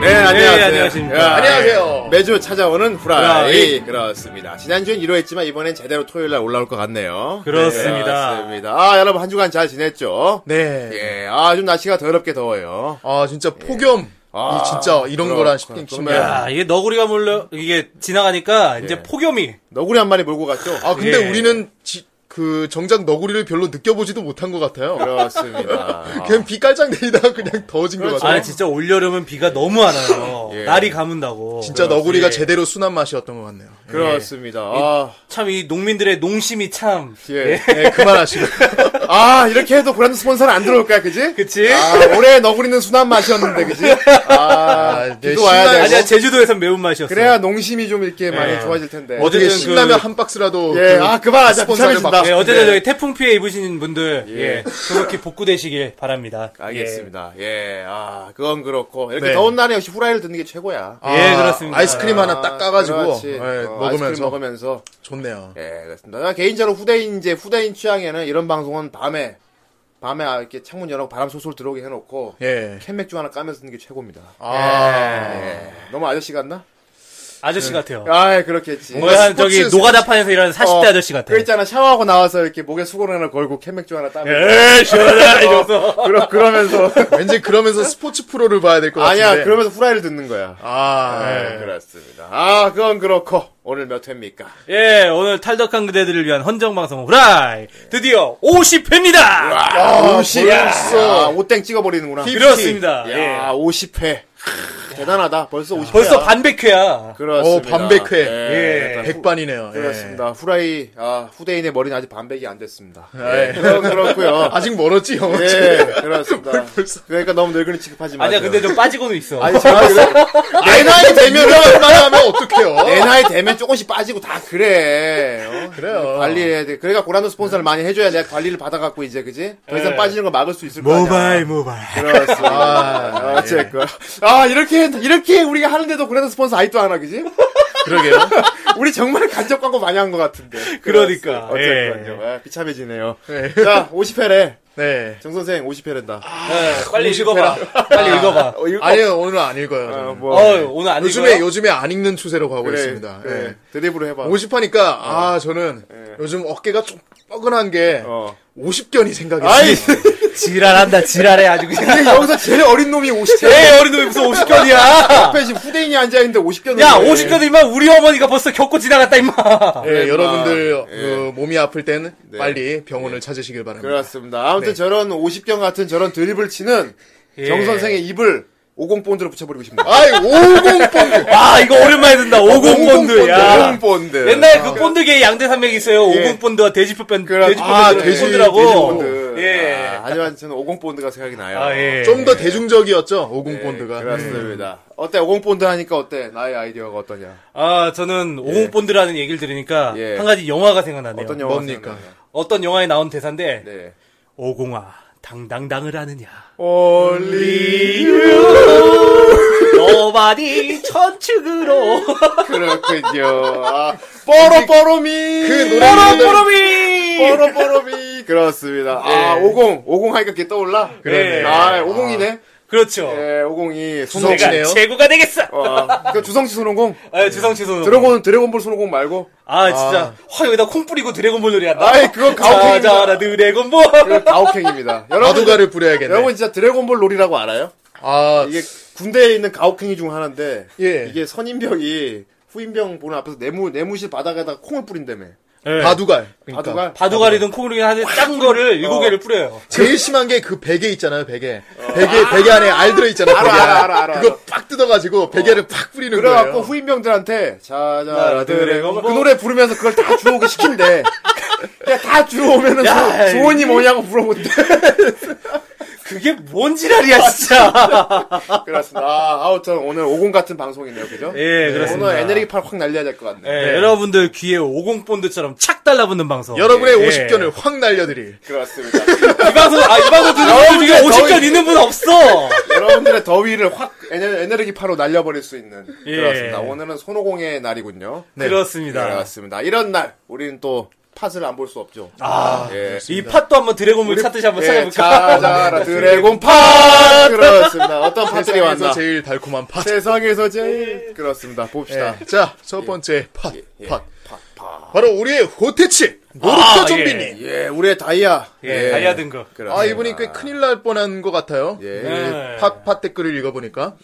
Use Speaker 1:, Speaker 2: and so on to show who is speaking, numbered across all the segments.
Speaker 1: 네, 안녕하세요.
Speaker 2: 네, 안녕하십니까.
Speaker 1: 야,
Speaker 3: 안녕하세요. 예.
Speaker 1: 매주 찾아오는 후라이.
Speaker 3: 후라이.
Speaker 1: 그렇습니다. 지난주엔 1호했지만 이번엔 제대로 토요일 날 올라올 것 같네요.
Speaker 2: 그렇습니다.
Speaker 1: 네, 그렇습니다. 아, 여러분 한 주간 잘 지냈죠?
Speaker 3: 네.
Speaker 1: 예. 아, 좀 날씨가 더럽게 더워요.
Speaker 3: 아 진짜 폭염.
Speaker 1: 아,
Speaker 3: 이 진짜 이런
Speaker 1: 그렇구나.
Speaker 3: 거라 싶긴
Speaker 1: 그러면-
Speaker 3: 싶네요.
Speaker 2: 야, 이게 너구리가 몰려, 이게 지나가니까 이제 폭염이.
Speaker 1: 너구리 한 마리 몰고 갔죠?
Speaker 3: 아 근데
Speaker 2: 예.
Speaker 3: 우리는 지- 그 정작 너구리를 별로 느껴보지도 못한 것 같아요.
Speaker 1: 그렇습니다.
Speaker 3: 그냥 비 깔짝 내리다가 그냥 더워진 것
Speaker 1: 그렇죠.
Speaker 3: 같아요.
Speaker 2: 아, 진짜 올여름은 비가 너무 안 와요.
Speaker 1: 예.
Speaker 2: 날이 가문다고.
Speaker 3: 진짜 너구리가 제대로 순한 맛이었던 것 같네요. 예.
Speaker 1: 그렇습니다. 아,
Speaker 2: 참 이 농민들의 농심이 참.
Speaker 1: 예.
Speaker 3: 네, 그만하시고.
Speaker 1: 아, 이렇게 해도 브랜드 스폰서는 안 들어올 거야, 그지?
Speaker 2: 그치?
Speaker 1: 아, 올해 너구리는 순한 맛이었는데, 그지? 아,
Speaker 3: 아,
Speaker 1: 비도
Speaker 3: 네,
Speaker 1: 와야
Speaker 3: 신나요.
Speaker 1: 되고.
Speaker 2: 아니야, 제주도에선 매운맛이었어.
Speaker 1: 그래야 농심이 좀 이렇게 많이 좋아질 텐데.
Speaker 2: 어디-
Speaker 3: 어떻게
Speaker 2: 어쨌든
Speaker 3: 신라면
Speaker 2: 그-
Speaker 3: 한 박스라도
Speaker 1: 예, 아, 그만하자.
Speaker 3: 스폰서를
Speaker 1: 비참해진다.
Speaker 3: 받고
Speaker 2: 예, 어쨌든
Speaker 1: 네.
Speaker 2: 저기 태풍 피해 입으신 분들,
Speaker 1: 예.
Speaker 2: 예. 조속히 복구되시길 바랍니다.
Speaker 1: 알겠습니다. 예, 아, 그건 그렇고. 이렇게
Speaker 3: 네.
Speaker 1: 더운 날에 역시 후라이를 듣는 게 최고야.
Speaker 3: 아,
Speaker 2: 예, 그렇습니다.
Speaker 3: 아이스크림 하나 딱 까가지고
Speaker 1: 그렇지.
Speaker 3: 예,
Speaker 1: 어, 아이스크림
Speaker 3: 먹으면서
Speaker 1: 먹으면서.
Speaker 3: 좋네요.
Speaker 1: 예, 그렇습니다. 나 개인적으로 후대인, 이제 후대인 취향에는 이런 방송은 밤에, 밤에 아, 이렇게 창문 열고 바람 솔솔 들어오게 해놓고.
Speaker 3: 예.
Speaker 1: 캔맥주 하나 까면서 듣는 게 최고입니다.
Speaker 3: 아.
Speaker 1: 예. 너무 아저씨 같나?
Speaker 2: 아저씨 같아요.
Speaker 1: 아, 그렇겠지.
Speaker 2: 어. 뭔가 한
Speaker 3: 스포츠,
Speaker 2: 저기
Speaker 3: 스포츠.
Speaker 2: 노가다판에서 일하는 40대
Speaker 1: 어,
Speaker 2: 아저씨 같아요.
Speaker 1: 그 있잖아 샤워하고 나와서 이렇게 목에 수건 하나 걸고 캔맥주 하나 따면서
Speaker 2: 에이, 예, 시원하다, 이러면서.
Speaker 1: 그러, 그러면서
Speaker 3: 왠지 그러면서 스포츠 프로를 봐야 될 것 같은데.
Speaker 1: 아니야 그러면서 후라이를 듣는 거야
Speaker 3: 아,
Speaker 1: 네,
Speaker 3: 예.
Speaker 1: 그렇습니다 아 그건 그렇고 오늘 몇 회입니까
Speaker 2: 예, 오늘 탈덕한 그대들을 위한 헌정방송 후라이! 드디어 50회입니다!
Speaker 1: 아
Speaker 3: 벌써.
Speaker 1: 오땡 찍어버리는구나
Speaker 2: 그렇습니다. 예.
Speaker 1: 야 50회 대단하다 벌써 50회
Speaker 2: 벌써 반백회야.
Speaker 3: 어,
Speaker 1: 그렇습니다 네,
Speaker 3: 반백회.
Speaker 2: 예.
Speaker 1: 일단 후-
Speaker 3: 백반이네요. 예.
Speaker 1: 그렇습니다 후라이 아, 후대인의 머리는 아직 반백이 안 됐습니다
Speaker 3: 예.
Speaker 1: 예, 그건 그렇고요
Speaker 3: 아직 멀었지, 영어.
Speaker 1: 예 그렇습니다
Speaker 3: 벌써.
Speaker 1: 그러니까 너무 늙은이 취급하지 마세요
Speaker 2: 아니야, 근데 좀 빠지고는 있어.
Speaker 1: 아니 제가 그래 내 나이 되면
Speaker 3: 얼마나 하면 어떡해요?
Speaker 1: 내 나이 되면 조금씩 빠지고 다 그래. 어?
Speaker 3: 그래요.
Speaker 1: 관리해야 돼. 그러니까 고란도 스폰서를 많이 해줘야 내가 관리를 받아갖고 이제 그지? 더 이상 빠지는 걸 막을 수 있을 거야.
Speaker 2: 모바일.
Speaker 1: 그렇습니다. 어쨌건 아 이렇게 이렇게 우리가 하는데도 고란도 스폰서 아직도 안 하기지?
Speaker 3: 그러게요.
Speaker 1: 우리 정말 간접 광고 많이 한 것 같은데.
Speaker 2: 그러니까.
Speaker 1: 그렇습니다. 어쨌건요. 아, 비참해지네요.
Speaker 3: 네.
Speaker 1: 자 50회래.
Speaker 3: 네.
Speaker 1: 정 선생 50회랜다.
Speaker 2: 빨리 읽어봐. 빨리 아, 읽어봐.
Speaker 3: 아니요, 오늘은 안 읽어요. 저는.
Speaker 1: 뭐
Speaker 2: 어유, 오늘 안
Speaker 3: 요즘에,
Speaker 2: 읽어요?
Speaker 3: 요즘에 안 읽는 추세라고 하고
Speaker 1: 그래,
Speaker 3: 있습니다.
Speaker 1: 그래.
Speaker 3: 예.
Speaker 1: 드립으로 해봐.
Speaker 3: 50하니까, 아, 저는 요즘 어깨가 좀 뻐근한 게,
Speaker 1: 어.
Speaker 3: 50견이 생각이
Speaker 1: 아이
Speaker 2: 지랄한다, 지랄해, 아주 그냥.
Speaker 1: 여기서 제일 어린 놈이 50회.
Speaker 2: 에이, 어린 놈이 무슨 50견이야!
Speaker 1: 앞에 지금 후대인이 앉아있는데 50견.
Speaker 2: 야, 50견은 임마, 우리 어머니가 벌써 겪고 지나갔다, 임마!
Speaker 3: 예, 여러분들,
Speaker 1: 예. 네.
Speaker 3: 그 몸이 아플 때는 빨리 병원을 찾으시길 바랍니다.
Speaker 1: 그렇습니다. 아무튼
Speaker 3: 네.
Speaker 1: 저런 50견 같은 저런 드립을 치는
Speaker 2: 예.
Speaker 1: 정 선생의 입을 50본드로 붙여버리고 싶네요.
Speaker 3: 아이, 50번!
Speaker 2: 아, 이거 오랜만에 듣는다. 50본드, 야.
Speaker 1: 50본드.
Speaker 2: 옛날 그 본드계의 양대산맥이 있어요.
Speaker 1: 아. 예.
Speaker 2: 50본드와 돼지표 밴,
Speaker 1: 그런-
Speaker 2: 돼지표
Speaker 1: 아,
Speaker 2: 밴드,
Speaker 1: 돼지-
Speaker 2: 본드라고.
Speaker 1: 돼지본드.
Speaker 2: 예.
Speaker 1: 아, 하지만 저는 50본드가 생각이 나요.
Speaker 2: 아, 예.
Speaker 3: 좀 더 대중적이었죠, 50
Speaker 1: 네,
Speaker 3: 본드가. 음.
Speaker 1: 그렇습니다. 음. 어때? 50본드 하니까 어때? 나의 아이디어가 어떠냐?
Speaker 2: 아, 저는 오공본드라는 얘기를 들으니까
Speaker 1: 예.
Speaker 2: 한 가지 영화가 생각나네요.
Speaker 1: 어떤
Speaker 2: 어떤,
Speaker 1: 영화
Speaker 3: 뭡니까?
Speaker 1: 생각나냐?
Speaker 2: 영화에 나온 대사인데
Speaker 1: 네.
Speaker 2: 오공아 당당당을 하느냐
Speaker 1: Only you.
Speaker 2: 너만이 천축으로
Speaker 1: 그렇군요. 아, 뽀로뽀로미.
Speaker 3: 그 노래
Speaker 1: 어?
Speaker 2: 뽀로뽀로미
Speaker 1: 뽀로뽀로미. 그렇습니다. 아, 50. 50 하니까 그게 떠올라?
Speaker 2: 그러네.
Speaker 1: 아, 50이네.
Speaker 2: 그렇죠.
Speaker 1: 예, 50이 손
Speaker 3: 주성-
Speaker 2: 내가
Speaker 3: 주성치네요.
Speaker 2: 최고가 되겠어.
Speaker 1: 어, 그 주성치 손오공?
Speaker 2: 아, 주성치 손.
Speaker 1: 드래곤, 드래곤볼 손오공 말고?
Speaker 2: 아 진짜 화 여기다 콩 뿌리고 드래곤볼 놀이 한다.
Speaker 1: 아이, 그건 가혹행위다.
Speaker 2: 자라 드래곤볼.
Speaker 1: 그 가혹행입니다. 여러분,
Speaker 3: 바둑알을 부려야겠네.
Speaker 1: 여러분 진짜 드래곤볼 놀이라고 알아요?
Speaker 3: 아,
Speaker 1: 이게 군대에 있는 가혹행위 중 하나인데,
Speaker 3: 예.
Speaker 1: 이게 선임병이 후임병 보는 앞에서 내무, 내무실 바닥에다가 콩을 뿌린다며.
Speaker 2: 예.
Speaker 3: 바둑알. 그러니까.
Speaker 1: 바둑알?
Speaker 2: 바둑알이든 콩이든 하는 작은 거를 일곱 개를 뿌려요.
Speaker 3: 제일 심한 게 그 베개 있잖아요, 베개. 베개, 베개 안에 알 들어있잖아,
Speaker 1: 알아,
Speaker 3: 베개.
Speaker 1: 알아, 알아, 알아.
Speaker 3: 그거 팍 뜯어가지고 베개를 팍 뿌리는
Speaker 1: 그래갖고
Speaker 3: 거예요.
Speaker 1: 후임병들한테, 자, 자,
Speaker 2: 나
Speaker 1: 드래곤볼.
Speaker 2: 드래곤볼.
Speaker 1: 그 노래 부르면서 그걸 다 주워오게 시킨대. 그냥 다 주워오면은 소,
Speaker 2: 야,
Speaker 1: 소원이 뭐냐고 물어본대.
Speaker 2: 그게 뭔 지랄이야, 진짜.
Speaker 1: 그렇습니다. 아, 아무튼 오늘 50 같은 방송이네요, 그죠?
Speaker 2: 예, 그렇습니다.
Speaker 1: 오늘 에너지 팔확 날려야 될 것
Speaker 2: 예,
Speaker 1: 같네요.
Speaker 2: 여러분들 귀에 50 본드처럼 착 달라붙는 방송.
Speaker 3: 여러분의
Speaker 2: 예.
Speaker 3: 50견을 확 날려드릴.
Speaker 1: 그렇습니다.
Speaker 2: 이 방송, 아, 이 방송 듣는 분들 중에
Speaker 1: 여러분들
Speaker 2: 50견
Speaker 1: 더위-
Speaker 2: 있는 분 없어.
Speaker 1: 여러분들의 더위를 확 에너, 에너지 파로 날려버릴 수 있는
Speaker 2: 예.
Speaker 1: 그렇습니다. 오늘은 손오공의 날이군요. 네.
Speaker 2: 그렇습니다.
Speaker 1: 그렇습니다. 이런 날 우리는 또 팟을 안 볼 수 없죠.
Speaker 2: 아,
Speaker 1: 예.
Speaker 2: 이 팟도 한번 드래곤물 찾듯이 한번 찾아볼까?
Speaker 1: 자자라 드래곤 팟 그렇습니다. 어떤 팟들이 왔나?
Speaker 3: 세상에서 제일 달콤한 팥.
Speaker 1: 세상에서 제일 그렇습니다. 봅시다.
Speaker 3: 예. 자, 첫 번째 팥.
Speaker 1: 예.
Speaker 3: 팥.
Speaker 1: 팟, 팟.
Speaker 3: 바로 우리의 호테치
Speaker 2: 아,
Speaker 3: 노르토 좀비님.
Speaker 1: 예, 우리의 다이아.
Speaker 2: 예, 다이아 등급.
Speaker 1: 그렇습니다.
Speaker 3: 아 이분이 꽤 큰일 날 뻔한 것 같아요.
Speaker 1: 예.
Speaker 2: 네.
Speaker 3: 팟, 팟 댓글을 읽어보니까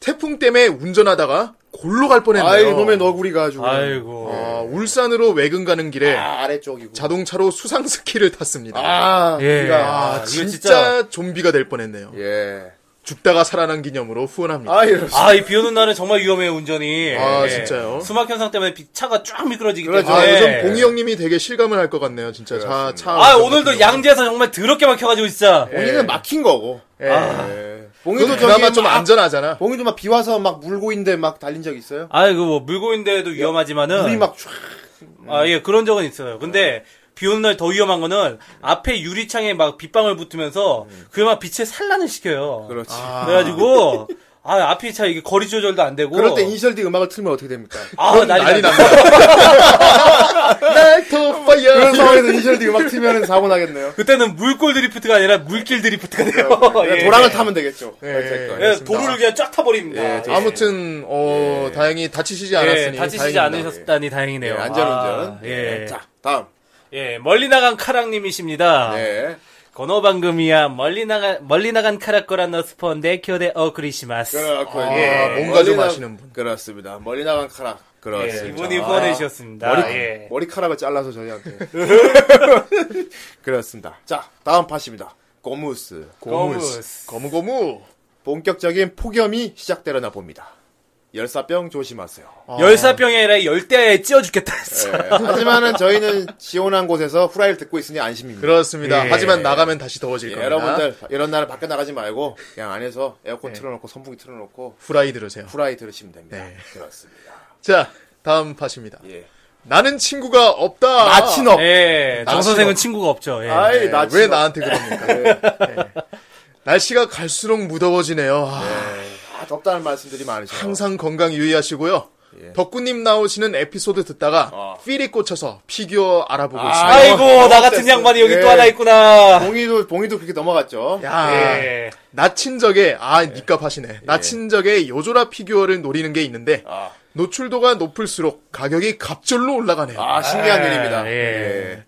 Speaker 3: 태풍 때문에 운전하다가 골로 갈 뻔했네요.
Speaker 1: 아이 놈의 너구리가 아주
Speaker 2: 아이고.
Speaker 3: 아, 울산으로 외근 가는 길에
Speaker 1: 아, 아래쪽이고.
Speaker 3: 자동차로 수상 스키를 탔습니다.
Speaker 1: 아,
Speaker 2: 예.
Speaker 1: 우리가
Speaker 3: 아,
Speaker 2: 이거
Speaker 3: 진짜,
Speaker 2: 진짜-
Speaker 3: 좀비가 될 뻔했네요.
Speaker 1: 예.
Speaker 3: 죽다가 살아난 기념으로 후원합니다.
Speaker 1: 아, 이럴 수.
Speaker 2: 아, 이 비 오는 날은 정말 위험해요, 운전이.
Speaker 3: 아,
Speaker 2: 예.
Speaker 3: 진짜요?
Speaker 2: 수막 현상 때문에 비- 차가 쫙 미끄러지기
Speaker 1: 그렇죠.
Speaker 3: 아,
Speaker 2: 때문에.
Speaker 3: 요즘 봉이 형님이 되게 실감을 할 것 같네요, 진짜. 자, 차.
Speaker 2: 아,
Speaker 3: 운전
Speaker 2: 오늘도
Speaker 3: 같은
Speaker 2: 양재에서 정말 더럽게 막혀가지고, 진짜.
Speaker 1: 봉이는 막힌 거고. 예.
Speaker 3: 경우.
Speaker 1: 봉이도
Speaker 3: 그건 그나마
Speaker 1: 저기
Speaker 3: 좀
Speaker 1: 막-
Speaker 3: 안전하잖아.
Speaker 1: 봉이도 막 비 와서 막 물고 있는데 막 달린 적 있어요?
Speaker 2: 아이고, 뭐, 물고인데도 위험하지만은.
Speaker 1: 물이 막 촤.
Speaker 2: 아, 예, 그런 적은 있어요. 근데, 비 오는 날 더 위험한 거는, 앞에 유리창에 막 빗방울 붙으면서, 그게 막 빛의 산란을 시켜요.
Speaker 1: 그렇지.
Speaker 2: 그래가지고, 아, 앞이 차 이게 거리 조절도 안 되고.
Speaker 1: 그럴 때 이니셜 D 음악을 틀면 어떻게 됩니까?
Speaker 2: 아, 난리
Speaker 3: 난리
Speaker 2: 나.
Speaker 3: 납니다.
Speaker 1: 그런 상황에서 이니셜 D 음악 틀면 사고 나겠네요.
Speaker 2: 그때는 물골 드리프트가 아니라 물길 드리프트가 돼요.
Speaker 1: 그냥
Speaker 2: 예.
Speaker 1: 도랑을 타면 되겠죠.
Speaker 3: 예,
Speaker 1: 어쨌건.
Speaker 2: 예, 도로를 그냥 쫙 타버립니다. 예.
Speaker 3: 아무튼, 어, 다행히 다치시지
Speaker 2: 예,
Speaker 3: 않았으니.
Speaker 2: 다치시지
Speaker 3: 다행입니다.
Speaker 2: 않으셨다니
Speaker 1: 예,
Speaker 2: 다행이네요.
Speaker 1: 안전운전.
Speaker 2: 아, 예.
Speaker 1: 자, 다음.
Speaker 2: 예, 멀리 나간 카랑님이십니다.
Speaker 1: 네.
Speaker 2: 건어 방금이야 멀리 나가 멀리 나간 카라코란 너스펀데 교대 어그리시마스.
Speaker 1: 그렇고
Speaker 3: 아, 뭔가 좀 아시는 분.
Speaker 1: 그렇습니다. 멀리 나간 카락.
Speaker 2: 예,
Speaker 1: 그렇습니다. 아,
Speaker 2: 이분이 후원해
Speaker 3: 아,
Speaker 2: 주셨습니다.
Speaker 1: 머리,
Speaker 2: 예.
Speaker 1: 머리카락을 잘라서 저희한테. 그렇습니다. 자, 다음 팟입니다. 고무스.
Speaker 2: 고무스.
Speaker 3: 예. 거무거무.
Speaker 1: 본격적인 폭염이 시작되려나 봅니다. 열사병 조심하세요.
Speaker 2: 열사병이 아니라 열대야에 찌어 죽겠다.
Speaker 1: 예, 하지만은 저희는 지원한 곳에서 후라이를 듣고 있으니 안심입니다.
Speaker 3: 그렇습니다.
Speaker 2: 예.
Speaker 3: 하지만 나가면 다시 더워질
Speaker 1: 예,
Speaker 3: 겁니다.
Speaker 1: 여러분들 이런 날은 밖에 나가지 말고 그냥 안에서 에어컨 틀어놓고 선풍기 틀어놓고
Speaker 3: 후라이 들으세요.
Speaker 1: 후라이 들으시면 됩니다.
Speaker 3: 네.
Speaker 1: 그렇습니다.
Speaker 3: 자, 다음 팟입니다.
Speaker 1: 예.
Speaker 3: 나는 친구가 없다.
Speaker 1: 나친업.
Speaker 2: 예. 정
Speaker 3: 나치노.
Speaker 2: 선생은 친구가 없죠. 예.
Speaker 1: 아, 아이,
Speaker 3: 네,
Speaker 1: 나친업.
Speaker 3: 왜 나한테 그럽니까? 네. 날씨가 갈수록 무더워지네요. 아,
Speaker 1: 아, 덥다는 말씀들이 많으시죠.
Speaker 3: 항상 건강 유의하시고요. 덕구님 나오시는 에피소드 듣다가 필이 꽂혀서 피규어 아. 알아보고 있습니다.
Speaker 2: 아이고
Speaker 1: 어,
Speaker 2: 나 같은
Speaker 1: 어땠어?
Speaker 2: 양반이 여기
Speaker 1: 예.
Speaker 2: 또 하나 있구나.
Speaker 1: 봉이도 봉이도 그렇게 넘어갔죠.
Speaker 3: 야,
Speaker 1: 아.
Speaker 2: 예.
Speaker 3: 나친적에 아 니값 하시네. 나친적에 요조라 피규어를 노리는 게 있는데
Speaker 1: 아.
Speaker 3: 노출도가 높을수록 가격이 갑절로 올라가네요.
Speaker 1: 아 신기한
Speaker 2: 아,
Speaker 1: 일입니다.
Speaker 2: 예.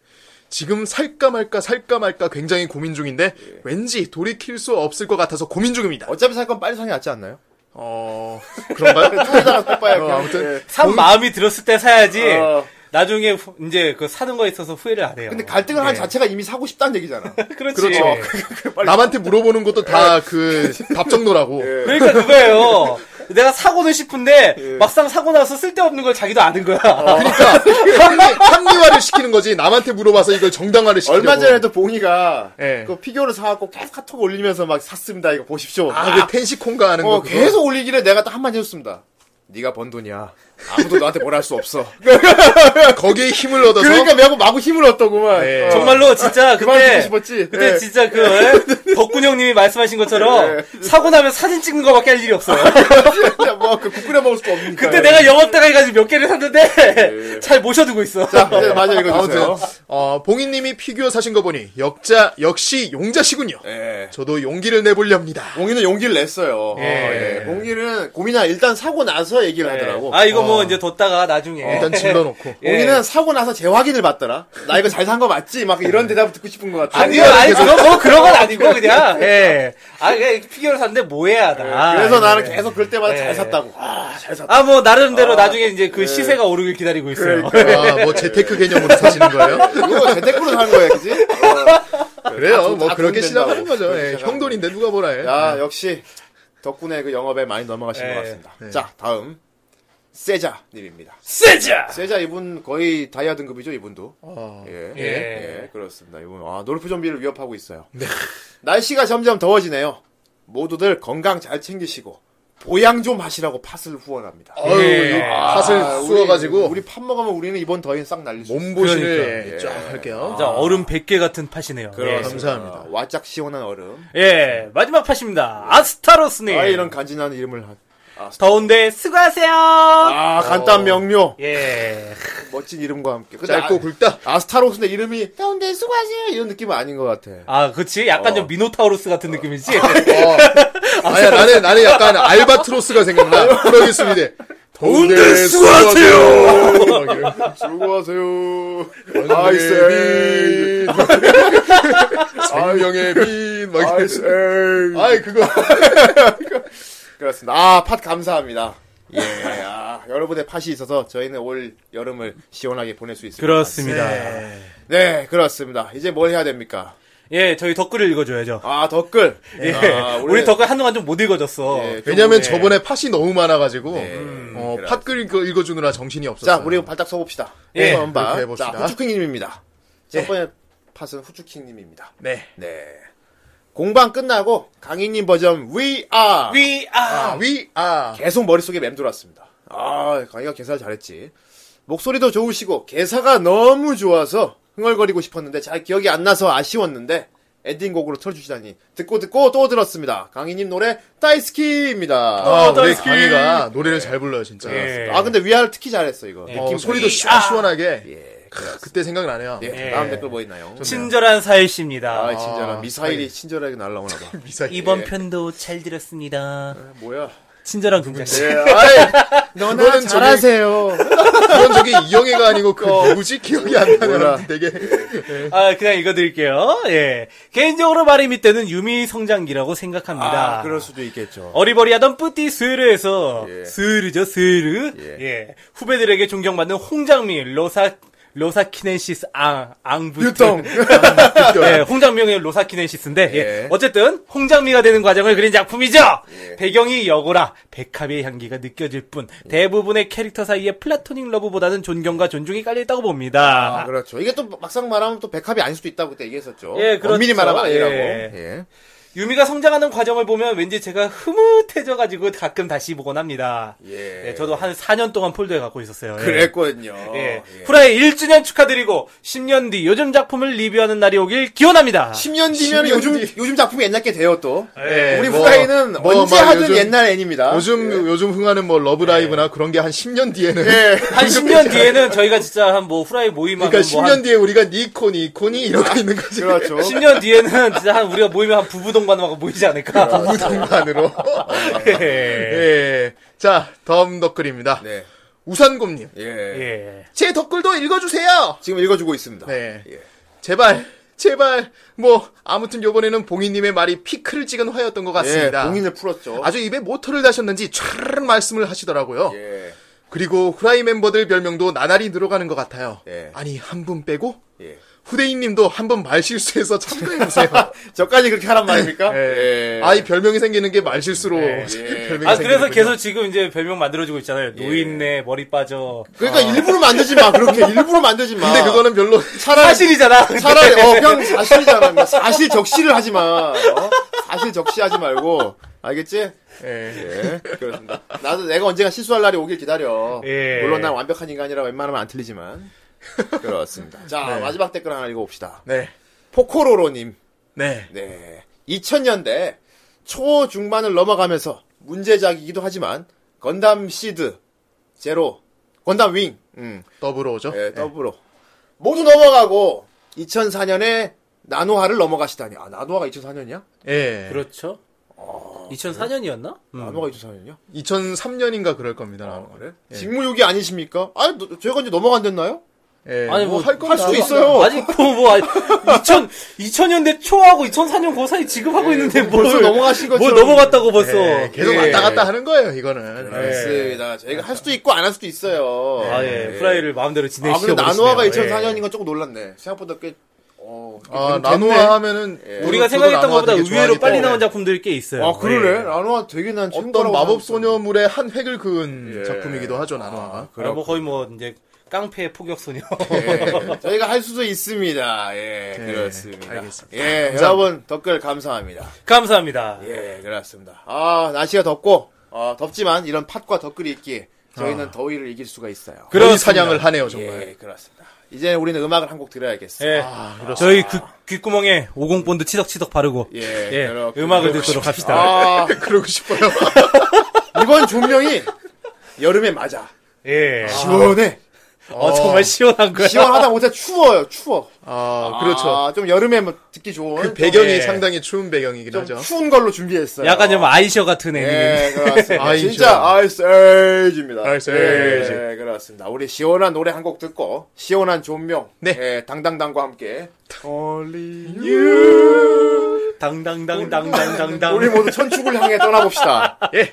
Speaker 3: 지금 살까 말까 살까 말까 굉장히 고민 중인데 왠지 돌이킬 수 없을 것 같아서 고민 중입니다.
Speaker 1: 어차피 살 건 빨리 상이 낫지 않나요?
Speaker 3: 어 그런가요?
Speaker 1: 통에다가 뽀빠야 예.
Speaker 3: 어, 아무튼
Speaker 1: 아무튼.
Speaker 2: 산 마음이 들었을 때 사야지.
Speaker 1: 뭐, 어.
Speaker 2: 나중에 후- 이제 그 사는 거에 있어서 후회를 안 해요.
Speaker 1: 근데 갈등을 한 자체가 이미 사고 싶다는 얘기잖아.
Speaker 2: 그렇지. 어. 예.
Speaker 3: 그렇죠. 남한테 물어보는 것도
Speaker 1: 예.
Speaker 3: 다 그 답정노라고.
Speaker 2: 그러니까 그거예요. 내가 사고는 싶은데
Speaker 1: 예.
Speaker 2: 막상 사고 나서 쓸데없는 걸 자기도 아는 거야.
Speaker 1: 어.
Speaker 3: 그러니까 합리, 합리화를 시키는 거지 남한테 물어봐서 이걸 정당화를 시키려고.
Speaker 1: 얼마 전에도 봉이가
Speaker 3: 예.
Speaker 1: 그 피규어를 사갖고 계속 카톡 올리면서 막 샀습니다. 이거 보십시오.
Speaker 3: 아그 텐시콩가 하는
Speaker 1: 어,
Speaker 3: 거 그거.
Speaker 1: 계속 올리길래 내가 딱 한마디 해줬습니다. 네가 번 돈이야. 아무도 너한테 뭘 할 수 없어.
Speaker 3: 거기에 힘을 얻어서
Speaker 1: 그러니까 매고 마구 힘을 얻더구만.
Speaker 3: 예.
Speaker 1: 어.
Speaker 2: 정말로 진짜
Speaker 1: 그만 듣고
Speaker 2: 그때
Speaker 1: 싶었지?
Speaker 2: 그때
Speaker 1: 예.
Speaker 2: 진짜 그 예? 덕군 형님이 말씀하신 것처럼 사고 나면 사진 찍는 거밖에 할 일이
Speaker 1: 아,
Speaker 2: 없어요.
Speaker 1: 진짜 뭐그 국끓여 먹을 수도 없으니까.
Speaker 2: 그때 내가 영업다가 해가지고 몇 개를 샀는데 잘 모셔두고 있어.
Speaker 1: 예.
Speaker 2: 예.
Speaker 1: 자, 이제 맞아
Speaker 3: 아무튼
Speaker 1: 읽어주세요.
Speaker 3: 어, 봉인님이 피규어 사신 거 보니 역자 역시 용자시군요.
Speaker 1: 예.
Speaker 3: 저도 용기를 내보렵니다.
Speaker 1: 봉이는 용기를 냈어요. 어,
Speaker 2: 예.
Speaker 1: 예. 봉이는 고민아 일단 사고 나서 얘기를 하더라고. 어.
Speaker 2: 아 이거 뭐 이제 뒀다가 나중에
Speaker 3: 일단 질러놓고
Speaker 2: 예.
Speaker 1: 봉이는 사고 나서 재확인을 받더라. 나 이거 잘 산 거 맞지? 막 이런 대답을 듣고 싶은 것 같아.
Speaker 2: 예. 아니요, 아니, 그건 뭐 그런 건 아니고, 그냥, 예. 아, 그냥 피규어를 샀는데 뭐해야 하다.
Speaker 1: 그래서
Speaker 2: 아,
Speaker 1: 나는
Speaker 2: 예.
Speaker 1: 계속 그럴 때마다
Speaker 2: 예.
Speaker 1: 잘 샀다고. 아, 잘 샀다.
Speaker 2: 아, 뭐, 나름대로 나중에 이제 그 시세가 오르길 기다리고 있어요.
Speaker 3: 아, 뭐 재테크 개념으로 사시는 거예요?
Speaker 1: 이거 재테크로 사는 거야, 그지? 어.
Speaker 2: 아,
Speaker 1: 다
Speaker 3: 그래요.
Speaker 1: 돈-
Speaker 3: 뭐
Speaker 1: 다
Speaker 3: 그렇게
Speaker 1: 돈
Speaker 3: 시작하는
Speaker 1: 된다고.
Speaker 3: 거죠.
Speaker 1: 그렇게
Speaker 3: 예,
Speaker 1: 시작하는
Speaker 3: 형 돈인데 누가 뭐라 해.
Speaker 1: 야, 역시 덕분에 그 영업에 많이 넘어가신
Speaker 2: 예.
Speaker 1: 것 같습니다. 자, 다음 세자 님입니다.
Speaker 2: 세자!
Speaker 1: 세자 이분 거의 다이아 등급이죠, 이분도. 예. 아,
Speaker 2: 예.
Speaker 3: 네.
Speaker 1: 예, 그렇습니다. 이분 아, 노르프 좀비를 위협하고 있어요. 날씨가 점점 더워지네요. 모두들 건강 잘 챙기시고 보양 좀 하시라고 팥을 후원합니다.
Speaker 3: 어유
Speaker 2: 예.
Speaker 3: 팥을
Speaker 1: 아, 우리-
Speaker 3: 쑤어가지고
Speaker 1: 우리 팥 먹으면 우리는 이번 더위는 싹 날릴 수 있어요.
Speaker 3: 몸보신을
Speaker 2: 그러니까.
Speaker 3: 예, 쫙 할게요.
Speaker 2: 자, 얼음 100개 같은 팥이네요.
Speaker 3: 그렇습니다.
Speaker 1: 아,
Speaker 3: 감사합니다.
Speaker 1: 와짝 시원한 얼음.
Speaker 2: 예. 예, 마지막 팥입니다. 아스타로스님.
Speaker 3: 예.
Speaker 1: 아 이런 간지나는 이름을 한.
Speaker 2: 더운데 수고하세요.
Speaker 3: 어.
Speaker 1: 아 간단 명료.
Speaker 2: 예.
Speaker 1: 멋진 이름과 함께. 근데
Speaker 3: 짧고
Speaker 1: 아,
Speaker 3: 굵다.
Speaker 1: 아스타로스인데 이름이 더운데 수고하세요 이런 느낌은 아닌 것 같아.
Speaker 2: 아, 그치? 약간 좀 미노타우로스 같은 느낌이지?
Speaker 3: 어. 아니야 나는 나는 약간 알바트로스가 생각나. 프로듀스인데
Speaker 2: 더운데
Speaker 3: 수고하세요.
Speaker 1: 수고하세요.
Speaker 3: 아이스 아, 생명의 빈. 막 이러면서. 아이 그거
Speaker 1: 그렇습니다. 아, 팥 감사합니다. 예, 아, 여러분의 팥이 있어서 저희는 올 여름을 시원하게 보낼 수 있습니다.
Speaker 2: 그렇습니다.
Speaker 1: 네, 그렇습니다. 이제 뭘 해야 됩니까?
Speaker 2: 예, 저희 댓글을 읽어줘야죠.
Speaker 1: 아, 덧글.
Speaker 2: 예.
Speaker 1: 아,
Speaker 2: 우리 댓글 한동안 좀 못 읽어줬어.
Speaker 1: 예, 좀-
Speaker 3: 왜냐면 저번에 팥이 너무 많아가지고
Speaker 1: 네.
Speaker 3: 네. 어,
Speaker 1: 그래.
Speaker 3: 팥 읽어, 읽어주느라 정신이 없었어.
Speaker 1: 자, 우리 발딱 서봅시다.
Speaker 2: 예,
Speaker 1: 번
Speaker 3: 그렇게
Speaker 1: 바. 자,
Speaker 3: 해봅시다.
Speaker 1: 후추킹님입니다. 첫 번째 팥은 후추킹님입니다.
Speaker 3: 네.
Speaker 1: 네. 공방 끝나고 강희님 버전 We Are
Speaker 2: We are.
Speaker 3: 아, 위 아.
Speaker 1: 계속 머릿속에 맴돌았습니다. 아, 강희가 개사를 잘했지. 목소리도 좋으시고 개사가 너무 좋아서 흥얼거리고 싶었는데 잘 기억이 안 나서 아쉬웠는데 엔딩곡으로 틀어주시다니 듣고 듣고 또 들었습니다. 강희님 노래 따이스키입니다. 아, 네.
Speaker 3: 아, 우리
Speaker 2: 더더스키.
Speaker 3: 강희가 노래를 잘 불러요 진짜.
Speaker 2: 예.
Speaker 1: 근데 위아를 특히 잘했어 이거.
Speaker 3: 어,
Speaker 1: 예, 느낌
Speaker 3: 소리도
Speaker 1: 좋네.
Speaker 3: 시원시원하게.
Speaker 1: 예,
Speaker 3: 크, 그때 아. 생각나네요.
Speaker 1: 예,
Speaker 2: 예.
Speaker 1: 다음 댓글 뭐 있나요?
Speaker 2: 친절한 사일씨입니다.
Speaker 1: 아, 친절한 미사일이 친절하게 날라오나 봐.
Speaker 3: 미사일.
Speaker 2: 이번 편도 잘 들었습니다.
Speaker 1: 뭐야?
Speaker 2: 친절한 금장씨.
Speaker 1: 예, 아이, 너나
Speaker 3: 그거는
Speaker 1: 잘하세요. 어.
Speaker 3: 그건 저기 이영애가 아니고 그 누구지 기억이 안
Speaker 1: 몰라.
Speaker 3: 나는 되게
Speaker 1: 예.
Speaker 2: 아, 그냥 읽어드릴게요. 예. 개인적으로 마리미 때는 유미 성장기라고 생각합니다.
Speaker 1: 아, 그럴 수도 있겠죠.
Speaker 2: 어리버리하던 뿌띠 스르에서
Speaker 1: 예.
Speaker 2: 스르죠 스르
Speaker 1: 예.
Speaker 2: 예. 후배들에게 존경받는 홍장미 로사 로사키넨시스 앙 앙부트
Speaker 1: 유통.
Speaker 2: 예, 홍장미의 로사키넨시스인데 예.
Speaker 1: 예.
Speaker 2: 어쨌든 홍장미가 되는 과정을 그린 작품이죠. 배경이 여고라 백합의 향기가 느껴질 뿐 대부분의 캐릭터 사이에 플라토닉 러브보다는 존경과 존중이 깔려 있다고 봅니다.
Speaker 1: 아, 그렇죠. 이게 또 막상 말하면 또 백합이 아닐 수도 있다고 그때 얘기했었죠.
Speaker 2: 예, 그렇죠.
Speaker 1: 엄밀히 말하면 아니라고.
Speaker 2: 예.
Speaker 1: 예.
Speaker 2: 유미가 성장하는 과정을 보면 왠지 제가 흐뭇해져가지고 가끔 다시 보곤 합니다.
Speaker 1: 예.
Speaker 2: 예, 저도 한 4년 동안 폴더에 갖고 있었어요. 예.
Speaker 1: 그랬거든요. 예.
Speaker 2: 예. 후라이 1주년 축하드리고 10년 뒤 요즘 작품을 리뷰하는 날이 오길 기원합니다.
Speaker 1: 10년 뒤면
Speaker 3: 10년
Speaker 1: 요즘
Speaker 3: 뒤.
Speaker 1: 요즘 작품이 옛날 게 돼요 또.
Speaker 2: 예,
Speaker 1: 우리
Speaker 3: 뭐,
Speaker 1: 후라이는
Speaker 3: 뭐,
Speaker 1: 언제
Speaker 3: 막
Speaker 1: 하든
Speaker 3: 요즘-
Speaker 1: 옛날 애니입니다.
Speaker 3: 요즘 요즘 흥하는 뭐 러브라이브나
Speaker 1: 예.
Speaker 3: 그런 게 한 10년 뒤에는
Speaker 2: 한 10년 뒤에는 저희가 진짜 한 뭐 후라이 모임하면
Speaker 3: 그러니까 10년
Speaker 2: 뭐 한,
Speaker 3: 뒤에 우리가 니코니 니코니 이러고 있는 거지.
Speaker 1: 그렇죠.
Speaker 2: 10년 뒤에는 진짜 한 우리가 모이면 한 부부동반하고 모이지
Speaker 1: 네.
Speaker 2: 않을까.
Speaker 3: 무등반으로. 어,
Speaker 2: 예.
Speaker 3: 예. 자, 다음 덧글입니다.
Speaker 1: 네.
Speaker 3: 우산곰님.
Speaker 1: 예.
Speaker 2: 예.
Speaker 3: 제 덧글도 읽어주세요!
Speaker 1: 지금 읽어주고 있습니다.
Speaker 3: 네.
Speaker 1: 예.
Speaker 3: 제발, 제발, 뭐, 아무튼 요번에는 봉이님의 말이 피크를 찍은 화였던 것
Speaker 1: 예.
Speaker 3: 같습니다.
Speaker 1: 봉인을 풀었죠.
Speaker 3: 아주 입에 모터를 다셨는지 촤르르 말씀을 하시더라고요.
Speaker 1: 예.
Speaker 3: 그리고 후라이 멤버들 별명도 나날이 늘어가는 것 같아요.
Speaker 1: 예.
Speaker 3: 아니, 한 분 빼고?
Speaker 1: 예.
Speaker 3: 후대인님도 한 번 말실수해서 참고해보세요.
Speaker 1: 저까지 그렇게 하란 말입니까? 예.
Speaker 3: 아, 이 별명이 생기는 게 말실수로. 별명이
Speaker 2: 아, 그래서
Speaker 3: 생기는군요.
Speaker 2: 계속 지금 이제 별명 만들어주고 있잖아요. 노인네, 머리 빠져.
Speaker 1: 그러니까 일부러 만들지 마. 그렇게 일부러 만들지 마.
Speaker 3: 아. 근데 그거는 별로
Speaker 1: 차라리
Speaker 2: 아. 사실이잖아.
Speaker 1: 차라리 어형 사실이잖아. 임마. 사실 적시를 하지 마. 어? 사실 적시하지 말고 알겠지? 예, 그렇습니다. 나도 내가 언젠가 실수할 날이 오길 기다려.
Speaker 2: 예.
Speaker 1: 물론 난 완벽한 인간이라 웬만하면 안 틀리지만. 그렇습니다. 자, 마지막 댓글 하나 읽어봅시다.
Speaker 3: 네.
Speaker 1: 포코로로님.
Speaker 3: 네.
Speaker 1: 네. 2000년대 초중반을 넘어가면서 문제작이기도 하지만 건담 시드, 제로, 건담 윙, 음,
Speaker 3: 더블로 오죠?
Speaker 1: 예, 더불어. 모두 넘어가고 2004년에 나노화를 넘어가시다니. 아, 나노화가 2004년이야?
Speaker 3: 예.
Speaker 2: 그렇죠. 2004년이었나?
Speaker 1: 나노화가 2004년이야?
Speaker 3: 2003년인가 어, 그럴 겁니다. 아마.
Speaker 1: 그래? 직무유기 아니십니까? 아니, 너- 저희가 이제 넘어간댔나요?
Speaker 3: 예.
Speaker 2: 아니
Speaker 3: 뭐,
Speaker 2: 뭐
Speaker 3: 할
Speaker 2: 할
Speaker 3: 거.
Speaker 1: 할 수도 있어요.
Speaker 2: 아직 뭐뭐 2000 2000년대 초하고 2004년 고 사이 지금 하고 있는데 뭘
Speaker 1: 벌써 넘어가신
Speaker 2: 뭘
Speaker 1: 것처럼.
Speaker 2: 넘어갔다고 벌써.
Speaker 3: 예, 계속
Speaker 2: 예.
Speaker 3: 왔다 갔다 하는 거예요, 이거는.
Speaker 1: 맞습니다. 저희가 할 수도 있고 안 할 수도 있어요.
Speaker 2: 아 예. 후라이를 마음대로
Speaker 1: 아,
Speaker 2: 진행시켜
Speaker 1: 근데
Speaker 2: 버리시네요.
Speaker 1: 나노화가
Speaker 2: 예.
Speaker 1: 2004년인 건 조금 놀랐네. 생각보다 꽤 어,
Speaker 3: 아,
Speaker 1: 그럼 됐네.
Speaker 3: 라노아 하면은
Speaker 2: 예. 우리가 생각했던 것보다 의외로 빨리 나온 작품들이 꽤 있어요.
Speaker 1: 아 그러네.
Speaker 2: 예.
Speaker 1: 라노아 되게 난 지금
Speaker 3: 어떤
Speaker 1: 거라고
Speaker 3: 마법
Speaker 1: 생각했어.
Speaker 3: 소녀물의 한 획을 그은
Speaker 1: 예.
Speaker 3: 작품이기도 하죠, 나노아가.
Speaker 2: 아, 뭐 거의 뭐 이제 깡패 포격 소녀.
Speaker 1: 예, 저희가 할 수도 있습니다. 예, 그렇습니다.
Speaker 3: 알겠습니다.
Speaker 1: 예, 여러분 댓글 감사합니다.
Speaker 2: 감사합니다.
Speaker 1: 예, 그렇습니다. 아, 날씨가 덥고 어, 덥지만 이런 팥과 덧글이 있기에 저희는 더위를 이길 수가 있어요.
Speaker 3: 그런 사냥을 하네요, 정말.
Speaker 1: 예, 그렇습니다. 이제 우리는 음악을 한 곡 들어야겠어요.
Speaker 2: 예. 저희 귀, 귓구멍에 오공본드 치덕치덕 바르고
Speaker 1: 예,
Speaker 2: 예,
Speaker 1: 그렇군요.
Speaker 2: 음악을 듣도록 합시다.
Speaker 1: 아,
Speaker 3: 그러고 싶어요.
Speaker 1: 이번 조명이 여름에 맞아.
Speaker 2: 예.
Speaker 1: 시원해.
Speaker 2: 어, 정말 시원한 거야.
Speaker 1: 시원하다 못해 추워요, 추워.
Speaker 3: 아, 그렇죠. 그
Speaker 1: 아, 좀 여름에 뭐 듣기 좋은 좀-
Speaker 3: 배경이
Speaker 2: 예.
Speaker 3: 상당히 추운 배경이긴
Speaker 1: 좀
Speaker 3: 하죠.
Speaker 1: 추운 걸로 준비했어요.
Speaker 2: 약간 좀 아이셔 같은 애니.
Speaker 1: 예, 그렇습니다.
Speaker 3: 아이죠.
Speaker 1: 진짜 아이스 에이지입니다.
Speaker 3: 아이스 에이지.
Speaker 1: 예, 그렇습니다. 우리 시원한 노래 한 곡 듣고 시원한 존명
Speaker 3: 네.
Speaker 1: 예, 당당당과 함께
Speaker 2: 당당당당당당당.
Speaker 1: 뭐, 우리 뭐, 모두 천축을 향해 떠나봅시다.
Speaker 3: 예.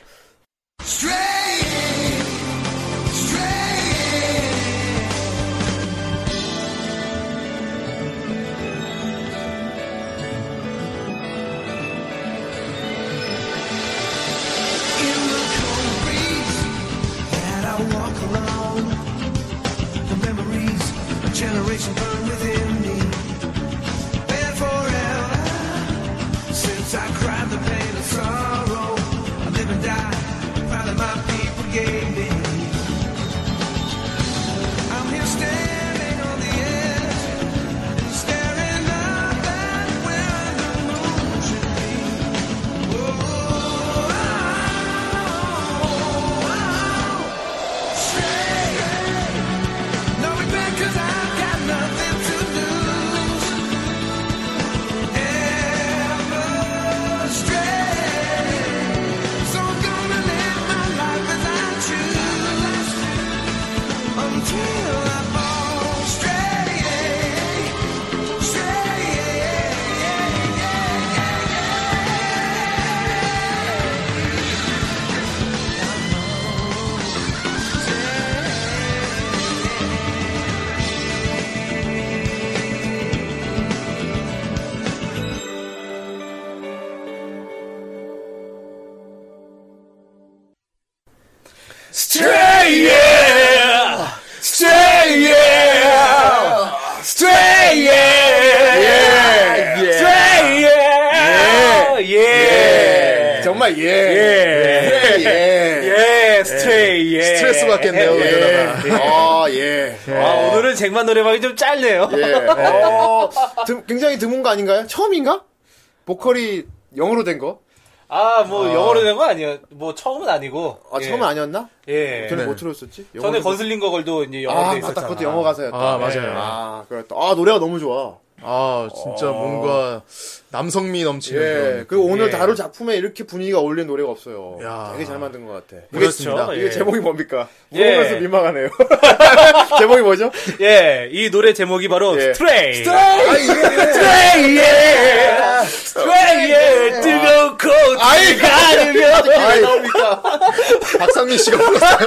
Speaker 4: In the cold breeze that I walk alone, the memories of generation burn within me. Been forever since I cried the pain and sorrow. I live and die proud that my people gave me. I'm here standing on the edge, staring up at where the moon should be. No regret, 'cause I've got nothing to lose. Ever stray. So I'm gonna live my life as I choose. Until I fall stray, stray.
Speaker 2: Stray yeah!
Speaker 3: 예.
Speaker 2: Stray yeah! Stray
Speaker 3: 예.
Speaker 2: yeah!
Speaker 1: 예.
Speaker 2: Stray yeah!
Speaker 1: 예.
Speaker 2: 예.
Speaker 1: 정말 예.
Speaker 2: 예.
Speaker 1: 예. 예.
Speaker 2: 예, 스트레이 예.
Speaker 3: 스트레스 받겠네요,
Speaker 2: 예.
Speaker 3: 이러다가.
Speaker 1: 아, 예.
Speaker 2: 아, 오늘은 쟁반 노래방이 좀 짧네요.
Speaker 1: 예. 어, 드- 굉장히 드문 거 아닌가요? 처음인가? 보컬이 영어로 된 거?
Speaker 2: 아, 뭐 영어로 된 거 아니에요. 뭐 처음은 아니고.
Speaker 1: 아,
Speaker 2: 예.
Speaker 1: 처음은 아니었나?
Speaker 2: 예.
Speaker 1: 전에
Speaker 3: 네.
Speaker 1: 못 들었었지?
Speaker 2: 전에
Speaker 1: 영어로
Speaker 2: 건슬링거 걸도 이제 영어로
Speaker 1: 아,
Speaker 2: 돼
Speaker 1: 맞다.
Speaker 2: 있었잖아.
Speaker 1: 그것도 영어 가사였다.
Speaker 3: 아, 맞아요.
Speaker 1: 아, 그렇다. 아, 노래가 너무 좋아.
Speaker 3: 아, 진짜 뭔가 남성미 넘치는
Speaker 1: 어. 예.
Speaker 3: 그런.
Speaker 1: 그리고 오늘
Speaker 2: 예.
Speaker 1: 다룰 작품에 이렇게 분위기가 어울리는 노래가 없어요.
Speaker 3: 야.
Speaker 1: 되게 잘 만든 것 같아.
Speaker 3: 그렇습니다.
Speaker 2: 그렇죠.
Speaker 1: 이게
Speaker 2: 예.
Speaker 1: 제목이 뭡니까?
Speaker 2: 예.
Speaker 1: 물어보면서 민망하네요. 제목이 뭐죠?
Speaker 2: 예, 이 노래 제목이 바로
Speaker 1: 예.
Speaker 2: 스트레이. 스트레이 예. 스트레이 예. 뜨거운
Speaker 1: 아.
Speaker 2: 코트 가르며.
Speaker 3: 아,
Speaker 1: 왜 나옵니까?
Speaker 3: 박상민 씨가 불렀어요.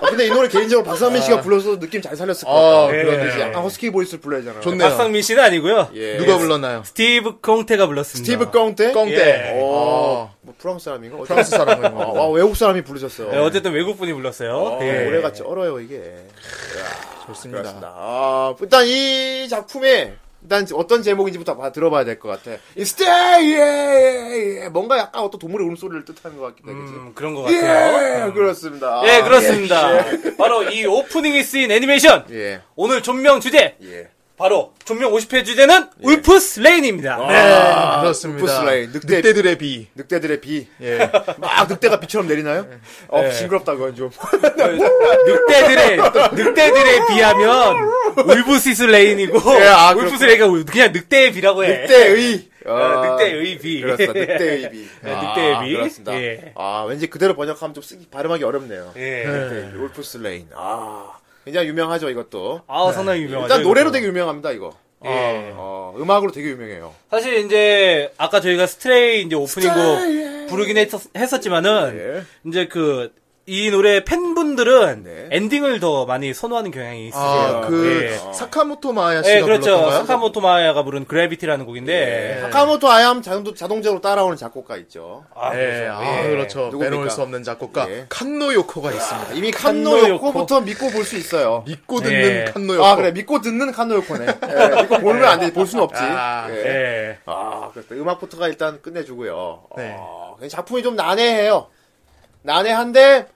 Speaker 1: 아, 근데 이 노래 개인적으로 박상민 씨가 불러서 느낌 잘 살렸을 것
Speaker 3: 아,
Speaker 1: 같다.
Speaker 2: 예.
Speaker 3: 그런
Speaker 1: 그래서 약간 허스키 보이스를 불러야 되잖아.
Speaker 3: 좋네요.
Speaker 2: 박상민 씨는 아니고요.
Speaker 1: 예.
Speaker 3: 누가 불렀나요?
Speaker 2: 스티브 콩테가 불렀습니다.
Speaker 1: 스티브 꽁테?
Speaker 3: 꽁대.
Speaker 2: 예.
Speaker 1: 어, 뭐 프랑스 사람인가? 어디-
Speaker 3: 아. 프랑스 뭐. 사람을.
Speaker 1: 아, 와, 외국 사람이 부르셨어요.
Speaker 2: 예, 어쨌든 외국 분이 불렀어요.
Speaker 1: 어,
Speaker 2: 예.
Speaker 1: 노래가 쩔어요, 이게.
Speaker 3: 좋습니다.
Speaker 1: 아, 일단 이 작품에 일단 어떤 제목인지부터 봐- 들어봐야 될 것 같아. 이 Stay, 예, 예, 예. 뭔가 약간 어떤 동물의 울음소리를 뜻하는 것 같기도 하겠지.
Speaker 2: 음, 그런 것 같아요.
Speaker 1: 예, 그렇습니다.
Speaker 2: 예, 그렇습니다. 바로 이 오프닝에 쓰인 애니메이션.
Speaker 1: 예,
Speaker 2: 오늘 존명 주제.
Speaker 1: 예.
Speaker 2: 바로 존명 50회 주제는 울프 슬레인입니다.
Speaker 1: 아.
Speaker 3: 네, 그렇습니다.
Speaker 1: 루프슬레이, 늑대-
Speaker 3: 늑대들의 비.
Speaker 1: 늑대들의 비.
Speaker 3: 예.
Speaker 1: 막 늑대가 비처럼 내리나요?
Speaker 2: 예.
Speaker 1: 어, 징그럽다, 그건 좀.
Speaker 2: 네. 늑대들의 늑대들에 비하면 울브스 슬레인이고
Speaker 1: 예, 아,
Speaker 2: 울프
Speaker 1: 그렇구나.
Speaker 2: 슬레이가 울- 그냥 늑대의 비라고 해.
Speaker 1: 늑대의.
Speaker 2: 예. 아, 늑대의 비.
Speaker 1: 그렇습니다. 늑대의 비.
Speaker 2: 네,
Speaker 1: 아,
Speaker 2: 늑대의 비.
Speaker 1: 그렇습니다.
Speaker 2: 예.
Speaker 1: 아, 왠지 그대로 번역하면 좀 쓰기, 발음하기 어렵네요.
Speaker 2: 예.
Speaker 1: 늑대의 비, 울프슬레인. 아, 굉장히 유명하죠, 이것도.
Speaker 2: 아, 상당히 유명하죠.
Speaker 1: 네. 일단 노래로
Speaker 2: 이거.
Speaker 1: 되게 유명합니다 이거.
Speaker 2: 예.
Speaker 1: 어, 음악으로 되게 유명해요.
Speaker 2: 사실 이제 아까 저희가 스트레이 이제 오프닝곡 부르긴 했었, 지만은
Speaker 1: 예.
Speaker 2: 이제 그 이 노래 팬분들은
Speaker 1: 네.
Speaker 2: 엔딩을 더 많이 선호하는 경향이 있으세요.
Speaker 3: 아, 그
Speaker 2: 예.
Speaker 3: 사카모토 마야 씨가
Speaker 2: 예, 그렇죠.
Speaker 3: 불렀던가요?
Speaker 2: 사카모토 마야가 부른
Speaker 1: 예.
Speaker 2: 그래비티라는 곡인데.
Speaker 1: 하카모토 아얌 자동, 자동적으로 따라오는 작곡가 있죠.
Speaker 2: 예. 아,
Speaker 3: 예, 아,
Speaker 2: 예.
Speaker 3: 그렇죠.
Speaker 1: 누굽니까?
Speaker 3: 빼놓을 수 없는 작곡가
Speaker 1: 예.
Speaker 3: 칸노 요코가 있습니다.
Speaker 1: 이미
Speaker 2: 칸노
Speaker 1: 칸노
Speaker 2: 요코.
Speaker 1: 요코부터 믿고 볼 수 있어요.
Speaker 3: 믿고
Speaker 2: 예.
Speaker 3: 듣는 칸노 요코.
Speaker 1: 아 그래 믿고 듣는 칸노 요코네. 예, 믿고 보면 안 돼. 볼 수는 없지.
Speaker 3: 아,
Speaker 1: 예.
Speaker 2: 예.
Speaker 1: 아, 그렇다. 음악부터가 일단 끝내주고요.
Speaker 3: 네.
Speaker 1: 아, 그냥 작품이 좀 난해해요. 난해한데,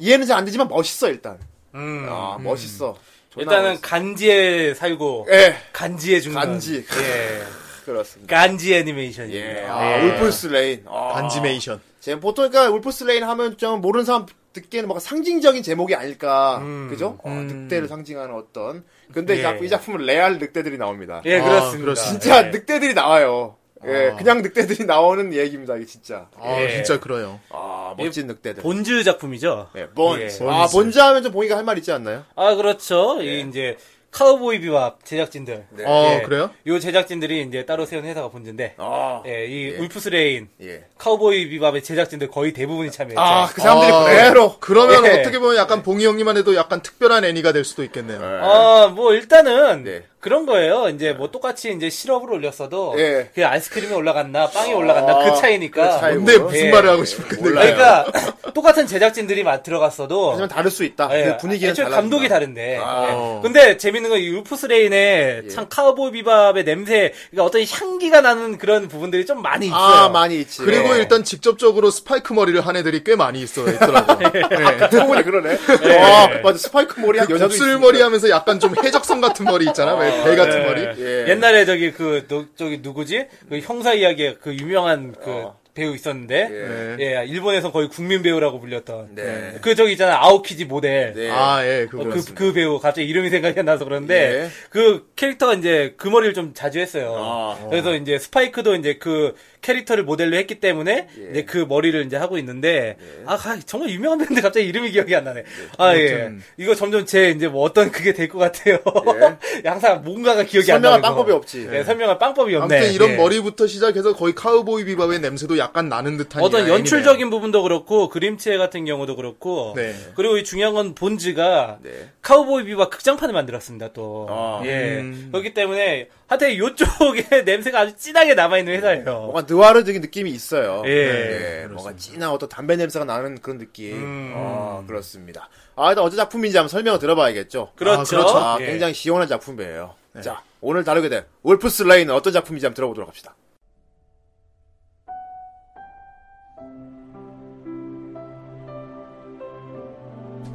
Speaker 1: 이해는 잘 안 되지만 멋있어, 일단. 아,
Speaker 2: 음.
Speaker 1: 멋있어. 존나
Speaker 2: 일단은
Speaker 1: 멋있어.
Speaker 2: 간지에 살고
Speaker 1: 예,
Speaker 2: 간지에 죽는
Speaker 1: 간지.
Speaker 2: 예.
Speaker 1: 그렇습니다.
Speaker 2: 간지
Speaker 1: 예,
Speaker 2: 애니메이션입니다.
Speaker 1: 아, 울프스 레인. 아,
Speaker 3: 반지메이션.
Speaker 1: 제 보통 그러니까 울프스 레인 하면 좀 모르는 사람 듣기에는 뭔가 상징적인 제목이 아닐까. 그죠? 어, 늑대를 상징하는 어떤. 근데 이,
Speaker 2: 음. 예.
Speaker 1: 작품, 이 작품은 레알 늑대들이 나옵니다.
Speaker 2: 예,
Speaker 3: 아,
Speaker 2: 그렇습니다.
Speaker 3: 그렇습니다.
Speaker 1: 진짜
Speaker 2: 예.
Speaker 1: 늑대들이 나와요. 예,
Speaker 3: 아.
Speaker 1: 그냥 늑대들이 나오는 얘기입니다, 이게 진짜.
Speaker 3: 아,
Speaker 2: 예.
Speaker 3: 진짜 그래요.
Speaker 1: 아, 멋진 늑대들.
Speaker 2: 본즈 작품이죠.
Speaker 1: 예, 본.
Speaker 2: 예.
Speaker 1: 아, 본즈 하면 좀 봉이가 할 말 있지 않나요?
Speaker 2: 아, 그렇죠. 이 이제 카우보이 비밥 제작진들.
Speaker 3: 어,
Speaker 2: 예.
Speaker 3: 그래요?
Speaker 2: 요 제작진들이 이제 따로 세운 회사가 본즈인데.
Speaker 1: 아,
Speaker 2: 예, 이
Speaker 1: 예.
Speaker 2: 울프스 레인,
Speaker 1: 예.
Speaker 2: 카우보이 비밥의 제작진들 거의 대부분이 참여했죠.
Speaker 1: 아, 그 사람들이
Speaker 3: 아,
Speaker 1: 그대로.
Speaker 3: 그러면
Speaker 2: 예.
Speaker 3: 어떻게 보면 약간 봉이 형님만 해도 약간 특별한 애니가 될 수도 있겠네요.
Speaker 2: 아, 뭐 일단은
Speaker 1: 네.
Speaker 2: 그런 거예요. 이제 뭐 똑같이 이제 시럽으로 올렸어도
Speaker 1: 예.
Speaker 2: 그 아이스크림에 올라갔나 빵에 올라갔나 그 차이니까.
Speaker 1: 그 차이.
Speaker 3: 근데
Speaker 1: 아이고요.
Speaker 3: 무슨
Speaker 2: 예.
Speaker 3: 말을 하고 싶은 건데.
Speaker 1: 몰라요.
Speaker 2: 그러니까 똑같은 제작진들이 막 들어갔어도
Speaker 1: 하지만 다를 수 있다.
Speaker 2: 예,
Speaker 1: 근데 분위기는
Speaker 2: 애초에
Speaker 1: 달라.
Speaker 2: 감독이 다른데.
Speaker 1: 아. 예.
Speaker 2: 예. 근데 재밌는 건 이 울프스레인의 참 카우보이 비밥의 냄새, 그러니까 어떤 향기가 나는 그런 부분들이 좀 많이 있어요.
Speaker 1: 아, 많이 있지.
Speaker 3: 그리고
Speaker 1: 예.
Speaker 3: 일단 직접적으로 스파이크 머리를 한 애들이 꽤 많이 있어 있더라고요.
Speaker 2: 예.
Speaker 1: 듣고 보니 그러네. 아, 맞아. 스파이크 머리
Speaker 2: 그
Speaker 1: 한 여자도
Speaker 3: 곱슬
Speaker 1: 있으니까.
Speaker 3: 머리 하면서 약간 좀 해적성 같은 머리 있잖아. 왜 배 같은 머리.
Speaker 1: 예.
Speaker 2: 네. 옛날에 저기 그 노- 저기 누구지? 그 형사 이야기에 그 유명한 그 배우 있었는데, 예, 일본에서 거의 국민 배우라고 불렸던.
Speaker 1: 네.
Speaker 2: 그 저기 있잖아 아오키지 모델.
Speaker 1: 네.
Speaker 3: 아, 예,
Speaker 2: 어,
Speaker 3: 그거.
Speaker 2: 그, 그 배우 갑자기 이름이 생각이 안 나서 그런데
Speaker 1: 예.
Speaker 2: 그 캐릭터가 이제 그 머리를 좀 자주 했어요.
Speaker 1: 아.
Speaker 2: 그래서 이제 스파이크도 이제 그 캐릭터를 모델로 했기 때문에
Speaker 1: 예.
Speaker 2: 이제 그 머리를 이제 하고 있는데 아 가- 정말 유명한 배우인데 갑자기 이름이 기억이 안 나네. 아 예. 이거 점점 제 이제 뭐 어떤 그게 될 것 같아요. 항상 뭔가가 기억이 안 나는
Speaker 1: 예. 설명할
Speaker 2: 거.
Speaker 1: 방법이 없지.
Speaker 2: 예, 설명할 방법이 없네.
Speaker 3: 아무튼 이런
Speaker 2: 예.
Speaker 3: 머리부터 시작해서 거의 카우보이 비밥의 냄새도 약간 나는 듯한
Speaker 2: 어떤
Speaker 3: 이야기네요.
Speaker 2: 연출적인 부분도 그렇고 그림체 같은 경우도 그렇고
Speaker 3: 네.
Speaker 2: 그리고 이 중요한 건 본즈가
Speaker 1: 네.
Speaker 2: 카우보이 비밥 극장판을 만들었습니다 또
Speaker 1: 아.
Speaker 2: 예. 그렇기 때문에 하여튼 이쪽에 냄새가 아주 진하게 남아있는 회사예요
Speaker 1: 뭔가 느와르적인 느낌이 있어요.
Speaker 2: 그렇죠.
Speaker 1: 네.
Speaker 2: 예.
Speaker 1: 뭔가 진한 어떤 담배 냄새가 나는 그런 느낌.
Speaker 2: 음.
Speaker 1: 아, 그렇습니다. 아, 일단 어제 작품인지 한번 설명을 들어봐야겠죠.
Speaker 2: 그렇죠,
Speaker 1: 아,
Speaker 2: 예.
Speaker 1: 굉장히 시원한 작품이에요. 자, 오늘 다루게 된 울프스 레인은 어떤 작품인지 한번 들어보도록 합시다.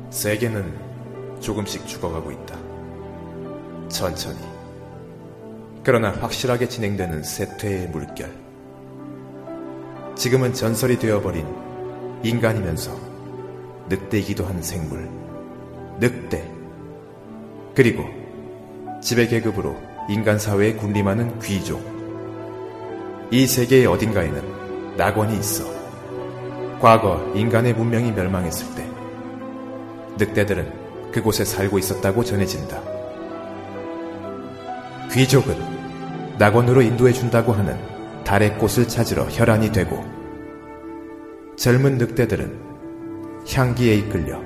Speaker 1: 세계는 조금씩 죽어가고 있다. 천천히. 그러나 확실하게 진행되는 세퇴의 물결.
Speaker 5: 지금은 전설이 되어버린 인간이면서 늑대이기도 한 생물, 늑대. 그리고 지배 계급으로 인간 사회에 군림하는 귀족. 이 세계의 어딘가에는 낙원이 있어. 과거 인간의 문명이 멸망했을 때 늑대들은 그곳에 살고 있었다고 전해진다. 귀족은 낙원으로 인도해준다고 하는 달의 꽃을 찾으러 혈안이 되고 젊은 늑대들은 향기에 이끌려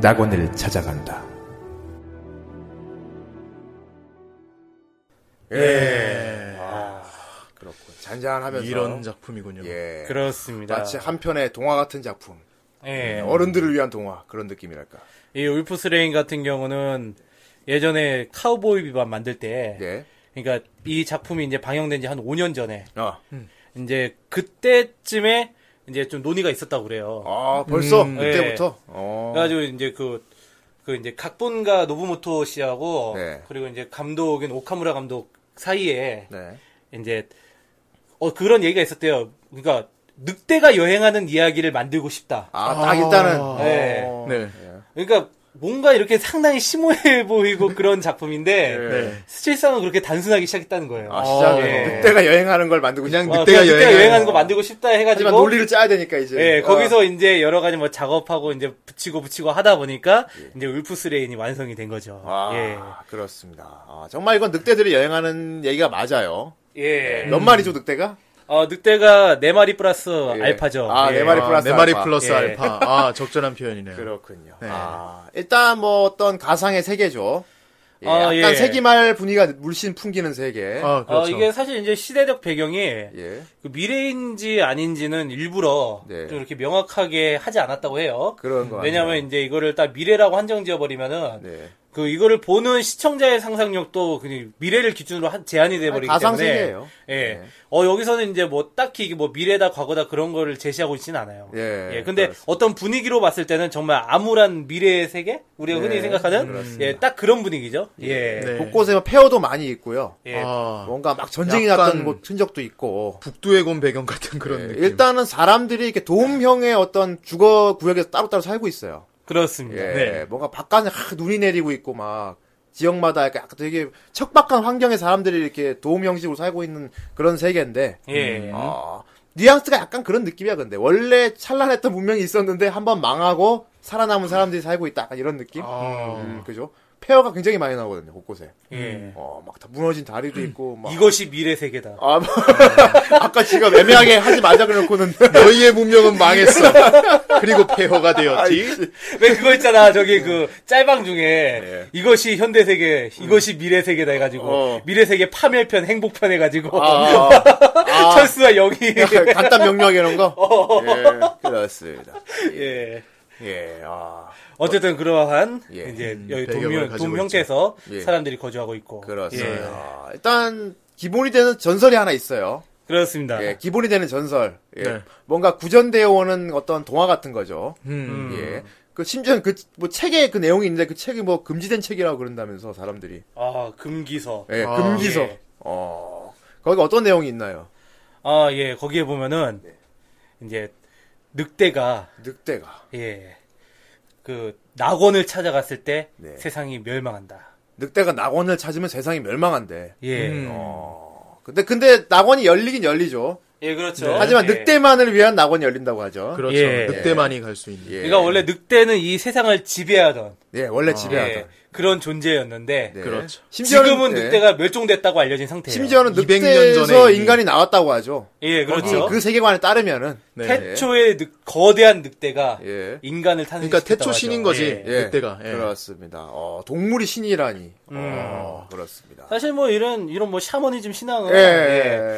Speaker 5: 낙원을 찾아간다.
Speaker 3: 예.
Speaker 1: 그렇고 예. 잔잔하면서
Speaker 3: 아, 이런 작품이군요.
Speaker 1: 예.
Speaker 2: 그렇습니다
Speaker 1: 마치 한 편의 동화 같은 작품.
Speaker 2: 예.
Speaker 1: 어른들을 위한 동화 그런 느낌이랄까.
Speaker 2: 이 울프스레인 같은 경우는 예전에 카우보이 비밥 만들 때
Speaker 1: 네.
Speaker 2: 그러니까 이 작품이 이제 방영된 지 한 5년 전에
Speaker 1: 아,
Speaker 3: 음.
Speaker 2: 이제 그때쯤에 이제 좀 논의가 있었다고 그래요
Speaker 1: 아 벌써
Speaker 3: 음.
Speaker 1: 그때부터. 어.
Speaker 2: 그래가지고 이제 그, 그 이제 각본가 노부모토 씨하고
Speaker 1: 네.
Speaker 2: 그리고 이제 감독인 오카무라 감독 사이에
Speaker 1: 네.
Speaker 2: 이제 어 그런 얘기가 있었대요. 그러니까 늑대가 여행하는 이야기를 만들고 싶다.
Speaker 1: 아, 딱 일단은
Speaker 2: 네.
Speaker 1: 어.
Speaker 3: 네.
Speaker 2: 그러니까 뭔가 이렇게 상당히 심오해 보이고 그런 작품인데
Speaker 3: 네.
Speaker 2: 실상은 그렇게 단순하게 시작했다는 거예요.
Speaker 1: 아, 시작은
Speaker 2: 예.
Speaker 1: 늑대가 여행하는 걸 만들고
Speaker 3: 그냥
Speaker 1: 싶어.
Speaker 3: 아,
Speaker 2: 와,
Speaker 3: 늑대가
Speaker 2: 그냥 늑대가
Speaker 3: 여행하는
Speaker 2: 여행하는 거 만들고 싶다 해가지고
Speaker 1: 하지만 논리를 짜야 되니까 이제.
Speaker 2: 예,
Speaker 1: 어.
Speaker 2: 거기서 이제 여러 가지 뭐 작업하고 이제 붙이고 붙이고 하다 보니까 이제 울프스레인이 완성이 된 거죠.
Speaker 1: 예. 아,
Speaker 2: 예.
Speaker 1: 그렇습니다. 아, 정말 이건 늑대들이 여행하는 얘기가 맞아요.
Speaker 2: 예.
Speaker 1: 몇 마리죠 늑대가?
Speaker 2: 어, 늑대가 네 마리 플러스 알파죠.
Speaker 1: 아, 네 마리 플러스
Speaker 3: 네 마리
Speaker 1: 알파.
Speaker 3: 플러스
Speaker 2: 예.
Speaker 3: 알파. 아, 적절한 표현이네요.
Speaker 1: 그렇군요.
Speaker 3: 네.
Speaker 1: 아, 일단 뭐 어떤 가상의 세계죠. 예,
Speaker 2: 아,
Speaker 1: 약간
Speaker 2: 예.
Speaker 1: 세기말 분위기가 물씬 풍기는 세계.
Speaker 3: 아,
Speaker 2: 어,
Speaker 3: 그렇죠.
Speaker 2: 이게 사실 이제 시대적 배경이
Speaker 1: 예,
Speaker 2: 그 미래인지 아닌지는 일부러
Speaker 1: 네.
Speaker 2: 좀 이렇게 명확하게 하지 않았다고 해요.
Speaker 1: 그런 거.
Speaker 2: 왜냐면
Speaker 1: 아니에요.
Speaker 2: 이제 이거를 딱 미래라고 한정 지어버리면은
Speaker 1: 네.
Speaker 2: 그 이거를 보는 시청자의 상상력도 그냥 미래를 기준으로 한- 제한이 돼버리기 때문에
Speaker 1: 가상 세계예요.
Speaker 2: 예.
Speaker 1: 네.
Speaker 2: 어 여기서는 이제 뭐 딱히 이게 뭐 미래다 과거다 그런 거를 제시하고 있지는 않아요.
Speaker 1: 예,
Speaker 2: 예. 근데
Speaker 1: 그렇습니다.
Speaker 2: 어떤 분위기로 봤을 때는 정말 암울한 미래의 세계 우리가 흔히
Speaker 1: 네,
Speaker 2: 생각하는
Speaker 1: 그렇습니다.
Speaker 2: 예, 딱 그런 분위기죠. 예.
Speaker 3: 네.
Speaker 1: 곳곳에 뭐 폐허도 많이 있고요.
Speaker 2: 예.
Speaker 3: 아,
Speaker 1: 뭔가 막 전쟁이
Speaker 3: 약간-
Speaker 1: 났던 곳 흔적도 있고.
Speaker 3: 북두의 곰 배경 같은 그런
Speaker 1: 예,
Speaker 3: 느낌.
Speaker 1: 일단은 사람들이 이렇게 도움형의 어떤 주거 구역에서 따로따로 살고 있어요.
Speaker 2: 그렇습니다.
Speaker 1: 예,
Speaker 2: 네.
Speaker 1: 뭔가 바깥에 하, 눈이 내리고 있고 막 지역마다 약간 되게 척박한 환경에 사람들이 이렇게 도움 형식으로 살고 있는 그런 세계인데
Speaker 2: 예.
Speaker 1: 아, 뉘앙스가 약간 그런 느낌이야, 근데. 원래 찬란했던 문명이 있었는데, 한번 망하고, 살아남은 사람들이 살고 있다. 약간 이런 느낌?
Speaker 3: 아.
Speaker 1: 음, 그죠? 폐허가 굉장히 많이 나오거든요, 곳곳에.
Speaker 2: 예.
Speaker 1: 어, 막 다 무너진
Speaker 3: 음.
Speaker 1: 다리도 있고, 막.
Speaker 2: 이것이 미래 세계다.
Speaker 1: 아, 뭐. 아까 지가 애매하게 하지 말자 그래놓고는.
Speaker 3: 너희의 문명은 망했어. 그리고 폐허가 되었지.
Speaker 2: 왜 그거 있잖아
Speaker 1: 네.
Speaker 2: 저기 그 짤방 중에 이것이 현대 세계 이것이 미래 세계다 해가지고
Speaker 1: 음. 어.
Speaker 2: 미래 세계 파멸편 행복편 해가지고
Speaker 1: 아, 아,
Speaker 2: 철수와 영희
Speaker 1: 간단 명령 이런 거? 예, 그렇습니다.
Speaker 2: 예
Speaker 1: 예, 아,
Speaker 2: 어쨌든 그러한
Speaker 1: 예.
Speaker 2: 이제 여기
Speaker 3: 배경을
Speaker 2: 도움,
Speaker 3: 가지고
Speaker 2: 도움
Speaker 3: 있죠.
Speaker 2: 형태에서
Speaker 1: 예.
Speaker 2: 사람들이 거주하고 있고
Speaker 1: 그렇습니다.
Speaker 2: 예.
Speaker 1: 아, 일단, 기본이 되는 전설이 하나 있어요.
Speaker 2: 그렇습니다
Speaker 1: 예, 기본이 되는 전설. 예.
Speaker 3: 네.
Speaker 1: 뭔가 구전되어 오는 어떤 동화 같은 거죠.
Speaker 3: 음.
Speaker 2: 음.
Speaker 1: 예. 그 심지어 그 뭐 책에 그 내용이 있는데 그 책이 뭐 금지된 책이라고 그런다면서 사람들이.
Speaker 2: 아 금기서
Speaker 1: 예,
Speaker 3: 아.
Speaker 1: 금기서.
Speaker 2: 예.
Speaker 1: 어. 거기 어떤 내용이 있나요?
Speaker 2: 아 예 거기에 보면은
Speaker 1: 네.
Speaker 2: 이제 늑대가
Speaker 1: 늑대가.
Speaker 2: 예그 낙원을 찾아갔을 때
Speaker 1: 네.
Speaker 2: 세상이 멸망한다
Speaker 1: 늑대가 낙원을 찾으면 세상이 멸망한대.
Speaker 2: 예 예
Speaker 3: 음.
Speaker 1: 어. 근데 근데 낙원이 열리긴 열리죠.
Speaker 2: 그렇죠
Speaker 1: 하지만
Speaker 2: 예.
Speaker 1: 늑대만을 위한 낙원이 열린다고 하죠.
Speaker 3: 그렇죠.
Speaker 2: 예.
Speaker 3: 늑대만이 갈 수 있는.
Speaker 1: 예.
Speaker 2: 그러니까 원래 늑대는 이 세상을 지배하던
Speaker 1: 예, 원래
Speaker 2: 예,
Speaker 1: 지배하던.
Speaker 2: 그런 존재였는데
Speaker 1: 네.
Speaker 3: 아. 그렇죠.
Speaker 2: 지금은
Speaker 1: 예.
Speaker 2: 늑대가 멸종됐다고 알려진 상태예요.
Speaker 1: 심지어는
Speaker 3: 200년
Speaker 1: 늑대에서
Speaker 3: 전에 이-
Speaker 1: 인간이 나왔다고 하죠.
Speaker 2: 예 그렇죠.
Speaker 1: 그 세계관에 따르면은
Speaker 3: 네.
Speaker 2: 태초의 늑- 거대한 늑대가
Speaker 1: 예.
Speaker 2: 인간을 탄생.
Speaker 3: 그러니까 태초 신인 거지.
Speaker 1: 예.
Speaker 3: 늑대가. 예.
Speaker 1: 그렇습니다. 어, 동물이 신이라니.
Speaker 3: 음.
Speaker 1: 어, 그렇습니다.
Speaker 2: 사실 뭐 이런 이런 뭐 샤머니즘 신앙은
Speaker 1: 예,
Speaker 2: 예.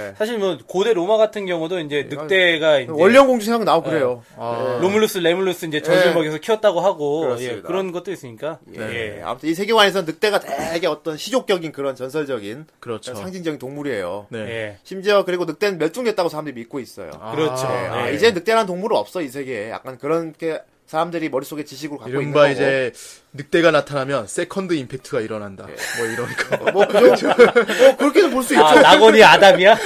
Speaker 1: 예.
Speaker 2: 사실 뭐 고대 로마 같은 경우도 이제 늑대가 이제
Speaker 1: 원령 공주 생각 나고 그래요.
Speaker 3: 아.
Speaker 2: 로물루스 레물루스 이제 젖을
Speaker 1: 예.
Speaker 2: 먹여서 키웠다고 하고 예,
Speaker 1: 그렇습니다.
Speaker 2: 그런 것도 있으니까
Speaker 3: 네.
Speaker 1: 예.
Speaker 2: 예.
Speaker 1: 아무튼 이 세계관에서 늑대가 되게 어떤 시족적인 그런 전설적인
Speaker 3: 그렇죠.
Speaker 1: 상징적인 동물이에요.
Speaker 3: 네.
Speaker 2: 예.
Speaker 1: 심지어 그리고 늑대는 멸종됐다고 사람들이 믿고 있어요.
Speaker 2: 그렇죠.
Speaker 1: 예. 아,
Speaker 3: 네.
Speaker 2: 예.
Speaker 1: 이제 늑대란 동물은 없어 이 세계에. 약간 그런 게 사람들이 머릿속에 지식으로 갖고 있는
Speaker 3: 이른바
Speaker 1: 거고.
Speaker 3: 이제 늑대가 나타나면 세컨드 임팩트가 일어난다. 뭐 이런 거.
Speaker 1: 예. 뭐, 그 정도, 뭐 그렇게도 볼 수 있죠.
Speaker 2: 아 낙원이 아담이야?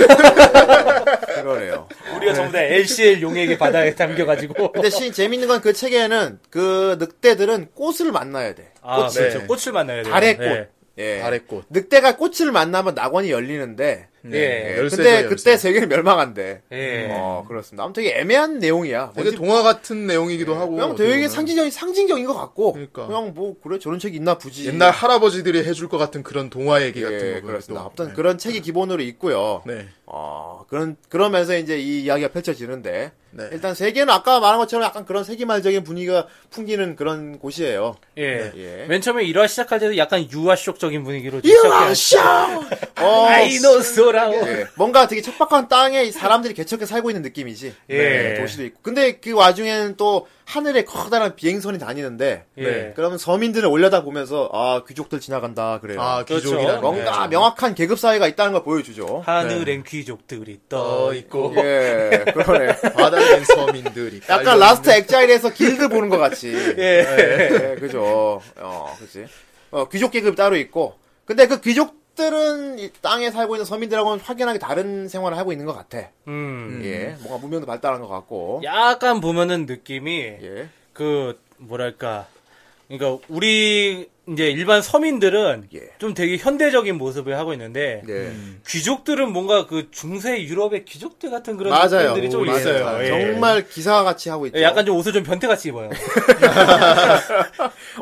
Speaker 1: 그러네요.
Speaker 2: 우리가 전부 다 LCL 용액의 바다에 담겨가지고.
Speaker 1: 근데 시, 재밌는 건 그 책에는 그 늑대들은 꽃을 만나야 돼.
Speaker 2: 아,
Speaker 3: 꽃이.
Speaker 2: 그렇죠. 꽃을 만나야 돼요.
Speaker 1: 달의 꽃.
Speaker 2: 예.
Speaker 1: 예.
Speaker 3: 네. 아래꽃.
Speaker 1: 늑대가 꽃을 만나면 낙원이 열리는데
Speaker 3: 네.
Speaker 2: 예.
Speaker 1: 예,
Speaker 3: 열쇠죠,
Speaker 1: 근데
Speaker 3: 열쇠.
Speaker 1: 그때 세계는 멸망한대.
Speaker 2: 예.
Speaker 1: 어, 그렇습니다. 아무튼 되게 애매한 내용이야.
Speaker 3: 되게 동화 같은 내용이기도 하고.
Speaker 1: 예. 그냥 뭐
Speaker 3: 어떻게
Speaker 1: 되게
Speaker 3: 보면.
Speaker 1: 상징적인, 상징적인 것 같고.
Speaker 3: 그러니까.
Speaker 1: 냥뭐 그래 저런 책이 있나 보지.
Speaker 3: 옛날 할아버지들이 해줄 것 같은 그런 동화 얘기
Speaker 1: 예,
Speaker 3: 같은 거.
Speaker 1: 그렇습니다.
Speaker 3: 또.
Speaker 1: 아무튼
Speaker 3: 네.
Speaker 1: 그런 책이 기본으로 있고요.
Speaker 3: 네.
Speaker 1: 어, 그런 그러면서 이제 이 이야기가 펼쳐지는데
Speaker 3: 네.
Speaker 1: 일단 세계는 아까 말한 것처럼 약간 그런 세기말적인 분위기가 풍기는 그런 곳이에요.
Speaker 2: 예.
Speaker 1: 예.
Speaker 2: 맨 처음에 1화 시작할 때도 약간 유아쇼적인 분위기로
Speaker 1: 유아쇼! 어,
Speaker 2: 아이노소라고.
Speaker 1: 예, 뭔가 되게 척박한 땅에 이 사람들이 개척해 살고 있는 느낌이지.
Speaker 2: 예.
Speaker 1: 네, 도시도 있고. 근데 그 와중에는 또 하늘에 커다란 비행선이 다니는데.
Speaker 2: 예.
Speaker 1: 네, 그러면 서민들을 올려다 보면서 아 귀족들 지나간다 그래요.
Speaker 3: 아, 네.
Speaker 2: 그렇죠.
Speaker 3: 귀족이라.
Speaker 1: 뭔가 명확한 계급 사회가 있다는 걸 보여주죠. 네.
Speaker 2: 하늘엔 귀족들이 떠
Speaker 3: 어,
Speaker 2: 있고.
Speaker 3: 있고.
Speaker 1: 예, 그러네.
Speaker 3: 바다의 서민들이.
Speaker 1: 약간 라스트 엑자일에서 길드 보는 것 같이.
Speaker 2: 예.
Speaker 1: 예, 그죠. 어, 그치. 어, 귀족 계급이 따로 있고. 근데 그 귀족들은 이 땅에 살고 있는 서민들하고는 확연하게 다른 생활을 하고 있는 것 같아.
Speaker 2: 음.
Speaker 1: 예. 뭔가 문명도 발달한 것 같고.
Speaker 2: 약간 보면은 느낌이
Speaker 1: 음. 예.
Speaker 2: 그 뭐랄까. 그러니까 우리 이제 일반 서민들은
Speaker 1: 예.
Speaker 2: 좀 되게 현대적인 모습을 하고 있는데
Speaker 1: 네.
Speaker 2: 음. 귀족들은 뭔가 그 중세 유럽의 귀족들 같은 그런
Speaker 1: 맞아요.
Speaker 2: 느낌들이 좀
Speaker 1: 맞아요.
Speaker 2: 있어요. 예.
Speaker 1: 정말 기사와 같이 하고 있죠.
Speaker 2: 예, 약간 좀 옷을 좀 변태같이 입어요.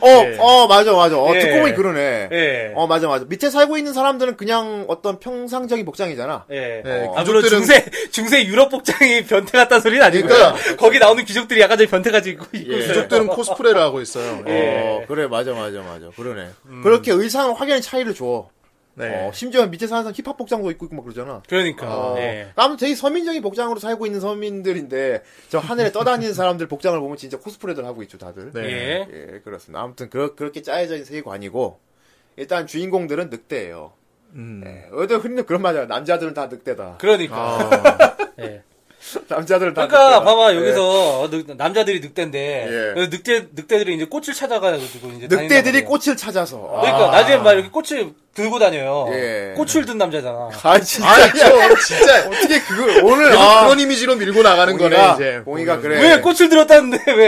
Speaker 1: 어, 어, 맞아, 맞아. 어,
Speaker 2: 예.
Speaker 1: 듣고 보니 그러네.
Speaker 2: 예.
Speaker 1: 어, 맞아, 맞아. 밑에 살고 있는 사람들은 그냥 어떤 평상적인 복장이잖아.
Speaker 2: 예.
Speaker 3: 네,
Speaker 2: 아, 물론
Speaker 3: 귀족들은-
Speaker 2: 중세 중세 유럽 복장이 변태 같다는 소리는 아니고요.
Speaker 3: 그러니까.
Speaker 2: 거기 나오는 귀족들이 약간 좀 변태같이 입고 있고
Speaker 1: 예.
Speaker 2: 있어요.
Speaker 3: 귀족들은 코스프레를 하고 있어요.
Speaker 2: 예.
Speaker 1: 어, 그래, 맞아, 맞아, 맞아. 그러네.
Speaker 2: 음.
Speaker 1: 그렇게 의상 확연히 차이를 줘.
Speaker 3: 네.
Speaker 1: 어, 심지어 밑에 사는 사람 힙합 복장도 입고 있고 막 그러잖아.
Speaker 2: 그러니까.
Speaker 1: 어,
Speaker 2: 예.
Speaker 1: 아무튼 되게 서민적인 복장으로 살고 있는 서민들인데, 저 하늘에 떠다니는 사람들 복장을 보면 진짜 코스프레들 하고 있죠, 다들.
Speaker 3: 네.
Speaker 2: 예.
Speaker 1: 예, 그렇습니다. 아무튼 그, 그렇게 짜여져 있는 세계관이고, 일단 주인공들은 늑대예요.
Speaker 3: 음.
Speaker 1: 예, 어디 흔히 그런 말이야. 남자들은 다 늑대다.
Speaker 2: 네. 그러니까.
Speaker 3: 아,
Speaker 2: 예.
Speaker 1: 남자들은 다
Speaker 2: 그러니까
Speaker 1: 늑대다.
Speaker 2: 봐봐
Speaker 1: 예.
Speaker 2: 여기서 늑- 남자들이 늑대인데
Speaker 1: 예.
Speaker 2: 그래서 늑대 늑대들이 이제 꽃을 찾아가지고 이제
Speaker 1: 늑대들이
Speaker 2: 다닌단 말이에요.
Speaker 1: 꽃을 찾아서.
Speaker 2: 그러니까 나중에 막 이렇게 꽃을 들고 다녀요.
Speaker 1: 예.
Speaker 2: 꽃을 든 남자잖아.
Speaker 1: 아, 진짜.
Speaker 3: 아니, 저, 진짜.
Speaker 1: 어떻게 그걸, 오늘,
Speaker 3: 계속
Speaker 1: 아,
Speaker 3: 그런 이미지로 밀고 나가는 거네, 이제.
Speaker 1: 봉이가 그래.
Speaker 2: 왜 꽃을 들었다는데 왜?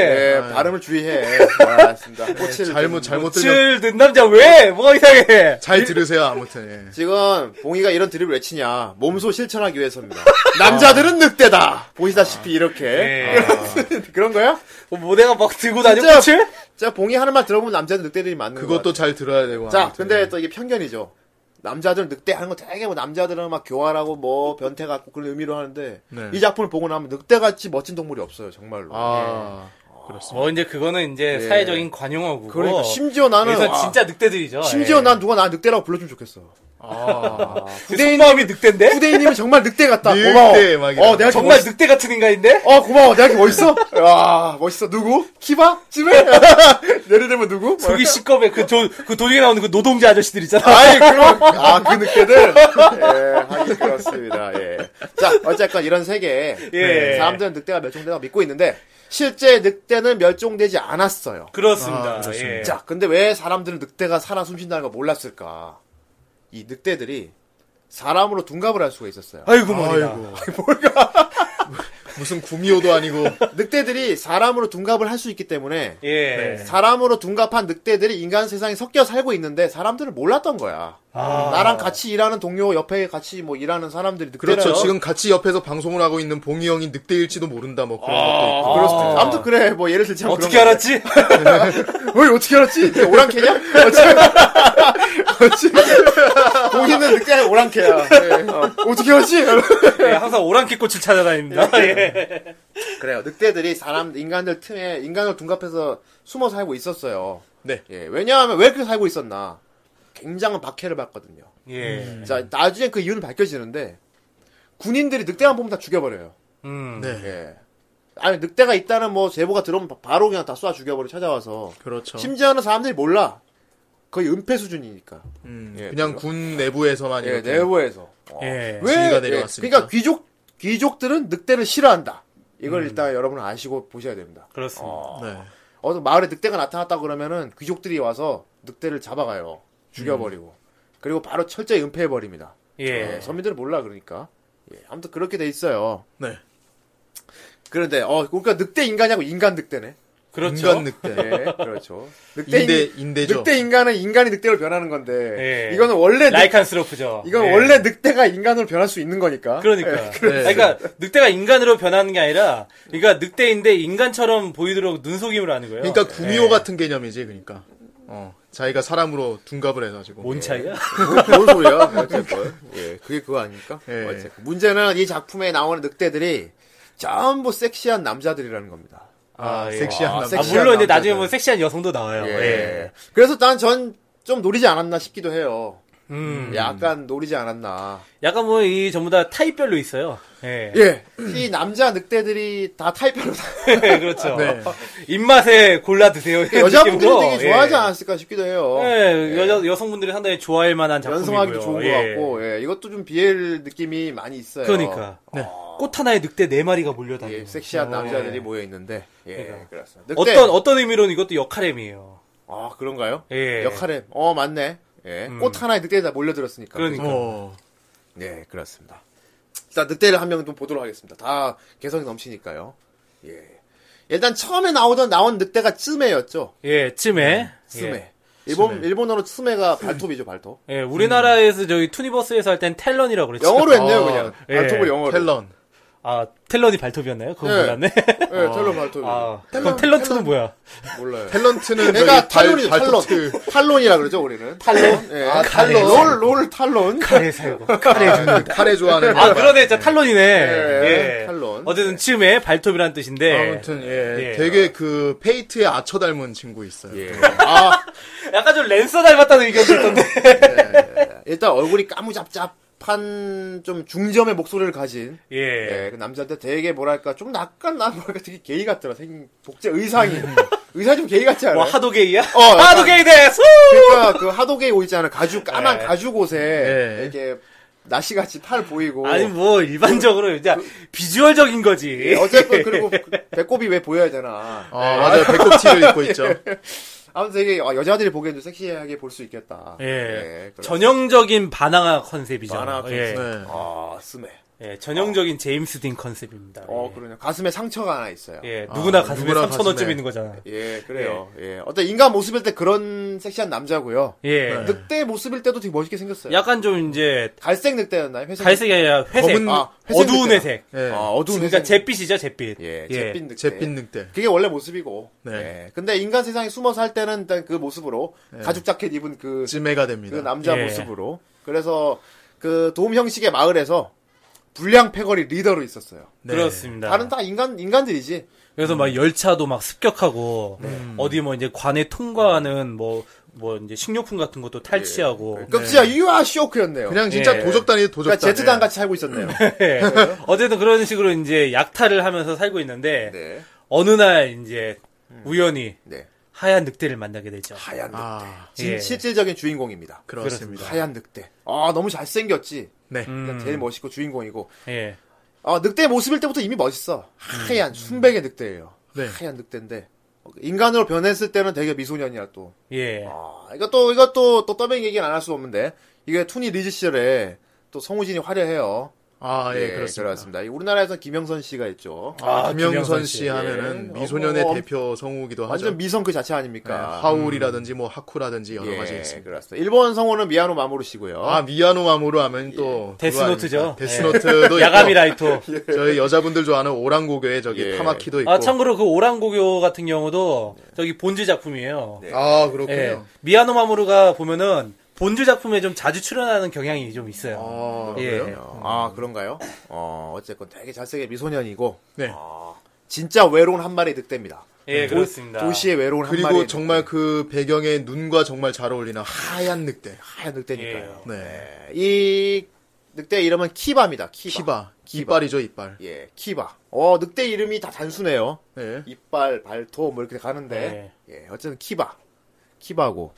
Speaker 1: 예, 발음을 주의해. 알았습니다. 꽃을.
Speaker 3: 네, 잘못, 잘못 들려.
Speaker 2: 꽃을 든 남자 왜? 뭐가 이상해?
Speaker 3: 잘 들으세요, 아무튼. 예.
Speaker 1: 지금 봉이가 이런 드립을 왜 치냐. 몸소 실천하기 위해서입니다. 남자들은 늑대다.
Speaker 3: 아.
Speaker 1: 보시다시피 이렇게.
Speaker 3: 예.
Speaker 1: 그런 거야?
Speaker 2: 뭐, 뭐 내가 막 들고 다녀
Speaker 1: 진짜-
Speaker 2: 꽃을?
Speaker 1: 자, 봉이 하는 말 들어보면 남자는 늑대들이
Speaker 3: 예.
Speaker 1: 맞는 거
Speaker 3: 그것도 예. 잘 들어야 되고.
Speaker 1: 자,
Speaker 3: 아무튼.
Speaker 1: 근데 또 이게 편견이죠. 남자들 늑대 하는 거 되게 뭐 남자들은 막 교활하고 뭐 변태 같고 그런 의미로 하는데
Speaker 3: 네.
Speaker 1: 이 작품을 보고 나면 늑대같이 멋진 동물이 없어요, 정말로.
Speaker 3: 아,
Speaker 1: 예.
Speaker 3: 그렇습니다.
Speaker 2: 뭐 이제 그거는 이제 사회적인 관용어고.
Speaker 1: 그러니까 심지어 나는
Speaker 2: 여기서
Speaker 1: 아,
Speaker 2: 진짜 늑대들이죠. 예.
Speaker 1: 심지어 난 누가 나 늑대라고 불러주면 좋겠어.
Speaker 3: 아,
Speaker 2: 후대인 마음이 그 늑대인데?
Speaker 1: 후대인님은 정말 늑대 같다.
Speaker 3: 늑대
Speaker 1: 고마워.
Speaker 3: 막 이런.
Speaker 1: 어, 내가 정말
Speaker 2: 정말 늑대 같은 인간인데?
Speaker 1: 어 고마워. 내가 이렇게 멋있어? 야, 멋있어. 누구? 키바? 찌메? 예를 들면 누구?
Speaker 2: 저기 시겁에 그, 저, 그 도중에 나오는 그 노동자 아저씨들 있잖아.
Speaker 1: 아이 그럼 아그 늑대들 예 하긴 그렇습니다 예자 어쨌건 이런 세계에
Speaker 2: 예.
Speaker 1: 사람들은 늑대가 멸종된다고 믿고 있는데 실제 늑대는 멸종되지 않았어요
Speaker 2: 그렇습니다.
Speaker 3: 아, 그렇습니다.
Speaker 2: 예.
Speaker 1: 자 근데 왜 사람들은 늑대가 살아 숨쉰다는 걸 몰랐을까 이 늑대들이 사람으로 둔갑을 할 수가 있었어요
Speaker 2: 아이고, 머리가.
Speaker 3: 아이고. 무슨 구미호도 아니고.
Speaker 1: 늑대들이 사람으로 둔갑을 할 수 있기 때문에
Speaker 2: 예.
Speaker 3: 네.
Speaker 1: 사람으로 둔갑한 늑대들이 인간 세상에 섞여 살고 있는데 사람들은 몰랐던 거야. 나랑 같이 일하는 동료 옆에 같이 뭐 일하는 사람들이 늑대라요.
Speaker 3: 그렇죠. 지금 같이 옆에서 방송을 하고 있는 봉이 형이 늑대일지도 모른다, 뭐 그런 것도 있고.
Speaker 1: 아. 그럴 수도 있어. 아무튼 그래. 뭐 예를 들자면
Speaker 3: 네,
Speaker 2: 어떻게 알았지?
Speaker 1: 왜 어떻게 알았지? 이게 오랑캐냐? 어찌? 어찌? 공인은 늑대 오랑캐야. 어. 떻게 알았지?
Speaker 3: 네.
Speaker 2: 예, 항상 오랑캐 꽃을 찾아다닙니다. 예.
Speaker 1: 그래요. 늑대들이 사람 인간들 틈에 인간을 둔갑해서 숨어 살고 있었어요.
Speaker 3: 네.
Speaker 1: 예, 왜냐하면 왜 그렇게 살고 있었나? 굉장한 박해를 받거든요.
Speaker 2: 예.
Speaker 3: 네.
Speaker 1: 자 나중에 그 이유는 밝혀지는데 군인들이 늑대만 보면 다 죽여버려요.
Speaker 2: 음.
Speaker 3: 네.
Speaker 1: 예. 아니 늑대가 있다는 뭐 제보가 들어오면 바- 바로 그냥 다 쏴 죽여버려 찾아와서
Speaker 3: 그렇죠.
Speaker 1: 심지어는 사람들이 몰라 거의 은폐 수준이니까
Speaker 3: 음,
Speaker 1: 예,
Speaker 3: 그냥
Speaker 1: 그죠?
Speaker 3: 군 내부에서만
Speaker 1: 예,
Speaker 3: 이렇게.
Speaker 1: 내부에서
Speaker 2: 예.
Speaker 3: 지위가 내려갔으니까.
Speaker 1: 그러니까 귀족 귀족들은 늑대를 싫어한다 이걸
Speaker 3: 음.
Speaker 1: 일단 여러분은 아시고 보셔야 됩니다
Speaker 2: 그렇습니다.
Speaker 3: 네.
Speaker 1: 어떤 마을에 늑대가 나타났다 그러면은 귀족들이 와서 늑대를 잡아가요 죽여버리고 그리고 바로 철저히 은폐해버립니다
Speaker 2: 예.
Speaker 1: 예, 서민들은 몰라 그러니까 예, 아무튼 그렇게 돼 있어요
Speaker 3: 네.
Speaker 1: 그런데 어 그러니까 늑대 인간이냐고 인간 늑대네
Speaker 2: 그렇죠.
Speaker 3: 인간 늑대.
Speaker 1: 예, 그렇죠. 늑대
Speaker 3: 인대,
Speaker 1: 인,
Speaker 3: 인대죠.
Speaker 1: 늑대 인간은 인간이 늑대로 변하는 건데
Speaker 2: 예.
Speaker 1: 이거는 원래 늑,
Speaker 2: 라이칸스로프죠.
Speaker 1: 이건
Speaker 2: 예.
Speaker 1: 원래 늑대가 인간으로 변할 수 있는 거니까. 예.
Speaker 2: 그러니까.
Speaker 3: 네, 그렇죠.
Speaker 2: 그러니까 늑대가 인간으로 변하는 게 아니라, 그러니까 늑대인데 인간처럼 보이도록 눈속임을 하는 거예요.
Speaker 3: 그러니까 구미호
Speaker 2: 예.
Speaker 3: 같은 개념이지, 그러니까. 어, 자기가 사람으로 둔갑을 해가지고.
Speaker 2: 뭔 차이야?
Speaker 1: 뭔 소리야? 어쨌건. 예, 그게 그거 아닙니까?
Speaker 3: 예.
Speaker 1: 어쨌건. 문제는 이 작품에 나오는 늑대들이 전부 섹시한 남자들이라는 겁니다.
Speaker 3: 아,
Speaker 2: 아, 예.
Speaker 3: 섹시한
Speaker 1: 아,
Speaker 3: 남자.
Speaker 2: 아,
Speaker 1: 섹시한
Speaker 2: 물론 이제 나중에
Speaker 1: 남자들.
Speaker 2: 보면 섹시한 여성도 나와요.
Speaker 1: 예.
Speaker 2: 예.
Speaker 1: 그래서 난 전 좀 노리지 않았나 싶기도 해요.
Speaker 2: 음.
Speaker 1: 약간 노리지 않았나.
Speaker 2: 약간 뭐 이 전부 다 타입별로 있어요. 예.
Speaker 1: 예. 이 남자 늑대들이 다 타입별로 다
Speaker 2: 그렇죠.
Speaker 3: 네.
Speaker 2: 입맛에 골라 드세요. 이런
Speaker 1: 여자분들이
Speaker 2: 느낌으로.
Speaker 1: 되게 좋아하지
Speaker 2: 예.
Speaker 1: 않았을까 싶기도 해요.
Speaker 2: 예, 여자 여성분들이 상당히 좋아할 만한 작품이고요.
Speaker 1: 연성하기도 좋은
Speaker 2: 예.
Speaker 1: 것 같고, 예, 이것도 좀 BL 느낌이 많이 있어요.
Speaker 2: 그러니까 꽃 하나에 늑대 네 마리가 몰려다니는
Speaker 1: 네. 예, 섹시한
Speaker 2: 거죠.
Speaker 1: 남자들이
Speaker 2: 예.
Speaker 1: 모여 있는데, 예,
Speaker 2: 그러니까.
Speaker 1: 그렇습니다 늑대.
Speaker 2: 어떤 어떤 의미로는 이것도 역할엠이에요.
Speaker 1: 아 그런가요?
Speaker 2: 예. 음.
Speaker 1: 역할에, 어 맞네. 예, 꽃 하나에 늑대에다 몰려들었으니까.
Speaker 2: 그러니까.
Speaker 3: 어,
Speaker 1: 예, 그렇습니다. 일단 늑대를 한 명 좀 보도록 하겠습니다. 다 개성이 넘치니까요. 예. 일단 처음에 나오던 나온 늑대가 쯤에였죠.
Speaker 2: 예, 쯤에
Speaker 1: 쯤에. 일본 일본어로 스메가 발톱이죠 발톱.
Speaker 2: 예, 우리나라에서 저기 투니버스에서 할 땐 텔런이라고 그랬죠.
Speaker 1: 음. 영어로 했네요
Speaker 3: 아,
Speaker 1: 그냥.
Speaker 2: 예.
Speaker 1: 발톱을 영어로.
Speaker 3: 텔런.
Speaker 2: 아, 텔런이 발톱이었나요? 그건
Speaker 1: 예.
Speaker 2: 몰랐네.
Speaker 1: 예, 텔런 발톱.
Speaker 2: 아,
Speaker 1: 텔런,
Speaker 2: 그럼 텔런트는 뭐야?
Speaker 1: 몰라요.
Speaker 3: 텔런트는
Speaker 1: 내가
Speaker 3: 저기 발-
Speaker 1: 탈론이죠 탈론.
Speaker 3: 발톱 그-
Speaker 1: 탈론이라 그러죠 우리는. 탈론. 예.
Speaker 3: 아,
Speaker 1: 탈론.
Speaker 3: 탈론.
Speaker 1: 롤, 롤 탈론.
Speaker 2: 카레 살고.
Speaker 3: 카레 카레 좋아하는.
Speaker 2: 아, 그러네. 진짜 탈론이네.
Speaker 1: 예,
Speaker 2: 예.
Speaker 1: 탈론.
Speaker 2: 어쨌든 치음에 발톱이라는 뜻인데.
Speaker 3: 아무튼 예,
Speaker 2: 예.
Speaker 3: 되게 그 페이트의 아처 닮은 친구 있어요.
Speaker 1: 아
Speaker 2: 약간 좀 랜서 닮았다는 의견도 있던데.
Speaker 1: 일단 얼굴이 까무잡잡한 좀 중저음의 목소리를 가진
Speaker 2: 예.
Speaker 1: 예, 그 남자한테 되게 뭐랄까 좀 약간 나 뭐랄까 되게 게이 같더라 생 복제 의상이 의상이 좀 게이 같지 않아요?
Speaker 2: 음. 뭐 하도 게이야?
Speaker 1: 어, 약간-
Speaker 2: 하도 게이 됐어!
Speaker 1: 그러니까 그 하도게 옷 있잖아 가죽 까만
Speaker 2: 예.
Speaker 1: 가죽 옷에
Speaker 3: 예.
Speaker 1: 이렇게 나시같이 팔 보이고
Speaker 2: 네. 아니, 뭐, 일반적으로, 이제, 비주얼적인 거지.
Speaker 1: 그 예,
Speaker 2: 예.
Speaker 1: 어쨌든 그리고 그 배꼽이 왜 보여야 되나
Speaker 2: 어.
Speaker 3: 아, 맞아요. 배꼽 티를 입고 있죠.
Speaker 1: 아무튼 되게 아, 여자들이 보기에도 섹시하게 볼 수 있겠다
Speaker 2: 예.
Speaker 1: 그런
Speaker 2: 전형적인 바나나 컨셉이죠.
Speaker 1: 만화
Speaker 2: 예.
Speaker 1: 컨셉
Speaker 3: 네.
Speaker 1: 아 스매
Speaker 2: 예, 전형적인 제임스 딘 컨셉입니다.
Speaker 1: 어
Speaker 2: 예.
Speaker 1: 그러냐 가슴에 상처가 하나 있어요 예,
Speaker 2: 예, 누구나
Speaker 3: 아,
Speaker 2: 가슴에
Speaker 3: 누구나
Speaker 2: 3천 원쯤
Speaker 3: 가슴에.
Speaker 2: 있는 거잖아.
Speaker 1: 그래요 예 어떤 인간 모습일 때 그런 섹시한 남자고요
Speaker 2: 예.
Speaker 1: 늑대 모습일 때도 되게 멋있게 생겼어요
Speaker 2: 약간 좀 이제
Speaker 1: 갈색 늑대였나요 회색
Speaker 2: 갈색이 아니라 회색,
Speaker 3: 검은-
Speaker 1: 아, 회색
Speaker 2: 어두운
Speaker 1: 늑대다.
Speaker 2: 회색.
Speaker 3: 예.
Speaker 1: 아, 어두운
Speaker 2: 그러니까
Speaker 1: 회색
Speaker 2: 잿빛이죠, 잿빛.
Speaker 1: 예, 잿빛 늑대.
Speaker 3: 잿빛 늑대.
Speaker 1: 그게 원래 모습이고.
Speaker 3: 네.
Speaker 1: 예. 근데 인간 세상에 숨어서 할 때는 일단 그 모습으로 가죽 자켓 입은 그,
Speaker 3: 찜해가
Speaker 1: 그
Speaker 3: 됩니다.
Speaker 1: 남자
Speaker 2: 예.
Speaker 1: 모습으로. 그래서 그 도움 형식의 마을에서 불량 패거리 리더로 있었어요.
Speaker 3: 네.
Speaker 2: 그렇습니다.
Speaker 1: 다른 다 인간 인간들이지.
Speaker 2: 그래서 막 열차도 막 습격하고
Speaker 3: 네.
Speaker 2: 어디 뭐 이제 관에 통과하는 뭐 뭐 이제 식료품 같은 것도
Speaker 3: 예.
Speaker 2: 탈취하고
Speaker 1: 급지야 유아 쇼크였네요.
Speaker 3: 그냥 진짜
Speaker 2: 예.
Speaker 3: 도적단이
Speaker 1: 그러니까
Speaker 3: 도적단.
Speaker 1: 제트단 같이 살고 있었네요.
Speaker 2: 예. 어쨌든 그런 식으로 이제 약탈을 하면서 살고 있는데
Speaker 1: 네.
Speaker 2: 어느 날 이제
Speaker 3: 음.
Speaker 2: 우연히
Speaker 1: 네.
Speaker 2: 하얀 늑대를 만나게 되죠.
Speaker 1: 하얀 늑대.
Speaker 3: 아,
Speaker 1: 진-
Speaker 2: 예.
Speaker 1: 실질적인 주인공입니다.
Speaker 3: 그렇습니다.
Speaker 1: 하얀 늑대. 아, 너무 잘생겼지.
Speaker 3: 네.
Speaker 2: 음.
Speaker 1: 그러니까 제일 멋있고 주인공이고.
Speaker 2: 예.
Speaker 1: 아, 늑대 모습일 때부터 이미 멋있어. 하얀 순백의 늑대예요.
Speaker 3: 음. 네.
Speaker 1: 하얀 늑대인데 인간으로 변했을 때는 되게 미소년이야 또.
Speaker 3: 네.
Speaker 2: 예.
Speaker 1: 아, 이거 또 이거 또또 더빙 얘기는 안 할 수 없는데 이게 투니 리즈 시절에 또 성우진이 화려해요.
Speaker 3: 아, 예, 그렇습니다.
Speaker 1: 이 우리나라에서 김영선 씨가 있죠.
Speaker 3: 아,
Speaker 2: 아,
Speaker 3: 김영선
Speaker 2: 김영선
Speaker 3: 씨
Speaker 2: 씨.
Speaker 3: 하면은
Speaker 1: 예.
Speaker 3: 미소년의
Speaker 1: 어, 뭐,
Speaker 3: 대표 성우기도 하죠.
Speaker 1: 완전 미성 그 자체
Speaker 3: 예,
Speaker 1: 아닙니까?
Speaker 3: 하울이라든지 뭐 하쿠라든지 여러
Speaker 1: 예, 어?
Speaker 3: 가지 있습니다.
Speaker 1: 그렇습니다. 일본 성우는 미야노 마모루 씨고요.
Speaker 3: 아, 미야노마무로
Speaker 1: 예.
Speaker 3: 하면 또 그거
Speaker 2: 데스노트죠.
Speaker 3: 아닙니까?
Speaker 2: 예.
Speaker 3: 데스노트도
Speaker 2: 야가미
Speaker 3: 있고,
Speaker 2: 라이토.
Speaker 3: 저희 여자분들 좋아하는 오랑고교의 저기
Speaker 1: 예.
Speaker 3: 타마키도 있고.
Speaker 2: 아 참고로 그 오랑고교 같은 경우도 저기 본즈 작품이에요.
Speaker 3: 아,
Speaker 2: 예.
Speaker 3: 네. 그렇군요.
Speaker 2: 미야노 마무르가 보면은 본즈 작품에 좀 자주 출연하는 경향이 좀 있어요.
Speaker 3: 아,
Speaker 2: 예.
Speaker 3: 그래요?
Speaker 1: 아, 그런가요? 어, 어쨌건 되게 잘생긴 미소년이고 아,
Speaker 3: 네.
Speaker 1: 진짜 외로운 한 마리 늑대입니다.
Speaker 2: 예, 그렇습니다.
Speaker 1: 도시의 외로운 한 마리.
Speaker 3: 그리고 정말 그 배경에 눈과 정말 잘 어울리는 하얀 늑대.
Speaker 1: 하얀 늑대니까요.
Speaker 3: 네.
Speaker 1: 이 늑대 이름은 키바입니다. 키바.
Speaker 3: 키바. 이빨이죠, 이빨.
Speaker 1: 예, 키바. 어, 늑대 이름이 다 단순해요.
Speaker 3: 예.
Speaker 1: 이빨, 발톱 뭐 이렇게 가는데.
Speaker 3: 네.
Speaker 1: 예, 어쨌든 키바. 키바고.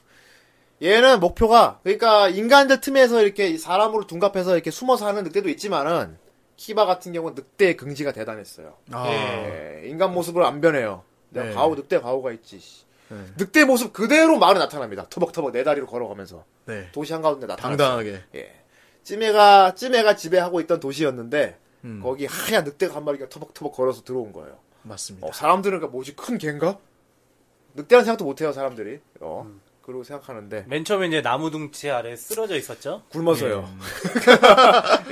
Speaker 1: 얘는 목표가 그러니까 인간들 틈에서 이렇게 사람으로 둔갑해서 이렇게 숨어서 하는 늑대도 있지만은 키바 같은 경우는 늑대의 긍지가 대단했어요.
Speaker 3: 아.
Speaker 1: 예, 인간 모습으로 안 변해요. 내가
Speaker 3: 네.
Speaker 1: 가오 늑대 가오가 있지. 씨.
Speaker 3: 네.
Speaker 1: 늑대 모습 그대로 마을에 나타납니다. 터벅터벅 네 다리로 걸어가면서
Speaker 3: 네.
Speaker 1: 도시 한가운데 나타나.
Speaker 3: 당당하게.
Speaker 1: 예. 찜해가, 찜해가 지배하고 있던 도시였는데, 거기 하얀 늑대가 한 마리가 터벅터벅 걸어서 들어온 거예요.
Speaker 3: 맞습니다.
Speaker 1: 어, 사람들은, 그 뭐지, 큰 갠가? 늑대라는 생각도 못해요, 사람들이. 어. 그러고 생각하는데,
Speaker 2: 맨 처음에 이제 나무 둥치 아래 쓰러져 있었죠.
Speaker 1: 굶어서요.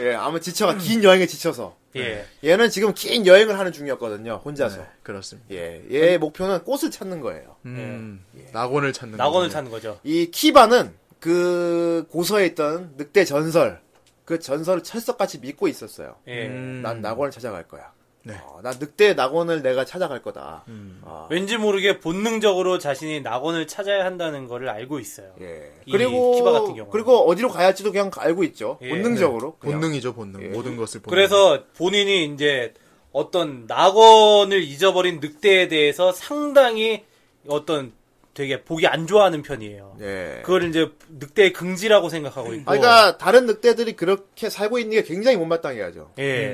Speaker 1: 예, 아마 지쳐가, 긴 여행에 지쳐서.
Speaker 2: 예.
Speaker 1: 얘는 지금 긴 여행을 하는 중이었거든요, 혼자서.
Speaker 3: 네, 그렇습니다.
Speaker 1: 예, 얘의 목표는 꽃을 찾는 거예요.
Speaker 3: 음, 낙원을 찾는
Speaker 2: 낙원을
Speaker 3: 거군요.
Speaker 2: 찾는 거죠.
Speaker 1: 이 키바는 그 고서에 있던 늑대 전설, 그 전설을 철석같이 믿고 있었어요.
Speaker 2: 예.
Speaker 3: 음.
Speaker 1: 난 낙원을 찾아갈 거야.
Speaker 3: 네. 음.
Speaker 1: 어, 난 늑대의 낙원을 내가 찾아갈 거다. 어,
Speaker 2: 왠지 모르게 본능적으로 자신이 낙원을 찾아야 한다는 거를 알고 있어요.
Speaker 1: 예.
Speaker 2: 이
Speaker 1: 그리고
Speaker 2: 키바 같은 경우는.
Speaker 1: 그리고 어디로 가야 할지도 그냥 알고 있죠.
Speaker 2: 예.
Speaker 1: 본능적으로. 그냥.
Speaker 3: 네. 본능이죠, 본능. 모든 것을 본능.
Speaker 2: 그래서 본인이 이제 어떤 낙원을 잊어버린 늑대에 대해서 상당히 어떤 되게 보기 안 좋아하는 편이에요.
Speaker 1: 예.
Speaker 2: 그걸 뭐. 이제 늑대의 긍지라고 생각하고 있고.
Speaker 1: 아, 그러니까 다른 늑대들이 그렇게 살고 있는 게 굉장히 못마땅해야죠.
Speaker 3: 음.
Speaker 2: 예.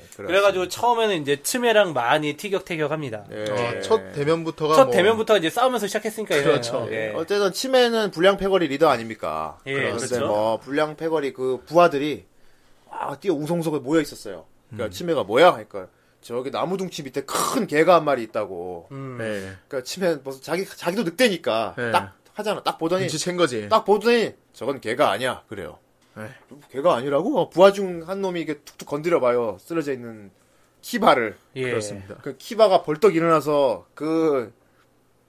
Speaker 1: 예. 그렇습니다.
Speaker 2: 그래가지고 처음에는 이제 치매랑 많이 티격태격합니다.
Speaker 1: 예.
Speaker 3: 어, 첫 대면부터가
Speaker 2: 첫
Speaker 3: 뭐-
Speaker 2: 대면부터 이제 싸우면서 시작했으니까 얘네는.
Speaker 3: 그렇죠.
Speaker 2: 예.
Speaker 1: 어쨌든 치매는 불량 패거리 리더 아닙니까?
Speaker 2: 예,
Speaker 1: 그런데
Speaker 2: 그렇죠.
Speaker 1: 뭐 불량 패거리 그 부하들이 아 뛰어 웅성웅성에 모여 있었어요.
Speaker 3: 음.
Speaker 1: 그러니까 치매가 뭐야? 그러니까 저기 나무 둥치 밑에 큰 개가 한 마리 있다고.
Speaker 3: 네.
Speaker 1: 그러니까 치매 벌써 자기 자기도 늑대니까
Speaker 3: 예.
Speaker 1: 딱 하잖아. 딱 보더니
Speaker 3: 눈치챈 거지.
Speaker 1: 딱 보더니 저건 걔가 아니야. 그래요.
Speaker 3: 에이.
Speaker 1: 걔가 아니라고? 어, 부하 중 한 놈이 이게 툭툭 건드려봐요. 쓰러져 있는 키바를.
Speaker 2: 예.
Speaker 3: 그렇습니다.
Speaker 1: 그 키바가 벌떡 일어나서 그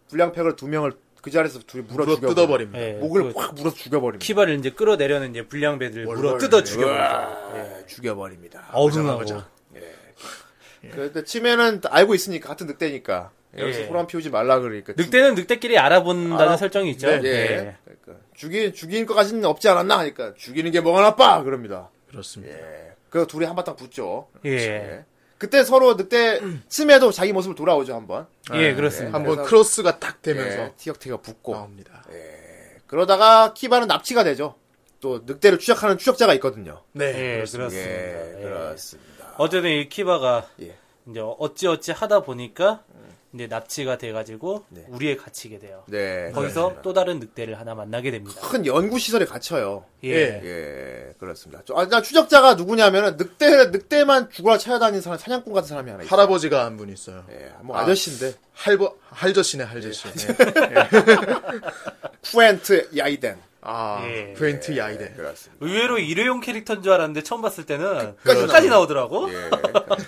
Speaker 1: 불량팩을 두 명을 그 자리에서 둘이 물어
Speaker 3: 물어
Speaker 1: 죽여
Speaker 3: 뜯어버립니다.
Speaker 2: 예,
Speaker 1: 목을
Speaker 2: 그
Speaker 1: 확 물어 죽여버립니다.
Speaker 2: 키바를 이제 끌어내려는 이제 불량배들 물어 뜯어 죽여버리죠.
Speaker 1: 예, 죽여버립니다.
Speaker 2: 어중하고.
Speaker 1: 그 근데 치매는 알고 있으니까 같은 늑대니까 여기서
Speaker 2: 예.
Speaker 1: 소란 피우지 말라 그러니까
Speaker 2: 늑대는 늑대끼리 알아본다는
Speaker 1: 알아-
Speaker 2: 설정이 있죠.
Speaker 1: 네,
Speaker 2: 예.
Speaker 1: 예. 그러니까 죽인 죽인 것까지는 없지 않았나 하니까 죽이는 게 뭐가 나빠 그럽니다.
Speaker 3: 그렇습니다.
Speaker 1: 예. 그래서 둘이 한바탕 붙죠.
Speaker 2: 예.
Speaker 1: 예. 그때 서로 늑대 치매도 자기 모습을 돌아오죠 한번.
Speaker 2: 예, 그렇습니다.
Speaker 3: 한번 크로스가 딱 되면서
Speaker 1: 예. 티격태격 붙고 예.
Speaker 3: 나옵니다.
Speaker 1: 그러다가 키바는 납치가 되죠. 또 늑대를 추적하는 추적자가 있거든요.
Speaker 3: 네.
Speaker 2: 예, 그렇습니다.
Speaker 1: 예,
Speaker 2: 예.
Speaker 1: 그렇습니다.
Speaker 2: 어쨌든 이 키바가
Speaker 1: 예.
Speaker 2: 이제 어찌어찌 하다 보니까 이제 납치가 돼가지고 우리에 갇히게 돼요.
Speaker 1: 네.
Speaker 2: 거기서 또 다른 늑대를 하나 만나게 됩니다.
Speaker 1: 큰 연구 시설에 갇혀요.
Speaker 2: 예.
Speaker 3: 예.
Speaker 1: 예, 그렇습니다. 저, 아, 일단 추적자가 누구냐면은 늑대 늑대만 죽어라 찾아다니는 사람 사냥꾼 같은 사람이 하나 있어요.
Speaker 3: 할아버지가 한 분 있어요.
Speaker 1: 예, 뭐 아저씨인데
Speaker 3: 할버 할저씨네 할저씨.
Speaker 1: 쿠엔트 야이덴.
Speaker 3: 아
Speaker 2: 예.
Speaker 3: 벤트 야이데.
Speaker 1: 그렇습니다.
Speaker 2: 의외로 일회용 캐릭터인 줄 알았는데 처음 봤을 때는
Speaker 1: 끝까지
Speaker 2: 끝까지 나오더라고.
Speaker 1: 예,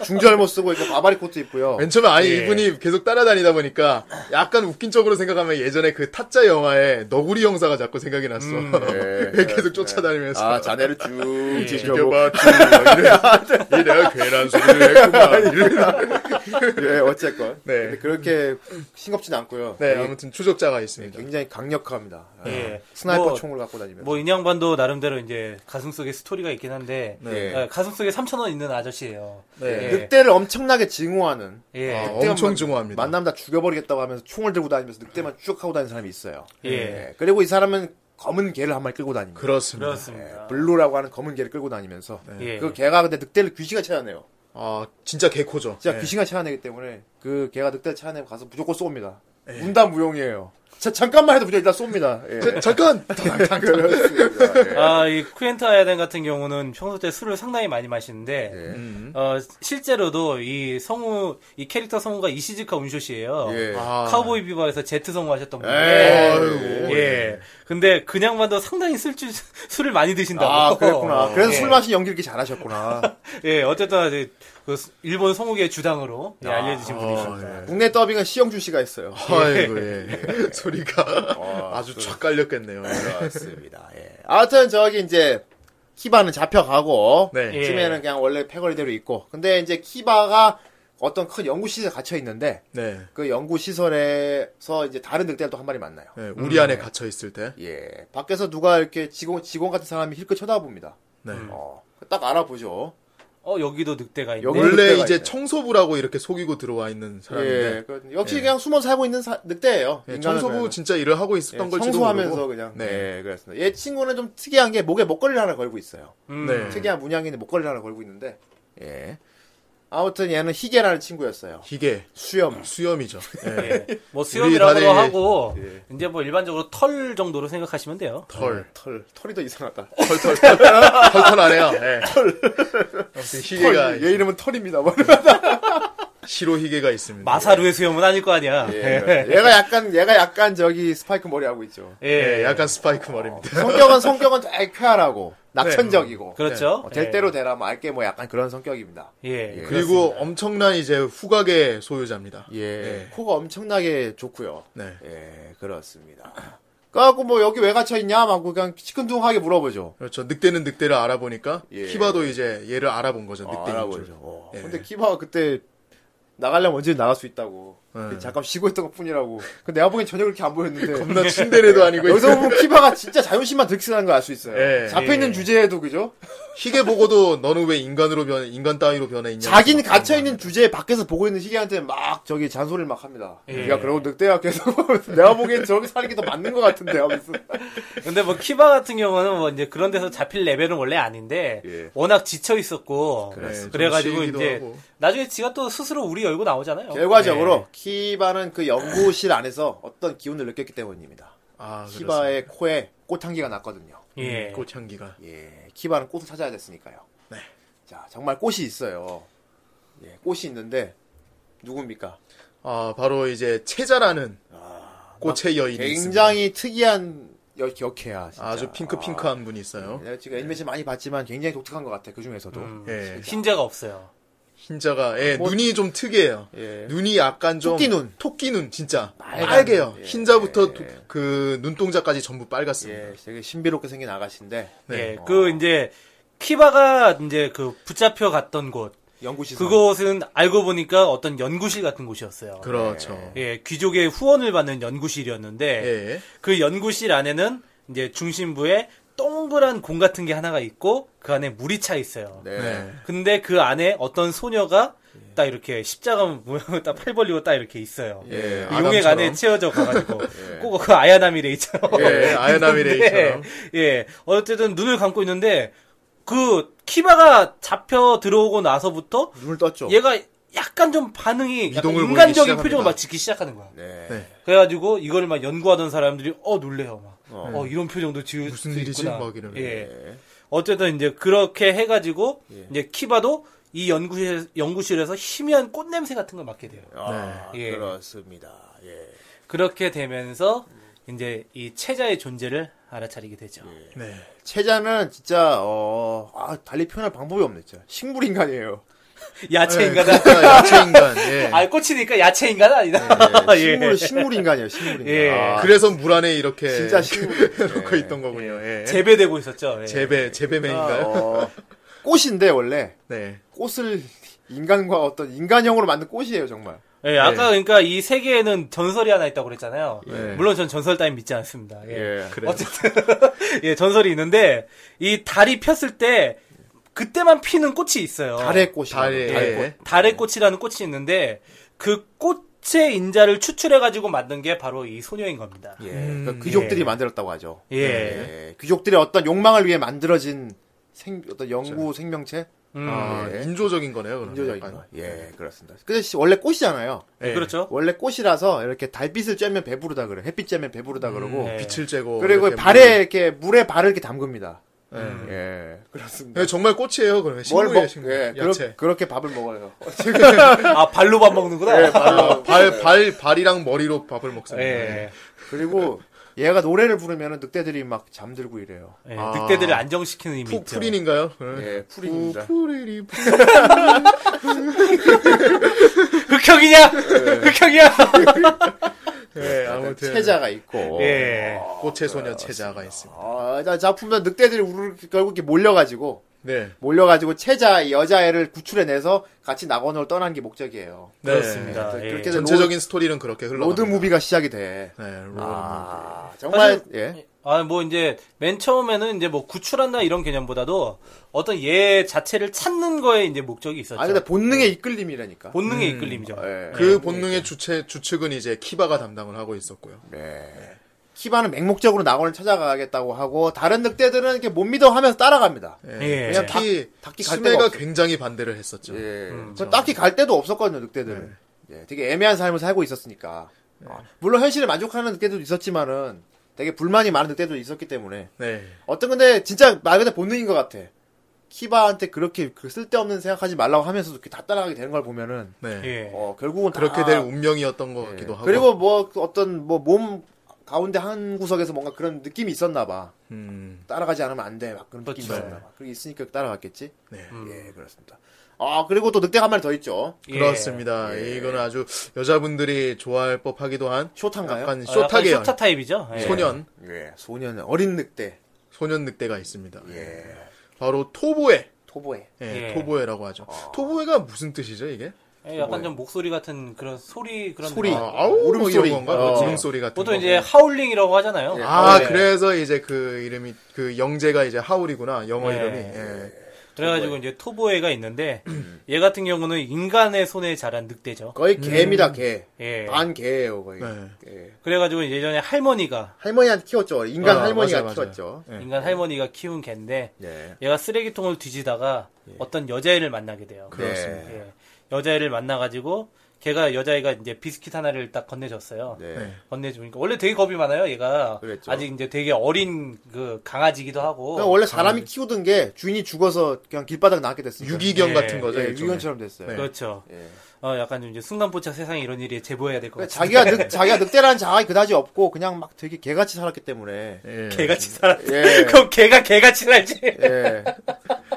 Speaker 1: 중절모 쓰고 이거 바바리 코트 입고요.
Speaker 3: 맨 처음에 아니
Speaker 2: 예.
Speaker 3: 이분이 계속 따라다니다 보니까 약간 웃긴 쪽으로 생각하면 예전에 그 타짜 영화에 너구리 형사가 자꾸 생각이 났어.
Speaker 1: 예.
Speaker 3: 계속 쫓아다니면서
Speaker 1: 아 자네를 쭉 지켜보고
Speaker 3: 지켜봤지. 이래 괜한 소리를 했구만. 이러면서.
Speaker 1: 예, 어쨌건 근데
Speaker 3: 네.
Speaker 1: 그렇게 싱겁진 않고요.
Speaker 3: 네
Speaker 1: 되게
Speaker 3: 아무튼 추적자가 있습니다.
Speaker 1: 굉장히 강력합니다. 아,
Speaker 2: 예.
Speaker 1: 스나이퍼
Speaker 2: 뭐-
Speaker 1: 총을 갖고 다니면서
Speaker 2: 뭐 인양반도 나름대로 이제 가슴 속에 스토리가 있긴 한데
Speaker 1: 네.
Speaker 2: 아, 가슴 속에 3천 원 있는 아저씨예요. 예.
Speaker 1: 늑대를 엄청나게 증오하는
Speaker 2: 예.
Speaker 3: 아,
Speaker 1: 늑대만
Speaker 3: 엄청 증오합니다.
Speaker 1: 만나면 다 죽여버리겠다고 하면서 총을 들고 다니면서 늑대만 추적하고 다니는 사람이 있어요.
Speaker 2: 예.
Speaker 1: 예. 그리고 이 사람은 검은 개를 한 마리 끌고 다닙니다. 예.
Speaker 3: 그렇습니다.
Speaker 1: 네,
Speaker 2: 그렇습니다.
Speaker 1: 블루라고 하는 검은 개를 끌고 다니면서
Speaker 2: 예.
Speaker 1: 그 개가 근데 늑대를 귀신같이 찾아내요.
Speaker 3: 아 진짜 개코죠.
Speaker 1: 진짜 귀신같이 찾아내기 때문에 그 개가 늑대를 찾아내면 가서 무조건 쏩니다.
Speaker 3: 예.
Speaker 1: 문단 무용이에요. 자, 잠깐만 해도 무조건 일단 쏩니다. 예.
Speaker 3: 자, 그, 잠깐
Speaker 1: 그렇습니다. 예.
Speaker 2: 아, 이 쿠엔트 아야덴 같은 경우는 평소 때 술을 상당히 많이
Speaker 1: 네.
Speaker 2: 마시는데, 어, 실제로도 이 성우, 이 캐릭터 성우가 이시즈카 운쇼시예요
Speaker 1: 예.
Speaker 3: 아.
Speaker 2: 카우보이 비바에서 제트 성우 하셨던 분인데,
Speaker 1: 에이.
Speaker 2: 예. 근데 그냥만도 상당히 술주, 술을 많이 드신다고.
Speaker 1: 아,
Speaker 3: 어,
Speaker 1: 그랬구나. 그래서
Speaker 2: 예.
Speaker 1: 술 마신 연기 이렇게 잘하셨구나.
Speaker 2: 예, 어쨌든, 이제 그 수- 일본 성우계의 주당으로 예,
Speaker 1: 아,
Speaker 2: 알려주신
Speaker 1: 어,
Speaker 2: 분이십니다.
Speaker 3: 아,
Speaker 1: 국내 더빙은 시영준 씨가 했어요.
Speaker 3: 예. 아이고 예. 소리가
Speaker 1: 아,
Speaker 3: 아주 촥 깔렸겠네요.
Speaker 1: 그렇습니다. 예. 아무튼 저기 이제 키바는 잡혀가고
Speaker 3: 네.
Speaker 2: 예.
Speaker 1: 치매는 그냥 원래 패거리대로 있고 근데 이제 키바가 어떤 큰 연구 시설에 갇혀 있는데
Speaker 3: 네.
Speaker 1: 그 연구 시설에서 이제 다른 늑대를 또 한 마리 만나요.
Speaker 3: 네, 우리 안에 갇혀 있을 때.
Speaker 1: 예. 밖에서 누가 이렇게 직원 직원 같은 사람이 힐끗 쳐다봅니다.
Speaker 3: 네.
Speaker 1: 어. 딱 알아보죠.
Speaker 2: 어, 여기도 늑대가 있네.
Speaker 1: 여기-
Speaker 3: 원래
Speaker 1: 늑대가
Speaker 3: 이제
Speaker 1: 있네.
Speaker 3: 청소부라고 이렇게 속이고 들어와 있는 사람인데
Speaker 1: 예. 그- 역시 그냥 숨어 살고 있는 사- 늑대예요.
Speaker 3: 예,
Speaker 1: 인간은
Speaker 3: 청소부
Speaker 1: 그냥.
Speaker 3: 진짜 일을 하고
Speaker 1: 예,
Speaker 3: 있었던 걸지도
Speaker 1: 청소하면서
Speaker 3: 모르고.
Speaker 1: 그냥
Speaker 3: 네.
Speaker 1: 네. 그렇습니다. 얘 친구는 좀 특이한 게 목에 목걸이를 하나 걸고 있어요.
Speaker 2: 음,
Speaker 3: 네.
Speaker 1: 특이한 문양인데 목걸이를 하나 걸고 있는데 예 아무튼 얘는 희계라는 친구였어요
Speaker 3: 기계
Speaker 1: 수염
Speaker 3: 수염이죠. 예.
Speaker 2: 예. 뭐 수염이라고도
Speaker 3: 우리 다들-
Speaker 2: 하고,
Speaker 1: 예.
Speaker 2: 이제 뭐 일반적으로 털 정도로 생각하시면 돼요.
Speaker 3: 털.
Speaker 1: 털 털이 더 이상하다
Speaker 3: 털털 털. 털털 안 해요. 예. 아무튼 희계가
Speaker 1: 털얘 이름은 털입니다 뭐.
Speaker 3: 시로 희계가 있습니다.
Speaker 2: 마사루의 수염은 아닐 거 아니야.
Speaker 1: 예, 얘가 약간 얘가 약간 저기 스파이크 머리 하고 있죠
Speaker 3: 예,
Speaker 2: 예.
Speaker 3: 약간 스파이크 머리입니다.
Speaker 1: 성격은 성격은 되게 쾌활하고
Speaker 3: 네.
Speaker 1: 낙천적이고
Speaker 2: 그렇죠.
Speaker 1: 어, 될 대로 되라 말게 뭐 약간 그런 성격입니다
Speaker 2: 예. 예.
Speaker 3: 그리고 엄청난 이제 후각의 소유자입니다.
Speaker 1: 예, 코가 엄청나게 좋고요
Speaker 3: 네.
Speaker 1: 예 그렇습니다 그래갖고 뭐 여기 왜 갇혀 있냐 막 그냥 시큰둥하게 물어보죠
Speaker 3: 그렇죠. 늑대는 늑대를 알아보니까
Speaker 1: 예.
Speaker 3: 키바도 이제 얘를 알아본 거죠.
Speaker 1: 아,
Speaker 3: 늑대인
Speaker 1: 알아보죠.
Speaker 3: 줄.
Speaker 1: 어.
Speaker 3: 예.
Speaker 1: 근데 키바가 그때 나가려면 언제 나갈 수 있다고.
Speaker 3: 예.
Speaker 1: 잠깐 쉬고 있던 것 뿐이라고. 근데 내가 보기엔 전혀 그렇게 안 보였는데.
Speaker 3: 겁나 침대네도 아니고
Speaker 1: 여기서 보면 키바가 진짜 자존심만 득실하는 걸 알 수 있어요.
Speaker 3: 예.
Speaker 1: 잡혀있는 주제에도 그죠?
Speaker 3: 희계 보고도 너는 왜 인간으로 변 인간 따위로 변해
Speaker 1: 네,
Speaker 3: 있냐?
Speaker 1: 자기는 갇혀있는 주제에 밖에서 보고 있는 시계한테 막 저기 잔소리를 막 합니다.
Speaker 2: 예.
Speaker 1: 네가 그러고 늑대야 계속 내가 보기엔 저렇게 사는 게 더 맞는 것 같은데 하면서.
Speaker 2: 근데 뭐 키바 같은 경우는 뭐 이제 그런 데서 잡힐 레벨은 원래 아닌데
Speaker 1: 예.
Speaker 2: 워낙 지쳐 있었고
Speaker 3: 그렇습니다. 예,
Speaker 2: 그래 가지고
Speaker 3: 좀 쉬기도
Speaker 2: 이제
Speaker 3: 하고.
Speaker 2: 나중에 지가 또 스스로 우리 열고 나오잖아요.
Speaker 3: 예.
Speaker 1: 결과적으로 키바는 그 연구실 안에서 어떤 기운을 느꼈기 때문입니다.
Speaker 3: 아, 그렇습니다.
Speaker 1: 키바의 코에 꽃향기가 났거든요.
Speaker 2: 예.
Speaker 3: 음,
Speaker 2: 예.
Speaker 3: 그렇죠. 꽃향기가
Speaker 1: 예, 키바는 꽃을 찾아야 됐으니까요.
Speaker 3: 네.
Speaker 1: 자, 정말 꽃이 있어요. 예, 꽃이 있는데 누굽니까?
Speaker 3: 아 바로 이제 체자라는 꽃의 여인이 있습니다.
Speaker 1: 굉장히 특이한 역, 역해야. 진짜.
Speaker 3: 아주 핑크핑크한 분이 있어요.
Speaker 1: 내가 지금 애니메이션 많이 봤지만 굉장히 독특한 것 같아. 그 중에서도.
Speaker 3: 예.
Speaker 2: 흰자가 없어요.
Speaker 3: 흰자가 예, 눈이 좀 특이해요.
Speaker 1: 예.
Speaker 3: 눈이 약간 좀
Speaker 1: 토끼 눈.
Speaker 3: 토끼 눈 진짜 빨개요. 흰자부터 도- 그 눈동자까지 전부 빨갛습니다.
Speaker 1: 예, 되게 신비롭게 생긴 아가씨인데
Speaker 3: 네.
Speaker 1: 어,
Speaker 2: 예,
Speaker 3: 어.
Speaker 2: 그 이제 키바가 이제 그 붙잡혀 갔던 곳.
Speaker 1: 연구시설.
Speaker 2: 그곳은 알고 보니까 어떤 연구실 같은 곳이었어요.
Speaker 3: 그렇죠.
Speaker 2: 예, 귀족의 후원을 받는 연구실이었는데
Speaker 3: 예.
Speaker 2: 그 연구실 안에는 이제 중심부에 동그란 공 같은 게 하나가 있고 그 안에 물이 차 있어요.
Speaker 1: 네.
Speaker 3: 네.
Speaker 2: 근데 그 안에 어떤 소녀가 딱 이렇게 십자가 모양으로 딱 팔 벌리고 딱 이렇게 있어요.
Speaker 3: 예,
Speaker 2: 그 용액
Speaker 3: 아담처럼.
Speaker 2: 안에 채워져 가가지고 꼭 그 아야나미레이처럼.
Speaker 3: 예, 아야나미레이처럼.
Speaker 2: 예, 어쨌든 눈을 감고 있는데 그 키바가 잡혀 들어오고 나서부터
Speaker 1: 눈을 떴죠.
Speaker 2: 얘가 약간 좀 반응이 약간
Speaker 3: 이동을 그렇죠. 보이기
Speaker 2: 인간적인
Speaker 3: 시작합니다.
Speaker 2: 표정을 막 짓기 시작하는 거야.
Speaker 1: 네.
Speaker 2: 그래가지고 이걸 막 연구하던 사람들이 어 놀래요 막. 어, 이런 표정도 지을
Speaker 3: 무슨
Speaker 2: 수
Speaker 3: 일이지?
Speaker 2: 있구나.
Speaker 3: 막 이러면서.
Speaker 2: 예. 어쨌든 이제 그렇게 해가지고 이제 키바도 이 연구실 연구실에서 희미한 꽃 냄새 같은 걸 맡게 돼요.
Speaker 1: 아,
Speaker 2: 예.
Speaker 1: 그렇습니다. 예.
Speaker 2: 그렇게 되면서 이제 이 체자의 존재를 알아차리게 되죠.
Speaker 3: 네.
Speaker 1: 체자는 진짜 어, 아, 달리 표현할 방법이 없네, 진짜. 식물 인간이에요.
Speaker 2: 야채
Speaker 3: 예,
Speaker 2: 인간아.
Speaker 3: 그러니까 야채 인간. 예.
Speaker 2: 아 꽃이니까 야채 인간 아니다.
Speaker 1: 예, 식물 식물 인간이에요, 식물 인간.
Speaker 2: 네. 예.
Speaker 1: 아,
Speaker 3: 그래서 물 안에 이렇게
Speaker 1: 진짜 식물.
Speaker 3: 놓고 있던 거군요. 예.
Speaker 2: 재배되고 있었죠. 예.
Speaker 3: 재배 네. 재배맨인가요?
Speaker 1: 어, 꽃인데 원래
Speaker 3: 네.
Speaker 1: 꽃을 인간과 어떤 인간형으로 만든 꽃이에요, 정말.
Speaker 2: 예, 아까 그러니까 이 세계에는 전설이 하나 있다고 그랬잖아요.
Speaker 3: 예.
Speaker 2: 물론 전 전설 따윈 믿지 않습니다. 예.
Speaker 3: 그래요.
Speaker 2: 어쨌든 예, 전설이 있는데 이 달이 폈을 때 그때만 피는 꽃이 있어요.
Speaker 1: 달의 꽃이.
Speaker 3: 달의- 예.
Speaker 2: 달의 꽃이라는 꽃이 있는데 그 꽃의 인자를 추출해 가지고 만든 게 바로 이 소녀인 겁니다.
Speaker 1: 예.
Speaker 3: 음,
Speaker 1: 그러니까 귀족들이
Speaker 2: 예.
Speaker 1: 만들었다고 하죠.
Speaker 2: 예.
Speaker 1: 예. 귀족들의 어떤 욕망을 위해 만들어진 생 어떤 연구 생명체
Speaker 2: 음,
Speaker 3: 아,
Speaker 1: 예.
Speaker 3: 인조적인 거네요. 그러면
Speaker 1: 인조적인
Speaker 3: 약간.
Speaker 1: 거. 예, 그렇습니다. 근데 씨, 원래 꽃이잖아요.
Speaker 3: 예.
Speaker 2: 그렇죠.
Speaker 1: 원래 꽃이라서 이렇게 달빛을 쬐면 배부르다 그래. 햇빛 쬐면 배부르다 그러고.
Speaker 2: 예.
Speaker 3: 뭐 빛을 쬐고
Speaker 1: 그리고
Speaker 3: 이렇게 뭐
Speaker 1: 발에 이렇게 물에 발을 이렇게 담급니다.
Speaker 3: 예.
Speaker 1: 예, 그렇습니다.
Speaker 3: 예, 정말 꽃이에요. 그러면
Speaker 1: 뭘
Speaker 3: 식물이에요.
Speaker 1: 먹?
Speaker 3: 식물.
Speaker 1: 예,
Speaker 3: 야채.
Speaker 1: 그렇, 게 밥을 먹어요.
Speaker 3: 예.
Speaker 2: 아 발로 밥 먹는구나. 예,
Speaker 3: 아, 발, 발, 발이랑 머리로 밥을 먹습니다. 예.
Speaker 1: 그리고 얘가 노래를 부르면 늑대들이 막 잠들고 이래요.
Speaker 2: 예,
Speaker 3: 아.
Speaker 2: 늑대들을 안정시키는 의미
Speaker 3: 푸,
Speaker 2: 있죠.
Speaker 3: 푸린인가요?
Speaker 1: 예, 풀입니다.
Speaker 3: 푸리리 푸.
Speaker 2: 흑형이냐? 흑형이야.
Speaker 3: 예, 아무튼
Speaker 1: 체자가 있고.
Speaker 2: 예.
Speaker 3: 꽃의 소녀 체자가 있습니다.
Speaker 1: 아, 자, 작품에 늑대들이 우르르 결국 이렇게 몰려가지고
Speaker 3: 네.
Speaker 1: 몰려가지고 체자 이 여자애를 구출해내서 같이 낙원으로 떠난 게 목적이에요.
Speaker 3: 네.
Speaker 2: 그렇습니다. 예.
Speaker 1: 그렇게 된
Speaker 3: 전체적인 스토리는 그렇게 흘러.
Speaker 1: 로드 무비가 시작이 돼.
Speaker 3: 네, 로드 네,
Speaker 1: 아, 정말 예.
Speaker 2: 아, 뭐, 이제, 맨 처음에는 이제 뭐 구출한다 이런 개념보다도 어떤 얘 자체를 찾는 거에 이제 목적이 있었죠.
Speaker 1: 아 근데 본능의 이끌림이라니까.
Speaker 3: 음,
Speaker 2: 본능의 이끌림이죠.
Speaker 1: 예.
Speaker 3: 그렇죠. 네.
Speaker 2: 네,
Speaker 3: 그 본능의 주체 주축은 이제 키바가 담당을 하고 있었고요.
Speaker 1: 네. 키바는 맹목적으로 낙원을 찾아가겠다고 하고 다른 늑대들은 이렇게 못 믿어 하면서 따라갑니다.
Speaker 3: 예.
Speaker 2: 예.
Speaker 3: 특히
Speaker 1: 닭기 갈 데가
Speaker 3: 수메가
Speaker 1: 없어요.
Speaker 3: 굉장히 반대를 했었죠. 음, 그렇죠. 네.
Speaker 1: 예. 그 딱히 갈 데도 없었거든요, 늑대들은. 예, 되게 애매한 삶을 살고 있었으니까. 어, 물론 현실에 만족하는 늑대들도 있었지만은 되게 불만이 많은 늑대도 있었기 때문에
Speaker 3: 네.
Speaker 1: 어떤 근데 진짜 말 그대로 본능인 것 같아. 키바한테 그렇게 그 쓸데없는 생각하지 말라고 하면서도 이렇게 다 따라가게 되는 걸 보면은
Speaker 3: 네.
Speaker 2: 예.
Speaker 1: 어 결국은 다-
Speaker 3: 그렇게 될 운명이었던 것 같기도 하고.
Speaker 1: 예. 그리고 뭐 어떤 뭐 몸 가운데 한 구석에서 뭔가 그런 느낌이 있었나 봐.
Speaker 3: 음.
Speaker 1: 따라가지 않으면 안 돼. 막 그런 느낌이
Speaker 2: 그렇죠. 음.
Speaker 1: 있었나 봐. 그게 있으니까 따라갔겠지.
Speaker 3: 네.
Speaker 1: 예, 그렇습니다. 아, 그리고 또 늑대 한 마리 더 있죠.
Speaker 2: 예.
Speaker 3: 그렇습니다. 이건 아주 여자분들이 좋아할 법하기도 한
Speaker 1: 아, 쇼탄가요?
Speaker 3: 약간
Speaker 2: 어, 약간
Speaker 3: 쇼타계열
Speaker 2: 쇼타 타입이죠. 예.
Speaker 3: 소년
Speaker 1: 예, 소년 어린 늑대.
Speaker 3: 소년 늑대가 있습니다. 네.
Speaker 1: 예.
Speaker 3: 바로 토보에
Speaker 1: 토보에.
Speaker 3: 예,
Speaker 2: 예.
Speaker 3: 토보에라고 하죠.
Speaker 1: 아.
Speaker 3: 토보에가 무슨 뜻이죠 이게?
Speaker 2: 예,
Speaker 3: 뭐,
Speaker 2: 약간 좀 목소리 같은 그런 소리 그런
Speaker 1: 소리.
Speaker 3: 아,
Speaker 2: 거.
Speaker 3: 아우
Speaker 1: 울음소리.
Speaker 3: 울음소리 건가?
Speaker 1: 어.
Speaker 3: 울음소리 같은
Speaker 2: 보통
Speaker 3: 거.
Speaker 2: 이제 하울링이라고 하잖아요.
Speaker 3: 아
Speaker 2: 예.
Speaker 3: 그래서 이제 그 이름이 그 영재가 이제 하울이구나 영어
Speaker 2: 예.
Speaker 3: 이름이. 예.
Speaker 2: 그래가지고 이제 토보애가 있는데 얘 같은 경우는 인간의 손에 자란 늑대죠.
Speaker 1: 거의 개입니다, 개.
Speaker 2: 예.
Speaker 3: 아.
Speaker 1: 반 개예요, 거의.
Speaker 3: 음. 네.
Speaker 1: 예.
Speaker 2: 그래가지고 예전에 할머니가
Speaker 1: 할머니한테 키웠죠. 인간
Speaker 3: 아,
Speaker 1: 할머니가
Speaker 3: 맞아요, 맞아요.
Speaker 1: 키웠죠.
Speaker 3: 예.
Speaker 2: 인간 할머니가 키운 개인데
Speaker 1: 예.
Speaker 2: 얘가 쓰레기통을 뒤지다가 어떤 여자애를 만나게
Speaker 1: 네.
Speaker 2: 돼요.
Speaker 1: 그렇습니다.
Speaker 2: 예. 여자애를 만나가지고 걔가 여자애가 이제 비스킷 하나를 딱 건네줬어요.
Speaker 1: 네.
Speaker 2: 건네주니까 원래 되게 겁이 많아요. 얘가
Speaker 1: 그랬죠.
Speaker 2: 아직 이제 되게 어린 그 강아지기도 하고.
Speaker 1: 그러니까 원래 사람이 키우던 게 주인이 죽어서 그냥 길바닥 나게 됐으니까.
Speaker 3: 유기견
Speaker 2: 예.
Speaker 3: 같은 거죠.
Speaker 1: 예,
Speaker 3: 일종의.
Speaker 1: 유기견처럼 됐어요.
Speaker 3: 네.
Speaker 2: 그렇죠. 어, 약간 좀 이제 순간포착 세상에 이런 일이 제보해야 될 것 같아요.
Speaker 1: 예. 그러니까 자기가 늑, 자기가 늑대라는 자아가 그다지 없고 그냥 막 되게 개같이 살았기 때문에
Speaker 3: 예.
Speaker 2: 개같이 살았어.
Speaker 1: 예.
Speaker 2: 그럼 개가 개같이 살지.
Speaker 1: 예.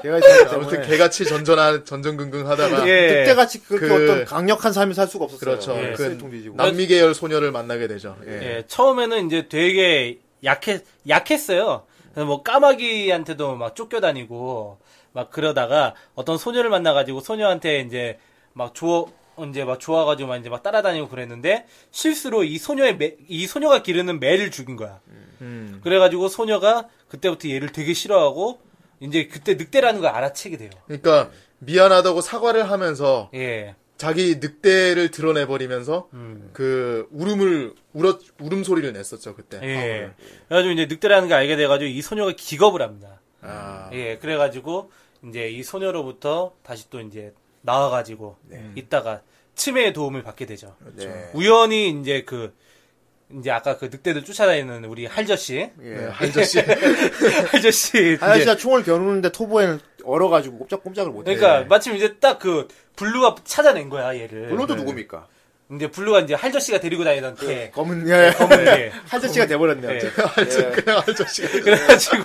Speaker 1: 개같이 살았기
Speaker 3: 아무튼
Speaker 1: 때문에
Speaker 3: 개같이 전전한 전전긍긍하다가
Speaker 2: 예.
Speaker 1: 늑대같이 그렇게
Speaker 3: 그-
Speaker 1: 어떤 강력한 삶을 살 수가 없었어요.
Speaker 3: 그렇죠.
Speaker 1: 예.
Speaker 3: 그
Speaker 1: 쓰레통 뒤지고.
Speaker 3: 남미 계열 소녀를 만나게 되죠. 예.
Speaker 2: 예, 처음에는 이제 되게 약했, 약했어요. 그래서 뭐 까마귀한테도 막 쫓겨다니고, 막 그러다가 어떤 소녀를 만나가지고 소녀한테 이제 막 줘, 이제 막 좋아가지고 막 이제 막 따라다니고 그랬는데, 실수로 이 소녀의 매, 이 소녀가 기르는 매를 죽인 거야. 그래가지고 소녀가 그때부터 얘를 되게 싫어하고, 이제 그때 늑대라는 걸 알아채게 돼요.
Speaker 3: 그러니까 미안하다고 사과를 하면서
Speaker 2: 예.
Speaker 3: 자기 늑대를 드러내버리면서
Speaker 2: 음.
Speaker 3: 그 울음을 울어 울음 소리를 냈었죠 그때.
Speaker 2: 예. 그래가지고 이제 늑대라는 걸 알게 돼가지고 이 소녀가 기겁을 합니다.
Speaker 3: 아,
Speaker 2: 예, 그래가지고 이제 이 소녀로부터 다시 또 이제 나와가지고 있다가 치매의 도움을 받게 되죠.
Speaker 1: 네.
Speaker 2: 우연히 이제 그 이제 아까 그 늑대들 쫓아다니는 우리 할저씨,
Speaker 3: 네,
Speaker 1: 예.
Speaker 3: 한저씨 예.
Speaker 2: 할저씨.
Speaker 1: 하얀
Speaker 2: 이제
Speaker 1: 씨가 총을 겨누는데 토보에는 얼어가지고 꼼짝꼼짝을 못해.
Speaker 2: 그러니까 마침 이제 딱 그 블루가 찾아낸 거야 얘를.
Speaker 1: 블루도 누굽니까?
Speaker 2: 이제 블루가 이제 할저씨가 데리고 다니던 개.
Speaker 1: 검은 예.
Speaker 2: 검은 개.
Speaker 1: 한자씨가 돼버렸네요.
Speaker 2: 예.
Speaker 3: 그냥 한저씨.
Speaker 2: 그래가지고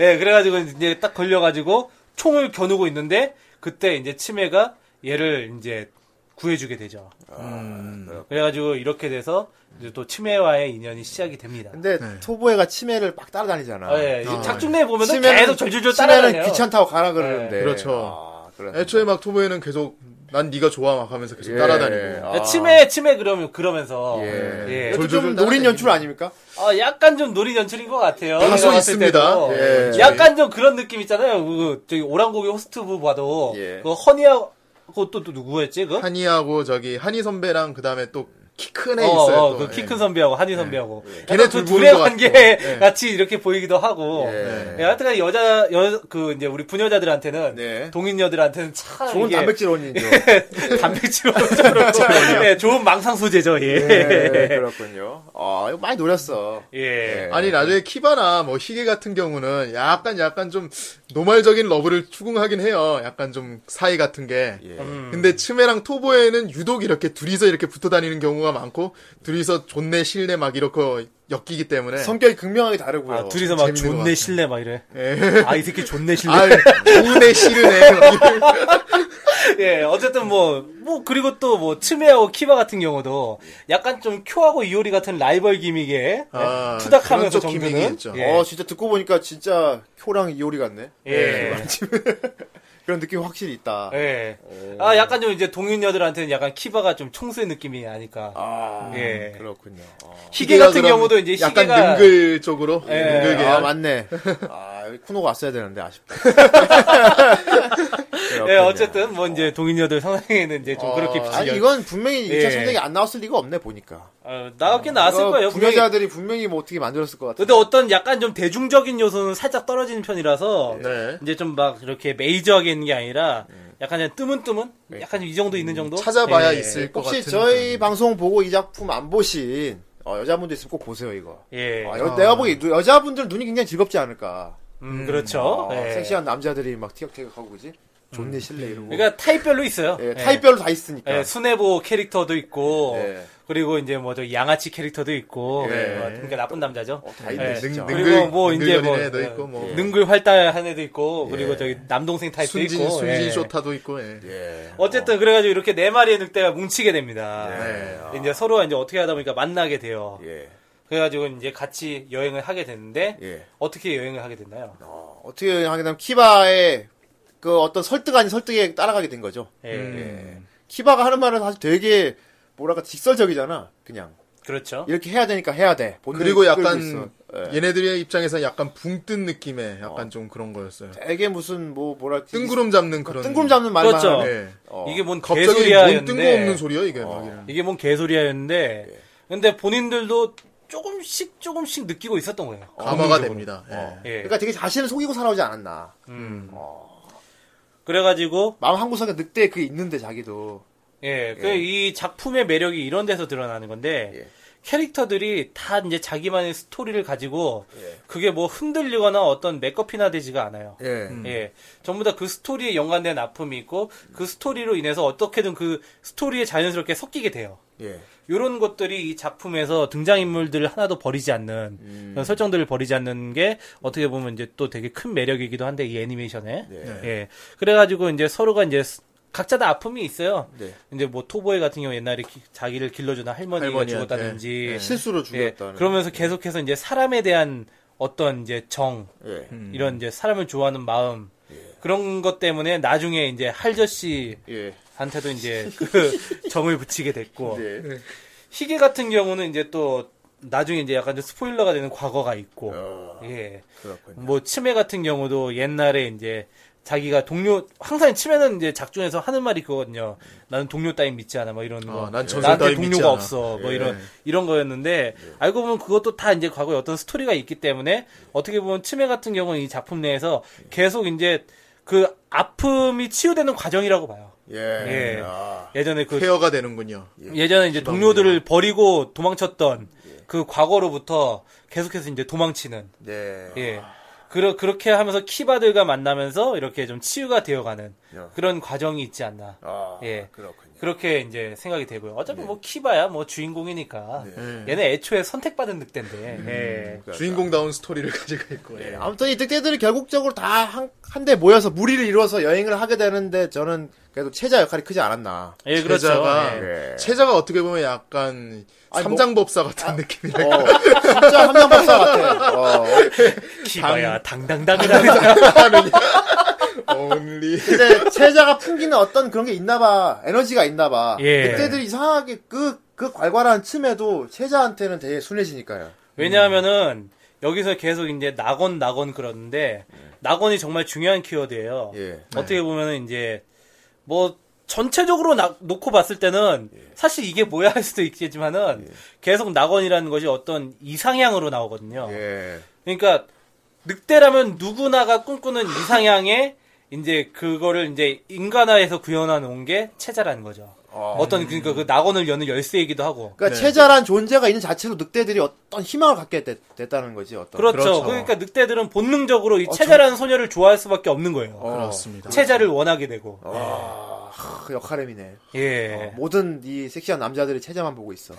Speaker 2: 예 그래가지고 이제 딱 걸려가지고 총을 겨누고 있는데 그때 이제 치매가 얘를 이제 구해주게 되죠.
Speaker 3: 음.
Speaker 2: 어, 그래가지고 이렇게 돼서 이제 또 치매와의 인연이 시작이 됩니다.
Speaker 1: 근데
Speaker 3: 네.
Speaker 1: 토보에가 치매를 막 따라다니잖아.
Speaker 2: 아, 예, 이 작중내 보면은
Speaker 1: 치매는-
Speaker 2: 계속 절절절
Speaker 1: 치매는
Speaker 2: 따라다녀요. 네.
Speaker 1: 귀찮다고 가라 그러는데.
Speaker 3: 그렇죠.
Speaker 1: 아, 그래.
Speaker 3: 애초에 막 토보에는 계속 난 네가 좋아 막 하면서 계속 따라다니고.
Speaker 2: 그러니까
Speaker 3: 아.
Speaker 2: 치매 치매 그러면 그러면서
Speaker 1: 아, 예.
Speaker 2: 예.
Speaker 1: 이것도
Speaker 3: 졸졸
Speaker 1: 좀 노린
Speaker 3: 따라다니고.
Speaker 1: 연출 아닙니까?
Speaker 2: 아, 약간 좀 노린 연출인 것 같아요.
Speaker 3: 다소
Speaker 2: 제가 봤을
Speaker 3: 있습니다.
Speaker 2: 때도.
Speaker 3: 예.
Speaker 2: 약간 좀 그런 느낌 있잖아요. 그 저기 오랑고기 호스트부 봐도
Speaker 1: 예.
Speaker 2: 그 허니하고 또, 또 누구였지 그?
Speaker 3: 한이하고 저기 한이 선배랑 그 다음에 또 키 큰 애
Speaker 2: 어,
Speaker 3: 있어요. 또.
Speaker 2: 어, 그 키
Speaker 3: 예.
Speaker 2: 큰 선배하고 한희 선배하고
Speaker 3: 걔네
Speaker 2: 걔네
Speaker 3: 둘
Speaker 2: 그
Speaker 3: 보는
Speaker 2: 둘의
Speaker 3: 것
Speaker 2: 관계
Speaker 3: 같고. 예.
Speaker 2: 같이 이렇게 보이기도 하고 예, 하여튼간 여자 여 그 이제 우리 부녀자들한테는
Speaker 1: 네.
Speaker 2: 동인녀들한테는 참
Speaker 1: 좋은
Speaker 2: 이게
Speaker 1: 단백질 원인이죠.
Speaker 2: 단백질 원료처럼 예, 좋은 망상 소재죠
Speaker 1: 예,
Speaker 2: 예.
Speaker 1: 그렇군요. 아, 이거 많이 노렸어.
Speaker 2: 예.
Speaker 3: 아니 나중에 키바나 뭐 희게 같은 경우는 약간 약간 좀 노말적인 러브를 추궁하긴 해요. 약간 좀 사이 같은 게. 근데 치매랑 토보에는 유독 이렇게 둘이서 이렇게 붙어 다니는 경우가 많고 둘이서 존내 실내 막 이렇게 엮이기 때문에
Speaker 1: 네. 성격이 극명하게 다르고요.
Speaker 2: 아, 둘이서 막
Speaker 3: 어, 재밌는 것
Speaker 2: 존내
Speaker 3: 같아요.
Speaker 2: 실내 막 이래.
Speaker 3: 예.
Speaker 2: 아, 이 새끼 존내 실내.
Speaker 3: 아, 좋은 애 싫은 애.
Speaker 2: 예, 어쨌든 뭐, 뭐, 그리고 또 뭐, 치매하고 키바 같은 경우도 약간 좀 큐하고 이오리 같은 라이벌 기믹에
Speaker 3: 아,
Speaker 2: 투닥하면서
Speaker 3: 그런 쪽 기믹이
Speaker 2: 정도는.
Speaker 3: 있죠.
Speaker 2: 예.
Speaker 1: 어, 진짜 듣고 보니까 진짜 효랑 이효리 같네.
Speaker 2: 예.
Speaker 1: 그런 느낌이 확실히 있다.
Speaker 2: 예. 아, 약간 좀 이제 동인녀들한테는 약간 키바가 좀 총수의 느낌이 아니까.
Speaker 1: 아,
Speaker 2: 예.
Speaker 1: 그렇군요. 어.
Speaker 2: 희게 같은 경우도 이제
Speaker 3: 약간
Speaker 2: 희게가
Speaker 3: 능글 쪽으로
Speaker 2: 예.
Speaker 3: 능글
Speaker 1: 아,
Speaker 3: 계열.
Speaker 1: 맞네. 아, 여기 쿠노가 왔어야 되는데, 아쉽다.
Speaker 2: 예,
Speaker 1: 그렇군요.
Speaker 2: 어쨌든 뭐 이제 동인녀들 상황에는 이제
Speaker 1: 뭐
Speaker 2: 좀 그렇게 비치
Speaker 1: 아니, 이건 분명히 2차
Speaker 2: 예.
Speaker 1: 전쟁이 안 나왔을 리가 없네, 보니까.
Speaker 2: 어, 나왔긴 나왔을
Speaker 1: 이거
Speaker 2: 거예요. 분명히.
Speaker 1: 부녀자들이 분명히 뭐 어떻게 만들었을 것 같아.
Speaker 2: 근데 어떤 약간 좀 대중적인 요소는 살짝 떨어지는 편이라서
Speaker 3: 네.
Speaker 2: 이제 좀 막 이렇게 메이저하게 있는 게 아니라 약간 그냥 뜨문뜨문 약간 이 정도 있는 정도
Speaker 3: 찾아봐야
Speaker 2: 예.
Speaker 3: 있을 것 같은.
Speaker 1: 혹시 저희 방송 보고 이 작품 안 보신 어, 여자분도 있으면 꼭 보세요, 이거.
Speaker 2: 예.
Speaker 1: 아, 여- 내가 보기 누- 여자분들 눈이 굉장히 즐겁지 않을까.
Speaker 2: 음, 그렇죠.
Speaker 1: 아,
Speaker 2: 예.
Speaker 1: 섹시한 남자들이 막 티격태격하고 그지? 존내 실내 이러고.
Speaker 2: 그러니까 타입별로 있어요.
Speaker 1: 예,
Speaker 2: 예.
Speaker 1: 타입별로 다 있으니까.
Speaker 3: 그러니까.
Speaker 2: 예, 순애보 캐릭터도 있고
Speaker 1: 예.
Speaker 2: 그리고 이제 뭐 저 양아치 캐릭터도 있고
Speaker 1: 예.
Speaker 2: 어, 그러니까 나쁜 남자죠.
Speaker 3: 어,
Speaker 1: 다 있네,
Speaker 2: 예.
Speaker 1: 진짜.
Speaker 3: 능-
Speaker 2: 그리고 뭐 이제 뭐
Speaker 3: 능글거리는 애도 있고, 뭐. 예.
Speaker 2: 예. 능글 활달한 애도 있고 그리고 저기 남동생 타입도
Speaker 3: 순진
Speaker 2: 아, 있고
Speaker 3: 순진
Speaker 2: 예.
Speaker 3: 쇼타도 있고. 예.
Speaker 1: 예.
Speaker 2: 어쨌든 그래가지고 이렇게 네 마리의 늑대가 뭉치게 됩니다.
Speaker 3: 네.
Speaker 2: 예. 이제 서로 이제 어떻게 하다 보니까 만나게 돼요.
Speaker 1: 예.
Speaker 2: 그래가지고 이제 같이 여행을 하게 되는데
Speaker 1: 예.
Speaker 2: 어떻게 여행을 하게 됐나요?
Speaker 1: 어, 어떻게 하게 되면 키바의 그 어떤 설득 아닌 설득에 따라가게 된 거죠.
Speaker 3: 음.
Speaker 2: 예,
Speaker 1: 예. 키바가 하는 말은 사실 되게 뭐랄까 직설적이잖아. 그냥
Speaker 2: 그렇죠.
Speaker 1: 이렇게 해야 되니까 해야 돼. 본능이
Speaker 3: 그리고
Speaker 1: 끌고
Speaker 3: 약간
Speaker 1: 있어. 예.
Speaker 3: 얘네들의 입장에서 약간 붕 뜬 느낌의 약간 좀 그런 거였어요.
Speaker 1: 되게 무슨 뭐 뭐랄까
Speaker 3: 뜬구름 잡는 그런.
Speaker 1: 어, 뜬구름 잡는 말만
Speaker 2: 그렇죠.
Speaker 1: 하네.
Speaker 3: 예.
Speaker 1: 어.
Speaker 2: 이게 뭔
Speaker 3: 갑자기 뭔
Speaker 2: 개소리야였는데
Speaker 3: 뜬금없는 소리야 이게 막 이런.
Speaker 2: 이게 뭔 개소리야였는데
Speaker 3: 예.
Speaker 2: 근데 본인들도 조금씩 조금씩 느끼고 있었던 거예요.
Speaker 3: 어, 감화가 됩니다. 예.
Speaker 2: 예. 음.
Speaker 1: 그러니까 되게 자신을 속이고 살아오지 않았나. 어,
Speaker 2: 그래가지고
Speaker 1: 마음 한 구석에 늑대 그게 있는데 자기도.
Speaker 3: 예.
Speaker 2: 예, 그 이 작품의 매력이 이런 데서 드러나는 건데 캐릭터들이 다 이제 자기만의 스토리를 가지고
Speaker 3: 예.
Speaker 2: 그게 뭐 흔들리거나 어떤 맥커피나 되지가 않아요.
Speaker 1: 예.
Speaker 3: 음.
Speaker 2: 예. 전부 다 그 스토리에 연관된 아픔이 있고 그 스토리로 인해서 어떻게든 그 스토리에 자연스럽게 섞이게 돼요.
Speaker 1: 예.
Speaker 2: 요런 것들이 이 작품에서 등장인물들을 하나도 버리지 않는
Speaker 1: 음.
Speaker 2: 그런 설정들을 버리지 않는 게 어떻게 보면 이제 또 되게 큰 매력이기도 한데 이
Speaker 1: 네.
Speaker 2: 애니메이션에 예 그래가지고 이제 서로가 이제 스- 각자 다 아픔이 있어요
Speaker 1: 네.
Speaker 2: 이제 뭐 토보이 같은 경우 옛날에 기- 자기를 길러주는 할머니가
Speaker 3: 할머니한테.
Speaker 2: 죽었다든지
Speaker 1: 네. 실수로
Speaker 2: 예,
Speaker 1: 죽였다는. 네.
Speaker 2: 그러면서 계속해서 이제 사람에 대한 어떤 이제 정
Speaker 1: 예.
Speaker 2: 이런 이제 사람을 좋아하는 마음 그런 것 때문에 나중에 이제 할저씨
Speaker 1: 예.
Speaker 2: 한테도 이제 그 정을 붙이게
Speaker 3: 네.
Speaker 2: 됐고
Speaker 1: 예.
Speaker 2: 희계 같은 경우는 이제 또 나중에 이제 약간 좀 스포일러가 되는 과거가 있고
Speaker 1: 어,
Speaker 2: 예 뭐
Speaker 1: 그렇군요.
Speaker 2: 치매 같은 경우도 옛날에 이제 자기가 동료 항상 치매는 이제 작중에서 하는 말이 그거거든요 나는 동료 따위 믿지 않아 뭐 이런 거
Speaker 3: 어, 난 전설
Speaker 2: 나한테
Speaker 3: 따윈 믿지
Speaker 2: 동료가
Speaker 3: 않아. 예.
Speaker 2: 없어 뭐 이런 이런 거였는데 알고 보면 그것도 다 이제 과거에 어떤 스토리가 있기 때문에 어떻게 보면 치매 같은 경우는 이 작품 내에서
Speaker 3: 예.
Speaker 2: 계속 이제 그 아픔이 치유되는 과정이라고 봐요
Speaker 1: 예.
Speaker 2: 예.
Speaker 1: 아,
Speaker 2: 예전에 그
Speaker 3: 케어가 되는군요.
Speaker 2: 예전에 이제 동료들을 버리고 도망쳤던 그 과거로부터 계속해서 이제 도망치는
Speaker 1: 네.
Speaker 2: 예 그러, 그렇게 하면서 키바들과 만나면서 이렇게 좀 치유가 되어가는
Speaker 1: 야.
Speaker 2: 그런 과정이 있지 않나
Speaker 1: 아,
Speaker 2: 예.
Speaker 1: 그렇군요.
Speaker 2: 그렇게 이제 생각이 되고요 어차피 뭐 키바야 뭐 주인공이니까
Speaker 3: 예.
Speaker 2: 얘는 애초에 선택받은 늑대인데 예.
Speaker 3: 주인공다운 스토리를 가지고 있고. 예.
Speaker 1: 네, 아무튼 이 늑대들이 결국적으로 다 한 한데 모여서 무리를 이루어서 여행을 하게 되는데 저는 그래도 체자 역할이 크지 않았나.
Speaker 2: 예, 뭐 그렇죠
Speaker 3: 체자가,
Speaker 2: 예.
Speaker 1: 예.
Speaker 3: 체자가 어떻게 보면 약간
Speaker 1: 아니,
Speaker 3: 삼장법사 같은 느낌이라.
Speaker 1: 어, 진짜 한명박사 같아. 어,
Speaker 2: 키바야 당당당이라
Speaker 3: only.
Speaker 1: 근데 체자가 풍기는 어떤 그런 게 있나봐. 에너지가 있나봐.
Speaker 2: 예.
Speaker 1: 늑대들이 이상하게 그, 그 괄괄한 틈에도 체자한테는 되게 순해지니까요.
Speaker 2: 왜냐하면은 여기서 계속 이제 낙원 낙원 그러는데 낙원이 정말 중요한 키워드예요.
Speaker 1: 예.
Speaker 2: 어떻게 보면은 이제 뭐 전체적으로 나- 놓고 봤을 때는 사실 이게 뭐야 할 수도 있겠지만은 계속 낙원이라는 것이 어떤 이상향으로 나오거든요.
Speaker 1: 예.
Speaker 2: 그러니까 늑대라면 누구나가 꿈꾸는 이상향의 이제 그거를 이제 인간화해서 구현해 놓은 게 체자라는 거죠. 어떤 그러니까 그 낙원을 여는 열쇠이기도 하고
Speaker 1: 그러니까
Speaker 3: 네.
Speaker 1: 체자란 존재가 있는 자체로 늑대들이 어떤 희망을 갖게 됐, 다는 거지. 어떤.
Speaker 2: 그렇죠.
Speaker 3: 그렇죠.
Speaker 2: 그러니까 늑대들은 본능적으로
Speaker 1: 어,
Speaker 2: 이 체자라는 소녀를 좋아할 수밖에 없는 거예요.
Speaker 3: 그렇습니다.
Speaker 2: 어. 체자를 원하게 되고.
Speaker 1: 아, 하, 역할음이네.
Speaker 2: 예.
Speaker 1: 모든 이 섹시한 남자들이 체자만 보고 있어.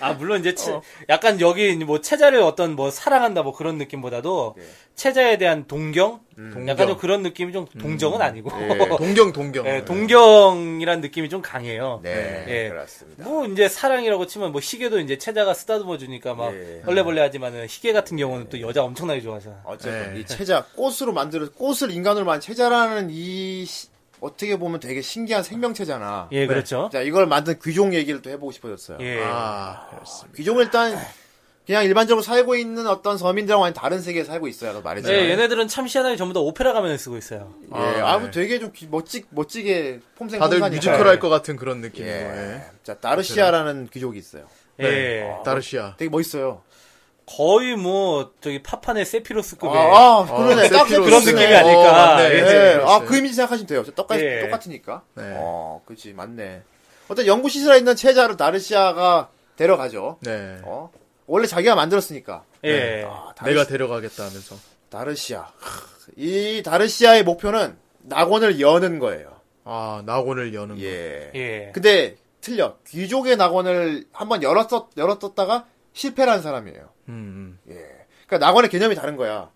Speaker 2: 아 물론 이제
Speaker 1: 어.
Speaker 2: 체- 약간 여기 뭐 체자를 어떤 뭐 사랑한다 뭐 그런 느낌보다도
Speaker 1: 네.
Speaker 2: 체자에 대한 동경,
Speaker 1: 음.
Speaker 2: 약간 좀
Speaker 3: 동경.
Speaker 2: 그런 느낌이 좀 동정은 아니고
Speaker 1: 예.
Speaker 3: 동경, 동경.
Speaker 2: 예, 동경이란 느낌이 좀 강해요.
Speaker 1: 네.
Speaker 2: 예.
Speaker 1: 그렇습니다.
Speaker 2: 뭐 이제 사랑이라고 치면 뭐 시계도 이제 체자가 쓰다듬어 주니까 막
Speaker 1: 예.
Speaker 2: 벌레벌레 하지만은 시계 같은 경우는 또 여자 엄청나게 좋아하잖아.
Speaker 1: 어쨌든
Speaker 3: 네.
Speaker 1: 이 체자 꽃으로 만들어 꽃을 인간으로 만든 체자라는 이 시- 어떻게 보면 되게 신기한 생명체잖아.
Speaker 2: 예, 그렇죠.
Speaker 1: 네. 자 이걸 만든 귀종 얘기를 또 해보고 싶어졌어요.
Speaker 2: 예.
Speaker 3: 아, 그렇습니다.
Speaker 1: 귀종은 일단 그냥 일반적으로 살고 있는 어떤 서민들하고 완전 다른 세계에 살고 있어요. 아까
Speaker 2: 예,
Speaker 3: 그렇죠.
Speaker 1: 말했잖아요.
Speaker 2: 얘네들은 참 희한하게 전부 다 오페라 가면을 쓰고 있어요.
Speaker 1: 예, 아무 되게 좀 귀- 멋지 멋지게 폼생
Speaker 3: 다들
Speaker 1: 폼사니까.
Speaker 3: 뮤지컬 할 것 같은 그런
Speaker 1: 예.
Speaker 3: 느낌이고.
Speaker 1: 예.
Speaker 3: 예.
Speaker 1: 자 다르시아라는 귀족이 있어요.
Speaker 2: 예.
Speaker 3: 다르시아.
Speaker 1: 되게 멋있어요.
Speaker 2: 거의 뭐 저기 파판의 세피로스급의
Speaker 1: 아, 아, 그러네.
Speaker 3: 어,
Speaker 1: 딱
Speaker 3: 세피로스.
Speaker 2: 그런 느낌이
Speaker 1: 어,
Speaker 2: 아닐까.
Speaker 3: 맞네.
Speaker 2: 예.
Speaker 1: 예. 아,
Speaker 3: 예.
Speaker 1: 그 의미 생각하시면 돼요. 똑같,
Speaker 2: 예.
Speaker 1: 똑같으니까.
Speaker 3: 네.
Speaker 1: 어, 그치, 맞네. 어떤 영구 시설에 있는 체자를 다르시아가 데려가죠.
Speaker 3: 네.
Speaker 1: 어? 원래 자기가 만들었으니까.
Speaker 2: 예.
Speaker 1: 아, 다르시,
Speaker 3: 내가 데려가겠다 하면서.
Speaker 1: 다르시아. 크, 이 다르시아의 목표는 낙원을 여는 거예요.
Speaker 3: 아, 낙원을 여는 거.
Speaker 1: 예.
Speaker 2: 예.
Speaker 1: 근데, 틀려. 귀족의 낙원을 한번 열었었, 열었었다가 실패한 사람이에요.
Speaker 3: 음, 음.
Speaker 1: 예. 그니까 낙원의 개념이 다른 거야.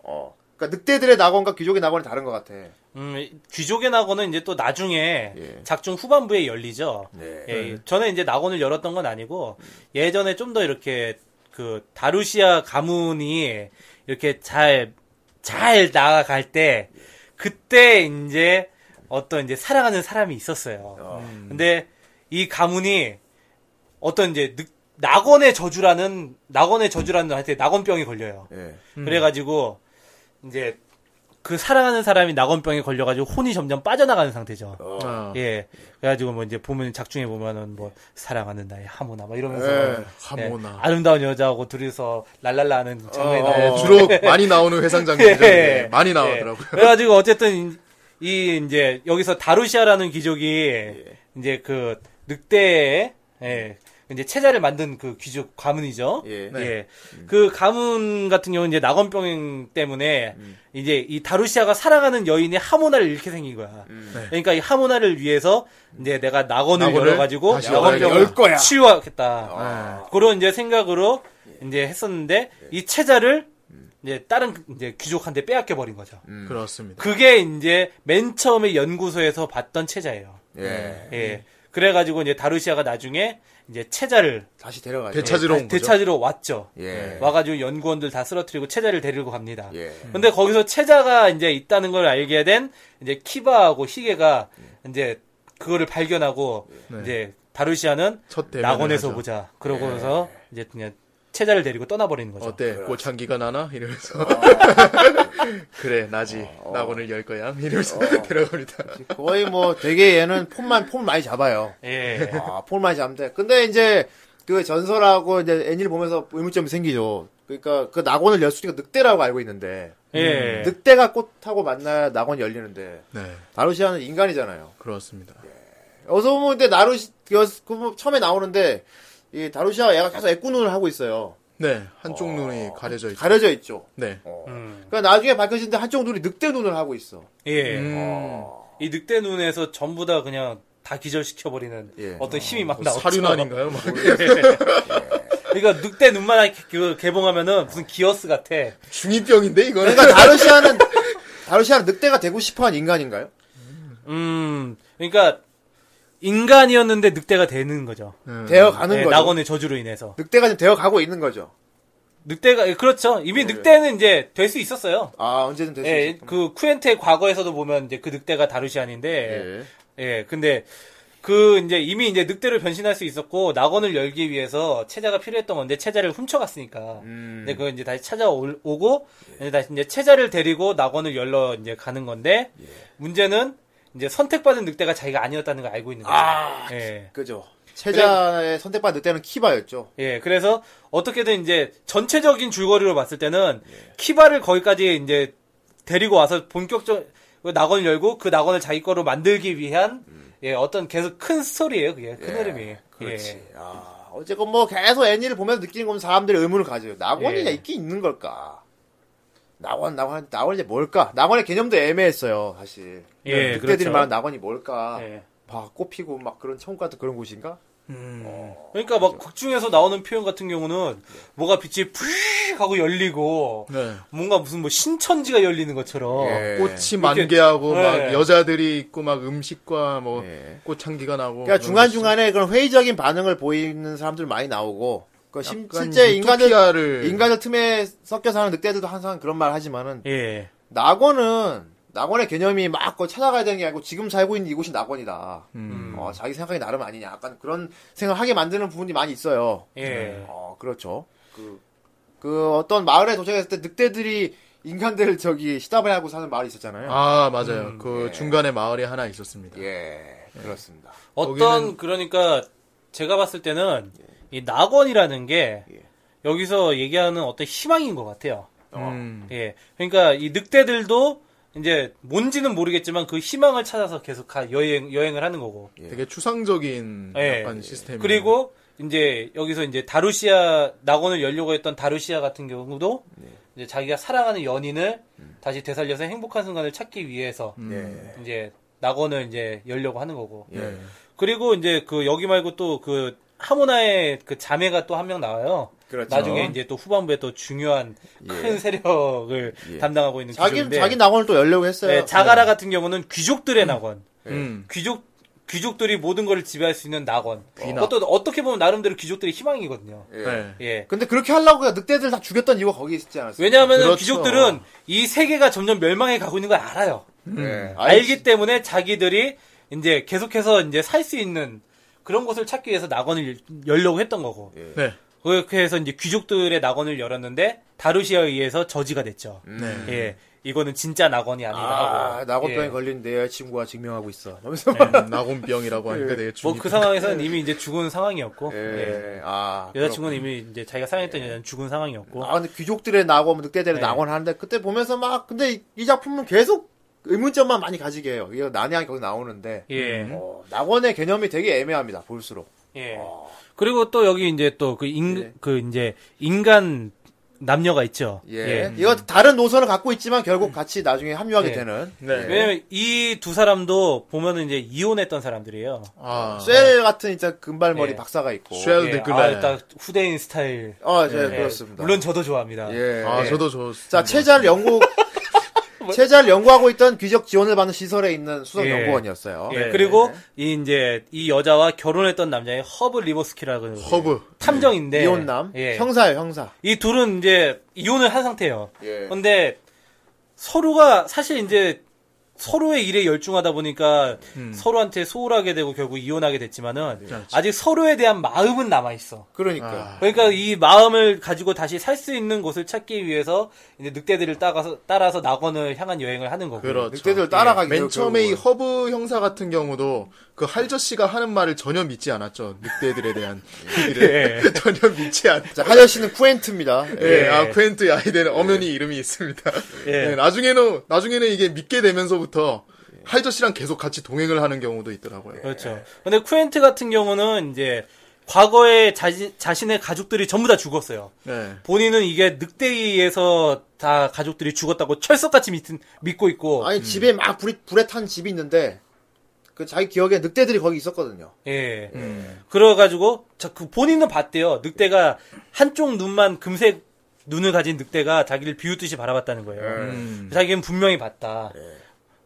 Speaker 1: 어. 그니까 늑대들의 낙원과 귀족의 낙원이 다른 것 같아.
Speaker 2: 음, 귀족의 낙원은 이제 또 나중에
Speaker 1: 예.
Speaker 2: 작중 후반부에 열리죠.
Speaker 1: 예.
Speaker 2: 예. 전에 이제 낙원을 열었던 건 아니고 예전에 좀 더 이렇게 그 다루시아 가문이 이렇게 잘, 잘 나아갈 때 그때 이제 어떤 이제 사랑하는 사람이 있었어요. 음. 근데 이 가문이 어떤 이제 늑- 낙원의 저주라는 낙원의 저주라는 한테 낙원병이 걸려요.
Speaker 1: 예.
Speaker 2: 그래가지고 이제 그 사랑하는 사람이 낙원병에 걸려가지고 혼이 점점 빠져나가는 상태죠.
Speaker 1: 어.
Speaker 3: 아,
Speaker 2: 예. 그래가지고 뭐 이제 보면 작중에 보면은 뭐 사랑하는 나의 하모나 막 이러면서
Speaker 1: 예,
Speaker 2: 예,
Speaker 3: 하모나.
Speaker 2: 아름다운 여자하고 둘이서 랄랄라 하는 장면이
Speaker 1: 어,
Speaker 2: 나오고
Speaker 3: 네, 주로 많이 나오는 회상 장면이죠.
Speaker 2: 예.
Speaker 3: 예. 많이
Speaker 2: 예.
Speaker 3: 나오더라고요.
Speaker 2: 그래가지고 어쨌든
Speaker 3: 예.
Speaker 2: 이 이제 여기서 다루시아라는 귀족이 이제 그 늑대의 예. 이제 체자를 만든 그 귀족 가문이죠.
Speaker 1: 예.
Speaker 3: 네.
Speaker 2: 예. 그 가문 같은 경우는 이제 낙원병 때문에
Speaker 3: 음.
Speaker 2: 이제 이 다루시아가 사랑하는 여인의 하모나를 잃게 생긴 거야.
Speaker 3: 음.
Speaker 2: 그러니까 이 하모나를 위해서 이제 내가 낙원을
Speaker 3: 낙원을
Speaker 2: 열어가지고
Speaker 3: 다시
Speaker 2: 낙원병을
Speaker 1: 열 거야.
Speaker 2: 치유하겠다. 그런 이제 생각으로 이제 했었는데 이 체자를 이제 다른 이제 귀족한테 빼앗겨 버린 거죠.
Speaker 3: 음. 그렇습니다.
Speaker 2: 그게 이제 맨 처음에 연구소에서 봤던 체자예요.
Speaker 1: 예.
Speaker 2: 예. 그래가지고 이제 다루시아가 나중에 이제 체자를 아,
Speaker 1: 다시 데려가죠.
Speaker 3: 대차지로 온 거죠.
Speaker 2: 예. 되찾으러 왔죠.
Speaker 1: 예.
Speaker 2: 와가지고 연구원들 다 쓰러뜨리고 체자를 데리고 갑니다.
Speaker 1: 예.
Speaker 2: 음. 근데 거기서 체자가 이제 있다는 걸 알게 된 이제 키바하고 히게가
Speaker 3: 음.
Speaker 2: 이제 그거를 발견하고 이제 다루시아는
Speaker 3: 첫 네. 대면을
Speaker 2: 낙원에서
Speaker 3: 하죠. 예.
Speaker 2: 보자. 그러고서 이제 그냥 체자를 데리고 떠나버리는 거죠.
Speaker 3: 어때? 꽃향기가 나나? 이러면서. 그래, 나지. 낙원을 열 거야. 이러면서 데려갑니다.
Speaker 1: 거의 뭐 되게 얘는 폼만 폼 많이 잡아요.
Speaker 2: 예.
Speaker 1: 아, 폼 많이 잡는데 근데 이제 그 전설하고 이제 애니를 보면서 의문점이 생기죠. 그러니까 그 낙원을 열 수리가 늑대라고 알고 있는데
Speaker 2: 예.
Speaker 1: 늑대가 꽃하고 만나 낙원 열리는데
Speaker 3: 네,
Speaker 1: 나루시아는 인간이잖아요.
Speaker 3: 그렇습니다.
Speaker 1: 어서 보면 근데 나루시 그, 그 처음에 나오는데 이 다루시아가 얘가 계속 애꾸눈을 하고 있어요.
Speaker 3: 네, 한쪽 눈이 가려져 있죠.
Speaker 1: 가려져 있죠.
Speaker 3: 네.
Speaker 1: 그러니까 나중에 밝혀지는데 한쪽 눈이 늑대 눈을 하고 있어.
Speaker 2: 음. 예.
Speaker 3: 음,
Speaker 2: 이 늑대 눈에서 전부 다 그냥 다 기절시켜버리는
Speaker 1: 예.
Speaker 2: 어떤 힘이 막 나오죠.
Speaker 3: 그뭐 사륜아닌가요? 막.
Speaker 2: 그러니까 늑대 눈만 그 개봉하면은 무슨 기어스 같아.
Speaker 3: 중2병인데, 이거는?
Speaker 1: 그러니까 다루시아는 다루시아는 늑대가 되고 싶어한 인간인가요?
Speaker 2: 음, 그러니까 인간이었는데 늑대가 되는 거죠.
Speaker 3: 네.
Speaker 1: 되어 가는
Speaker 2: 예,
Speaker 1: 거죠.
Speaker 2: 낙원의 저주로 인해서
Speaker 1: 늑대가 지금 되어 가고 있는 거죠.
Speaker 2: 늑대가 예, 그렇죠. 이미 늑대는 이제 될 수 있었어요.
Speaker 1: 아 언제든 될수
Speaker 2: 예,
Speaker 1: 있어.
Speaker 2: 그 쿠엔테 과거에서도 보면 이제 그 늑대가 다루시안인데 예, 근데 그 이제 이미 이제 늑대로 변신할 수 있었고 낙원을 열기 위해서 체자가 필요했던 건데 체자를 훔쳐갔으니까. 근데 그걸 이제 다시 찾아오고 이제 다시 이제 체자를 데리고 낙원을 열러 이제 가는 건데 문제는 이제 선택받은 늑대가 자기가 아니었다는 걸 알고 있는 거죠. 예.
Speaker 1: 네. 그죠. 체자의 선택받은 늑대는 키바였죠.
Speaker 2: 예, 그래서 어떻게든 이제 전체적인 줄거리로 봤을 때는 키바를 거기까지 이제 데리고 와서 본격적 낙원을 열고 그 낙원을 자기 거로 만들기 위한 예, 어떤 계속 큰 스토리예요, 그게 큰 흐름이. 그렇지.
Speaker 1: 아, 어쨌건 뭐 계속 애니를 보면서 느끼는 건 사람들이 의문을 가져요. 낙원이냐
Speaker 2: 예.
Speaker 1: 있긴 있는 걸까? 낙원, 낙원, 낙원이 이제 뭘까? 낙원의 개념도 애매했어요, 사실. 네,
Speaker 2: 예,
Speaker 1: 늑대들이
Speaker 2: 그렇죠.
Speaker 1: 말하는 낙원이 뭘까?
Speaker 2: 예.
Speaker 1: 막 꽃피고 막 그런 천국 같은 그런 곳인가?
Speaker 2: 그러니까 막 극중에서 나오는 표현 같은 경우는 뭐가 빛이 푸 하고 열리고
Speaker 3: 네.
Speaker 2: 뭔가 무슨 뭐 신천지가 열리는 것처럼
Speaker 1: 예.
Speaker 3: 꽃이 만개하고
Speaker 2: 네.
Speaker 3: 막 여자들이 있고 막 음식과 뭐
Speaker 1: 예.
Speaker 3: 꽃향기가
Speaker 2: 뭐
Speaker 3: 나고
Speaker 1: 그러니까 중간 중간에 그런 회의적인 반응을 보이는 사람들 많이 나오고, 그 심, 실제 인간들
Speaker 3: 인간을
Speaker 1: 인간들 틈에 섞여 사는 늑대들도 항상 그런 말 하지만은
Speaker 2: 예.
Speaker 1: 낙원은 낙원의 개념이 막 그거 찾아가야 되는 게 아니고 지금 살고 있는 이곳이 낙원이다.
Speaker 2: 음.
Speaker 1: 어, 자기 생각이 나름 아니냐. 약간 그런 생각하게 만드는 부분이 많이 있어요.
Speaker 2: 예.
Speaker 1: 어, 그렇죠. 그, 그 어떤 마을에 도착했을 때 늑대들이 인간들을 저기 시답을 하고 사는 마을이 있었잖아요.
Speaker 3: 아 맞아요 그 중간에 마을이 하나 있었습니다
Speaker 1: 예, 그렇습니다.
Speaker 2: 어떤 그러니까 제가 봤을 때는 이 낙원이라는 게 여기서 얘기하는 어떤 희망인 것 같아요.
Speaker 1: 어,
Speaker 3: 음.
Speaker 2: 예, 그러니까 이 늑대들도 이제 뭔지는 모르겠지만 그 희망을 찾아서 계속 가 여행 여행을 하는 거고.
Speaker 3: 되게 추상적인
Speaker 2: 예.
Speaker 3: 약간 시스템이
Speaker 2: 그리고 이제 여기서 이제 다루시아 낙원을 열려고 했던 다루시아 같은 경우도
Speaker 1: 네.
Speaker 2: 이제 자기가 사랑하는 연인을 다시 되살려서 행복한 순간을 찾기 위해서
Speaker 1: 음. 네.
Speaker 2: 이제 낙원을 이제 열려고 하는 거고.
Speaker 1: 예.
Speaker 2: 그리고 이제 그 여기 말고 또 그 하모나의 그 자매가 또 한 명 나와요.
Speaker 1: 그렇죠. 예.
Speaker 2: 나중에 이제 또 후반부에 또 중요한 큰 세력을 담당하고 있는
Speaker 1: 자기
Speaker 2: 귀족인데
Speaker 1: 자기 낙원을 또 열려고 했어요.
Speaker 2: 네, 자가라 같은 경우는 귀족들의 낙원.
Speaker 3: 음.
Speaker 2: 귀족 귀족들이 모든 걸 지배할 수 있는 낙원.
Speaker 3: 귀낙.
Speaker 2: 그것도 어떻게 보면 나름대로 귀족들의 희망이거든요.
Speaker 3: 예.
Speaker 2: 예.
Speaker 1: 근데 그렇게 하려고 그냥 늑대들 다 죽였던 이유가 거기 있지 않았어요?
Speaker 2: 왜냐하면
Speaker 3: 그렇죠.
Speaker 2: 귀족들은 이 세계가 점점 멸망해 가고 있는 걸 알아요.
Speaker 1: 예.
Speaker 2: 알기 때문에 자기들이 이제 계속해서 이제 살 수 있는 그런 곳을 찾기 위해서 낙원을 열려고 했던 거고.
Speaker 3: 네.
Speaker 2: 그렇게 해서 이제 귀족들의 낙원을 열었는데 다루시아에 의해서 저지가 됐죠. 예. 이거는 진짜 낙원이 아니다 하고.
Speaker 1: 아, 낙원병에
Speaker 2: 예.
Speaker 1: 걸린 내 친구가 증명하고 있어. 하면서
Speaker 3: 음, 낙원병이라고 하니까 되게
Speaker 2: 뭐 그
Speaker 3: 중립
Speaker 2: 상황에서는 이미 이제 죽은 상황이었고 예.
Speaker 1: 예. 아, 예.
Speaker 2: 여자친구는 이미 이제 자기가 사랑했던 여자는 죽은 상황이었고
Speaker 1: 아 근데 귀족들의 낙원, 늑대들의
Speaker 2: 네.
Speaker 1: 낙원 하는데 그때 보면서 막 근데 이, 이 작품은 계속 의문점만 많이 가지게 해요. 이거 난해하게 거기 나오는데
Speaker 2: 예.
Speaker 1: 어, 낙원의 개념이 되게 애매합니다. 볼수록
Speaker 2: 예. 그리고 또 여기 이제 또 그 인, 그 이제 인간 남녀가 있죠.
Speaker 1: 예. 이거 다른 노선을 갖고 있지만 결국 같이 나중에 합류하게
Speaker 2: 예.
Speaker 1: 되는
Speaker 3: 네.
Speaker 2: 왜냐면 이 두 사람도 보면은 이제 이혼했던 사람들이에요.
Speaker 3: 아,
Speaker 1: 셀 같은 진짜 금발머리
Speaker 2: 예.
Speaker 1: 박사가 있고.
Speaker 3: 쉘
Speaker 2: 예,
Speaker 3: 데글라.
Speaker 2: 아, 일단 후대인 스타일.
Speaker 1: 아, 네,
Speaker 2: 예.
Speaker 1: 그렇습니다.
Speaker 2: 물론 저도 좋아합니다.
Speaker 1: 예.
Speaker 3: 아,
Speaker 1: 예.
Speaker 3: 저도 저.
Speaker 2: 네.
Speaker 1: 자, 체자를 연구 체자를 연구하고 있던 귀적 지원을 받는 시설에 있는 수석
Speaker 2: 뭐? 예.
Speaker 1: 연구원이었어요.
Speaker 2: 예, 그리고 이 이제 이 여자와 결혼했던 남자의 허브 리보스키라고
Speaker 3: 허브.
Speaker 2: 탐정인데
Speaker 1: 네. 이혼남
Speaker 2: 예.
Speaker 1: 형사예요, 형사.
Speaker 2: 이 둘은 이제 이혼을 한 상태예요.
Speaker 1: 예.
Speaker 2: 근데 서로가 사실 이제 서로의 일에 열중하다 보니까
Speaker 3: 음.
Speaker 2: 서로한테 소홀하게 되고 결국 이혼하게
Speaker 3: 네.
Speaker 2: 됐지만은
Speaker 3: 그렇죠.
Speaker 2: 아직 서로에 대한 마음은 남아 있어.
Speaker 1: 그러니까.
Speaker 2: 그러니까 이 마음을 가지고 다시 살 수 있는 곳을 찾기 위해서 이제 늑대들을 따라서 따라서 낙원을 향한 여행을 하는 거고.
Speaker 3: 그렇죠.
Speaker 1: 늑대들 네. 따라가기
Speaker 3: 맨 처음에 이 허브 형사 같은 경우도 그 할저 씨가 하는 말을 전혀 믿지 않았죠. 늑대들에 대한
Speaker 1: 네.
Speaker 3: 얘기를 전혀 믿지 않.
Speaker 1: 자, 하여 씨는 쿠엔트입니다.
Speaker 3: 예, 아 퀸트 아이덴 엄연히
Speaker 1: 네.
Speaker 3: 이름이 있습니다.
Speaker 2: 예.
Speaker 3: 예, 나중에는 나중에는 이게 믿게 되면서부터 할저 씨랑 계속 같이 동행을 하는 경우도 있더라고요.
Speaker 1: 네.
Speaker 2: 그렇죠. 근데 쿠엔트 같은 경우는 이제 과거에 자신 자신의 가족들이 전부 다 죽었어요.
Speaker 3: 네.
Speaker 2: 본인은 이게 늑대에서 다 가족들이 죽었다고 철석같이 믿, 믿고 있고
Speaker 1: 아니 집에 막 불이, 불에 탄 집이 있는데 그 자기 기억에 늑대들이 거기 있었거든요.
Speaker 2: 예 그래가지고 저 그 본인은 봤대요 늑대가 한쪽 눈만 금색 눈을 가진 늑대가 자기를 비웃듯이 바라봤다는 거예요 자기는 분명히 봤다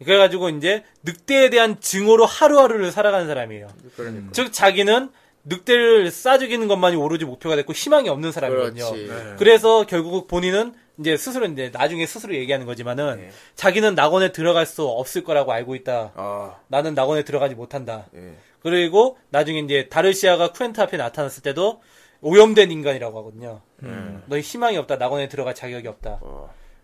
Speaker 2: 그래가지고 이제 늑대에 대한 증오로 하루하루를 살아가는 사람이에요
Speaker 1: 그러니까.
Speaker 2: 즉 자기는 늑대를 싸죽이는 것만이 오로지 목표가 됐고 희망이 없는 사람이거든요
Speaker 1: 그렇지.
Speaker 2: 그래서 결국 본인은 이제 스스로 이제 나중에 스스로 얘기하는 거지만은
Speaker 1: 네.
Speaker 2: 자기는 낙원에 들어갈 수 없을 거라고 알고 있다.
Speaker 1: 아,
Speaker 2: 나는 낙원에 들어가지 못한다.
Speaker 1: 예.
Speaker 2: 그리고 나중에 이제 다르시아가 쿠엔트 앞에 나타났을 때도 오염된 인간이라고 하거든요.
Speaker 1: 음.
Speaker 2: 음. 너희 희망이 없다. 낙원에 들어갈 자격이 없다.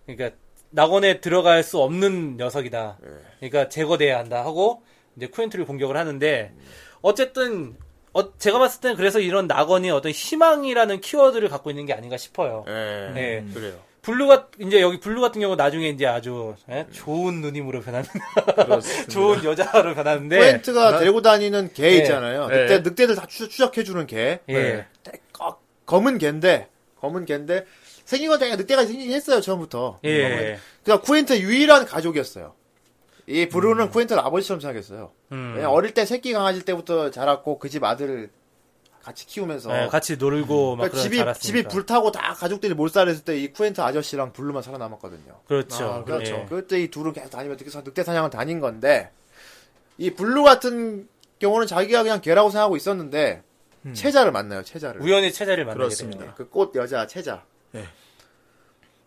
Speaker 2: 그러니까 낙원에 들어갈 수 없는 녀석이다.
Speaker 1: 네.
Speaker 2: 그러니까 제거돼야 한다 하고 이제 쿠엔트를 공격을 하는데
Speaker 1: 음.
Speaker 2: 어쨌든 어, 제가 봤을 때는 그래서 이런 낙원이 어떤 희망이라는 키워드를 갖고 있는 게 아닌가 싶어요.
Speaker 1: 예.
Speaker 2: 예.
Speaker 1: 그래요.
Speaker 2: 블루가 이제 여기 블루 같은 경우 나중에 이제 아주 예? 좋은 누님으로 변하는 좋은 여자로 변하는데 아.
Speaker 1: 쿠엔트가 데리고 다니는 개
Speaker 2: 예.
Speaker 1: 있잖아요.
Speaker 3: 예.
Speaker 1: 늑대 늑대들 다 추적, 해주는 개.
Speaker 2: 예.
Speaker 1: 거- 검은 개인데 검은 개인데 생긴 건 그냥 늑대가 생기긴 했어요 처음부터.
Speaker 2: 예.
Speaker 1: 그러니까 쿠엔트 유일한 가족이었어요. 이 브루는 쿠엔트를 아버지처럼 생각했어요.
Speaker 2: 음.
Speaker 1: 왜냐면 어릴 때 새끼 강아지 때부터 자랐고 그 집 아들을 같이 키우면서
Speaker 2: 예, 같이 놀고 막
Speaker 1: 그러니까
Speaker 2: 그런
Speaker 1: 집이
Speaker 2: 자랐으니까.
Speaker 1: 집이 불타고 다 가족들이 몰살했을 때 이 쿠엔트 아저씨랑 블루만 살아남았거든요.
Speaker 2: 그렇죠.
Speaker 3: 아,
Speaker 1: 그렇죠.
Speaker 2: 예.
Speaker 1: 그때 이 둘은 계속 다니면 늑대, 늑대 사냥을 다닌 건데 이 블루 같은 경우는 자기가 그냥 개라고 생각하고 있었는데
Speaker 2: 음.
Speaker 1: 체자를 만나요. 체자를.
Speaker 2: 우연히 체자를 만나게
Speaker 3: 그렇습니다.
Speaker 2: 됩니다.
Speaker 1: 그 꽃 여자 체자.
Speaker 3: 네.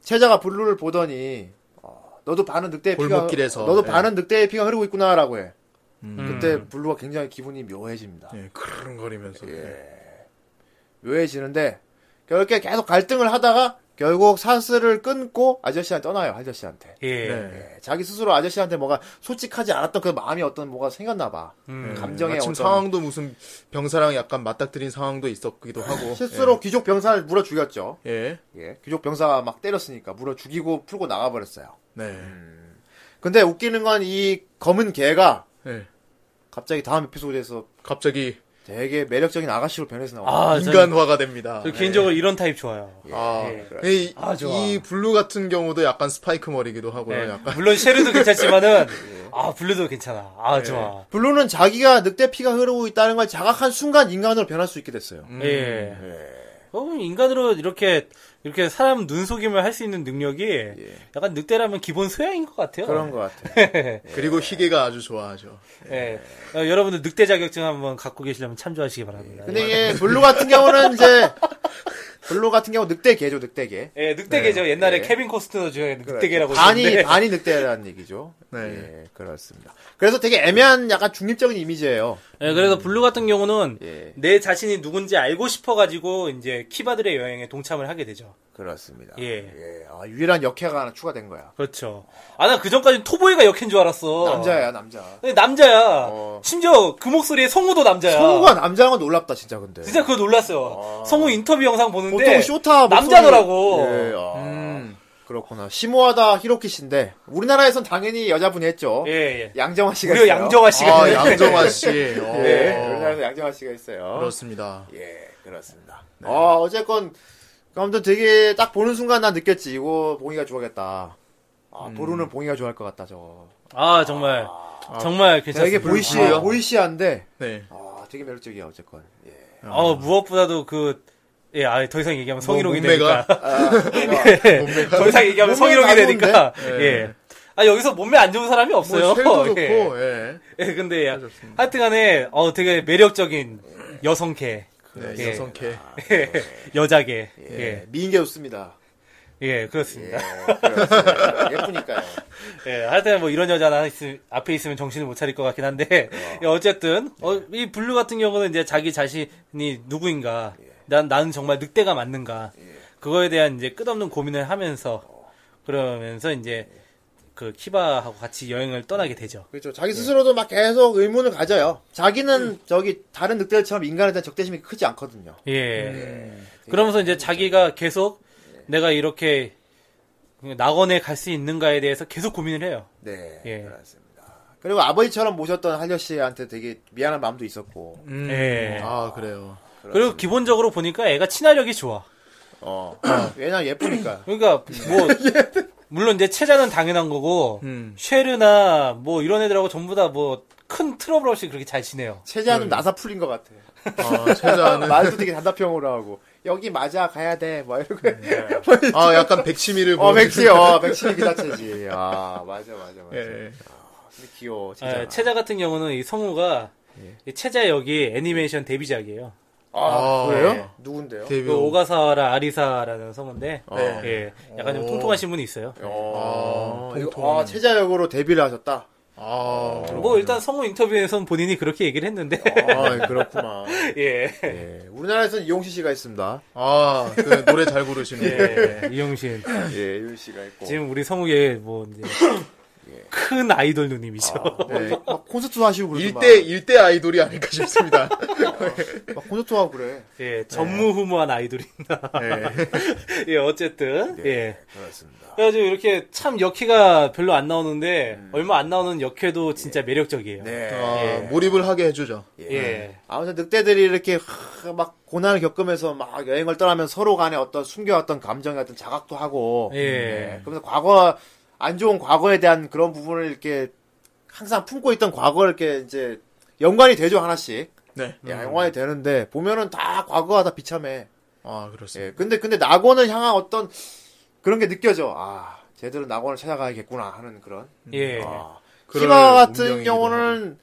Speaker 1: 체자가 블루를 보더니 어, 너도 반은 늑대의 피가
Speaker 3: 골목길에서.
Speaker 1: 너도
Speaker 3: 예.
Speaker 1: 반은 늑대의 피가 흐르고 있구나라고 해.
Speaker 2: 음.
Speaker 1: 그때 블루가 굉장히 기분이 묘해집니다.
Speaker 3: 예, 크릉거리면서. 예.
Speaker 1: 묘해지는데 그렇게 계속 갈등을 하다가 결국 사슬을 끊고 아저씨한테 떠나요. 아저씨한테.
Speaker 3: 네.
Speaker 2: 예.
Speaker 1: 예, 자기 스스로 아저씨한테 뭐가 솔직하지 않았던 그 마음이 어떤 뭐가 생겼나 봐. 네, 감정의
Speaker 3: 음. 네, 마침
Speaker 1: 어떤
Speaker 3: 상황도 무슨 병사랑 약간 맞닥뜨린 상황도 있었기도 하고.
Speaker 1: 실수로 귀족 병사를 물어 죽였죠.
Speaker 3: 예. 예.
Speaker 1: 예, 귀족 병사가 막 때렸으니까 물어 죽이고 풀고 나가버렸어요.
Speaker 3: 네.
Speaker 1: 음. 근데 웃기는 건 이 검은 개가
Speaker 3: 예.
Speaker 1: 갑자기 다음 에피소드에서
Speaker 3: 갑자기
Speaker 1: 되게 매력적인 아가씨로 변해서 나와요.
Speaker 2: 아, 저는-
Speaker 3: 인간화가 됩니다.
Speaker 2: 저 개인적으로 이런 타입 좋아요.
Speaker 3: 아,
Speaker 2: 예.
Speaker 3: 이,
Speaker 2: 아, 좋아.
Speaker 3: 이 블루 같은 경우도 약간 스파이크 머리기도 하고요.
Speaker 2: 예.
Speaker 3: 약간
Speaker 2: 물론 쉐르도 괜찮지만은 아, 블루도 괜찮아. 아, 좋아.
Speaker 1: 블루는 자기가 늑대 피가 흐르고 있다는 걸 자각한 순간 인간으로 변할 수 있게 됐어요.
Speaker 2: 예. 어, 인간으로 이렇게 이렇게 사람 눈속임을 할 수 있는 능력이 약간 늑대라면 기본 소양인 것 같아요.
Speaker 1: 예. 그런 것
Speaker 2: 음.
Speaker 1: 같아요.
Speaker 3: 그리고 희게가 아주 좋아하죠.
Speaker 2: 예. 어, 여러분들 늑대 자격증 한번 갖고 계시려면 참조하시기 바랍니다.
Speaker 1: 근데 이게 블루 같은 경우는 이제 블루 같은 경우 늑대 개죠, 늑대 개.
Speaker 2: 예, 늑대계죠. 옛날에 케빈 코스트너 중에 늑대계라고
Speaker 1: 네. 그렇죠. 반이
Speaker 2: 있었는데.
Speaker 1: 반이 늑대라는 얘기죠.
Speaker 3: 네.
Speaker 1: 예, 그렇습니다. 그래서 되게 애매한 약간 중립적인 이미지예요.
Speaker 2: 예, 그래서 블루 같은 경우는
Speaker 1: 예.
Speaker 2: 내 자신이 누군지 알고 싶어가지고 이제 키바들의 여행에 동참을 하게 되죠.
Speaker 1: 그렇습니다.
Speaker 2: 예.
Speaker 1: 아, 유일한 역해가 하나 추가된 거야.
Speaker 2: 그렇죠. 아, 나 그전까진 토보이가 역인 줄 알았어.
Speaker 1: 남자야, 남자.
Speaker 2: 근데 남자야.
Speaker 1: 어.
Speaker 2: 심지어 그 목소리에 성우도 남자야.
Speaker 1: 성우가 남자인 건 놀랍다, 진짜 근데.
Speaker 2: 진짜 그거
Speaker 3: 아.
Speaker 2: 놀랐어요. 성우 인터뷰 영상 보는데 음.
Speaker 1: 보통 쇼타 뭐 목소리-
Speaker 2: 남자더라고.
Speaker 1: 예, 아, 그렇구나. 시모하다 히로키 씨인데 우리나라에선 당연히 여자분이 했죠.
Speaker 2: 예, 예.
Speaker 1: 양정화 씨가
Speaker 2: 무려
Speaker 1: 있어요.
Speaker 2: 양정화 씨가
Speaker 3: 아,
Speaker 2: 있네요.
Speaker 3: 양정화 씨. 어.
Speaker 1: 예, 우리나라에서 양정화 씨가 있어요.
Speaker 3: 그렇습니다.
Speaker 1: 예, 그렇습니다.
Speaker 2: 네.
Speaker 1: 어, 어쨌건 아무튼 되게 딱 보는 순간 난 느꼈지. 이거 봉이가 좋아하겠다. 아,
Speaker 2: 음.
Speaker 1: 보루는 봉이가 좋아할 것 같다. 저거.
Speaker 2: 아, 정말. 정말
Speaker 1: 되게
Speaker 2: 괜찮습니다.
Speaker 1: 보이시
Speaker 3: 그래요?
Speaker 1: 보이시한데
Speaker 3: 네.
Speaker 1: 아, 되게 매력적이야 어쨌건. 예.
Speaker 3: 아.
Speaker 2: 어, 무엇보다도 그, 예, 아, 더 이상 얘기하면 성희롱이
Speaker 3: 뭐 몸매가-
Speaker 2: 되니까.
Speaker 1: 아,
Speaker 2: 예. 더 이상
Speaker 1: 몸매가
Speaker 2: 얘기하면 성희롱이
Speaker 1: 안
Speaker 2: 되니까.
Speaker 3: 좋은데?
Speaker 2: 예. 아, 여기서 몸매 안 좋은 사람이
Speaker 3: 뭐
Speaker 2: 없어요.
Speaker 3: 쉘도 좋고
Speaker 2: 예.
Speaker 3: 예.
Speaker 2: 예, 근데 야, 하여튼 간에, 어, 되게 매력적인 여성캐.
Speaker 3: 네,
Speaker 2: 예.
Speaker 3: 여성캐.
Speaker 2: 예, 여자계.
Speaker 1: 예.
Speaker 2: 예.
Speaker 1: 미인 게 좋습니다.
Speaker 2: 예, 그렇습니다.
Speaker 1: 예, 그렇습니다. 예쁘니까요.
Speaker 2: 예, 하여튼 뭐 이런 여자 하나 있으, 앞에 있으면 정신을 못 차릴 것 같긴 한데, 예, 어쨌든, 어, 이 블루 같은 경우는 이제 자기 자신이 누구인가, 난, 나는 정말 늑대가 맞는가, 그거에 대한 이제 끝없는 고민을 하면서, 그러면서 이제, 그 키바하고 같이 여행을 떠나게 되죠.
Speaker 1: 그렇죠. 자기 스스로도 막 계속 의문을 가져요. 자기는 저기 다른 늑대처럼 인간에 대한 적대심이 크지 않거든요.
Speaker 2: 예. 그러면서 이제 자기가 계속 내가 이렇게 낙원에 갈 수 있는가에 대해서 계속 고민을 해요.
Speaker 1: 네,
Speaker 2: 예.
Speaker 1: 그렇습니다. 그리고 아버지처럼 모셨던 한려 씨한테 되게 미안한 마음도 있었고.
Speaker 2: 예.
Speaker 3: 아, 그래요.
Speaker 2: 그리고 기본적으로 보니까 애가 친화력이 좋아.
Speaker 1: 어. 왜냐 예쁘니까.
Speaker 2: 그러니까 뭐 물론 이제 체자는 당연한 거고
Speaker 3: 예. 음.
Speaker 2: 쉐르나 뭐 이런 애들하고 전부 다 뭐 큰 트러블 없이 그렇게 잘 지내요.
Speaker 1: 체자는 나사 풀린 것 같아.
Speaker 3: 아, 최자는
Speaker 1: 말도 되게 단답형으로 하고 여기 맞아 가야 돼. 뭐 이러고.
Speaker 3: 아, 약간 백치미를
Speaker 1: 어,
Speaker 3: 보여주는-
Speaker 1: 백치, 어, 백치는 그 자체지. 아, 맞아, 맞아, 맞아.
Speaker 3: 예.
Speaker 1: 근데 귀여워, 체자.
Speaker 2: 예, 체자 같은 경우는 이 성우가
Speaker 3: 예.
Speaker 2: 이 체자 역이 애니메이션 데뷔작이에요.
Speaker 1: 아,
Speaker 3: 아,
Speaker 1: 그래요?
Speaker 3: 예.
Speaker 1: 누군데요?
Speaker 3: 데뷔.
Speaker 2: 그 오가사와라 아리사라는 성우인데
Speaker 3: 네.
Speaker 2: 예, 약간 좀
Speaker 3: 오.
Speaker 2: 통통한 신분이 있어요.
Speaker 1: 어,
Speaker 3: 아,
Speaker 1: 이거,
Speaker 3: 통통.
Speaker 1: 네. 아, 체자 역으로 데뷔를 하셨다?
Speaker 3: 아,
Speaker 2: 뭐 일단 성우 인터뷰에서는 본인이 그렇게 얘기를 했는데
Speaker 3: 어.
Speaker 1: 아, 그렇구만.
Speaker 2: 예.
Speaker 1: 예. 우리나라에서는 이용시 씨가 있습니다.
Speaker 3: 아, 그 노래 잘 부르시네.
Speaker 2: 예, 이용신
Speaker 3: 어.
Speaker 1: 예, 이용시 씨가 있고.
Speaker 2: 지금 우리 성우의 뭐 이제
Speaker 3: 예.
Speaker 2: 큰 아이돌 누님이죠.
Speaker 3: 네.
Speaker 1: 막 콘서트 하시고 그러더만.
Speaker 3: 일대 일대 아이돌이 아닐까 싶습니다.
Speaker 1: 막 콘서트 하고 그래.
Speaker 2: 예, 전무후무한 아이돌입니다.
Speaker 1: 네.
Speaker 2: 예, 어쨌든 예.
Speaker 1: 그렇습니다.
Speaker 2: 그래가지고 이렇게 참 역해가 별로 안 나오는데 얼마 안 나오는 역해도 진짜 매력적이에요.
Speaker 1: 음. 예. 네.
Speaker 3: 아,
Speaker 2: 예.
Speaker 3: 몰입을 하게 해주죠.
Speaker 2: 예.
Speaker 1: 아무튼 늑대들이 이렇게 하, 막 고난을 겪으면서 막 여행을 떠나면 서로 간에 어떤 숨겨왔던 감정이 어떤 자각도 하고
Speaker 2: 예.
Speaker 1: 네. 그러면서 과거 안 좋은 과거에 대한 그런 부분을 이렇게 항상 품고 있던 과거를 이렇게 이제 연관이 되죠 하나씩
Speaker 3: 네.
Speaker 1: 예, 연관이 되는데 보면은 다 과거가 다 비참해
Speaker 3: 아, 그렇습니다.
Speaker 1: 예, 근데 근데 낙원을 향한 어떤 그런 게 느껴져 아 제대로 낙원을 찾아가야겠구나 하는 그런
Speaker 2: 예.
Speaker 1: 아,
Speaker 3: 그럴
Speaker 1: 키바 같은
Speaker 3: 운명이기도
Speaker 1: 경우는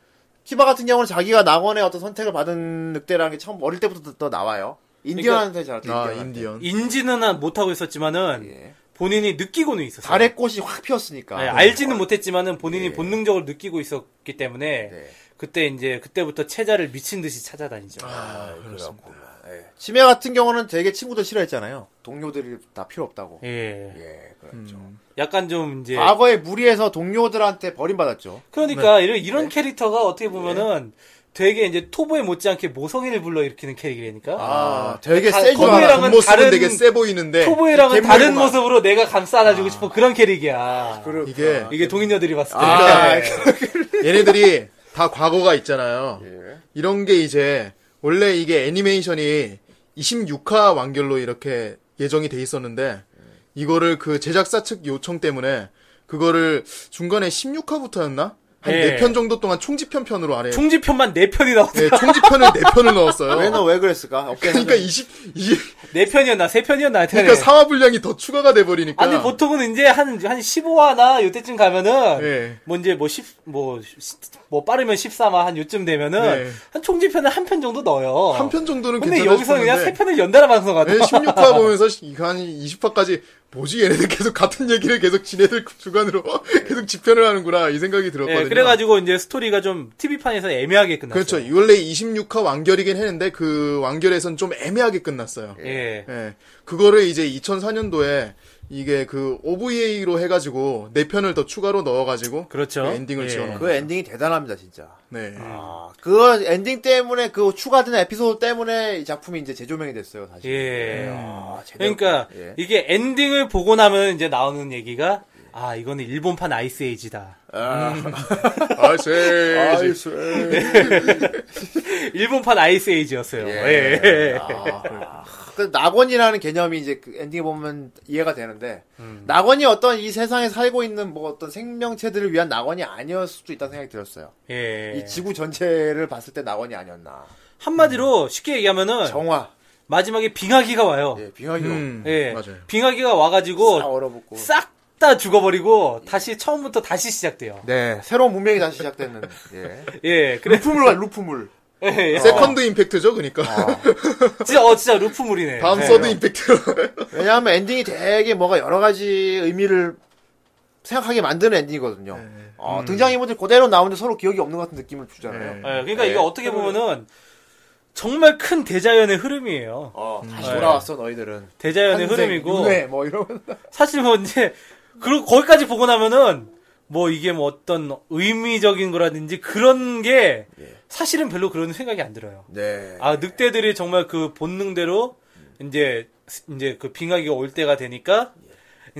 Speaker 1: 키바 같은 경우는 자기가 낙원의 어떤 선택을 받은 늑대라는 게 처음 어릴 때부터 또 나와요. 인디언한테 자랐죠.
Speaker 3: 아,
Speaker 1: 인디언한테.
Speaker 3: 인디언.
Speaker 2: 인지는 한- 못하고 있었지만은
Speaker 1: 예. 아,
Speaker 2: 본인이 느끼고는 있었어요.
Speaker 1: 달의 꽃이 확 피었으니까.
Speaker 2: 예, 알지는 못했지만은 본인이 본능적으로 느끼고 있었기 때문에
Speaker 1: 예. 네.
Speaker 2: 그때 이제 그때부터 체자를 미친 듯이 찾아다니죠.
Speaker 1: 아, 그렇습니다. 예. 치매 같은 경우는 되게 친구들 싫어했잖아요. 동료들이 다 필요 없다고. 예,
Speaker 2: 예.
Speaker 1: 그렇죠. 예.
Speaker 2: 약간 좀 이제
Speaker 1: 과거에 무리해서 동료들한테 버림받았죠.
Speaker 2: 그러니까
Speaker 3: 네.
Speaker 2: 이런 이런 캐릭터가 어떻게 보면은 되게 이제 토보에 못지않게 모성애를 불러일으키는 캐릭이니까.
Speaker 1: 아, 되게
Speaker 2: 다-
Speaker 1: 센 줄
Speaker 2: 거기랑-
Speaker 1: 알아.
Speaker 3: 겉모습은
Speaker 2: 다른-
Speaker 3: 되게 세 보이는데
Speaker 2: 네. 토보이랑은
Speaker 1: 갯물이구만.
Speaker 2: 다른 모습으로 내가 감싸 안아주고 싶어 그런 캐릭이야.
Speaker 3: 이게
Speaker 2: 이게 동인녀들이 봤을 때.
Speaker 3: 네.
Speaker 1: 아,
Speaker 3: 얘네들이 다 과거가 있잖아요.
Speaker 2: 예.
Speaker 3: 이런 게 이제 원래 이게 애니메이션이 26화 완결로 이렇게 예정이 돼 있었는데 이거를 그 제작사 측 요청 때문에 그거를 중간에 16화부터였나? 한
Speaker 2: 예.
Speaker 3: 네 편 정도 동안 총집편 편으로 아래
Speaker 2: 총지편만 네편이 나오고
Speaker 3: 네, 총집편을 네편을 넣었어요.
Speaker 1: 왜는 왜 그랬을까? 업계는
Speaker 3: 그러니까 20, 20
Speaker 2: 네편이었나세편이었나 하여튼.
Speaker 3: 그러니까 사화 그러니까. 분량이 더 추가가 돼 버리니까
Speaker 2: 아니 뭐 보통은 이제 한 한 15화나 요때쯤 가면은
Speaker 3: 예.
Speaker 2: 뭐 이제 뭐 10, 뭐, 시- 뭐 빠르면 13화 한 요쯤 되면은
Speaker 3: 예.
Speaker 2: 한 총지편을 한 편 정도 넣어요.
Speaker 3: 한 편 정도는
Speaker 2: 근데
Speaker 3: 괜찮아 네,
Speaker 2: 여기서는 그냥 세 편을 연달아 방송하다.
Speaker 3: 왜 16화 보면서 시- 한 20화까지 뭐지 얘네들 계속 같은 얘기를 계속 지네들 그 주관으로 계속 집편을 하는구나 이 생각이 들었거든요.
Speaker 2: 예, 그래가지고 이제 스토리가 좀 TV판에서 애매하게 끝났어요.
Speaker 3: 그렇죠. 원래 26화 완결이긴 했는데 그 완결에선 좀 애매하게 끝났어요.
Speaker 2: 예.
Speaker 3: 예. 그거를 이제 2004년도에 이게 그 OVA로 해가지고 네 편을 더 추가로 넣어가지고
Speaker 2: 그렇죠.
Speaker 3: 그 엔딩을
Speaker 2: 예.
Speaker 3: 지어놓은
Speaker 1: 그 엔딩이 대단합니다, 진짜.
Speaker 3: 네.
Speaker 1: 아, 그 엔딩 때문에 그 추가된 에피소드 때문에 이 작품이 이제 재조명이 됐어요, 사실.
Speaker 2: 예.
Speaker 1: 아, 제대로.
Speaker 2: 그러니까
Speaker 1: 예.
Speaker 2: 이게 엔딩을 보고 나면 이제 나오는 얘기가 아 이거는 일본판 아이스에이지다.
Speaker 1: 아,
Speaker 3: 예, 아이스
Speaker 2: 예.
Speaker 3: 아이스.
Speaker 1: 아이스.
Speaker 2: 일본판 아이스에이지였어요.
Speaker 1: 예.
Speaker 2: 예.
Speaker 1: 아, 그 낙원이라는 개념이 이제 그 엔딩에 보면 이해가 되는데
Speaker 2: 음.
Speaker 1: 낙원이 어떤 이 세상에 살고 있는 뭐 어떤 생명체들을 위한 낙원이 아니었을 수도 있다는 생각이 들었어요.
Speaker 2: 예.
Speaker 1: 이 지구 전체를 봤을 때 낙원이 아니었나.
Speaker 2: 한마디로 쉽게 얘기하면은
Speaker 1: 정화,
Speaker 2: 마지막에 빙하기가 와요.
Speaker 1: 예, 빙하기
Speaker 3: 음,
Speaker 2: 예.
Speaker 3: 맞아요.
Speaker 2: 빙하기가
Speaker 1: 다
Speaker 2: 와가지고
Speaker 1: 얼어붙고.
Speaker 2: 싹 다 죽어버리고 다시 처음부터 다시 시작돼요.
Speaker 1: 네, 새로운 문명이 다시 시작되는. 예.
Speaker 2: 예, 그래.
Speaker 1: 루프물 가 루프물.
Speaker 2: 예, 예.
Speaker 3: 세컨드 임팩트죠, 그러니까.
Speaker 2: 진짜 어 진짜 아, 루프물이네.
Speaker 3: 다음
Speaker 2: 예.
Speaker 3: 서드 임팩트로.
Speaker 1: 왜냐하면 엔딩이 되게 뭐가 여러 가지 의미를 생각하게 만드는 엔딩이거든요.
Speaker 2: 네.
Speaker 1: 어, 등장인물들 그대로 나오는데 서로 기억이 없는 것 같은 느낌을 주잖아요.
Speaker 2: 예, 그러니까
Speaker 1: 예.
Speaker 2: 이게 어떻게 보면은 정말 큰 대자연의 흐름이에요.
Speaker 1: 어, 다시 돌아왔어 너희들은.
Speaker 2: 대자연의 네. 흐름이고
Speaker 1: 네, 뭐 이런.
Speaker 2: 사실 뭐 이제 그리고 거기까지 보고 나면은 뭐 이게 뭐 어떤 의미적인 거라든지 그런 게 사실은 별로 그런 생각이 안 들어요.
Speaker 1: 네.
Speaker 2: 아 늑대들이 정말 그 본능대로 이제 이제 그 빙하기가 올 때가 되니까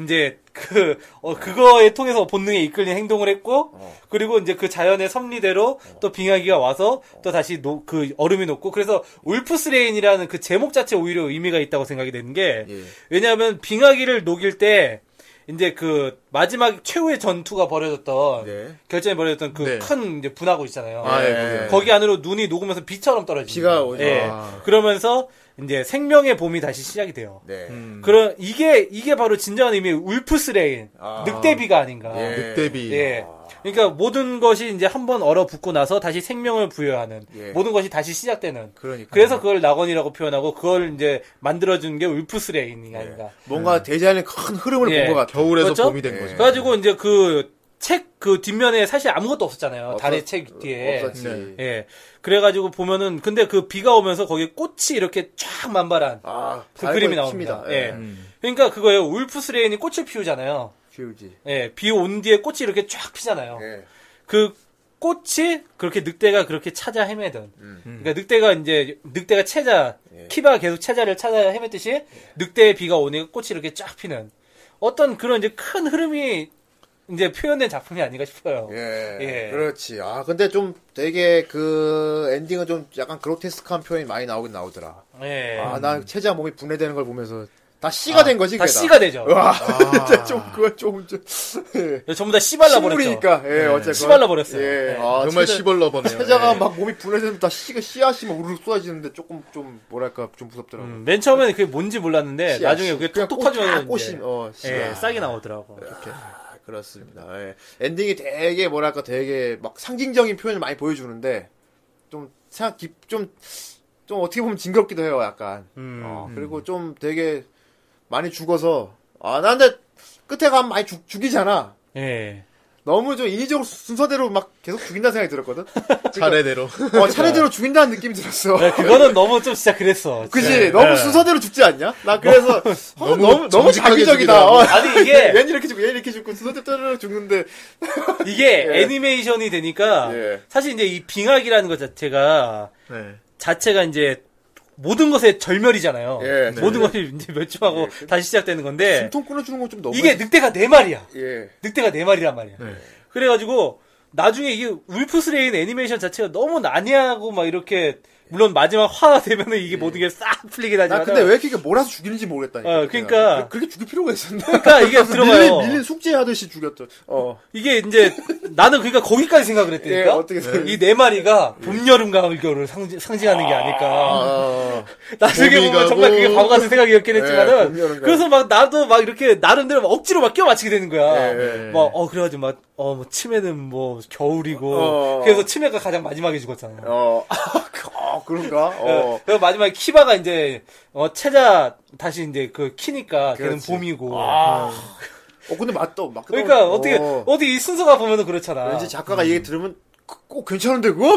Speaker 2: 이제 그 어, 그거에 통해서 본능에 이끌린 행동을 했고 그리고 이제 그 자연의 섭리대로 또 빙하기가 와서 또 다시 노, 그 얼음이 녹고 그래서 울프스레인이라는 그 제목 자체 오히려 의미가 있다고 생각이 되는 게
Speaker 1: 예.
Speaker 2: 왜냐하면 빙하기를 녹일 때 이제 그 마지막 최후의 전투가 벌어졌던
Speaker 1: 네.
Speaker 2: 결전이 벌어졌던
Speaker 3: 네.
Speaker 2: 그 큰 이제 분화구 있잖아요.
Speaker 3: 아,
Speaker 1: 예.
Speaker 3: 예.
Speaker 2: 거기 안으로 눈이 녹으면서 비처럼 떨어지는
Speaker 1: 비가
Speaker 2: 거예요.
Speaker 1: 오죠.
Speaker 2: 예.
Speaker 3: 아.
Speaker 2: 그러면서 이제 생명의 봄이 다시 시작이 돼요.
Speaker 1: 네.
Speaker 2: 그런 이게 이게 바로 진정한 의미의 울프스레인
Speaker 1: 아.
Speaker 2: 늑대비가 아닌가.
Speaker 1: 예. 아.
Speaker 3: 늑대비.
Speaker 2: 예. 그러니까 모든 것이 이제 한 번 얼어붙고 나서 다시 생명을 부여하는
Speaker 1: 예.
Speaker 2: 모든 것이 다시 시작되는.
Speaker 1: 그러니까.
Speaker 2: 그래서 그걸 낙원이라고 표현하고 그걸 이제 만들어주는 게 울프스레인이 아닌가.
Speaker 1: 뭔가
Speaker 2: 네.
Speaker 1: 대자연의 큰 흐름을
Speaker 2: 예.
Speaker 1: 예. 본 것 같아요.
Speaker 3: 겨울에서
Speaker 2: 그렇죠?
Speaker 3: 봄이 된 거죠.
Speaker 2: 그래가지고 이제 그 책 그 뒷면에 사실 아무것도 없었잖아요. 달의 책 뒤에.
Speaker 1: 없었지.
Speaker 2: 예. 그래가지고 보면은 근데 그 비가 오면서 거기에 꽃이 이렇게 쫙 만발한
Speaker 1: 아,
Speaker 2: 그 그림이 나옵니다. 예.
Speaker 1: 음.
Speaker 2: 그러니까 그거예요. 울프스레인이 꽃을 피우잖아요.
Speaker 1: 휴지.
Speaker 2: 예. 비 온 뒤에 꽃이 이렇게 쫙 피잖아요.
Speaker 1: 예.
Speaker 2: 그 꽃이 그렇게 늑대가 그렇게 찾아 헤매던.
Speaker 1: 음.
Speaker 2: 그러니까 늑대가 이제 늑대가 채자
Speaker 1: 예.
Speaker 2: 키바가 계속 채자를 찾아 헤맸듯이 늑대의 비가 오니까 꽃이 이렇게 쫙 피는 어떤 그런 이제 큰 흐름이 이제 표현된 작품이 아닌가 싶어요.
Speaker 1: 예.
Speaker 2: 예.
Speaker 1: 그렇지. 아, 근데 좀 되게 그 엔딩은 좀 약간 그로테스크한 표현이 많이 나오긴 나오더라.
Speaker 2: 예. 아.
Speaker 1: 아, 나 체자 몸이 분해되는 걸 보면서 다 씨가 된 거지,
Speaker 2: 다
Speaker 1: 그게 다.
Speaker 2: 씨가 되죠.
Speaker 1: 와, 진짜 좀, 그건 좀, 좀, 예.
Speaker 2: 전부 다 씨발라 버렸죠. 네,
Speaker 1: 식물이니까, 예, 어쨌건.
Speaker 2: 씨발라 버렸어요.
Speaker 1: 예.
Speaker 2: 예.
Speaker 1: 아,
Speaker 3: 정말
Speaker 1: 체자-
Speaker 3: 시벌러버네요. 예,
Speaker 1: 체자가 막 몸이 분해되면 다 씨가, 씨앗이 막 우르르 쏟아지는데 조금, 좀, 뭐랄까, 좀 무섭더라고.
Speaker 2: 음, 맨 처음에는 그게 뭔지 몰랐는데
Speaker 1: 씨앗,
Speaker 2: 나중에
Speaker 1: 씨.
Speaker 2: 그게
Speaker 1: 그냥
Speaker 2: 톡톡
Speaker 1: 꽃,
Speaker 2: 터지면
Speaker 1: 다 꽃이, 어, 씨앗.
Speaker 2: 예, 싹이 나오더라고.
Speaker 1: 아, 그렇습니다. 예. 엔딩이 되게 뭐랄까 되게 막 상징적인 표현을 많이 보여주는데 좀 생각 깊, 좀, 좀 어떻게 보면 징그럽기도 해요, 약간.
Speaker 2: 음.
Speaker 1: 어, 그리고 좀 되게 많이 죽어서 아, 나 근데 끝에 가면 많이 죽, 죽이잖아.
Speaker 2: 예.
Speaker 1: 너무 좀 인위적으로 순서대로 막 계속 죽인다는 생각이 들었거든.
Speaker 3: 차례대로.
Speaker 1: 어, 차례대로 죽인다는 느낌이 들었어.
Speaker 2: 네, 그거는 너무 좀 진짜 그랬어.
Speaker 1: 그지?
Speaker 2: 진짜.
Speaker 1: 너무
Speaker 2: 예.
Speaker 1: 순서대로 죽지 않냐?
Speaker 2: 뭐,
Speaker 1: 나 그래서 어, 너무 너무,
Speaker 3: 정직하게
Speaker 1: 자기적이다. 어,
Speaker 2: 아니 이게
Speaker 1: 얘는 이렇게 죽고 얘는 이렇게 죽고 순서대로 죽는데
Speaker 2: 이게
Speaker 1: 예.
Speaker 2: 애니메이션이 되니까
Speaker 1: 예.
Speaker 2: 사실 이제 이 빙하기라는 것 자체가
Speaker 3: 네.
Speaker 2: 자체가 이제 모든 것의 절멸이잖아요.
Speaker 1: 예,
Speaker 2: 모든 것이 이제 멸종하고 다시 시작되는 건데
Speaker 1: 숨통 끊어주는 건 좀 너무
Speaker 2: 이게 늑대가 네 마리야.
Speaker 1: 예.
Speaker 2: 늑대가 네 마리란 말이야. 그래가지고 나중에 이게 울프스레인 애니메이션 자체가 너무 난해하고 막 이렇게 물론 마지막 화가 되면은 이게 모든 게 싹 풀리긴 하지만
Speaker 1: 예. 나 근데 왜 이렇게 몰아서 죽이는지 모르겠다니까.
Speaker 2: 어, 그러니까.
Speaker 1: 그렇게 죽일 필요가 있었나?
Speaker 2: 그러니까 이게 들어가요.
Speaker 1: 밀린, 밀린 숙제 하듯이 죽였죠. 어.
Speaker 2: 이게 이제 나는 그러니까 거기까지 생각을
Speaker 1: 예,
Speaker 2: 했다니까
Speaker 1: 어떻게 생각-
Speaker 2: 이 네 마리가 봄, 여름, 가을, 겨울을 상징, 하는게 아닐까.
Speaker 1: 아,
Speaker 2: 나중에
Speaker 3: 봄이
Speaker 2: 보면 정말
Speaker 3: 가고.
Speaker 2: 그게 바보 같은 생각이었긴
Speaker 1: 예, 봄, 여름,
Speaker 2: 했지만은
Speaker 1: 가을.
Speaker 2: 그래서 막 나도 막 이렇게 나름대로 막 억지로 막 껴 맞추게 되는 거야.
Speaker 1: 예,
Speaker 2: 막 어 그래가지고 막어 뭐 치매는 뭐 겨울이고
Speaker 1: 어.
Speaker 2: 그래서 치매가 가장 마지막에 죽었잖아. 요
Speaker 1: 어. 아, 그- 어, 그런가? 어.
Speaker 2: 그리고 마지막에 키바가 이제 어 체자 다시 이제 그 키니까 걔는
Speaker 1: 그렇지.
Speaker 2: 봄이고.
Speaker 1: 어, 근데 맞다. 맞다. 뭐.
Speaker 2: 그러니까 어떻게 어. 떻게이 순서가 보면은 그렇잖아.
Speaker 1: 왠지 작가가 얘기 들으면 꼭 괜찮은데 그거?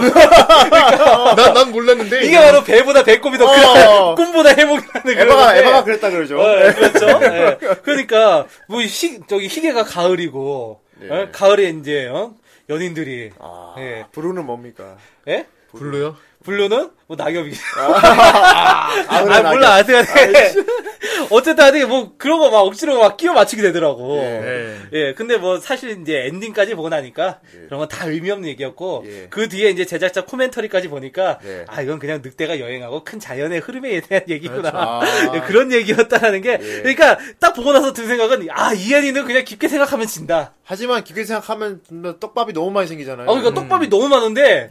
Speaker 3: 난, 난 몰랐는데.
Speaker 2: 이게 바로 배보다 배꼽이 더 크다.
Speaker 1: 어.
Speaker 2: 꿈보다 해몽이라는
Speaker 1: 에바가
Speaker 2: 그런데.
Speaker 1: 에바가 네. 그랬다 그러죠.
Speaker 2: 어, 예, 그렇죠. 예. 그러니까 뭐 희, 저기 희게가 가을이고 어? 가을에 이제 어? 연인들이
Speaker 1: 예. 아,
Speaker 2: 예.
Speaker 1: 브루는 뭡니까?
Speaker 2: 예?
Speaker 3: 블루요?
Speaker 2: 블루는 뭐 낙엽이.
Speaker 1: 아,
Speaker 2: 아, 몰라 아세요. 어쨌든 하여튼 뭐 그런 거 막 억지로 막 끼워 맞추게 되더라고.
Speaker 3: 예.
Speaker 2: 예, 근데 뭐 사실 이제 엔딩까지 보고 나니까 그런 건 다 의미 없는 얘기였고
Speaker 1: 예.
Speaker 2: 그 뒤에 이제 제작자 코멘터리까지 보니까
Speaker 1: 예.
Speaker 2: 아 이건 그냥 늑대가 여행하고 큰 자연의 흐름에 대한 얘기구나
Speaker 1: 그렇죠. 아.
Speaker 2: 예, 그런 얘기였다라는 게 그러니까 딱 보고 나서 든 생각은 아 이안이는 그냥 깊게 생각하면 진다.
Speaker 1: 하지만 깊게 생각하면 떡밥이 너무 많이 생기잖아요.
Speaker 2: 아 그러니까 떡밥이 너무 많은데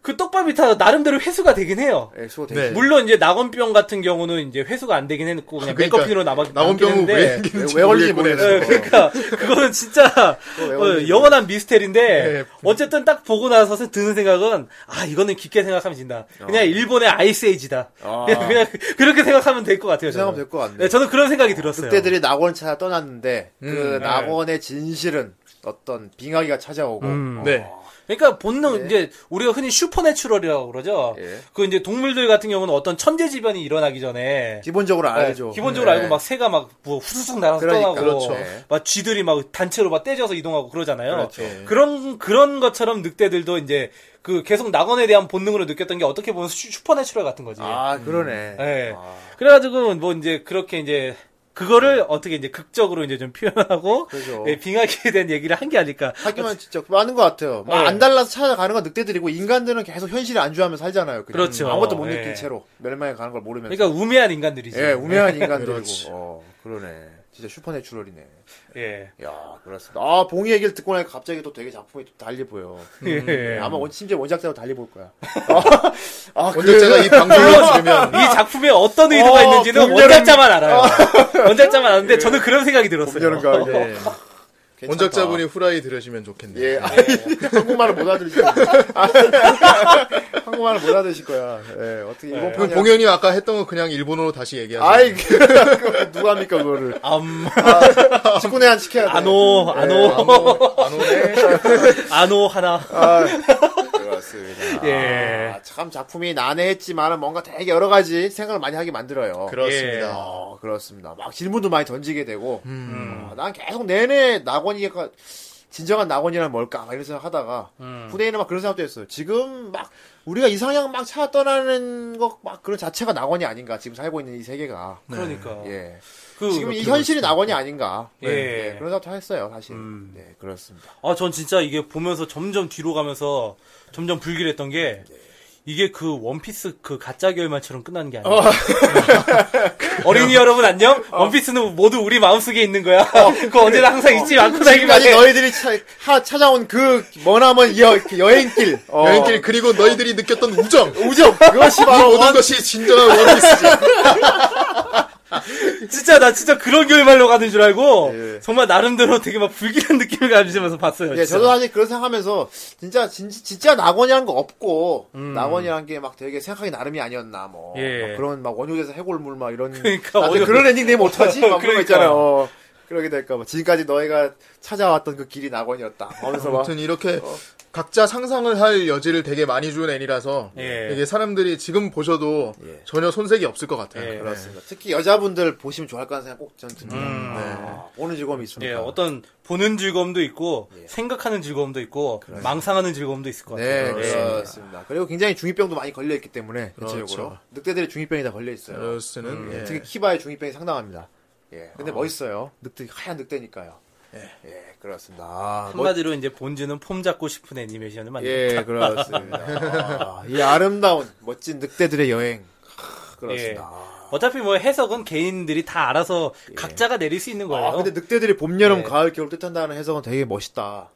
Speaker 2: 그 떡밥이 다 나름대로 회수가 되긴 해요.
Speaker 1: 예, 수고
Speaker 3: 네.
Speaker 1: 되시.
Speaker 2: 물론 이제 낙원병 같은 경우는 이제 회수가 안 되긴 했고 그냥
Speaker 3: 그러니까
Speaker 2: 메커핀으로 남아
Speaker 3: 낙원병은
Speaker 2: 남긴
Speaker 3: 왜
Speaker 2: 했는데
Speaker 3: 생기는지
Speaker 1: 왜 걸리지
Speaker 2: 예,
Speaker 1: 모르겠어요.
Speaker 3: 모르겠어요.
Speaker 2: 그러니까 그거는 진짜
Speaker 1: 왜
Speaker 2: 어,
Speaker 1: 걸리지
Speaker 2: 영원한 미스테리인데
Speaker 1: 네,
Speaker 3: 예.
Speaker 2: 어쨌든 딱 보고 나서 드는 생각은 아 이거는 깊게 생각하면 진다. 그냥 일본의 아이스에이지다.
Speaker 1: 어. 아.
Speaker 2: 그냥, 그냥 그렇게 생각하면 될 것 같아요. 저는.
Speaker 1: 생각하면 될것 같네요.
Speaker 2: 네, 저는 그런 생각이 들었어요.
Speaker 1: 늑대들이 낙원 찾아 떠났는데 그
Speaker 3: 음,
Speaker 2: 네.
Speaker 1: 낙원의 진실은 어떤 빙하기가 찾아오고 어,
Speaker 2: 음.
Speaker 3: 네.
Speaker 2: 그러니까 본능 이제 우리가 흔히 슈퍼내추럴이라고 그러죠.
Speaker 1: 네. 예.
Speaker 2: 그 이제 동물들 같은 경우는 어떤 천재지변이 일어나기 전에
Speaker 1: 기본적으로 알죠.
Speaker 2: 네, 기본적으로
Speaker 1: 네.
Speaker 2: 알고 막 새가 막 뭐 후수쑥 날아서
Speaker 1: 그러니까,
Speaker 2: 떠나고
Speaker 1: 그렇죠. 네.
Speaker 2: 막 쥐들이 막 단체로 막 떼져서 이동하고 그러잖아요.
Speaker 1: 그렇죠.
Speaker 2: 그런 그런 것처럼 늑대들도 이제 그 계속 낙원에 대한 본능으로 느꼈던 게 어떻게 보면 슈- 슈퍼내추럴 같은 거지.
Speaker 1: 아 그러네.
Speaker 2: 예.
Speaker 1: 아,
Speaker 2: 그래가지고 뭐 이제 그렇게 이제 그거를 어떻게 이제 극적으로 이제 좀 표현하고
Speaker 1: 그죠.
Speaker 2: 예, 빙하기에 대한 얘기를 한 게 아닐까.
Speaker 1: 하기만 진짜 많은 것 같아요. 막
Speaker 2: 네.
Speaker 1: 안 달라서 찾아가는 건 늑대들이고 인간들은 계속 현실에 안주하면서 살잖아요. 그냥.
Speaker 2: 그렇죠.
Speaker 1: 아무것도 못 느낀
Speaker 2: 예.
Speaker 1: 채로 멸망에 가는 걸 모르면서.
Speaker 2: 그러니까 우매한 인간들이지.
Speaker 1: 예, 우매한 인간들이고.
Speaker 3: 그렇지.
Speaker 1: 어, 그러네. 진짜 슈퍼내추럴이네.
Speaker 2: 예.
Speaker 1: 야, 그렇습니다. 아, 봉이 얘기를 듣고 나니까 갑자기 또 되게 작품이 또 달리 보여. 음, 네.
Speaker 2: 예.
Speaker 1: 아마 원- 심지어 원작자도 달리 볼 거야. 아,
Speaker 3: 예. 원작자가 이 방송을 들으면
Speaker 2: 이 작품에 어떤 의도가
Speaker 1: 어,
Speaker 2: 있는지는
Speaker 1: 봄, 어. 예.
Speaker 2: 원작자만 알아요. 원작자만 아는데 저는 그런 생각이 들었어요.
Speaker 1: 봄, 여름, 가을.
Speaker 3: 예.
Speaker 1: 괜찮다.
Speaker 3: 원작자분이 후라이 들으시면 좋겠네요.
Speaker 1: 예, 아이, 한국말을 못 알아들으실 거야. 한국말을 못 알아들으실 거야. 예, 어떻게 일본
Speaker 3: 그럼
Speaker 1: 편
Speaker 3: 봉현이 아까 했던 거 그냥 일본어로 다시 얘기하세요.
Speaker 1: 아이, 그, 그거 누가 합니까, 그거를. 아,
Speaker 2: 암,
Speaker 1: 직군에 한 시켜야 돼.
Speaker 2: 안오,
Speaker 1: 예,
Speaker 2: 안오,
Speaker 3: 안 오네.
Speaker 2: 안오 하나.
Speaker 1: 아, 그렇습니다.
Speaker 2: 예.
Speaker 1: 아, 참 작품이 난해했지만 뭔가 되게 여러 가지 생각을 많이 하게 만들어요.
Speaker 3: 그렇습니다.
Speaker 1: 어, 그렇습니다. 막 질문도 많이 던지게 되고,
Speaker 3: 음.
Speaker 1: 어, 난 계속 내내 낙원이가 진정한 낙원이란 뭘까? 막 이런 생각하다가
Speaker 3: 음.
Speaker 1: 후대인은 막 그런 생각도 했어요. 지금 막 우리가 이상향 막 찾아 떠나는 것 막 그런 자체가 낙원이 아닌가? 지금 살고 있는 이 세계가
Speaker 2: 그러니까.
Speaker 3: 어.
Speaker 1: 예
Speaker 2: 그,
Speaker 1: 지금 이 현실이 낙원이 아닌가?
Speaker 2: 예. 음.
Speaker 1: 네, 예, 그런 생각도 했어요 사실. 네 그렇습니다.
Speaker 2: 아, 전 진짜 이게 보면서 점점 뒤로 가면서 점점 불길했던 게 이게 그 원피스 그 가짜 결말처럼 끝나는 게
Speaker 1: 어.
Speaker 2: 아니야. 어린이 여러분 안녕. 원피스는 모두 우리 마음속에 있는 거야. 그거 언제나 항상 잊지 않고 다니기만
Speaker 1: 어. 지금까지
Speaker 2: 해.
Speaker 1: 너희들이 차, 하- 찾아온 그 머나먼 여, 여행길 어,
Speaker 3: 여행길 그리고 너희들이 느꼈던 우정.
Speaker 1: 우정 그것이
Speaker 3: 이
Speaker 1: 바로
Speaker 3: 모든 것이 진정한 원피스지.
Speaker 2: 진짜 나 진짜 그런 결말로 가는 줄 알고
Speaker 1: 예.
Speaker 2: 정말 나름대로 되게 막 불길한 느낌을 가지면서 봤어요.
Speaker 1: 예,
Speaker 2: 진짜.
Speaker 1: 저도 사실 그런 생각하면서 진짜 진, 진짜 낙원이라는 거 없고 낙원이라는 게 막 되게 생각이 나름이 아니었나 뭐
Speaker 2: 음. 예.
Speaker 1: 막 그런 막 원효대사 해골물 막 이런
Speaker 2: 그러니까
Speaker 1: 나한테
Speaker 2: 원효-
Speaker 1: 그런 엔딩 내면 어떡하지? 막 그런 거
Speaker 2: 그러니까.
Speaker 1: 있잖아요. 어, 그러게 될까 봐 지금까지 너희가 찾아왔던 그 길이 낙원이었다. 하면서 막
Speaker 2: 음.
Speaker 3: 아무튼 이렇게 각자 상상을 할 여지를 되게 많이 주는 애니라서
Speaker 2: 예.
Speaker 3: 이게 사람들이 지금 보셔도
Speaker 1: 예.
Speaker 3: 전혀 손색이 없을 것 같아요.
Speaker 2: 예.
Speaker 1: 그렇습니다. 특히 여자분들 보시면 좋아할 거라는 생각 꼭 저는 듭니다. 아, 보는 즐거움이 있으니까.
Speaker 2: 음. 네. 예, 어떤 보는 즐거움도 있고 생각하는 즐거움도 있고 망상하는 즐거움도 있을 것
Speaker 1: 예. 네,
Speaker 2: 같아요. 예.
Speaker 1: 그렇습니다. 그리고 굉장히 중이병도 많이 걸려 있기 때문에 전체적으로
Speaker 3: 그렇죠.
Speaker 1: 늑대들의 중이병이 다 걸려 있어요. 음,
Speaker 3: 러스는 예.
Speaker 1: 특히 키바의 중이병이 상당합니다. 예. 근데 멋있어요. 늑대 하얀 늑대니까요. 예. 그렇습니다. 아, 멋-
Speaker 2: 한마디로 이제 본즈는 폼 잡고 싶은 애니메이션을 만든
Speaker 1: 예, 그렇습니다. 아, 이 아름다운 멋진 늑대들의 여행. 크,
Speaker 2: 예.
Speaker 1: 그렇습니다. 아.
Speaker 2: 어차피 뭐 해석은 개인들이 다 알아서 각자가 내릴 수 있는 거예요.
Speaker 1: 아,
Speaker 2: 아,
Speaker 1: 근데 늑대들이 봄, 여름,
Speaker 2: 예.
Speaker 1: 가을, 겨울 뜻한다는 해석은 되게 멋있다.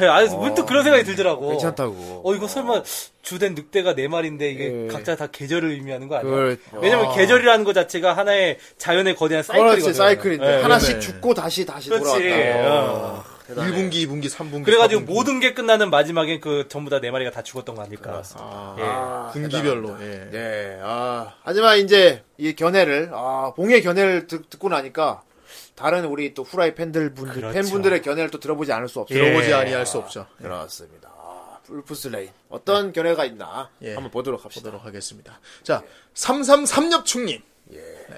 Speaker 2: 예, 아, 문득 그런 생각이 들더라고.
Speaker 1: 어, 괜찮다고.
Speaker 2: 어, 이거 설마 주된 늑대가 네 마리인데 이게
Speaker 1: 예.
Speaker 2: 각자 다 계절을 의미하는 거 아니야?
Speaker 1: 그걸-
Speaker 2: 왜냐면
Speaker 1: 아.
Speaker 2: 계절이라는 것 자체가 하나의 자연의 거대한 사이클이거든.
Speaker 1: 그렇지, 사이클인데. 하나씩
Speaker 3: 그러네.
Speaker 1: 죽고 다시, 다시
Speaker 2: 예, 그렇지.
Speaker 1: 돌아왔다.
Speaker 2: 어.
Speaker 1: 대단해.
Speaker 3: 1분기, 2분기, 3분기.
Speaker 2: 그래가지고
Speaker 3: 4분기.
Speaker 2: 모든 게 끝나는 마지막엔 그 전부 다 네 마리가 다 죽었던 거 아닐까? 네.
Speaker 3: 아,
Speaker 2: 예.
Speaker 1: 아,
Speaker 3: 분기별로. 예.
Speaker 1: 예, 아, 하지만 이제 이 견해를, 아, 봉의 견해를 듣, 듣고 나니까 다른 우리 또 후라이 팬들 분들,
Speaker 2: 그렇죠.
Speaker 1: 팬분들의 견해를 또 들어보지 않을 수 없어요.
Speaker 3: 들어보지 아니할 수 없죠.
Speaker 1: 그렇습니다. 아, 울프스 레인 어떤 견해가 있나
Speaker 3: 예.
Speaker 1: 한번 보도록 합시다.
Speaker 3: 보도록 하겠습니다. 자, 333엽충님.
Speaker 2: 예.
Speaker 3: 네.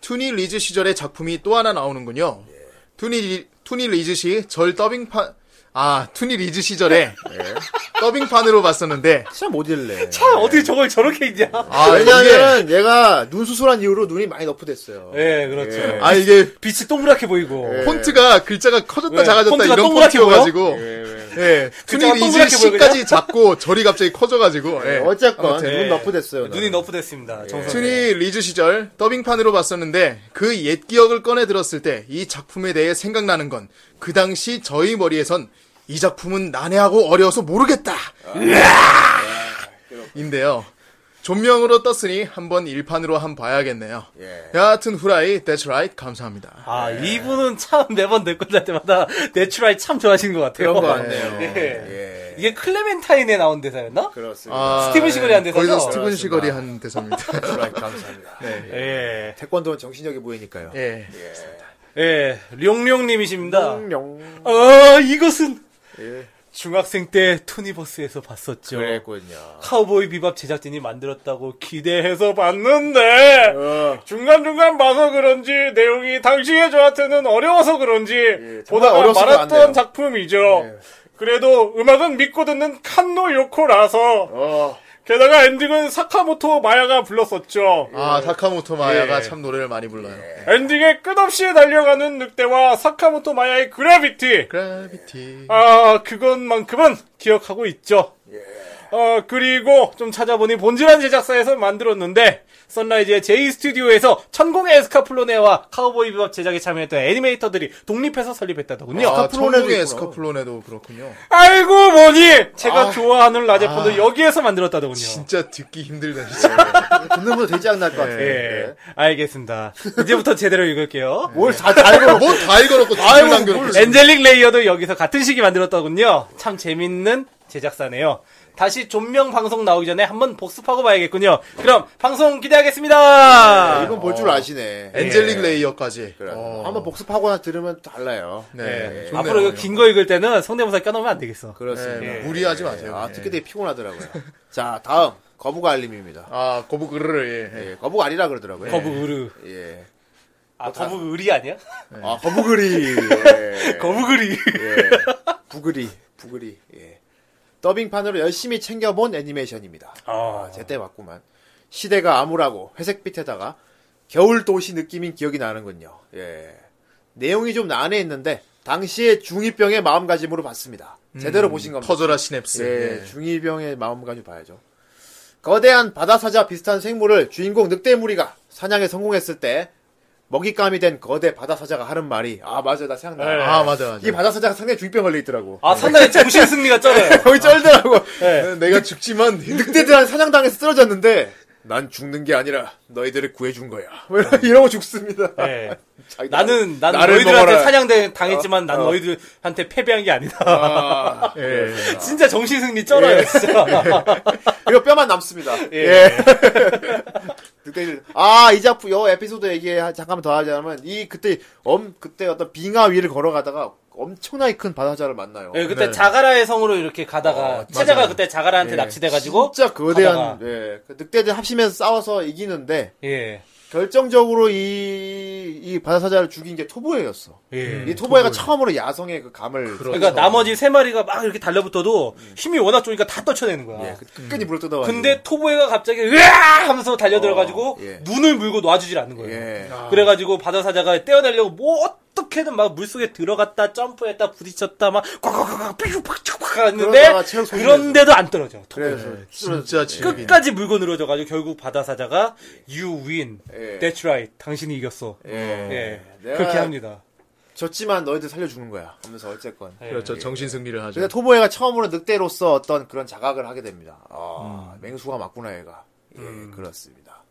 Speaker 3: 투니 리즈 시절의 작품이 또 하나 나오는군요.
Speaker 2: 예.
Speaker 3: 투니, 리- 투니 리즈 시 절 더빙판, 아, 투니 리즈 시절에
Speaker 2: 예.
Speaker 3: 더빙판으로 봤었는데,
Speaker 1: 참 못일래.
Speaker 2: 아, 어떻게 저걸 저렇게 있냐?
Speaker 3: 아, 이게,
Speaker 1: 왜냐면 얘가 눈 수술한 이후로 눈이 많이 너프됐어요.
Speaker 2: 예, 그렇죠.
Speaker 1: 예.
Speaker 3: 아, 이게
Speaker 2: 빛이 동그랗게 보이고.
Speaker 3: 폰트가 글자가 커졌다
Speaker 2: 예.
Speaker 3: 작아졌다
Speaker 2: 폰트가
Speaker 3: 이런
Speaker 2: 동그랗게
Speaker 3: 폰트여가지고,
Speaker 1: 예.
Speaker 3: 예, 투니
Speaker 2: 글자가
Speaker 3: 리즈
Speaker 2: 동그랗게 보여,
Speaker 3: 시까지 잡고 절이 갑자기 커져가지고, 예.
Speaker 1: 어쨌건
Speaker 3: 아무튼.
Speaker 1: 눈 너프됐어요.
Speaker 2: 눈이
Speaker 1: 나는.
Speaker 2: 너프됐습니다. 정선.
Speaker 3: 투니 리즈 시절 더빙판으로 봤었는데 그 옛 기억을 꺼내 들었을 때 이 작품에 대해 생각나는 건 그 당시 저희 머리에선 이 작품은 난해하고 어려워서 모르겠다. 으아! 인데요. 존명으로 떴으니 한번 일판으로 한 봐야겠네요.
Speaker 1: 예.
Speaker 3: 여하튼 후라이, that's right, 감사합니다.
Speaker 2: 아, 이분은 참 매번 댓글날 때마다 내추럴 참 좋아하시는 것 같아요.
Speaker 1: 그런 것 같네요. 그렇죠.
Speaker 2: 예.
Speaker 1: 예.
Speaker 2: 이게 클레멘타인에 나온 대사였나?
Speaker 1: 그렇습니다.
Speaker 3: 아,
Speaker 2: 스티븐 시걸이 한 대사죠?
Speaker 3: 거기서 스티븐
Speaker 1: 그렇습니다.
Speaker 3: 시걸이 한 대사입니다.
Speaker 1: 라이트 감사합니다. 네.
Speaker 2: 예.
Speaker 1: 태권도는 정신력이 보이니까요.
Speaker 3: 예.
Speaker 2: 예. 룡룡님이십니다.
Speaker 1: 명
Speaker 2: 아, 이것은 중학생 때 투니버스에서 봤었죠.
Speaker 1: 예. 그랬군요.
Speaker 2: 카우보이 비밥 제작진이 만들었다고 기대해서
Speaker 1: 어.
Speaker 2: 봤는데 중간중간 봐서 그런지 내용이 당시에 저한테는 어려워서 그런지
Speaker 1: 예, 정말
Speaker 2: 보다가
Speaker 1: 어려워서
Speaker 2: 말았던
Speaker 1: 많네요. 예.
Speaker 2: 작품이죠. 그래도 음악은 믿고 듣는 칸노 요코라서
Speaker 1: 어.
Speaker 2: 게다가 엔딩은 사카모토 마야가 불렀었죠.
Speaker 3: 아, 사카모토 마야가
Speaker 2: 예.
Speaker 3: 참 노래를 많이 불러요.
Speaker 2: 엔딩에 끝없이 달려가는 늑대와 사카모토 마야의 그래비티.
Speaker 3: 그라비티.
Speaker 2: 아, 그것만큼은 기억하고 있죠. 어, 그리고 좀 찾아보니 본질한 제작사에서 만들었는데, 선라이즈의 J 스튜디오에서 천공의 에스카플로네와 카우보이 비밥 제작에 참여했던 애니메이터들이 독립해서 설립했다더군요.
Speaker 3: 아,
Speaker 1: 에스카플론에도
Speaker 3: 천국의
Speaker 1: 있구나.
Speaker 3: 에스카플론에도 그렇군요.
Speaker 2: 알고 보니! 제가 좋아하는 라제폰도 여기에서 만들었다더군요.
Speaker 3: 진짜 듣기 힘들다 진짜.
Speaker 1: 듣는 분도 되지 않을 것
Speaker 2: 예,
Speaker 1: 같아요.
Speaker 2: 알겠습니다. 이제부터 제대로 읽을게요.
Speaker 1: 뭘다 알고
Speaker 3: 아, 뭔다 읽어놓고 다
Speaker 2: 아이고,
Speaker 3: 남겨놓고.
Speaker 2: 엔젤릭 레이어도 여기서 같은 시기 만들었더군요. 참 재밌는 제작사네요. 다시 존명 방송 나오기 전에 한번 복습하고 봐야겠군요. 그럼 방송 기대하겠습니다.
Speaker 1: 이건 볼 줄 아시네.
Speaker 3: 엔젤릭 레이어까지.
Speaker 1: 어. 예. 그래.
Speaker 3: 어.
Speaker 1: 한번 복습하거나 들으면 달라요.
Speaker 3: 네.
Speaker 2: 예,
Speaker 3: 좋네요.
Speaker 2: 앞으로 이거 긴 거 읽을 때는 성대모사 껴놓으면 안 되겠어.
Speaker 1: 그렇습니다.
Speaker 3: 네, 무리하지 마세요. 예.
Speaker 1: 아, 듣기 되게 피곤하더라고요. 자, 다음. 거북아 알림입니다.
Speaker 3: 아 거북으르를 예.
Speaker 1: 예, 거북 아리라 그러더라고요.
Speaker 2: 거북 의르.
Speaker 1: 예.
Speaker 2: 아, 거북 의리 아니야?
Speaker 1: 아, 거북으리. 예.
Speaker 2: 거북 의리.
Speaker 1: 예. 부그리. 부그리. 예. 더빙판으로 열심히 챙겨본 애니메이션입니다.
Speaker 2: 아,
Speaker 1: 제때 맞구만. 시대가 암울하고 회색빛에다가 겨울 도시 느낌인 기억이 나는군요. 예. 내용이 좀 난해했는데 당시의 중이병의 마음가짐으로 봤습니다. 제대로 보신 겁니다.
Speaker 3: 터져라 시냅스.
Speaker 1: 예,
Speaker 3: 예.
Speaker 1: 중이병의 마음가짐 봐야죠. 거대한 바다사자 비슷한 생물을 주인공 늑대 무리가 사냥에 성공했을 때 먹잇감이 된 거대 바다사자가 하는 말이 아 맞아 나 생각나.
Speaker 2: 네.
Speaker 3: 아 맞아 맞아.
Speaker 1: 이 바다사자가 상당히 중이병 걸려 있더라고.
Speaker 2: 아 상당히 정신 승리가 쩔어요.
Speaker 1: 거의 쩔더라고.
Speaker 3: 네, 내가 죽지만
Speaker 1: 늑대들한 사냥당해서 쓰러졌는데 난 죽는 게 아니라 너희들을 구해준 거야. 뭐 이러- 이러고 죽습니다. 아,
Speaker 2: 예.
Speaker 1: 자기
Speaker 2: 나는, 난
Speaker 1: 나를
Speaker 2: 너희들한테
Speaker 1: 먹어라.
Speaker 2: 사냥 당했지만 난 너희들한테 패배한 게 아니다.
Speaker 1: 아,
Speaker 3: 예.
Speaker 2: 진짜 정신 승리 쩔어요, 진짜.
Speaker 1: 이거 뼈만 남습니다.
Speaker 2: 예.
Speaker 1: 늑대들. 아, 이 작품, 요 에피소드 얘기 잠깐만 더 하자면, 이, 그때, 엄, 그때 어떤 빙하 위를 걸어가다가 엄청나게 큰 바다자를 만나요.
Speaker 2: 예, 그때
Speaker 3: 네.
Speaker 2: 자가라의 성으로 이렇게 가다가 체자가 그때 자가라한테 납치돼가지고
Speaker 1: 어, 예. 진짜 거대한,
Speaker 2: 가다가-
Speaker 1: 예, 그 늑대들 합심해서 싸워서 이기는데,
Speaker 2: 예,
Speaker 1: 결정적으로 이, 이 바다사자를 죽인 게 토보에였어.
Speaker 2: 예.
Speaker 1: 이 토보에가 처음으로 야성의 그 감을.
Speaker 2: 그러니까 나머지 세 마리가 막 이렇게 달려붙어도 힘이 워낙 좋으니까 다 떨쳐내는 거야.
Speaker 1: 예, 그 끈이 물어 뜯어가지고.
Speaker 2: 근데 토보에가 갑자기 으아 하면서 달려들어가지고
Speaker 1: 어, 예.
Speaker 2: 눈을 물고 놔주질 않는 거예요.
Speaker 1: 예.
Speaker 2: 그래가지고 바다사자가 떼어내려고 뭐 어떻게든 막 물속에 들어갔다 점프했다 부딪혔다 막 꽉꽉꽉 삐죽팍 팍 하는데
Speaker 1: 그러다가 체력 소진해서.
Speaker 2: 그런데도 안 떨어져. 토보.
Speaker 1: 그래서
Speaker 3: 진짜 지금
Speaker 2: 끝까지 물고 늘어져가지고 결국 바다사자가 You win,
Speaker 1: 예.
Speaker 2: that's right, 당신이 이겼어. 예.
Speaker 1: 예. 내가
Speaker 2: 그렇게 합니다. 예.
Speaker 1: 졌지만 너희들 살려 주는 거야. 하면서 어쨌건.
Speaker 3: 그렇죠 정신 승리를 하죠.
Speaker 1: 근데 토모에가 처음으로 늑대로서 어떤 그런 자각을 하게 됩니다. 아,
Speaker 2: 음.
Speaker 1: 맹수가 맞구나 얘가. 예, 그렇습니다.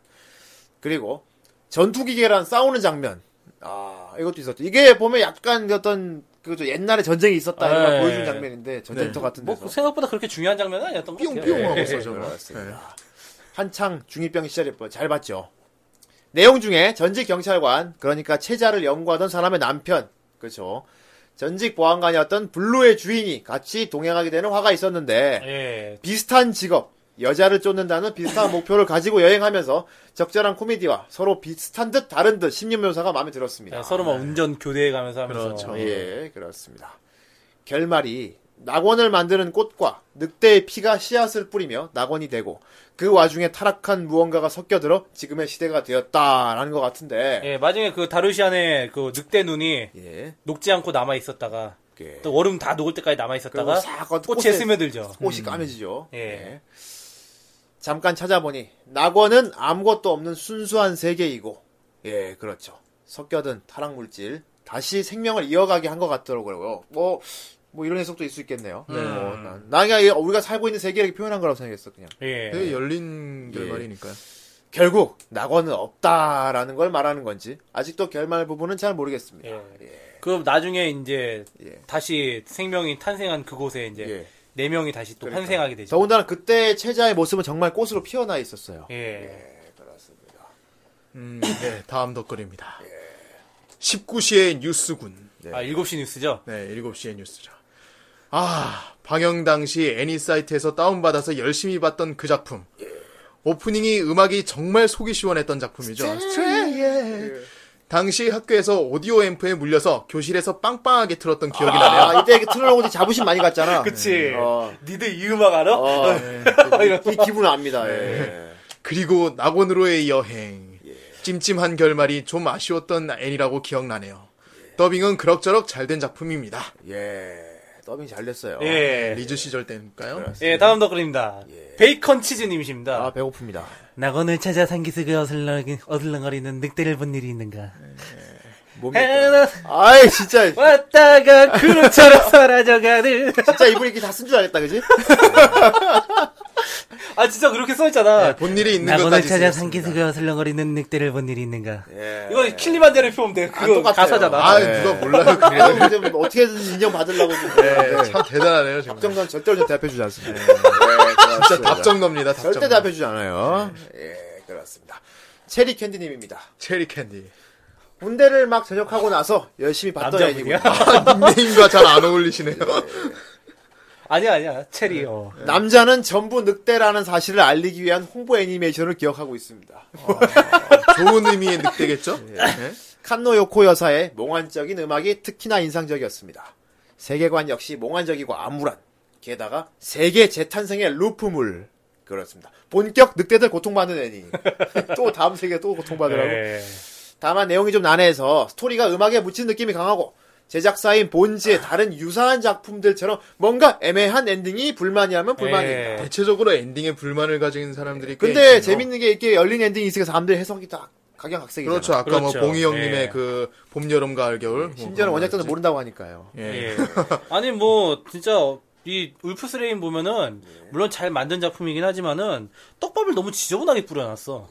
Speaker 1: 그리고 전투기계랑 싸우는 장면. 아, 이것도 있었죠. 이게 보면 약간 어떤 그죠 옛날에 전쟁이 있었다 이런 걸
Speaker 2: 네.
Speaker 1: 보여준 장면인데 전쟁터 같은
Speaker 2: 뭐
Speaker 1: 데서
Speaker 2: 그 생각보다 그렇게 중요한 장면은 아니었던 것 같아요.
Speaker 3: 뿅뿅 하고
Speaker 2: 예.
Speaker 3: 있어 저거.
Speaker 1: 네, 그렇습니다. 한창 중이병 시절에 뭐- 잘 봤죠. 내용 중에 전직 경찰관, 그러니까 체자를 연구하던 사람의 남편, 그렇죠. 전직 보안관이었던 블루의 주인이 같이 동행하게 되는 화가 있었는데
Speaker 2: 예.
Speaker 1: 비슷한 직업, 여자를 쫓는다는 비슷한 목표를 가지고 여행하면서 적절한 코미디와 서로 비슷한 듯 다른 듯 심리 묘사가 마음에 들었습니다.
Speaker 2: 자, 예. 서로 막 운전 교대해 가면서 하면서.
Speaker 3: 그렇죠.
Speaker 1: 예, 그렇습니다. 결말이 낙원을 만드는 꽃과 늑대의 피가 씨앗을 뿌리며 낙원이 되고 그 와중에 타락한 무언가가 섞여들어 지금의 시대가 되었다라는 것 같은데
Speaker 2: 예, 마지막에 그 다루시안의 그 늑대 눈이
Speaker 1: 예,
Speaker 2: 녹지 않고 남아 있었다가
Speaker 1: 예.
Speaker 2: 또 얼음 다 녹을 때까지 남아
Speaker 1: 그리고
Speaker 2: 있었다가
Speaker 1: 싹 꽃에-
Speaker 2: 꽃에 스며들죠.
Speaker 1: 꽃이 까매지죠.
Speaker 2: 예.
Speaker 1: 예. 잠깐 찾아보니 낙원은 아무것도 없는 순수한 세계이고 예 그렇죠 섞여든 타락 물질 다시 생명을 이어가게 한 것 같더라고요. 뭐 뭐 이런 해석도 있을 수 있겠네요.
Speaker 2: 음.
Speaker 1: 뭐, 난, 난 그냥 이- 우리가 살고 있는 세계를 이렇게 표현한 거라고 생각했어 그냥.
Speaker 2: 예.
Speaker 3: 되게 열린 결말이니까요.
Speaker 1: 결국 낙원은 없다라는 걸 말하는 건지 아직도 결말 부분은 잘 모르겠습니다.
Speaker 2: 예. 그럼 나중에 이제
Speaker 1: 예.
Speaker 2: 다시 생명이 탄생한 그곳에 이제
Speaker 1: 예.
Speaker 2: 네 명이 다시 또 환생하게 되죠.
Speaker 1: 더군다나 그때 체자의 모습은 정말 꽃으로 피어나 있었어요.
Speaker 2: 예.
Speaker 3: 음, 네, 다음 덧글입니다. 19시의 뉴스군.
Speaker 2: 아, 7시 뉴스죠?
Speaker 3: 네, 7시의 뉴스죠. 아, 방영 당시 애니 사이트에서 다운받아서 열심히 봤던 그 작품. 오프닝이 음악이 정말 속이 시원했던 작품이죠. 스트레이. 당시 학교에서 오디오 앰프에 물려서 교실에서 빵빵하게 틀었던 기억이 나네요.
Speaker 1: 아, 이때 틀어놓고 자부심 많이 갔잖아.
Speaker 2: 그치.
Speaker 1: 어.
Speaker 2: 니들 이 음악 알아?
Speaker 1: 어,
Speaker 2: 네. 이런 네.
Speaker 1: 이 기분 압니다. 예.
Speaker 3: 그리고 낙원으로의 여행. 찜찜한 결말이 좀 아쉬웠던 애니라고 기억나네요. 더빙은 그럭저럭 잘 된 작품입니다.
Speaker 1: 예. 더빙 잘 됐어요.
Speaker 2: 예.
Speaker 3: 리즈 시절 때니까요.
Speaker 2: 예, 다음 덧글입니다. 베이컨 치즈님이십니다.
Speaker 1: 아, 배고픕니다.
Speaker 2: 낙원을 찾아 산기슭에 어슬렁, 어슬렁거리는 늑대를 본 일이 있는가?
Speaker 1: 뭡니까?
Speaker 2: 하나
Speaker 1: 아이, 진짜.
Speaker 2: 왔다가 그릇처럼 사라져가는.
Speaker 1: 진짜 이분이 이렇게 다 쓴 줄 알겠다, 그지?
Speaker 2: 아, 진짜 그렇게 써있잖아.
Speaker 3: 예, 본 일이 있는
Speaker 2: 낙원을
Speaker 3: 것까지
Speaker 2: 찾아
Speaker 3: 쓰였습니다.
Speaker 2: 산기슭에 어슬렁거리는 늑대를 본 일이 있는가?
Speaker 1: 예.
Speaker 2: 이거 킬리만데로 표현돼. 그거
Speaker 1: 똑같아요.
Speaker 2: 가사잖아.
Speaker 3: 아,
Speaker 1: 네.
Speaker 3: 누가 몰라요. 그
Speaker 1: 아, 요즘 어떻게든 인정받으려고.
Speaker 3: 네, 참 대단하네요, 정말.
Speaker 1: 답정관 절대로 대답해주지
Speaker 2: 네.
Speaker 1: 않습니다. 예,
Speaker 3: 진짜 답정너입니다, 답정.
Speaker 1: 절대 대답해주지 않아요.
Speaker 2: 네.
Speaker 1: 예, 그렇습니다. 체리 캔디님입니다.
Speaker 3: 체리 캔디.
Speaker 1: 군대를 막 전역하고 나서 열심히 봤던
Speaker 2: 남자분이야?
Speaker 1: 애니고요.
Speaker 3: 아, 닉네임과 잘 안 어울리시네요.
Speaker 2: 아니야, 아니야. 체리, 어.
Speaker 1: 예. 남자는 전부 늑대라는 사실을 알리기 위한 홍보 애니메이션을 기억하고 있습니다.
Speaker 3: 좋은 의미의 늑대겠죠?
Speaker 1: 예.
Speaker 3: 네.
Speaker 1: 칸노 요코 여사의 몽환적인 음악이 특히나 인상적이었습니다. 세계관 역시 몽환적이고 암울한, 게다가 세계 재탄생의 루프물. 그렇습니다. 본격 늑대들 고통받는 애니. 또 다음 세계 또 고통받으라고.
Speaker 2: 예.
Speaker 1: 다만 내용이 좀 난해해서 스토리가 음악에 묻힌 느낌이 강하고 제작사인 본지의 다른 유사한 작품들처럼 뭔가 애매한 엔딩이 불만이라면 불만입니다.
Speaker 2: 예.
Speaker 3: 대체적으로 엔딩에 불만을 가진 사람들이 꽤
Speaker 1: 근데
Speaker 3: 네. 있군요.
Speaker 1: 재밌는 게 이렇게 열린 엔딩이 있으니까 사람들이 해석이 딱 각양각색이잖아요.
Speaker 3: 그렇죠. 아까 뭐
Speaker 2: 그렇죠.
Speaker 3: 봉희 형님의
Speaker 2: 예.
Speaker 3: 그 봄, 여름, 가을, 겨울. 뭐
Speaker 1: 심지어는
Speaker 3: 그런
Speaker 1: 원작자는
Speaker 3: 거였지.
Speaker 1: 모른다고 하니까요.
Speaker 3: 예.
Speaker 2: 예. 아니 뭐 진짜 이 울프스레인 보면은 물론 잘 만든 작품이긴 하지만은 떡밥을 너무 지저분하게 뿌려놨어.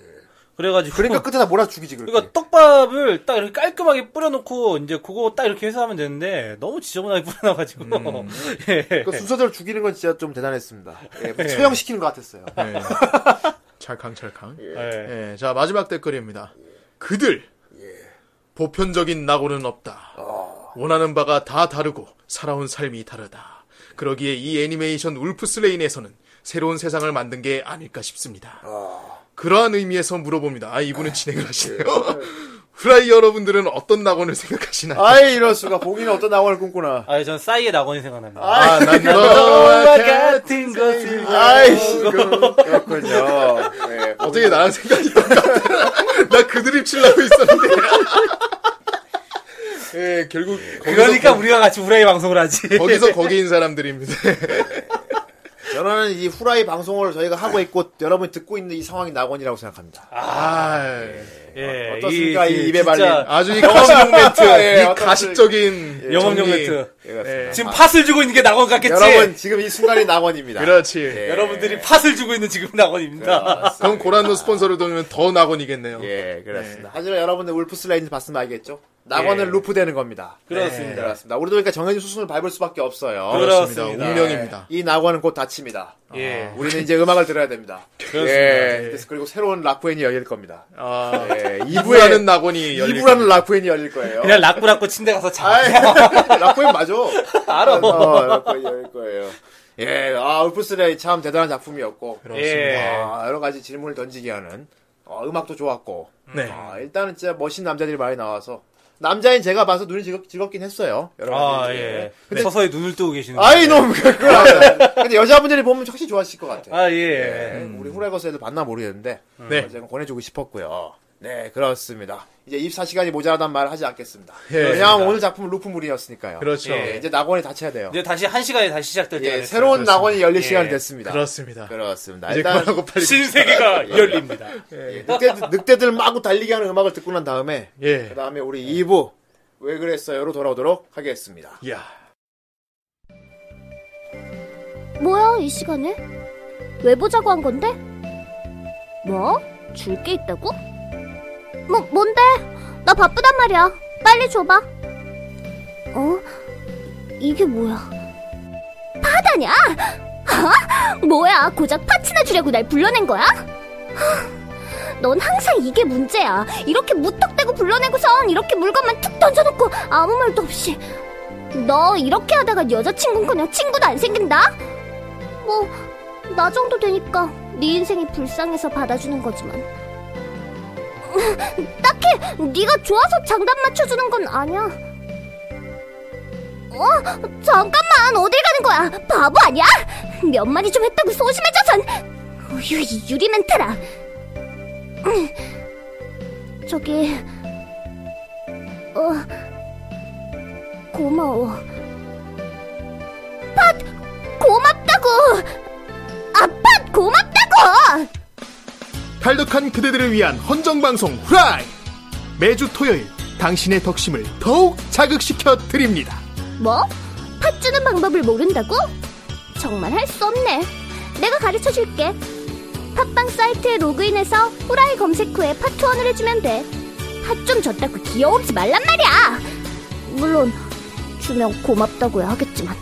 Speaker 2: 그래가지고
Speaker 1: 그러니까 끝에다 몰아 죽이지 그렇게.
Speaker 2: 그러니까 떡밥을 딱 이렇게 깔끔하게 뿌려놓고 이제 그거 딱 이렇게 해서 하면 되는데 너무 지저분하게 뿌려놔가지고 예.
Speaker 1: 그 순서대로 죽이는 건 진짜 좀 대단했습니다. 예, 처형시키는 것 같았어요.
Speaker 3: 예. 찰캉, 찰캉.
Speaker 2: 예.
Speaker 3: 예, 자 마지막 댓글입니다. 그들 보편적인 낙오는 없다. 원하는 바가 다 다르고 살아온 삶이 다르다. 그러기에 이 애니메이션 울프슬레인에서는 새로운 세상을 만든 게 아닐까 싶습니다. 그러한 의미에서 물어봅니다. 아 예. 이분은 진행을 하시네요. 후라이 여러분들은 어떤 낙원을 생각하시나요?
Speaker 1: 아이 이럴 수가 봉이는 어떤 낙원을 꿈꾸나.
Speaker 2: 아니 전 싸이의 낙원이 생각납니다.
Speaker 3: 아, 난
Speaker 2: 너와
Speaker 3: 너와 같-
Speaker 2: 같은 것을
Speaker 1: 아이씨 그- 그렇군요. 예, 봉이.
Speaker 3: 어떻게 나랑 생각이 똑같아? 나 그드립 치려고 있었는데. 예, 결국
Speaker 2: 그러니까 우리가 같이 우라이 방송을 하지.
Speaker 3: 거기서 거기인 사람들입니다.
Speaker 1: 저는 이 후라이 방송을 저희가 하고 있고 여러분이 듣고 있는 이 상황이 낙원이라고 생각합니다.
Speaker 3: 아,
Speaker 2: 예.
Speaker 1: 어떻습니까,
Speaker 2: 이-
Speaker 1: 이 입에
Speaker 2: 진짜
Speaker 1: 발린.
Speaker 3: 아주 이 가식적 멘트,
Speaker 1: 예,
Speaker 3: 이
Speaker 1: 어떤
Speaker 3: 가식적인
Speaker 2: 영업용
Speaker 3: 정리.
Speaker 2: 멘트.
Speaker 1: 예, 그렇습니다.
Speaker 3: 예.
Speaker 2: 지금 팥을 주고 있는 게 낙원 같겠지.
Speaker 1: 여러분 지금 이 순간이 낙원입니다.
Speaker 3: 그렇지.
Speaker 1: 예. 아,
Speaker 2: 여러분들이 팥을 주고 있는 지금
Speaker 1: 네.
Speaker 2: 낙원입니다.
Speaker 3: 그럼 고란노 스폰서를 돌면 더 낙원이겠네요.
Speaker 1: 예, 그렇습니다. 하지만 여러분들 울프슬레인즈 봤으면 알겠죠? 낙원은
Speaker 2: 예.
Speaker 1: 루프 되는 겁니다.
Speaker 2: 그렇습니다.
Speaker 1: 그렇습니다. 우리도 그러니까 정해진 수순을 밟을 수밖에 없어요.
Speaker 2: 그렇습니다.
Speaker 3: 운명입니다.
Speaker 1: 이 낙원은 곧 닫힙니다. 아,
Speaker 2: 예.
Speaker 1: 우리는 이제 음악을 들어야 됩니다.
Speaker 2: 그렇습니다.
Speaker 1: 예.
Speaker 2: 예.
Speaker 1: 그래서 그리고 새로운 락부엔이 열릴 겁니다.
Speaker 3: 아,
Speaker 1: 예.
Speaker 3: 2부라는
Speaker 1: 2부에는
Speaker 3: 낙원이 열릴
Speaker 1: 2부라는 락부엔이 열릴 거예요.
Speaker 2: 그냥 락부락고 침대 가서 자.
Speaker 1: 아이, 락부엔 맞아. 알아. 어, 락부엔 열릴 거예요. 예, 아, 울프스레이 참 대단한 작품이었고.
Speaker 2: 그렇습니다.
Speaker 1: 아, 여러 가지 질문을 던지게 하는. 어, 음악도 좋았고.
Speaker 2: 네.
Speaker 1: 아, 일단은 진짜 멋있는 남자들이 많이 나와서. 남자인 제가 봐서 눈이 즐겁, 즐겁긴 했어요. 여러
Speaker 2: 아,
Speaker 1: 가지.
Speaker 2: 예. 근데 서서히 눈을 뜨고 계시는.
Speaker 1: 아이, 놈, 그걸 알아. 근데 여자분들이 보면 확실히 좋아하실 것 같아요.
Speaker 2: 아,
Speaker 1: 네,
Speaker 2: 예.
Speaker 1: 우리 후라이거스 애들 봤나 모르겠는데
Speaker 3: 네.
Speaker 1: 어, 제가 권해주고 싶었고요. 네 그렇습니다. 이제 24시간이 모자라단 말을 하지 않겠습니다.
Speaker 3: 예.
Speaker 1: 왜냐하면 오늘 작품은 루프물이었으니까요.
Speaker 3: 그렇죠.
Speaker 1: 네, 이제 낙원이 닫혀야 돼요.
Speaker 2: 이제 다시 한 시간에 다시 시작될 때가
Speaker 1: 예,
Speaker 2: 됐어요.
Speaker 1: 새로운 낙원이 열릴
Speaker 2: 예.
Speaker 1: 시간이 됐습니다.
Speaker 3: 그렇습니다.
Speaker 1: 그렇습니다.
Speaker 3: 이제
Speaker 1: 일단
Speaker 3: 그만하고 빨리.
Speaker 2: 신세계가 열립니다.
Speaker 1: 예, 늑대들, 늑대들 마구 달리게 하는 음악을 듣고 난 다음에
Speaker 3: 예.
Speaker 1: 그 다음에 우리 2부 왜 그랬어요로 돌아오도록 하겠습니다.
Speaker 3: 이야.
Speaker 6: 뭐야 이 시간에? 왜 보자고 한 건데? 뭐? 줄 게 있다고? 뭐 뭔데? 나 바쁘단 말이야. 빨리 줘봐. 어? 이게 뭐야? 파다냐? 어? 뭐야? 고작 파츠나 주려고 날 불러낸 거야? 하, 넌 항상 이게 문제야. 이렇게 무턱대고 불러내고선 이렇게 물건만 툭 던져놓고 아무 말도 없이. 너 이렇게 하다가 여자친구는커녕 친구도 안 생긴다? 뭐, 나 정도 되니까 네 인생이 불쌍해서 받아주는 거지만. 딱히 네가 좋아서 장단 맞춰주는 건 아니야. 어? 잠깐만 어딜 가는 거야? 바보 아니야? 몇 마디 좀 했다고 소심해져선 어휴 이 유리 멘트라. 저기 어 고마워. 고맙다고! 아빠 고맙다고!
Speaker 3: 탈덕한 그대들을 위한 헌정방송 후라이! 매주 토요일, 당신의 덕심을 더욱 자극시켜 드립니다.
Speaker 6: 뭐? 팥 주는 방법을 모른다고? 정말 할 수 없네. 내가 가르쳐 줄게. 팟빵 사이트에 로그인해서 후라이 검색 후에 팟 투원을 해주면 돼. 팥 좀 줬다고 귀여우지 말란 말이야! 물론, 주면 고맙다고야 하겠지만.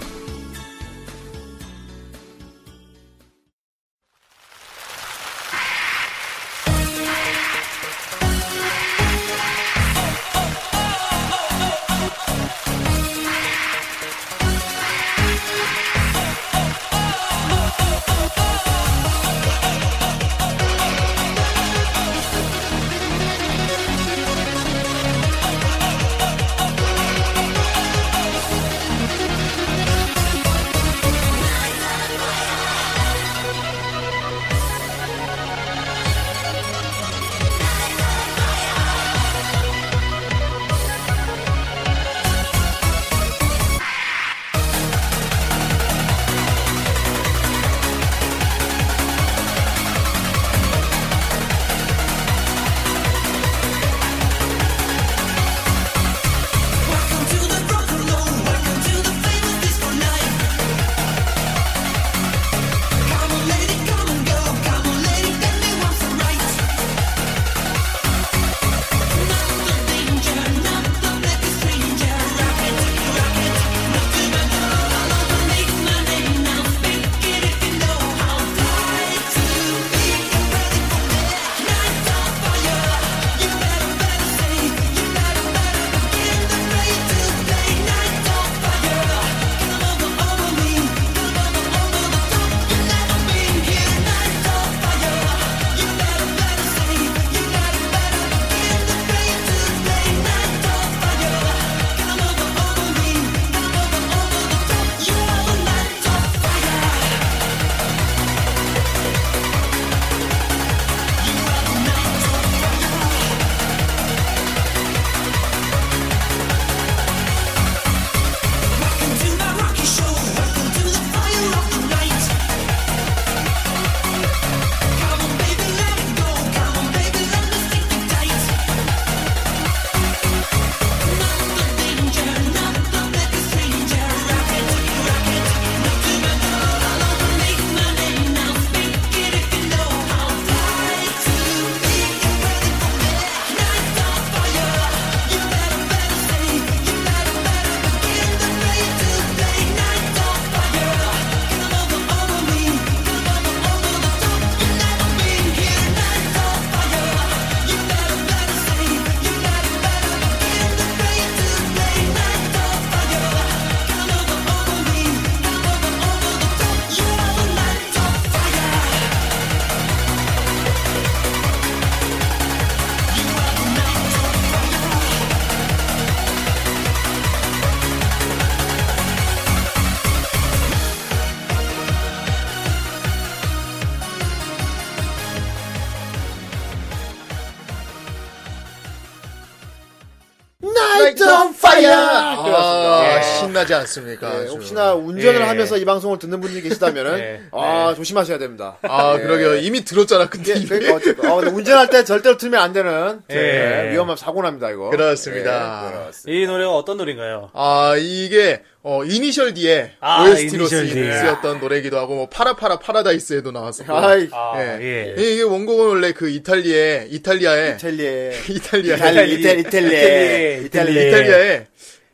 Speaker 3: on fire! 아,
Speaker 1: 그렇습니다.
Speaker 3: 신나지 않습니까?
Speaker 1: 예,
Speaker 3: 아주.
Speaker 1: 혹시나 운전을
Speaker 2: 예.
Speaker 1: 하면서 이 방송을 듣는 분이 계시다면은
Speaker 2: 예.
Speaker 1: 아 조심하셔야 됩니다.
Speaker 3: 아, 그러게요. 이미 들었잖아, 근데.
Speaker 1: 예,
Speaker 3: 이게.
Speaker 1: 그러니까 어쨌든 어, 근데 운전할 때 절대로 틀면 안 되는
Speaker 2: 예.
Speaker 1: 예, 위험한 사고 납니다 이거.
Speaker 3: 그렇습니다.
Speaker 1: 예, 그렇습니다.
Speaker 2: 이 노래가 어떤 노래인가요?
Speaker 3: 아, 이게, 어, 이니셜 D의
Speaker 2: 아,
Speaker 3: OST로
Speaker 2: 이니셜 D.
Speaker 3: 쓰였던 노래기도 하고, 뭐, 파라파라 파라다이스에도 나왔었고.
Speaker 1: 아이
Speaker 2: 아,
Speaker 3: 예.
Speaker 2: 예.
Speaker 3: 이게 원곡은 원래 그 이탈리에, 이탈리아에,
Speaker 1: 이탈리에
Speaker 3: 이탈리아,
Speaker 1: 이탈리 이탈리
Speaker 2: 이탈리에,
Speaker 1: 이탈리에 이탈리에
Speaker 3: 이탈리아에,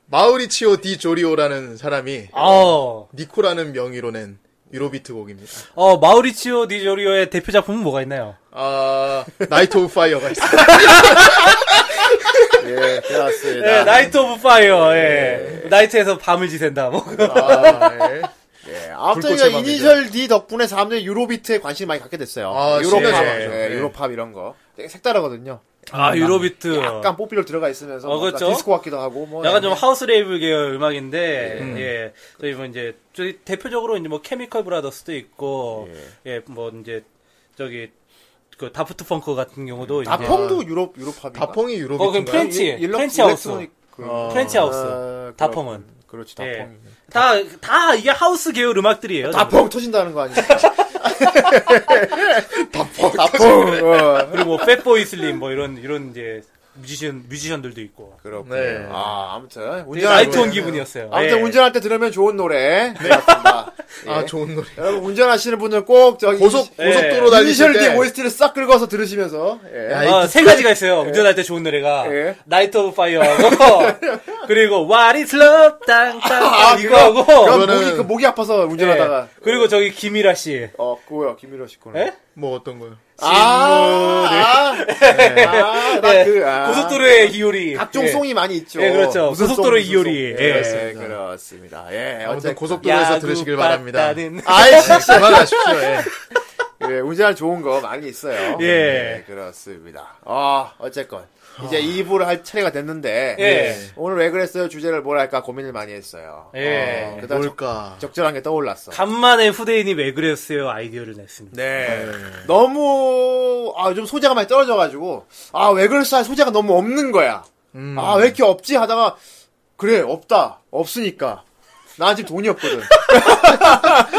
Speaker 3: 마우리치오 디 조리오라는 사람이,
Speaker 2: 어,
Speaker 3: 니코라는 명의로 낸 유로비트 곡입니다.
Speaker 2: 어, 마우리치오 디조리오의 대표 작품은 뭐가 있나요?
Speaker 3: 아, 나이트 오브 파이어가 있어요.
Speaker 1: 예
Speaker 2: 예,
Speaker 1: 그렇습니다.
Speaker 2: 나이트 오브 파이어,
Speaker 1: 네.
Speaker 2: 예. 나이트에서 밤을 지샌다, 뭐.
Speaker 3: 아, 예.
Speaker 1: 예, 아무튼
Speaker 3: 불꽃의
Speaker 1: 이거 이니셜 D 덕분에 사람들이 유로비트에 관심이 많이 갖게 됐어요.
Speaker 3: 아,
Speaker 1: 유로팝,
Speaker 3: 신기하죠.
Speaker 1: 예,
Speaker 3: 예.
Speaker 1: 유로팝 이런 거 되게 색다르거든요.
Speaker 2: 아, 유로비트.
Speaker 1: 약간 뽀삐로 들어가 있으면서
Speaker 2: 어,
Speaker 1: 뭔가
Speaker 2: 그렇죠.
Speaker 1: 디스코 같기도 하고 뭐
Speaker 2: 약간 좀
Speaker 1: 약간
Speaker 2: 하우스 레이블 계열 음악인데,
Speaker 1: 네.
Speaker 2: 예. 저희 뭐 이제, 저희 대표적으로 이제 뭐 케미컬 브라더스도 있고, 예, 뭐 이제, 저기, 그 다프트 펑크 같은 경우도 이제.
Speaker 1: 예. 다펑도 유럽 유럽팝이
Speaker 3: 다펑이 유로비트인가요?
Speaker 2: 어, 그 프렌치, 프렌치 하우스. 음, 프렌치 하우스. 다펑은.
Speaker 1: 그 아, 그렇지 다펑
Speaker 2: 예. 다, 다 이게 하우스 계열 음악들이에요.
Speaker 1: 다펑 터진다는 거 아니야? 다펑 다펑 어,
Speaker 2: 그리고 뭐 팻보이 슬림 뭐 이런 이런 이제 뮤지션 뮤지션들도 있고
Speaker 1: 그렇군요.
Speaker 3: 네.
Speaker 1: 아 아무튼
Speaker 2: 되게 나이트 온
Speaker 1: 때-
Speaker 2: 기분이었어요.
Speaker 1: 아무튼
Speaker 2: 예.
Speaker 1: 운전할 때 들으면 좋은 노래 그렇습니다. 예.
Speaker 3: 아, 좋은 노래.
Speaker 1: 여러분 운전하시는 분은 꼭 저기
Speaker 3: 고속,
Speaker 2: 예.
Speaker 3: 고속도로 달리실
Speaker 1: 이니셜 D
Speaker 3: 때.
Speaker 1: OST를 싹 긁어서 들으시면서 예.
Speaker 3: 야, 이
Speaker 2: 어, 세 가지가 있어요. 운전할 때 좋은 노래가
Speaker 1: 예.
Speaker 2: 나이트 오브 파이어하고 그리고 What is love 땅땅 이거
Speaker 1: 아, 그럼
Speaker 2: 하고
Speaker 3: 그거는-
Speaker 1: 목이 그 목이 아파서 운전하다가
Speaker 2: 예. 그리고 저기 김일아 씨
Speaker 1: 어 그거야 김일호 씨 거는
Speaker 2: 예?
Speaker 3: 뭐 어떤 거요?
Speaker 1: 아, 아,
Speaker 2: 예.
Speaker 1: 나 그, 아.
Speaker 2: 고속도로의 이효리
Speaker 1: 각종
Speaker 2: 예.
Speaker 1: 송이 많이 있죠.
Speaker 2: 예, 그렇죠.
Speaker 1: 무슨 송,
Speaker 2: 고속도로의
Speaker 1: 무슨 송.
Speaker 2: 이효리.
Speaker 1: 예,
Speaker 2: 예.
Speaker 1: 그렇습니다. 예,
Speaker 3: 아무튼
Speaker 1: 어쨌든
Speaker 3: 고속도로에서
Speaker 2: 야구 그
Speaker 3: 들으시길 바랍니다.
Speaker 2: 빠따는.
Speaker 1: 아이, 진짜.
Speaker 3: 그만하십시오. 예.
Speaker 1: 예, 운전할 좋은 거 많이 있어요.
Speaker 2: 예.
Speaker 1: 그렇습니다. 아, 어쨌건. 이제 2부를 할 차례가 됐는데.
Speaker 2: 예.
Speaker 1: 오늘 왜 그랬어요? 주제를 뭘 할까 고민을 많이 했어요.
Speaker 2: 예.
Speaker 1: 어, 그다음
Speaker 3: 뭘까?
Speaker 1: 적절한 게 떠올랐어.
Speaker 2: 간만에 후대인이 왜 그랬어요 아이디어를 냈습니다.
Speaker 1: 네. 너무, 아, 좀 소재가 많이 떨어져가지고, 아, 왜 그럴까? 할 소재가 너무 없는 거야.
Speaker 3: 음.
Speaker 1: 아, 왜 이렇게 없지? 하다가, 그래, 없다. 없으니까. 나 지금 돈이 없거든.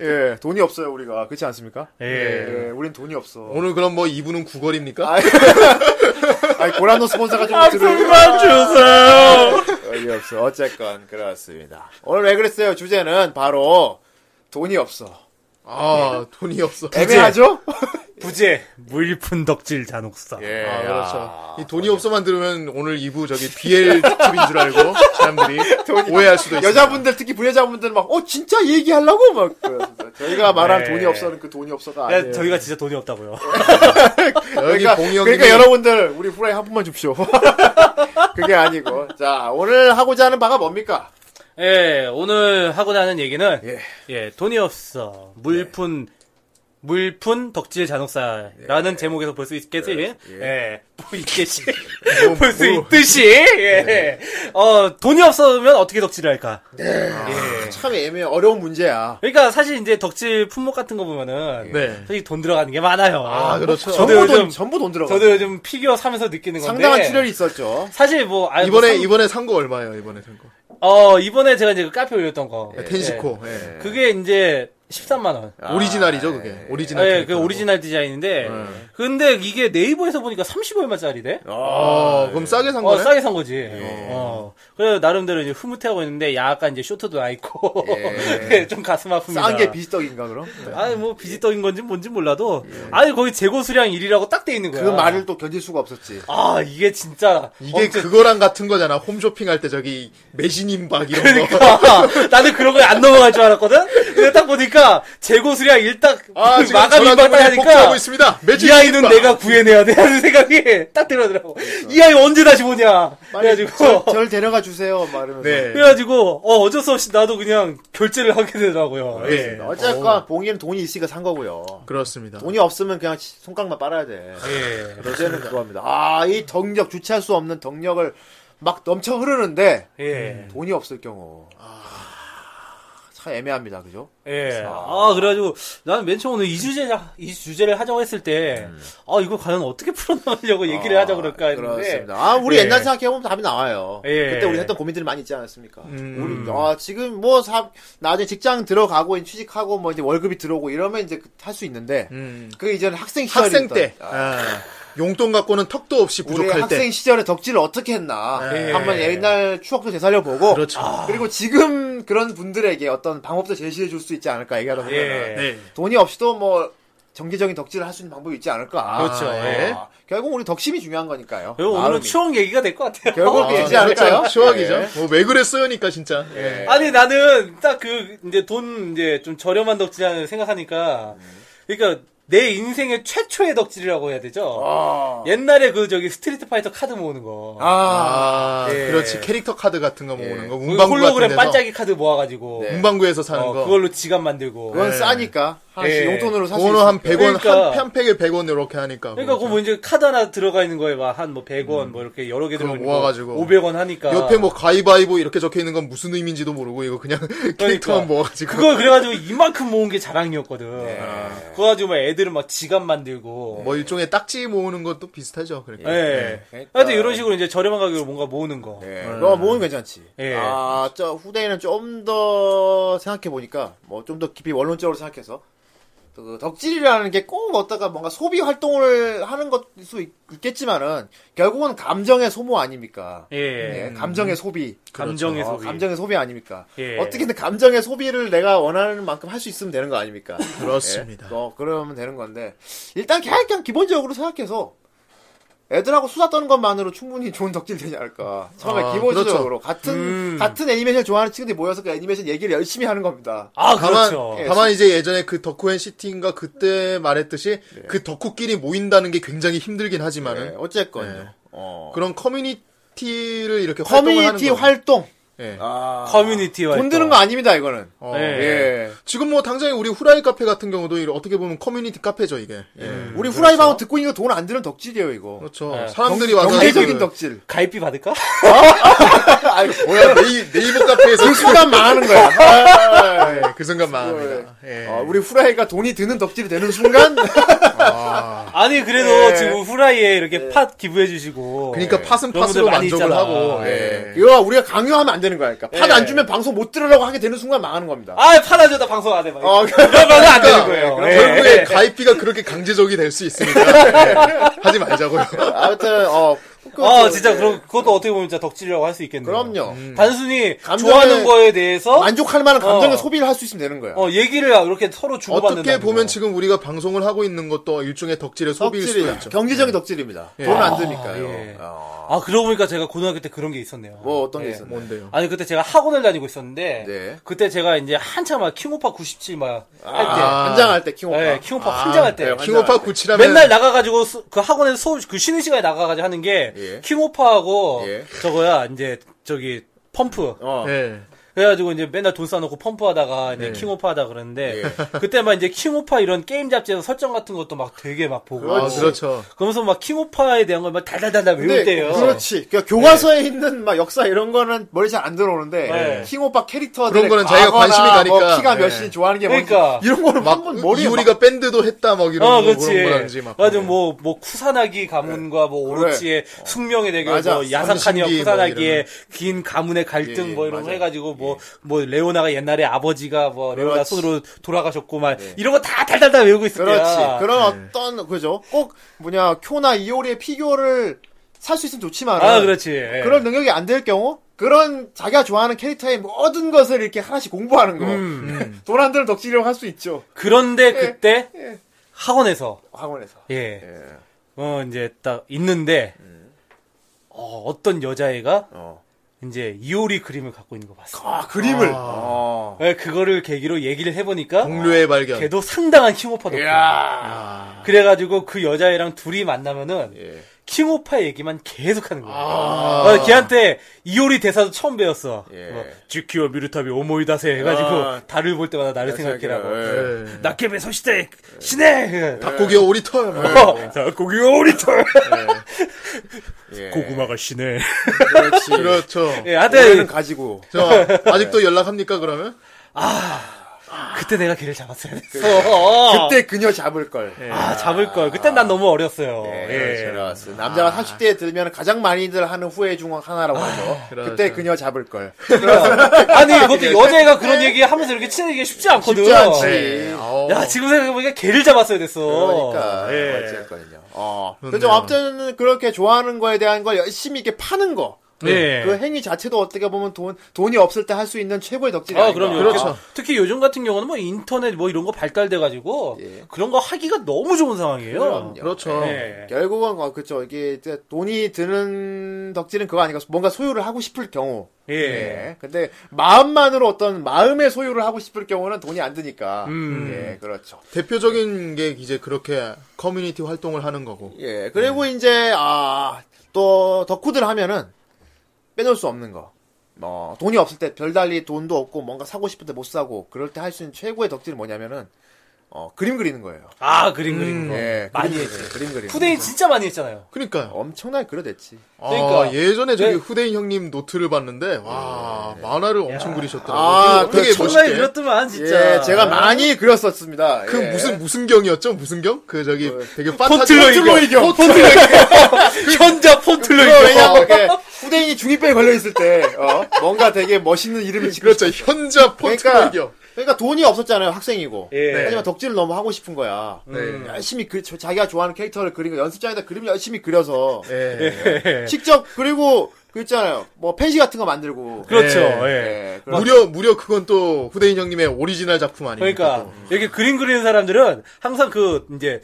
Speaker 1: 예, 돈이 없어요, 우리가. 그렇지 않습니까?
Speaker 2: 예.
Speaker 1: 예, 우린 돈이 없어.
Speaker 3: 오늘 그럼 뭐 이분은 구걸입니까?
Speaker 1: 아이, 아이, 고란노 스폰서가 좀 들을.
Speaker 2: 주세요.
Speaker 1: 어이없어. 어쨌건, 그렇습니다. 오늘 왜 그랬어요? 주제는 바로, 돈이 없어.
Speaker 3: 아, 돈이 없어.
Speaker 1: 애매하죠?
Speaker 2: 부재 물품 덕질 잔혹사.
Speaker 1: 예.
Speaker 3: 아,
Speaker 1: 아.
Speaker 3: 그렇죠. 이 돈이 없어만 들으면 오늘 2부 저기 BL 특집인 줄 알고 사람들이 오해할 수도 있어요.
Speaker 1: 여자분들 특히 부여자분들은 막 어 진짜 얘기하려고 막 그러셨어요. 저희가 말한
Speaker 2: 네.
Speaker 1: 돈이 없어는 그 돈이 없어가
Speaker 2: 야,
Speaker 1: 아니에요.
Speaker 2: 저희가 진짜 돈이 없다고요.
Speaker 3: 네, 여기
Speaker 1: 그러니까,
Speaker 3: 봉이 형님
Speaker 1: 그러니까 여러분들 우리 후라이 한 번만 줍시오. 그게 아니고 자 오늘 하고자 하는 바가 뭡니까?
Speaker 2: 예, 오늘 하고자 하는 얘기는
Speaker 1: 예.
Speaker 2: 예, 돈이 없어 물푼 물푼 덕질 잔혹사라는 제목에서 볼 수 있겠지? 예, 볼 있겠지? 볼 수 있듯이 예, 어 돈이 없으면 어떻게 덕질을 할까? 예.
Speaker 1: 아, 참 애매해 어려운 문제야.
Speaker 2: 그러니까 사실 이제 덕질 품목 같은 거 보면은
Speaker 3: 네.
Speaker 2: 사실 돈 들어가는 게 많아요.
Speaker 3: 아, 그렇죠.
Speaker 2: 저도
Speaker 1: 전부 돈
Speaker 2: 요즘
Speaker 1: 전부 돈 들어가.
Speaker 2: 저도 요즘 피규어 사면서 느끼는 건데
Speaker 1: 상당한 출혈이 있었죠.
Speaker 2: 사실 뭐 아니, 뭐
Speaker 3: 이번에
Speaker 2: 상-
Speaker 3: 이번에 산 거 얼마예요? 이번에 산 거.
Speaker 2: 어 이번에 제가 이제 그 카페 올렸던 거
Speaker 3: 텐시코. 예.
Speaker 2: 예. 그게 이제 13만 원.
Speaker 3: 오리지널이죠, 그게.
Speaker 2: 아,
Speaker 3: 오리지널.
Speaker 2: 예, 그
Speaker 3: 캐릭터라고. 네.
Speaker 2: 오리지널 디자인인데 근데 이게 네이버에서 보니까 30얼마짜리래.
Speaker 3: 아, 예. 그럼 싸게 산
Speaker 2: 어,
Speaker 3: 거네?
Speaker 2: 싸게 산 거지. 어. 그래서 나름대로 이제 흐뭇해하고 있는데 약간 이제 쇼트도 나 있고
Speaker 3: 예.
Speaker 2: 네, 좀 가슴 아픕니다.
Speaker 1: 싼 게 비지떡인가 그럼?
Speaker 3: 네.
Speaker 2: 아니 뭐 비지떡인 건지 뭔지 몰라도
Speaker 3: 예.
Speaker 2: 아니 거기 재고 수량 1이라고 딱 돼 있는
Speaker 1: 그
Speaker 2: 거야.
Speaker 1: 말을 또 견딜 수가 없었지.
Speaker 2: 아 이게 진짜
Speaker 3: 아. 이게
Speaker 2: 엄청-
Speaker 3: 그거랑 같은 거잖아. 홈쇼핑 할 때 저기 매진임 박 이런 거.
Speaker 2: 그러니까 나는 그런 거에 안 넘어갈 줄 알았거든. 근데 딱 보니까 재고 수량 일딱
Speaker 3: 아,
Speaker 2: 그
Speaker 3: 지금
Speaker 2: 마감
Speaker 3: 전화
Speaker 2: 임박
Speaker 3: 때문에 복구하고
Speaker 2: 하니까
Speaker 3: 있습니다.
Speaker 2: 이
Speaker 3: 매진임
Speaker 2: 아이는
Speaker 3: 박.
Speaker 2: 내가 구해내야 돼 하는 생각이 딱 들어더라고. 이 아이 언제 다시 보냐.
Speaker 1: 그렇죠. 빨리
Speaker 2: 그래가지고
Speaker 1: 저, 를 네, 데려가 주세요 말하면서.
Speaker 3: 네.
Speaker 2: 그래가지고 어 어쩔 수 없이 나도 그냥 결제를 하게 되더라고요.
Speaker 1: 아,
Speaker 2: 예.
Speaker 3: 네.
Speaker 1: 그렇습니다. 어쨌건 봉이는 돈이 있으니까 산 거고요.
Speaker 3: 그렇습니다.
Speaker 1: 돈이 없으면 그냥 손가락만 빨아야 돼.
Speaker 2: 예.
Speaker 1: 여자는 그겁니다. 아, 이 덕력, 주체할 수 없는 덕력을 막 넘쳐 흐르는데,
Speaker 2: 예.
Speaker 1: 돈이 없을 경우. 참 애매합니다. 그죠?
Speaker 2: 예. 아, 그래가지고, 나는 맨 처음 오늘 이 주제, 이 주제를 하자고 했을 때, 아, 이거 과연 어떻게 풀어나가려고
Speaker 1: 음.
Speaker 2: 얘기를
Speaker 1: 아,
Speaker 2: 하자 그럴까 했는데.
Speaker 1: 그렇습니다. 아, 우리
Speaker 2: 예.
Speaker 1: 옛날 생각해보면 답이 나와요.
Speaker 2: 예.
Speaker 1: 그때 우리 했던 고민들이 많이 있지 않았습니까?
Speaker 3: 음.
Speaker 1: 우리, 아, 지금 뭐, 사, 나중에 직장 들어가고, 이제 취직하고, 뭐, 이제 월급이 들어오고 이러면 이제 할 수 있는데,
Speaker 3: 음.
Speaker 1: 그게 이제는 학생 시절.
Speaker 3: 학생 때 아, 용돈 갖고는 턱도 없이
Speaker 1: 우리
Speaker 3: 부족할 때
Speaker 1: 학생 시절에 덕질을 어떻게 했나
Speaker 3: 예.
Speaker 1: 한번 옛날 추억도 되살려 보고
Speaker 3: 그렇죠.
Speaker 1: 리고 지금 그런 분들에게 어떤 방법도 제시해 줄 수 있지 않을까 얘기하다 보면
Speaker 2: 예.
Speaker 3: 네.
Speaker 1: 돈이 없이도 뭐 정기적인 덕질을 할 수 있는 방법이 있지 않을까
Speaker 3: 그렇죠.
Speaker 1: 아,
Speaker 3: 예.
Speaker 1: 결국 우리 덕심이 중요한 거니까요
Speaker 2: 그리고 오늘은
Speaker 1: 마음이.
Speaker 2: 추억 얘기가 될 것 같아요. 네.
Speaker 1: 결국 되지 않을까요?
Speaker 3: 그렇죠. 추억이죠.
Speaker 1: 예.
Speaker 3: 뭐왜 그랬어요니까 진짜. 예.
Speaker 2: 아니 나는 딱 그 이제 돈 이제 좀 저렴한 덕질을 생각하니까 그러니까 내 인생의 최초의 덕질이라고 해야 되죠.
Speaker 3: 아.
Speaker 2: 옛날에 그 저기 스트리트 파이터 카드 모으는 거.
Speaker 1: 아,
Speaker 3: 아,
Speaker 2: 예.
Speaker 3: 그렇지. 캐릭터 카드 같은 거 모으는 거.
Speaker 2: 그
Speaker 3: 문방구 같은
Speaker 2: 홀로그램
Speaker 3: 데서 네.
Speaker 2: 반짝이 카드 모아가지고
Speaker 3: 문방구에서 사는
Speaker 2: 어,
Speaker 3: 거.
Speaker 2: 그걸로 지갑 만들고. 네.
Speaker 1: 그건 싸니까 하나씩
Speaker 2: 예.
Speaker 1: 용돈으로 사수
Speaker 3: 그거는 한 100원
Speaker 2: 그러니까.
Speaker 3: 한, 한 팩에 100원 이렇게 하니까.
Speaker 2: 그러니까 그뭐 이제 카드 하나 들어가 있는 거에 막 한 뭐 100원 뭐 이렇게 여러 개
Speaker 3: 그렇죠. 음. 그거
Speaker 2: 들어가 있는
Speaker 3: 모아가지고.
Speaker 2: 500원 하니까
Speaker 1: 그러니까.
Speaker 3: 옆에 뭐 가위바위보 이렇게 적혀 있는 건 무슨 의미인지도 모르고 이거 그냥
Speaker 1: 그러니까.
Speaker 3: 캐릭터만 모아가지고.
Speaker 2: 그걸 그래가지고 이만큼 모은 게 자랑이었거든. 아. 그거 가지고 막 애들은 막 지갑 만들고
Speaker 3: 네. 뭐 일종의 딱지 모으는 것도 비슷하죠. 그러니까.
Speaker 2: 예.
Speaker 1: 그러니까.
Speaker 2: 하여튼 이런 식으로 이제 저렴한 가격으로 뭔가 모으는 거.
Speaker 3: 네.
Speaker 1: 예. 너가 모으면 괜찮지.
Speaker 2: 네. 예.
Speaker 1: 아, 저 후대에는 좀 더 생각해 보니까 뭐 좀 더 깊이 원론적으로 생각해서 그 덕질이라는 게 꼭 어디다가 뭔가 소비 활동을 하는 것일 수 있- 있겠지만은 결국은 감정의 소모 아닙니까?
Speaker 2: 예. 그렇죠.
Speaker 1: 예, 감정의 소비.
Speaker 2: 감정의
Speaker 1: 어,
Speaker 2: 소비.
Speaker 1: 감정의 소비 아닙니까?
Speaker 2: 예.
Speaker 1: 어떻게든 감정의 소비를 내가 원하는 만큼 할 수 있으면 되는 거 아닙니까?
Speaker 3: 그렇습니다.
Speaker 1: 예? 어, 그러면 되는 건데 일단 그냥 그냥 기본적으로 생각해서 애들하고 수다 떠는 것만으로 충분히 좋은 덕질 되지 않을까. 처음에
Speaker 3: 아,
Speaker 1: 기본적으로 같은
Speaker 2: 음.
Speaker 1: 같은 애니메이션 좋아하는 친구들이 모여서 그 애니메이션 얘기를 열심히 하는 겁니다.
Speaker 2: 아,
Speaker 3: 다만,
Speaker 2: 그렇죠.
Speaker 1: 예.
Speaker 3: 다만 이제 예전에 그 덕후앤 시티인가 그때 말했듯이 그 덕후끼리 모인다는 게 굉장히 힘들긴 하지만은
Speaker 1: 예, 어쨌건요. 어.
Speaker 3: 그런 커뮤니티를 이렇게
Speaker 1: 커뮤니티
Speaker 3: 활동을 하는
Speaker 1: 활동. 아.
Speaker 3: 거. 예.
Speaker 2: 아. 커뮤니티 활동.
Speaker 1: 돈 드는 거 아닙니다, 이거는.
Speaker 3: 어.
Speaker 2: 예.
Speaker 1: 예.
Speaker 3: 지금 뭐 당장에 우리 후라이 카페 같은 경우도 이런 어떻게 보면 커뮤니티 카페죠 이게. 예.
Speaker 1: 우리 후라이방은 듣고 있는 거 돈 안 드는 덕질이에요, 이거.
Speaker 3: 그렇죠.
Speaker 2: 예.
Speaker 3: 사람들이 와서
Speaker 1: 경제적인
Speaker 3: 그-
Speaker 1: 덕질.
Speaker 2: 가입비 받을까?
Speaker 1: 아이,
Speaker 3: 뭐야 네이, 네이버 카페에서
Speaker 1: 그 순간 망하는 거야.
Speaker 3: 예, 그 순간 망합니다. 예.
Speaker 1: 어, 우리 후라이가 돈이 드는 덕질이 되는 순간
Speaker 2: 아니 그래도
Speaker 1: 예.
Speaker 2: 지금 후라이에 이렇게 팟 기부해 주시고 예.
Speaker 3: 그러니까 팟은
Speaker 2: 여러분들
Speaker 3: 팟으로
Speaker 2: 많이
Speaker 3: 만족을
Speaker 2: 있잖아.
Speaker 3: 하고.
Speaker 1: 예.
Speaker 3: 예.
Speaker 1: 이거 우리가 강요하면 안 되는 거야. 그러니까 팟
Speaker 2: 예.
Speaker 1: 안 주면 방송 못 들으려고 하게 되는 순간 망하는 겁니다.
Speaker 2: 아, 팔아줘다 방송 안 해봐.
Speaker 1: 어,
Speaker 2: 그러면 안 되는 거예요.
Speaker 1: 네.
Speaker 3: 결국에 가입비가 그렇게 강제적이 될 수 있으니까 예. 하지 말자고요.
Speaker 1: 아무튼 어, 그-
Speaker 2: 아,
Speaker 1: 그-
Speaker 2: 진짜 음.
Speaker 1: 예.
Speaker 2: 그럼 그것도 어떻게 보면 진짜 덕질이라고 할 수 있겠네요.
Speaker 1: 그럼요.
Speaker 2: 단순히
Speaker 1: 감정을-
Speaker 2: 좋아하는 거에 대해서
Speaker 1: 만족할 만한 감정을
Speaker 2: 어.
Speaker 1: 소비를 할 수 있으면 되는 거야.
Speaker 2: 어 얘기를 이렇게 서로 주고받는
Speaker 3: 어떻게 보면 지금 우리가 방송을 하고 있는 것도 일종의 덕질의 소비일 수도
Speaker 1: 덕질이
Speaker 3: 있죠.
Speaker 1: 경제적인 덕질입니다. 돈을 안 드니까요.
Speaker 2: 예.
Speaker 1: 어,
Speaker 2: 아 그러고 보니까 제가 고등학교 때 그런 게 있었네요.
Speaker 1: 뭐 어떤 게
Speaker 2: 예.
Speaker 1: 있었나요?
Speaker 3: 뭔데요?
Speaker 2: 아니 그때 제가 학원을 다니고 있었는데
Speaker 1: 네.
Speaker 2: 그때 제가 이제 한참 막 킹오파 97막 할
Speaker 1: 아, 한장할 때 킹오파.
Speaker 2: 때, 예, 킹오파 환장할 때
Speaker 1: 네,
Speaker 3: 킹오파 구치라면
Speaker 2: 맨날 나가가지고 수- 그 학원에서 수업 그 쉬는 시간에 나가가지고 하는 게
Speaker 1: 예.
Speaker 2: 킹오파하고
Speaker 1: 예.
Speaker 2: 저거야 이제 저기 펌프
Speaker 1: 어.
Speaker 3: 예.
Speaker 2: 그래가지고 이제 맨날 돈 쌓아놓고 펌프하다가 이제 킹오파 하다 그러는데 그때 막 이제 킹오파 이런 게임 잡지에서 설정 같은 것도 막 되게 막 보고
Speaker 3: 아, 그렇죠.
Speaker 2: 그러면서 막 킹오파에 대한 걸 막 달달달달 외울 때요.
Speaker 1: 그렇지. 그러니까 교과서에 있는 막 역사 이런 거는 머리 잘 안 들어오는데
Speaker 2: 네.
Speaker 1: 킹오빠 캐릭터
Speaker 3: 그런 거는 자기가 관심이 가니까.
Speaker 1: 키가
Speaker 3: 네.
Speaker 1: 몇인 좋아하는 게 뭔지
Speaker 2: 그러니까.
Speaker 1: 이런 거는
Speaker 3: 막
Speaker 1: 한번 어, 머리에 막 아,
Speaker 3: 이효리가 밴드도 했다 막 이런
Speaker 2: 어,
Speaker 3: 거
Speaker 2: 그렇지.
Speaker 3: 그런 거라든지 막.
Speaker 2: 맞아, 뭐, 뭐, 쿠사나기 가문과 뭐, 오로치의 숙명의 대결,
Speaker 1: 맞아.
Speaker 2: 뭐, 야사카니와
Speaker 3: 삼신기
Speaker 2: 쿠사나기의 긴 가문의 갈등
Speaker 1: 예, 예,
Speaker 2: 뭐 이런 거
Speaker 1: 맞아.
Speaker 2: 해가지고 뭐, 뭐, 레오나가 옛날에 아버지가 뭐, 레오나
Speaker 1: 그렇지.
Speaker 2: 손으로 돌아가셨고 막, 이런 거 다 달달달 외우고 있을 거야. 네.
Speaker 1: 그렇지. 그런 어떤 그죠? 꼭 뭐냐 쿄나 이오리의 피규어를 살 수 있으면 좋지만
Speaker 2: 아, 그렇지. 예.
Speaker 1: 그런 능력이 안 될 경우 그런 자기가 좋아하는 캐릭터의 모든 것을 이렇게 하나씩 공부하는
Speaker 3: 음.
Speaker 1: 거. 음. 돈 안 드는 덕질이라고 할 수 있죠.
Speaker 2: 그런데 그때, 학원에서,
Speaker 1: 학원에서.
Speaker 2: 예. 어, 이제 딱 있는데, 어, 어떤 여자애가,
Speaker 1: 어.
Speaker 2: 이제 이오리 그림을 갖고 있는 거 봤어.
Speaker 1: 아 그림을. 어.
Speaker 2: 예, 그거를 계기로 얘기를 해보니까,
Speaker 3: 동료의 발견.
Speaker 2: 걔도 상당한 킹오파 덕후.
Speaker 1: 이야.
Speaker 2: 그래가지고 그 여자애랑 둘이 만나면은 킹오파 얘기만 계속하는 거야. 어, 걔한테 이효리 대사도 처음 배웠어.
Speaker 1: 예.
Speaker 2: 뭐, 지키와 미루탑이 오모이다세 해가지고
Speaker 1: 아.
Speaker 2: 달을 볼 때마다 나를
Speaker 1: 예.
Speaker 2: 생각해라고.
Speaker 3: 예.
Speaker 2: 낙엽의 소시대 신해. 예.
Speaker 3: 닭고기와 오리털. 막.
Speaker 1: 아,
Speaker 2: 어, 자, 고기가 오리털.
Speaker 1: 예.
Speaker 2: 고구마가 신해.
Speaker 1: 그렇지.
Speaker 3: 그렇죠.
Speaker 2: 예,
Speaker 1: 올해는
Speaker 2: 하여튼
Speaker 1: 네. 가지고.
Speaker 3: 저 아직도 연락합니까 그러면?
Speaker 2: 그때 내가 걔를 잡았어야 됐어.
Speaker 1: 그때 그녀 잡을 걸.
Speaker 2: 아, 잡을 걸. 그땐 난 너무 어렸어요.
Speaker 1: 예,
Speaker 2: 예.
Speaker 1: 잘 나왔어요. 남자가 30대에 들면 가장 많이들 하는 후회 중 하나라고 하죠. 그때
Speaker 3: 그렇죠.
Speaker 1: 그녀 잡을 걸.
Speaker 2: 아니, 그것도 여자애가 그런 얘기 하면서 이렇게 친해지기 쉽지 않거든.
Speaker 1: 그러니까. 예. 네.
Speaker 2: 네.
Speaker 1: 쉽지 않지.
Speaker 3: 어.
Speaker 2: 야, 지금 생각해보니까 걔를 잡았어야 됐어.
Speaker 1: 그러니까
Speaker 2: 예.
Speaker 1: 어쨌거든요. 어.
Speaker 3: 그렇네요.
Speaker 1: 그래서 아무튼 그렇게 좋아하는 거에 대한 걸 열심히 이렇게 파는 거.
Speaker 2: 네.
Speaker 1: 그 행위 자체도 어떻게 보면 돈 돈이 없을 때 할 수 있는 최고의 덕질이
Speaker 2: 아,
Speaker 1: 아닌가.
Speaker 2: 그럼요.
Speaker 3: 그렇죠.
Speaker 2: 특히 요즘 같은 경우는 뭐 인터넷 뭐 이런 거 발달돼가지고
Speaker 1: 예.
Speaker 2: 그런 거 하기가 너무 좋은 상황이에요.
Speaker 1: 그럼요.
Speaker 3: 그렇죠.
Speaker 2: 예.
Speaker 1: 결국은 어, 그쵸 이게 이제 돈이 드는 덕질은 그거 아닌가 뭔가 소유를 하고 싶을 경우
Speaker 2: 예.
Speaker 1: 예. 근데 마음만으로 어떤 마음의 소유를 하고 싶을 경우는 돈이 안 드니까
Speaker 2: 음.
Speaker 1: 예 그렇죠
Speaker 3: 대표적인 게 이제 그렇게 커뮤니티 활동을 하는 거고.
Speaker 1: 예
Speaker 2: 네.
Speaker 1: 그리고 이제 아 또 덕후들 하면은 빼놓을 수 없는 거 어, 돈이 없을 때 별달리 돈도 없고 뭔가 사고 싶은데 못 사고 그럴 때 할 수 있는 최고의 덕질이 뭐냐면은 어 그림 그리는 거예요
Speaker 2: 아, 그림 그리는 거.
Speaker 1: 예
Speaker 2: 많이
Speaker 1: 그림,
Speaker 2: 했지.
Speaker 1: 그리는 거, 그림 그리는
Speaker 2: 후대인
Speaker 1: 거.
Speaker 2: 진짜 많이 했잖아요.
Speaker 3: 그러니까요.
Speaker 1: 엄청나게 그려댔지
Speaker 2: 그러니까.
Speaker 3: 아, 예전에 저기
Speaker 2: 네.
Speaker 3: 후대인 형님 노트를 봤는데 와 만화를 엄청 그리셨더라고요.
Speaker 1: 예. 아,
Speaker 3: 되게
Speaker 1: 그
Speaker 3: 멋있게.
Speaker 2: 엄청나게 그렸더만 진짜.
Speaker 1: 예, 제가 많이 그렸었습니다.
Speaker 3: 그
Speaker 1: 예.
Speaker 3: 무슨 무슨 경이었죠? 무슨 경? 그 저기 되게 판타지
Speaker 2: 폰틀러이 경. 폰틀러이 경. 현자 폰틀러이
Speaker 1: 그 그거 왜냐면
Speaker 2: 경.
Speaker 1: 이렇게 후대인이 중이병에 걸려 있을 때 어, 뭔가 되게 멋있는 이름을 짓고
Speaker 3: 그렇죠. 현자 폰틀러이 경. 네.
Speaker 1: 그러니까, 그러니까 돈이 없었잖아요 학생이고
Speaker 2: 예.
Speaker 1: 하지만 덕질을 너무 하고 싶은 거야
Speaker 2: 음.
Speaker 1: 열심히 그, 저- 자기가 좋아하는 캐릭터를 그리고 연습장에다 그림을 열심히 그려서
Speaker 3: 예.
Speaker 1: 직접 그리고 그 있잖아요 뭐 펜시 같은 거 만들고
Speaker 2: 그렇죠.
Speaker 3: 예.
Speaker 2: 예.
Speaker 1: 예, 그런-
Speaker 3: 무려 무려 그건 또 후대인 형님의 오리지널 작품 아닙니까?
Speaker 2: 그러니까 여기 그림 그리는 사람들은 항상 그 이제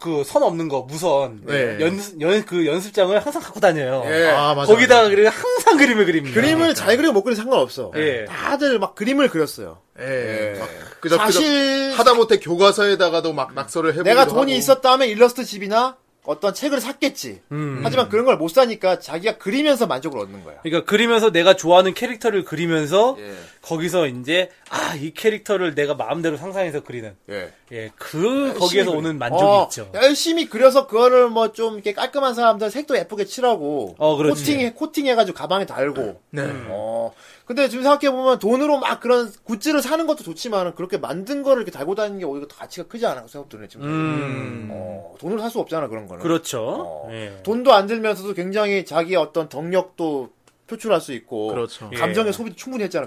Speaker 2: 그 선 없는 거 무선
Speaker 3: 네.
Speaker 2: 연연그 연습장을 항상 갖고 다녀요.
Speaker 1: 예.
Speaker 3: 또. 아 맞아.
Speaker 2: 거기다가 그리고 항상 그림을 그립니다.
Speaker 1: 그림을 잘 그리고 못 그리면 상관없어
Speaker 2: 아, 예.
Speaker 1: 다들 막 그림을 그렸어요
Speaker 3: 예.
Speaker 1: 예.
Speaker 3: 막 그저 그저
Speaker 1: 사실
Speaker 3: 하다 못해 교과서에다가도 막 낙서를 해.
Speaker 1: 내가 돈이 있었다면 일러스트 집이나 어떤 책을 샀겠지.
Speaker 2: 음.
Speaker 1: 하지만 그런 걸 못 사니까 자기가 그리면서 만족을 얻는 거야.
Speaker 2: 그러니까 그리면서 내가 좋아하는 캐릭터를 그리면서
Speaker 1: 예.
Speaker 2: 거기서 이제 아 이 캐릭터를 내가 마음대로 상상해서 그리는
Speaker 1: 예.
Speaker 2: 예 그 거기에서 오는 만족이
Speaker 1: 아, 어,
Speaker 2: 있죠.
Speaker 1: 열심히 그려서 그거를 뭐 좀 이렇게 깔끔한 사람들 색도 예쁘게 칠하고
Speaker 2: 어, 그렇지. 음.
Speaker 1: 코팅해 코팅해가지고 가방에 달고.
Speaker 3: 네.
Speaker 1: 어. 근데 지금 생각해 보면 돈으로 막 그런 굿즈를 사는 것도 좋지만 그렇게 만든 거를 이렇게 달고 다니는 게 오히려 더 가치가 크지 않아 생각 드네 지금.
Speaker 2: 음.
Speaker 1: 어, 돈으로 살 수 없잖아 그런 거는.
Speaker 2: 그렇죠.
Speaker 1: 어,
Speaker 2: 예.
Speaker 1: 돈도 안 들면서도 굉장히 자기의 어떤 덕력도 표출할 수 있고
Speaker 3: 그렇죠.
Speaker 2: 예.
Speaker 1: 감정의 소비도 충분히 했잖아.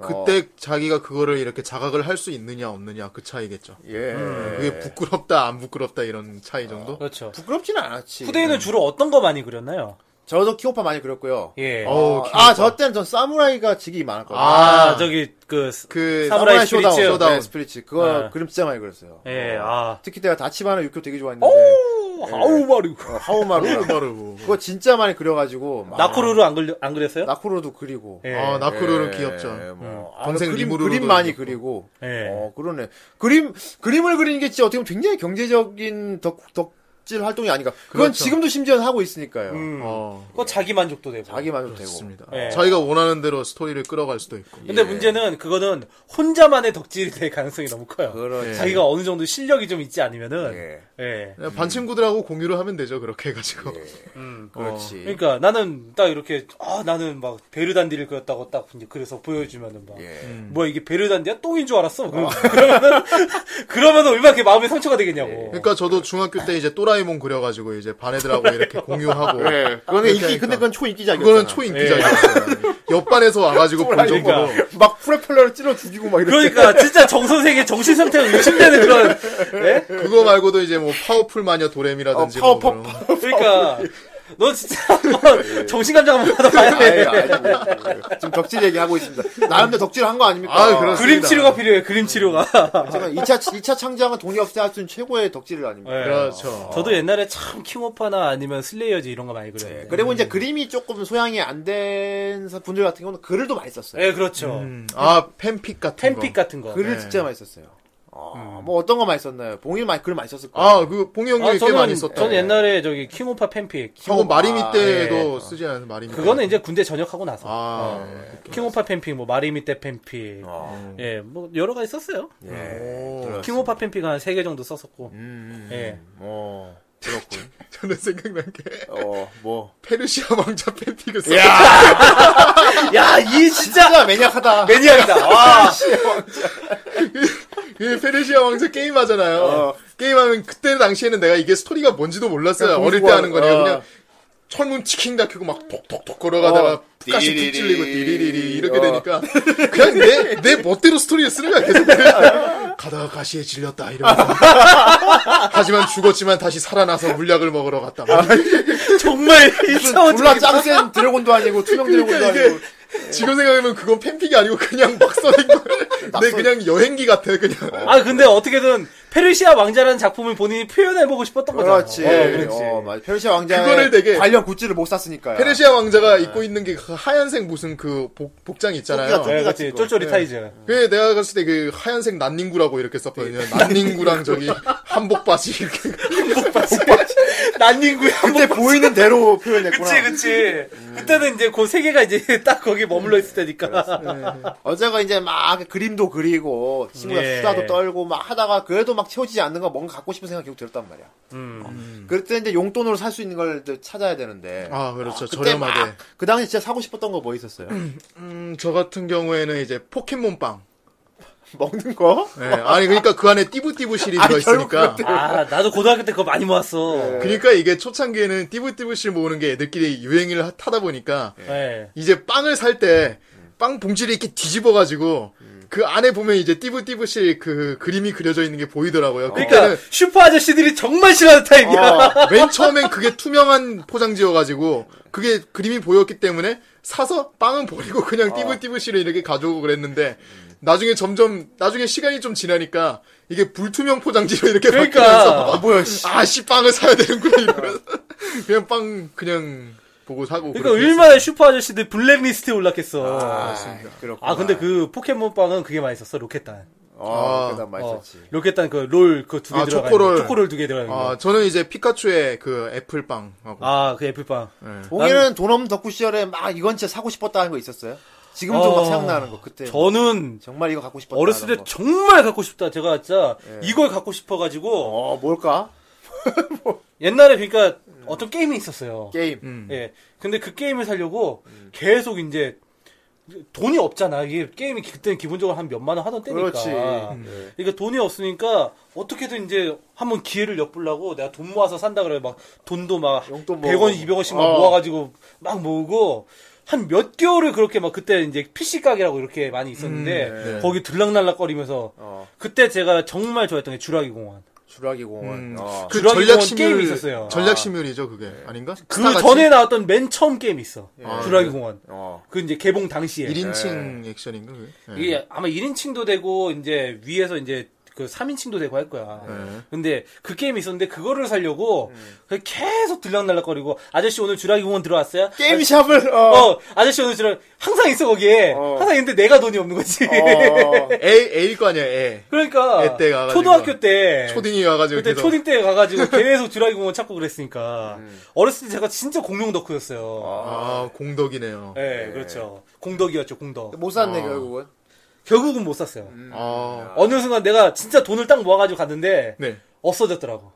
Speaker 1: 그거는. 어.
Speaker 3: 그때 자기가 그거를 이렇게 자각을 할 수 있느냐 없느냐 그 차이겠죠.
Speaker 1: 예.
Speaker 2: 음,
Speaker 3: 그게 부끄럽다 안 부끄럽다 이런
Speaker 1: 어.
Speaker 3: 차이 정도.
Speaker 2: 그렇죠.
Speaker 1: 부끄럽지는 않았지. 음.
Speaker 2: 후대인은 주로 어떤 거 많이 그렸나요?
Speaker 1: 저도 키오파 많이 그렸고요.
Speaker 2: 예.
Speaker 3: 어우,
Speaker 1: 어, 아, 저 때는 전 사무라이가 직이 많았거든요.
Speaker 2: 아,
Speaker 3: 아.
Speaker 2: 저기 그
Speaker 3: 그
Speaker 1: 쇼다운,
Speaker 2: 사무라이 스피릿이요?
Speaker 1: 쇼다운. 네,
Speaker 3: 쇼다운.
Speaker 1: 스피릿. 그거
Speaker 2: 네.
Speaker 1: 그림 진짜 많이 그렸어요.
Speaker 2: 예,
Speaker 1: 어.
Speaker 2: 아.
Speaker 1: 특히 내가 다치바나 육교 되게 좋아했는데
Speaker 2: 오, 아우 마루.
Speaker 1: 어, 하우마루
Speaker 3: 바르고.
Speaker 1: 그거 진짜 많이 그려가지고 막
Speaker 2: 어, 나코루루 안 그려 안 그렸어요?
Speaker 1: 나코로도 그리고
Speaker 2: 예.
Speaker 3: 아 나쿠루는 귀엽죠.
Speaker 1: 예, 뭐. 아,
Speaker 3: 동생
Speaker 1: 그림,
Speaker 3: 리무르로도
Speaker 1: 그림 많이 그리고
Speaker 3: 그렸고.
Speaker 2: 예.
Speaker 1: 어, 그러네. 그림, 그림을 그리는 게 진짜 어떻게 보면 굉장히 경제적인 덕, 덕질 활동이 아닌가. 그건
Speaker 3: 그렇죠.
Speaker 1: 지금도 심지어 하고 있으니까요.
Speaker 2: 음.
Speaker 3: 어.
Speaker 2: 그거 자기 만족도 되고.
Speaker 1: 자기 만족 되고. 음.
Speaker 3: 좋습니다.
Speaker 2: 예.
Speaker 3: 자기가 원하는 대로 스토리를 끌어갈 수도 있고.
Speaker 1: 예.
Speaker 2: 근데 문제는 그거는 혼자만의 덕질이 될 가능성이 너무 커요.
Speaker 1: 그렇지.
Speaker 2: 자기가 어느 정도 실력이 좀 있지 않으면은
Speaker 1: 예.
Speaker 2: 예.
Speaker 3: 그냥 네, 반 친구들하고 공유를 하면 되죠. 그렇게 해가지고.
Speaker 1: 네.
Speaker 2: 음.
Speaker 1: 그렇지.
Speaker 3: 어.
Speaker 2: 그러니까 나는 딱 이렇게 아 나는 막 베르단디를 그렸다고 딱 이제 그래서 보여주면은 막
Speaker 1: 예.
Speaker 3: 음.
Speaker 1: 아.
Speaker 2: 뭐야 이게 베르단디야 똥인 줄 알았어. 그러면은 그러면은 얼마나 이렇게 마음의 상처가 되겠냐고.
Speaker 1: 예.
Speaker 3: 그러니까 저도 중학교 때 이제 또라이몽 그려가지고 이제 반 애들하고 이렇게 공유하고.
Speaker 1: 예. 그거는 인기, 근데 그건 초인기작이야.
Speaker 3: 그러니까. 그거는 초인기자였어요. 옆반에서 와가지고 본 정도로.
Speaker 1: 막 프레펠러를 찔러 죽이고 막 이렇게.
Speaker 2: 그러니까 진짜 정 선생의 정신 상태가 의심되는 그런 예?
Speaker 3: 그거 말고도 이제 뭐 파워풀 마녀 도렘이라든지
Speaker 1: 어,
Speaker 3: 뭐
Speaker 1: 파워풀
Speaker 3: 그런.
Speaker 2: 그러니까 너 진짜
Speaker 3: 예.
Speaker 2: 한번 정신감정 한번 받아봐야 돼.
Speaker 1: 아니, 아니, 지금 덕질 얘기하고 있습니다. 나름대로 덕질 한 거 아닙니까?
Speaker 3: 아, 그렇습니다.
Speaker 2: 그림 치료가 필요해. 그림 치료가.
Speaker 1: 제가 2차, 2차 창작은 돈이 없을 때 할 수 있는 최고의 덕질 아닙니까?
Speaker 3: 그렇죠.
Speaker 2: 예. 저도 옛날에 참 킹오파나 아니면 슬레이어즈 이런 거 많이 그려요.
Speaker 3: 네,
Speaker 2: 예,
Speaker 1: 네, 그리고 이제 그림이 조금 소양이 안 된 분들 같은 경우는 글을 더 많이 썼어요.
Speaker 2: 그렇죠.
Speaker 3: 음, 아 팬픽 같은
Speaker 2: 팬픽
Speaker 3: 거.
Speaker 2: 같은 거.
Speaker 1: 글을
Speaker 3: 네.
Speaker 1: 진짜 많이 썼어요. 아, 뭐 어떤 거 많이 썼나요? 봉일 많이 글 많이 썼을 거예요.
Speaker 3: 아그 봉이 형님이 꽤 많이 썼다.
Speaker 2: 저는 옛날에 저기 킹오파 팬픽.
Speaker 3: 하고 마리미
Speaker 1: 아,
Speaker 3: 때도 쓰지 않은 마리미.
Speaker 2: 그거는
Speaker 3: 때.
Speaker 2: 이제 군대 전역하고 나서.
Speaker 3: 아
Speaker 2: 킹오파 팬픽, 뭐, 마리미 때 팬픽. 예, 뭐, 여러 가지 썼어요.
Speaker 1: 예.
Speaker 2: 킹오파 팬픽 한 세 개 정도 썼었고.
Speaker 1: 음,
Speaker 2: 예.
Speaker 1: 어. 그렇군.
Speaker 3: 저는 생각난 게
Speaker 1: 어, 뭐.
Speaker 3: 페르시아 왕자 팬티를 써.
Speaker 1: 야,
Speaker 2: 야, 이 진짜
Speaker 1: 진짜 매니악하다.
Speaker 2: 매니아이다. 와.
Speaker 3: 이그 페르시아 왕자 게임 하잖아요.
Speaker 1: 어.
Speaker 3: 게임하면 그때 당시에는 내가 이게 스토리가 뭔지도 몰랐어요.
Speaker 1: 그냥
Speaker 3: 어릴 때
Speaker 1: 공부하고,
Speaker 3: 하는 거니까
Speaker 1: 어.
Speaker 3: 그냥 철문 치킨 다큐고 막 톡톡톡 걸어가다가
Speaker 1: 어.
Speaker 3: 푸까시
Speaker 1: 디리리리.
Speaker 3: 푹 찔리고 디리리리 이렇게
Speaker 1: 어.
Speaker 3: 되니까 그냥 내, 내 멋대로 스토리를 쓰는 거야 계속 가다가 가시에 질렸다 이러면서 하지만 죽었지만 다시 살아나서 물약을 먹으러 갔다 막
Speaker 2: 정말 이상한
Speaker 1: 졸라 짱센 드래곤도 아니고 투명
Speaker 3: 그러니까
Speaker 1: 드래곤도 아니고.
Speaker 3: 지금 생각하면 그건 팬픽이 아니고 그냥 막 써낸 거야 내 그냥 여행기 같아 그냥
Speaker 2: 아 근데 어떻게든 페르시아 왕자라는 작품을 본인이 표현해보고 싶었던 거잖아.
Speaker 1: 그렇지.
Speaker 2: 어, 그렇지.
Speaker 1: 어, 맞아. 페르시아 왕자의
Speaker 3: 그거를 되게-
Speaker 1: 관련 굿즈를 못 샀으니까요.
Speaker 3: 페르시아 왕자가 입고 있는 게 그 하얀색 무슨 그 복, 복장 있잖아요 예.
Speaker 1: 복장.
Speaker 2: 네, 그렇지. 쫄쫄이 타이즈.
Speaker 3: 그게 내가 갔을 때 그 하얀색 난닝구라고 이렇게 썼거든요. 난닝구랑 저기 한복 바지 이렇게.
Speaker 2: 난닝구야.
Speaker 1: 그때 보이는 대로 표현했구나.
Speaker 2: 그치 그치. 그때는 이제 그 세 개가 이제 딱 거기 머물러 있을 때니까.
Speaker 1: 어제가 이제 막 그림도 그리고 친구가
Speaker 2: 예.
Speaker 1: 수다도 떨고 막 하다가 그래도 막 채워지지 않는 거 뭔가 갖고 싶은 생각 계속 들었단 말이야.
Speaker 2: 음.
Speaker 1: 그때 이제 용돈으로 살 수 있는 걸 이제 찾아야 되는데.
Speaker 3: 아, 그렇죠.
Speaker 1: 그때
Speaker 3: 저렴하게.
Speaker 1: 막, 그 당시 진짜 사고 싶었던 거 뭐 있었어요?
Speaker 3: 음, 저 같은 경우에는 이제 포켓몬빵.
Speaker 1: 먹는 거?
Speaker 3: 예, 아니, 그러니까 그 안에 띠부띠부 시리즈가
Speaker 1: 아니, 결국
Speaker 3: 있으니까.
Speaker 2: 아 나도 고등학교 때 그거 많이 모았어.
Speaker 3: 그러니까 이게 초창기에는 띠부띠부실 모으는 게 애들끼리 유행을 하- 타다 보니까
Speaker 2: 네.
Speaker 3: 이제 빵을 살 때 빵 봉지를 이렇게 뒤집어가지고 그 안에 보면 이제 띠부띠부실 그 그림이 그려져 있는 게 보이더라고요.
Speaker 2: 그러니까
Speaker 3: 어, 그때는
Speaker 2: 슈퍼 아저씨들이 정말 싫어하는 타입이야.
Speaker 3: 맨 처음엔 그게 투명한 포장지여가지고 그게 그림이 보였기 때문에 사서 빵은 버리고 그냥
Speaker 2: 어.
Speaker 3: 띠부띠부씨로 이렇게 가져오고 그랬는데 나중에 점점 나중에 시간이 좀 지나니까 이게 불투명 포장지로 이렇게
Speaker 2: 그러니까.
Speaker 3: 바뀌면서
Speaker 2: 아,
Speaker 1: 뭐야, 씨.
Speaker 3: 아씨 빵을 사야 되는구나 이러면서 그냥 빵 그냥 보고 사고
Speaker 2: 그러니까
Speaker 3: 그렇게
Speaker 2: 얼마나 슈퍼 아저씨들 블랙리스트에 올랐겠어. 아,
Speaker 1: 그렇구나.
Speaker 2: 근데 그 포켓몬 빵은 그게 맛있었어 로켓단.
Speaker 1: 아,
Speaker 3: 아,
Speaker 1: 그다음
Speaker 2: 어,
Speaker 1: 맛있었지.
Speaker 2: 로켓단 그 롤 그 두 개
Speaker 3: 아,
Speaker 2: 들어가
Speaker 3: 초코롤.
Speaker 2: 있는 거. 초코롤 두 개 들어가 있는
Speaker 3: 했어요. 아
Speaker 2: 거.
Speaker 3: 저는 이제 피카츄의 그 애플 빵하고
Speaker 2: 아그 애플빵.
Speaker 1: 봉이는 돈 없는 덕후 시절에 막 이건 진짜 사고 싶었다 하는 거 있었어요? 지금도
Speaker 2: 어,
Speaker 1: 막 생각나는 거 그때.
Speaker 2: 저는
Speaker 1: 정말 이거 갖고 싶었다.
Speaker 2: 어렸을 때
Speaker 1: 하는 거. 예.
Speaker 2: 정말 갖고 싶다. 제가 진짜 이걸 갖고 싶어가지고
Speaker 1: 어, 뭘까?
Speaker 2: 옛날에 그러니까
Speaker 1: 음.
Speaker 2: 어떤 게임이 있었어요.
Speaker 1: 게임.
Speaker 3: 음.
Speaker 2: 예. 근데 그 게임을 사려고 계속 이제 돈이 없잖아. 이게 게임이 그때는 기본적으로 한 몇만 원 하던 때니까.
Speaker 1: 그렇지.
Speaker 2: 음. 그러니까 돈이 없으니까 어떻게든 이제 한번 기회를 엿보려고 내가 돈 모아서 산다 그래. 막 돈도 막
Speaker 1: 용돈
Speaker 2: 100원,
Speaker 1: 모으고.
Speaker 2: 200원씩 막
Speaker 1: 어.
Speaker 2: 모아가지고 막 모으고 한 몇 개월을 그렇게 막 그때 이제 PC 가게라고 이렇게 많이 있었는데
Speaker 1: 음. 네.
Speaker 2: 거기 들락날락거리면서
Speaker 1: 어,
Speaker 2: 그때 제가 정말 좋아했던 게 주라기 공원.
Speaker 1: 주라기 공원. 어.
Speaker 3: 그
Speaker 2: 주라기
Speaker 3: 전략
Speaker 2: 공원
Speaker 3: 시뮬
Speaker 2: 게임이 있었어요. 아.
Speaker 3: 전략 시뮬이죠 그게 아닌가?
Speaker 2: 그 전에 나왔던 맨 처음 게임 이 있어.
Speaker 3: 아,
Speaker 2: 주라기 공원.
Speaker 1: 어.
Speaker 2: 그 이제 개봉 당시에
Speaker 3: 1인칭 액션인가 그게? 예.
Speaker 2: 이게 아마 1인칭도 되고 이제 위에서 이제 그 3인칭도 되고 할 거야.
Speaker 3: 네.
Speaker 2: 근데 그 게임이 있었는데 그거를 살려고
Speaker 3: 음.
Speaker 2: 그냥 계속 들락날락거리고 아저씨 오늘 주라기 공원 들어왔어요?
Speaker 1: 게임샵을
Speaker 2: 아,
Speaker 1: 어.
Speaker 2: 어, 아저씨 오늘 주라 항상 있어 거기에.
Speaker 1: 어.
Speaker 2: 항상 있는데 내가 돈이 없는 거지.
Speaker 1: 어.
Speaker 3: 애 애일 거 아니야 애.
Speaker 2: 그러니까
Speaker 3: 애 때 가가지고.
Speaker 2: 초등학교 때
Speaker 3: 초딩이 와가지고
Speaker 2: 네. 그때
Speaker 3: 계속-
Speaker 2: 초딩 때 가가지고 계속 주라기 공원 찾고 그랬으니까 어렸을 때 제가 진짜 공룡 덕후였어요.
Speaker 3: 음. 아 공덕이네요. 음.
Speaker 2: 네, 그렇죠. 공덕이었죠, 공덕.
Speaker 1: 못 샀네 결국은.
Speaker 2: 결국은 못 샀어요.
Speaker 3: 아
Speaker 2: 어느 순간 내가 진짜 돈을 딱 모아가지고 갔는데
Speaker 3: 네. 아.
Speaker 2: 없어졌더라고.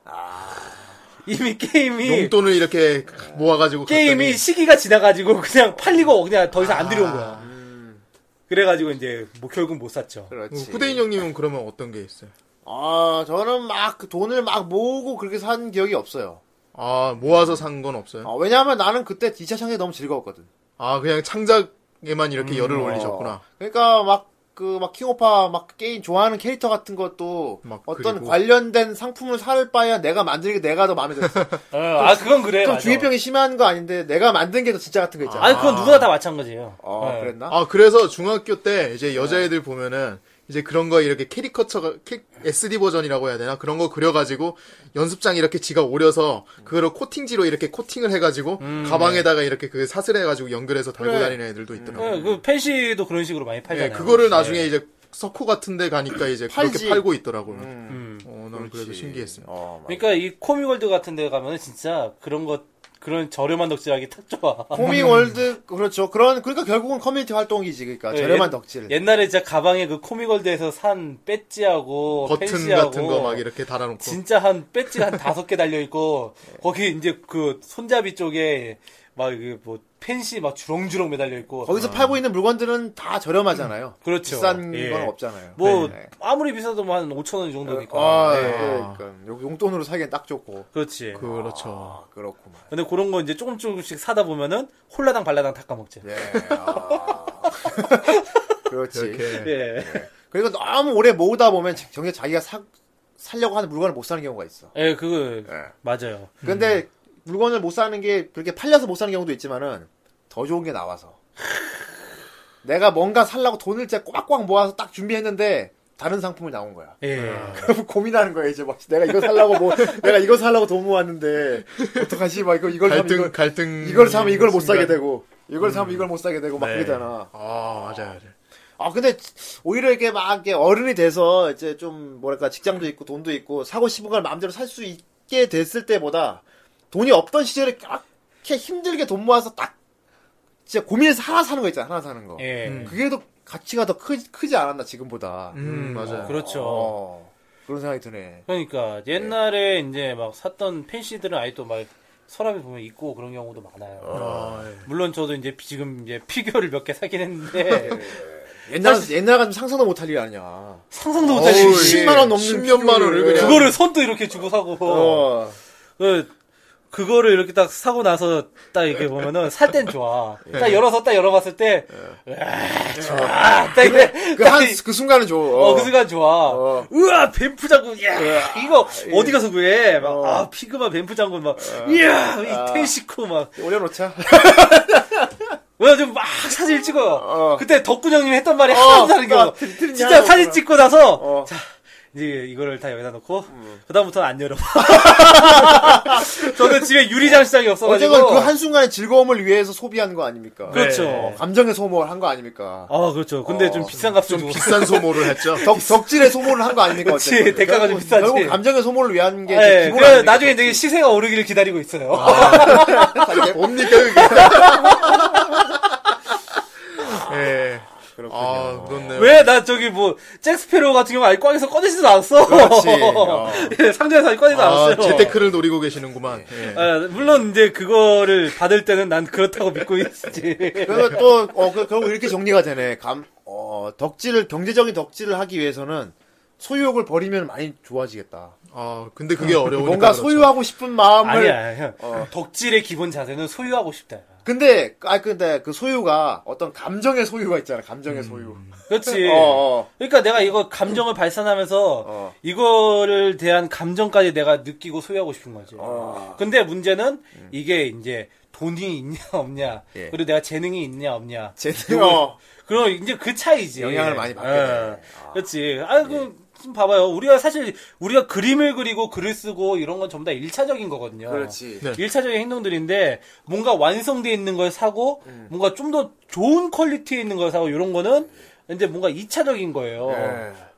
Speaker 2: 이미 게임이
Speaker 3: 용돈을 이렇게 모아가지고
Speaker 2: 게임이 시기가 지나가지고 그냥 팔리고 그냥 더 이상 안
Speaker 3: 아.
Speaker 2: 들여온 거야.
Speaker 3: 음.
Speaker 2: 그래가지고 이제 뭐 결국 못 샀죠.
Speaker 3: 갔더니.
Speaker 1: 그렇지.
Speaker 3: 어, 후대인 형님은 그러면 어떤 게 있어요?
Speaker 1: 아, 저는 막그 돈을 막 모으고 그렇게 산 기억이 없어요.
Speaker 3: 아 모아서 산 건 없어요.
Speaker 1: 아, 왜냐하면 나는 그때 2차 창작이 너무 즐거웠거든.
Speaker 3: 아 그냥 창작에만
Speaker 2: 음,
Speaker 3: 이렇게 열을 올리셨구나.
Speaker 1: 어. 그러니까 막 그 막 킹오파 막 게임 좋아하는 캐릭터 같은 것도
Speaker 3: 막
Speaker 1: 어떤
Speaker 3: 그리고.
Speaker 1: 관련된 상품을 살 바야 내가 만드는 게 내가 더 마음에 들었어.
Speaker 2: 어, 아 그건 그래.
Speaker 1: 좀
Speaker 2: 맞아.
Speaker 1: 중이병이 심한 거 아닌데 내가 만든 게 더 진짜 같은 거 있잖아.
Speaker 2: 아니 그건 누구나 다 마찬가지예요.
Speaker 1: 어,
Speaker 2: 네.
Speaker 1: 그랬나?
Speaker 3: 아 그래서 중학교 때 이제 여자애들 보면은 이제 그런 거 이렇게 캐리커처가 캐- SD 버전이라고 해야 되나 그런 거 그려가지고 연습장 이렇게 지가 오려서 그거를 코팅지로 이렇게 코팅을 해가지고 가방에다가 이렇게 그 사슬해가지고 연결해서 달고 다니는 애들도 있더라고. 요
Speaker 2: 네, 그 펜시도 그런 식으로 많이
Speaker 3: 예,
Speaker 2: 팔잖아요.
Speaker 3: 그거를 나중에
Speaker 2: 네.
Speaker 3: 이제 석호 같은데 가니까 이제
Speaker 1: 팔지.
Speaker 3: 그렇게 팔고 있더라고요.
Speaker 2: 음.
Speaker 3: 어, 난 그래도 신기했어요.
Speaker 1: 어, 맞아.
Speaker 2: 그러니까 이 코미월드 같은 데 가면은 진짜 그런 것 그런 저렴한 덕질하기 탁 좋아.
Speaker 1: 코미월드 그렇죠. 그런 그러니까 결국은 커뮤니티 활동이지 그러니까
Speaker 2: 예,
Speaker 1: 저렴한
Speaker 2: 옛-
Speaker 1: 덕질.
Speaker 2: 옛날에 진짜 가방에 그 코미걸드에서 산 배지하고
Speaker 3: 버튼
Speaker 2: 펜시하고
Speaker 3: 같은 거 막 이렇게 달아놓고.
Speaker 2: 진짜 한 배지가 한 다섯 개 달려 있고
Speaker 3: 네.
Speaker 2: 거기 이제 그 손잡이 쪽에 막 뭐 펜시 막 주렁주렁 매달려 있고
Speaker 1: 거기서
Speaker 3: 아.
Speaker 1: 팔고 있는 물건들은 다 저렴하잖아요.
Speaker 2: 그렇죠.
Speaker 1: 비싼
Speaker 2: 예.
Speaker 1: 건 없잖아요.
Speaker 2: 뭐
Speaker 1: 네.
Speaker 2: 아무리 비싸도 뭐한 5천 원 정도니까.
Speaker 1: 아,
Speaker 2: 예.
Speaker 1: 그러니까 요- 용돈으로 사기엔 딱 좋고.
Speaker 2: 그렇지.
Speaker 3: 네. 그렇죠.
Speaker 1: 아, 그렇구만.
Speaker 2: 근데 그런 거 이제 조금 조금씩 사다 보면은 홀라당 발라당 다 까먹지.
Speaker 3: 네.
Speaker 1: 예. 아. 그렇지.
Speaker 3: 이렇게.
Speaker 2: 예.
Speaker 1: 그러니까 너무 오래 모으다 보면 자- 정작 자기가 사, 살려고 하는 물건을 못 사는 경우가 있어.
Speaker 2: 예, 그거
Speaker 3: 네.
Speaker 1: 예.
Speaker 2: 맞아요.
Speaker 1: 근데
Speaker 3: 음.
Speaker 1: 물건을 못 사는 게 그렇게 팔려서 못 사는 경우도 있지만은 더 좋은 게 나와서. 내가 뭔가 살라고 돈을 진짜 꽉꽉 모아서 딱 준비했는데 다른 상품이 나온 거야.
Speaker 2: 예.
Speaker 3: 아.
Speaker 1: 그럼 고민하는 거야 이제 막 내가 이거 살라고 뭐 내가 이거 살라고 돈 모았는데 어떡하지 막 이거 이걸 사면
Speaker 3: 갈등,
Speaker 1: 이걸,
Speaker 3: 갈등.
Speaker 1: 이걸 사면 이걸 못
Speaker 3: 순간.
Speaker 1: 사게 되고 이걸 사면 이걸 못 사게 되고 막
Speaker 3: 네.
Speaker 1: 그러잖아.
Speaker 3: 아, 맞아요, 맞아요.
Speaker 1: 아 근데 오히려 이렇게 막 이렇게 어른이 돼서 이제 좀 뭐랄까 직장도 있고 돈도 있고 사고 싶은 걸 마음대로 살 수 있게 됐을 때보다 돈이 없던 시절에 그렇게 힘들게 돈 모아서 딱 진짜 고민해서 하나 사는 거 있잖아 하나 사는 거
Speaker 2: 예.
Speaker 1: 그게 더 가치가 더 크지, 크지 않았나 지금보다
Speaker 3: 음, 맞아요.
Speaker 2: 그렇죠.
Speaker 1: 어, 그런 생각이 드네
Speaker 2: 그러니까 옛날에 이제 막 샀던 펜시들은 아예 또 막 서랍에 보면 있고 그런 경우도 많아요.
Speaker 3: 아, 예.
Speaker 2: 물론 저도 이제 지금 이제 피규어를 몇 개 사긴 했는데
Speaker 1: 옛날 옛날 같으면 상상도 못할 일 아니야
Speaker 2: 상상도
Speaker 3: 어우,
Speaker 2: 못할
Speaker 1: 어우,
Speaker 2: 일이
Speaker 3: 예.
Speaker 1: 10만 원 넘는
Speaker 3: 10년 만 원을
Speaker 1: 피규어를.
Speaker 3: 그냥.
Speaker 2: 그거를 손도 이렇게 주고 사고
Speaker 1: 어.
Speaker 2: 그 그거를 이렇게 딱 사고 나서 딱 이렇게 보면은 살 땐 좋아. 딱 열어서 딱 열어봤을 때, 으아, 좋아. 딱 이래.
Speaker 1: 그, 한, 그 순간은 좋아.
Speaker 2: 어, 그 순간 좋아.
Speaker 1: 어.
Speaker 2: 우와, 뱀프 장군, 야 이거, 어디 가서 구해? 막, 아, 피그마 뱀프 장군, 막, 이야, 이 텐시코, 막.
Speaker 1: 어. 올려놓자.
Speaker 2: 왜냐, 좀막 사진 찍어요.
Speaker 1: 어.
Speaker 2: 그때 덕군 형님이 했던 말이 하나도 다른 게
Speaker 1: 나
Speaker 2: 없어.
Speaker 1: 틀- 틀린
Speaker 2: 진짜
Speaker 1: 하나도
Speaker 2: 사진
Speaker 1: 없구나.
Speaker 2: 찍고 나서,
Speaker 1: 어.
Speaker 2: 자, 이제 이거를 다 여기다 놓고, 그다음부터는 안 열어. 저는 집에 유리장시장이 없어가지고.
Speaker 1: 어쨌건 그 한순간의 즐거움을 위해서 소비한 거 아닙니까?
Speaker 2: 그렇죠.
Speaker 1: 어, 감정의 소모를 한 거 아닙니까?
Speaker 2: 아, 그렇죠. 근데 좀 비싼 값을
Speaker 3: 좀
Speaker 2: 주고.
Speaker 3: 비싼 소모를 했죠.
Speaker 1: 덕, 덕질의 소모를 한 거 아닙니까?
Speaker 2: 그렇지.
Speaker 1: 어쨌건.
Speaker 2: 대가가 좀
Speaker 1: 결국-
Speaker 2: 비싸지.
Speaker 1: 결국 감정의 소모를 위한 게
Speaker 2: 예,
Speaker 1: 기본
Speaker 2: 그래
Speaker 1: 아닙니까?
Speaker 2: 나중에 이제 시세가 오르기를 기다리고 있어요.
Speaker 3: 뭡니까, 그게? 예.
Speaker 1: 그렇군요.
Speaker 3: 아, 그렇네요.
Speaker 2: 왜 나 저기 뭐 잭스페로 같은 경우 아예 꽝에서 꺼내지도 않았어.
Speaker 1: 그렇지. 어.
Speaker 2: 예, 상자에서 아예 꺼내지도
Speaker 3: 아,
Speaker 2: 않았어요.
Speaker 3: 재테크를 노리고 계시는구만. 예.
Speaker 2: 아, 물론 이제 그거를 받을 때는 난 그렇다고 믿고 있지.
Speaker 1: 그래서 또, 어, 그, 결국 이렇게 정리가 되네. 감, 어, 덕질을, 경제적인 덕질을 하기 위해서는 소유욕을 버리면 많이 좋아지겠다.
Speaker 3: 아, 근데 그게 어려우니까.
Speaker 1: 뭔가
Speaker 3: 그렇죠.
Speaker 1: 소유하고 싶은 마음을
Speaker 2: 아니야, 형.
Speaker 1: 어.
Speaker 2: 덕질의 기본 자세는 소유하고 싶다.
Speaker 1: 근데 아 근데 그 소유가 어떤 감정의 소유가 있잖아
Speaker 2: 음.
Speaker 1: 감정의 소유
Speaker 2: 그렇지.
Speaker 1: 어, 어.
Speaker 2: 그러니까 내가 이거 감정을 발산하면서
Speaker 1: 어.
Speaker 2: 이거를 대한 감정까지 내가 느끼고 소유하고 싶은 거지.
Speaker 1: 어.
Speaker 2: 근데 문제는 이게 이제 돈이 있냐 없냐
Speaker 1: 예.
Speaker 2: 그리고 내가 재능이 있냐 없냐
Speaker 1: 재능 어.
Speaker 2: 그럼 이제 그 차이지.
Speaker 1: 영향을 많이 받게
Speaker 2: 예.
Speaker 1: 되네. 예.
Speaker 2: 그렇지. 아, 그, 좀 봐봐요. 우리가 사실, 우리가 그림을 그리고 글을 쓰고 이런 건 전부 다 1차적인 거거든요.
Speaker 1: 그렇지
Speaker 3: 네.
Speaker 2: 1차적인 행동들인데, 뭔가 완성돼 있는 걸 사고,
Speaker 1: 음.
Speaker 2: 뭔가 좀 더 좋은 퀄리티에 있는 걸 사고, 이런 거는, 이제 뭔가 2차적인 거예요.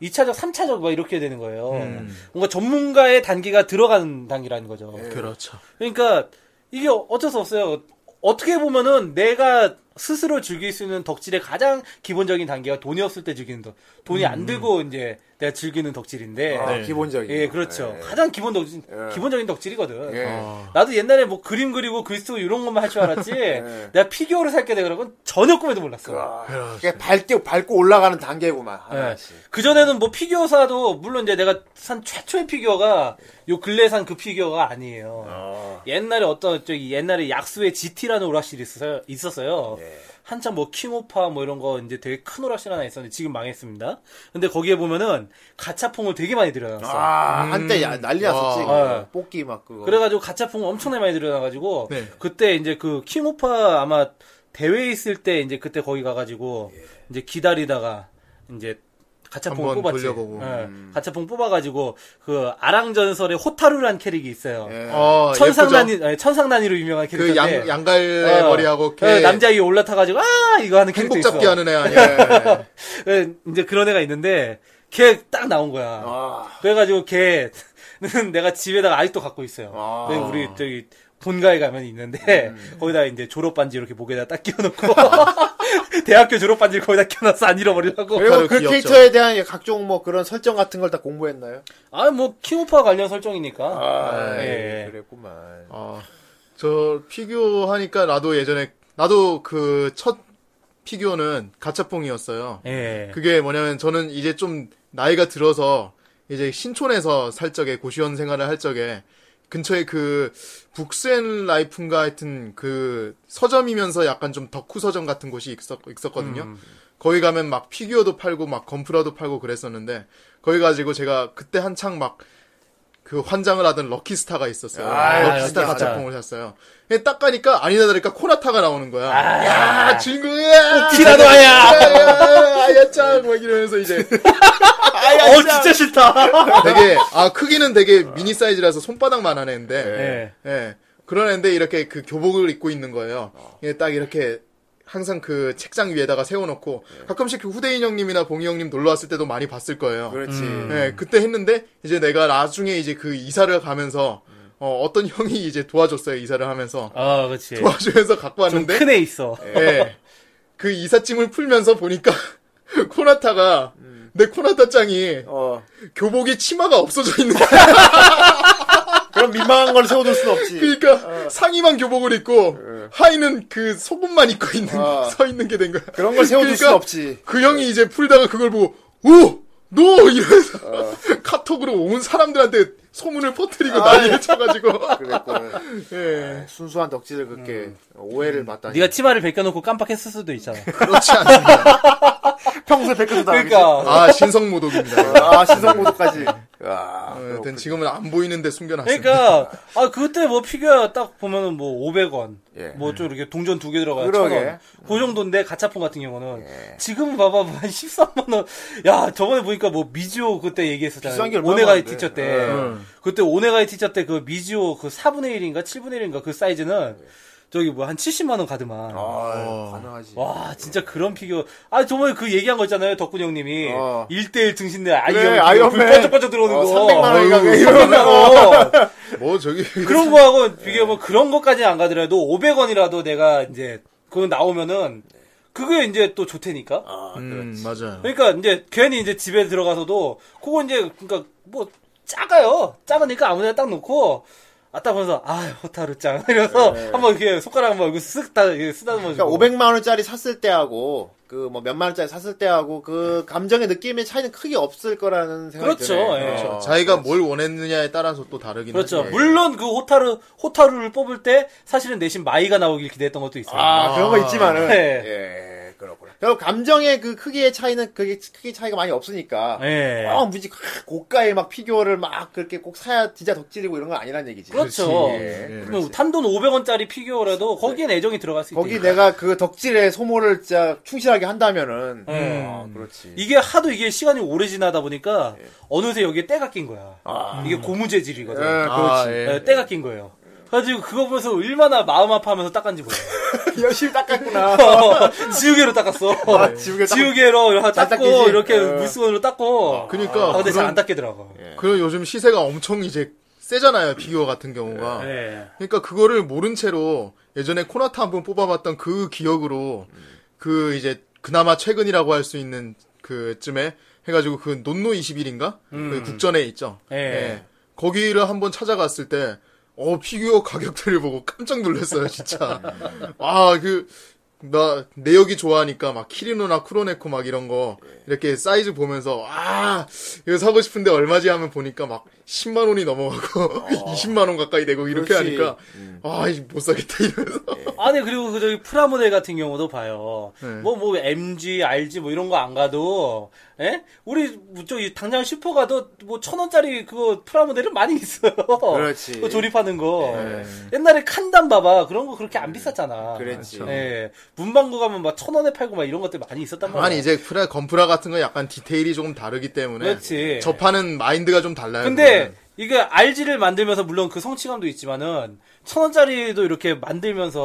Speaker 1: 예.
Speaker 2: 2차적, 3차적 막 이렇게 되는 거예요.
Speaker 1: 음.
Speaker 2: 뭔가 전문가의 단계가 들어가는 단계라는 거죠.
Speaker 1: 네.
Speaker 3: 그렇죠.
Speaker 2: 그러니까 이게 어쩔 수 없어요. 어떻게 보면은 내가 스스로 즐길 수 있는 덕질의 가장 기본적인 단계가 돈이 없을 때 즐기는 덕. 돈이 안 들고 이제 내가 즐기는 덕질인데.
Speaker 1: 아, 기본적인
Speaker 2: 예, 그렇죠.
Speaker 1: 예.
Speaker 2: 가장 기본 덕질,
Speaker 1: 예.
Speaker 2: 기본적인 덕질이거든.
Speaker 1: 예.
Speaker 2: 나도 옛날에 뭐 그림 그리고 글 쓰고 이런 것만 할 줄 알았지.
Speaker 1: 네.
Speaker 2: 내가 피규어를 살게 되거나 그건 전혀 꿈에도 몰랐어.
Speaker 1: 이게 밝게 밟고 올라가는 단계구만
Speaker 2: 예.
Speaker 1: 아, 하나씩.
Speaker 2: 그전에는 뭐 피규어 사도, 물론 이제 내가 산 최초의 피규어가 요 근래 산 그 피규어가 아니에요. 옛날에 어떤, 저기 옛날에 약수의 GT라는 오락실이 있었어요. 있었어요.
Speaker 3: 예.
Speaker 1: 예.
Speaker 2: 한참 뭐 킹오파 뭐 이런 거 이제 되게 큰 오락실 하나 있었는데 지금 망했습니다. 근데 거기에 보면은 가차풍을 되게 많이 들여놨어. 요
Speaker 1: 아 한때 야- 난리 났었지
Speaker 2: 아.
Speaker 1: 그거. 뽑기 막 그거
Speaker 2: 그래가지고 가차풍을 엄청나게 많이 들여놔가지고
Speaker 3: 네.
Speaker 2: 그때 이제 그 킹오파 아마 대회 있을 때 이제 그때 거기 가가지고 이제 기다리다가 이제 가차풍을
Speaker 3: 예. 한번
Speaker 2: 뽑았지.
Speaker 3: 돌려보고. 음.
Speaker 2: 예, 가차풍 뽑아가지고 그 아랑전설의 호타루란 캐릭이 있어요.
Speaker 1: 예.
Speaker 3: 어,
Speaker 2: 천상난이
Speaker 3: 예쁘죠?
Speaker 2: 예, 천상난이로 유명한
Speaker 3: 그
Speaker 2: 캐릭터인데
Speaker 3: 양, 양갈래
Speaker 2: 어,
Speaker 3: 머리하고
Speaker 2: 예,
Speaker 3: 걔
Speaker 2: 남자 위에 올라타가지고 아 이거 하는 캐릭터
Speaker 3: 행복 잡기
Speaker 2: 있어.
Speaker 3: 하는 애 아니야.
Speaker 2: 예, 이제 그런 애가 있는데 걔 딱 나온 거야.
Speaker 1: 아.
Speaker 2: 그래가지고 걔는 내가 집에다가 아직도 갖고 있어요.
Speaker 1: 아.
Speaker 2: 그래서 우리 저기 본가에 가면 있는데
Speaker 3: 음.
Speaker 2: 거기다 이제 졸업 반지 이렇게 목에다 딱 끼워놓고 대학교 졸업 반지를 거기다 끼워놔서 안 잃어버리려고.
Speaker 1: 그리고 그
Speaker 3: 귀엽죠.
Speaker 1: 캐릭터에 대한 각종 뭐 그런 설정 같은 걸 다 공부했나요?
Speaker 2: 아 뭐 킹오파 관련 설정이니까.
Speaker 1: 아,
Speaker 2: 예.
Speaker 1: 그랬구만.
Speaker 3: 아, 저 피규어 하니까 나도 예전에 나도 그 첫 피규어는 가차뽕이었어요.
Speaker 2: 예.
Speaker 3: 그게 뭐냐면 저는 이제 좀 나이가 들어서 이제 신촌에서 살 적에 고시원 생활을 할 적에 근처에 그 북스앤라이프인가 하여튼 그 서점이면서 약간 좀 덕후 서점 같은 곳이 있었, 있었거든요. 거기 가면 막 피규어도 팔고 막 건프라도 팔고 그랬었는데 거기 가지고 제가 그때 한창 막 그 환장을 하던 럭키스타가 있었어요.
Speaker 1: 아,
Speaker 3: 럭키스타
Speaker 1: 럭키스타.
Speaker 3: 가짜뽕을 샀어요. 근데 딱 가니까 아니다 다니까 코나타가 나오는 거야.
Speaker 2: 아.
Speaker 3: 야, 친구야!
Speaker 2: 키라도 아야!
Speaker 3: 아야짱 막 이러면서 이제
Speaker 2: 어 진짜 싫다.
Speaker 3: 되게 아 크기는 되게 미니 사이즈라서 손바닥만 한 애인데 예
Speaker 2: 네.
Speaker 3: 그런 애인데 이렇게 그 교복을 입고 있는 거예요 예, 딱 이렇게 항상 그 책장 위에다가 세워놓고
Speaker 2: 네.
Speaker 3: 가끔씩 그 후대인 형님이나 봉이 형님 놀러 왔을 때도 많이 봤을 거예요
Speaker 1: 그렇지.
Speaker 3: 예, 그때 했는데 이제 내가 나중에 이제 그 이사를 가면서
Speaker 2: 음.
Speaker 3: 어, 어떤 형이 이제 도와줬어요 이사를 하면서
Speaker 2: 아 그렇지.
Speaker 3: 도와주면서 갖고
Speaker 2: 좀
Speaker 3: 왔는데
Speaker 2: 큰 애 있어.
Speaker 3: 예. 그 이삿짐을 풀면서 보니까 코나타가 내 코나타 짱이
Speaker 1: 어.
Speaker 3: 교복이 치마가 없어져 있는 거야.
Speaker 1: 그럼 민망한 걸 세워둘 순 없지.
Speaker 3: 그러니까 상의만 교복을 입고 하의는 그 속옷만 입고 있는
Speaker 1: 어.
Speaker 3: 서 있는 게 된 거야.
Speaker 1: 그런 걸 세워둘
Speaker 3: 그러니까
Speaker 1: 순 없지.
Speaker 3: 그 형이 이제 풀다가 그걸 보고 오! 노! 이러면서 카톡으로 온 사람들한테 소문을 퍼뜨리고 난리를 쳐가지고
Speaker 1: 그랬구나.
Speaker 3: 예.
Speaker 1: 아, 순수한 덕질을 그렇게 오해를 받다니.
Speaker 2: 네가 치마를 벗겨놓고 깜빡했을 수도 있잖아.
Speaker 3: 그렇지 않습니다.
Speaker 1: 평소에 백그도 다
Speaker 2: 그러니까.
Speaker 3: 아 신성모독입니다.
Speaker 1: 아, 신성모독까지. 와.
Speaker 3: 어, 여튼 지금은 안 보이는데 숨겨놨습니다.
Speaker 2: 그러니까 아 그때 뭐 피규어 딱 보면은 뭐 500원,
Speaker 1: 예.
Speaker 2: 뭐 좀 이렇게 동전 두 개 들어가
Speaker 1: 그러게. 예.
Speaker 2: 1,000원, 그 정도인데 가차폰 같은 경우는 지금 봐봐 뭐한 13만 원. 야 저번에 보니까 뭐 미지오 그때 얘기했었잖아요.
Speaker 1: 비싼 게 얼마나
Speaker 2: 오네가이
Speaker 1: 많은데.
Speaker 2: 티처 때
Speaker 1: 예.
Speaker 2: 그때 오네가이 티처 때 그 미지오 그 4분의 1인가 7분의 1인가 그 사이즈는 저기 뭐 한 70만 원 가드만.
Speaker 1: 예. 아,
Speaker 3: 어.
Speaker 1: 가능하지.
Speaker 2: 와 진짜 그런 피규어 아 저번에 그 얘기한 거 있잖아요 덕군 형님이
Speaker 1: 어.
Speaker 2: 일 1대1 등신대 아이언
Speaker 1: 그래,
Speaker 2: 그
Speaker 1: 아이언맨.
Speaker 2: 불 번쩍번쩍 들어오는
Speaker 1: 어,
Speaker 2: 거
Speaker 1: 300만 원인가 왜 이런 거.
Speaker 2: 그런
Speaker 3: 뭐 저기
Speaker 1: 그렇죠.
Speaker 2: 그런 거하고 비교하면
Speaker 1: 네.
Speaker 2: 그런 것까지 안 가더라도 500원이라도 내가 이제 그거 나오면은
Speaker 1: 네.
Speaker 2: 그게 이제 또 좋테니까
Speaker 1: 아.
Speaker 3: 음, 맞아요.
Speaker 2: 그러니까 이제 괜히 이제 집에 들어가서도 그거 이제 그러니까 뭐 작아요 작으니까 아무데나 딱 놓고 아딱 보면서 아 호타루 짱 이래서 한번 이렇게 손가락 한번 쓱다 쓰다듬어주고
Speaker 1: 네. 그러니까 500만 원짜리 샀을 때하고 그 뭐 몇만 원짜리 샀을 때하고 그 감정의 느낌의 차이는 크게 없을 거라는 생각이
Speaker 2: 네. 그렇죠,
Speaker 1: 드네요. 어.
Speaker 2: 예. 그렇죠.
Speaker 3: 자기가 뭘 원했느냐에 따라서 또 다르긴
Speaker 2: 그렇죠.
Speaker 1: 예.
Speaker 3: 하죠.
Speaker 2: 물론 그 호타루 호타루를 뽑을 때 사실은 내심 마이가 나오길 기대했던 것도 있어요.
Speaker 1: 아, 그런 거 있지만은
Speaker 2: 네.
Speaker 1: 예 그렇구나. 결국 감정의 그 크기의 차이는 그게 크기 차이가 많이 없으니까
Speaker 2: 예.
Speaker 1: 어, 무지 고가의 막 피규어를 막 그렇게 꼭 사야 진짜 덕질이고 이런 건 아니란 얘기지.
Speaker 2: 그렇죠.
Speaker 1: 예,
Speaker 2: 그러면
Speaker 1: 그렇지.
Speaker 2: 탄돈 500원짜리 피규어라도 거기엔 애정이 들어갈 수 있다.
Speaker 1: 거기 내가 그 덕질의 소모를 진짜 충실하게 한다면은 아, 그렇지.
Speaker 2: 음. 이게 하도 이게 시간이 오래 지나다 보니까 어느새 여기에 때가 낀 거야.
Speaker 1: 아,
Speaker 2: 이게 고무 재질이거든.
Speaker 1: 예. 예,
Speaker 3: 아,
Speaker 1: 그렇지.
Speaker 3: 예.
Speaker 2: 예, 때가 낀 거예요. 그래가지고 그거 보면서 얼마나 마음 아파하면서 닦았는지 몰라.
Speaker 1: 열심히 닦았구나.
Speaker 2: 지우개로 닦았어.
Speaker 1: 아, 지우개 닦-
Speaker 2: 지우개로 이렇게
Speaker 1: 잘
Speaker 2: 닦고
Speaker 1: 닦이지?
Speaker 2: 이렇게
Speaker 1: 어.
Speaker 2: 물수건으로 닦고.
Speaker 3: 그러니까
Speaker 2: 아, 근데 잘
Speaker 3: 그런-
Speaker 2: 안 닦이더라고.
Speaker 1: 예.
Speaker 3: 그런 요즘 시세가 엄청 이제 세잖아요 피규어 같은 경우가.
Speaker 2: 예.
Speaker 3: 그러니까 그거를 모른 채로 예전에 코나타 한 번 뽑아봤던 그 기억으로
Speaker 2: 음.
Speaker 3: 그 이제 그나마 최근이라고 할 수 있는 그쯤에 해가지고 그 논노 21인가 그 국전에 있죠.
Speaker 2: 예.
Speaker 3: 거기를 한번 찾아갔을 때. 어 피규어 가격대를 보고 깜짝 놀랐어요 진짜 아, 그, 아그나 내역이 좋아하니까 막 키리노나 쿠로네코 막 이런 거 이렇게 사이즈 보면서 아 이거 사고 싶은데 얼마지 하면 보니까 막 10만 원이 넘어가고 20만 원 가까이 되고 이렇게
Speaker 1: 그렇지.
Speaker 3: 하니까
Speaker 2: 음.
Speaker 3: 아못 사겠다 이러면서
Speaker 2: 아니 그리고 그 저기 프라모델 같은 경우도 봐요.
Speaker 3: 네.
Speaker 2: 뭐 뭐 MG, RG 뭐 이런 거 안 가도 예? 우리 저기 당장 슈퍼 가도 뭐 천 원짜리 그거 프라모델은 많이 있어요.
Speaker 1: 그렇지. 네.
Speaker 2: 그거 조립하는 거. 옛날에 칸담 봐봐. 그런 거 그렇게 안 비쌌잖아.
Speaker 1: 그랬지.
Speaker 2: 예. 문방구 가면 막 천 원에 팔고 막 이런 것들 많이 있었단 말이야.
Speaker 3: 아니 이제 프라 건프라 같은 건 약간 디테일이 조금 다르기 때문에
Speaker 2: 그렇지.
Speaker 3: 접하는 마인드가 좀
Speaker 1: 아,
Speaker 3: 달라요
Speaker 1: 네.
Speaker 2: 근데 이게 RG를 만들면서 물론 그 성취감도 있지만은 천 원짜리도 이렇게 만들면서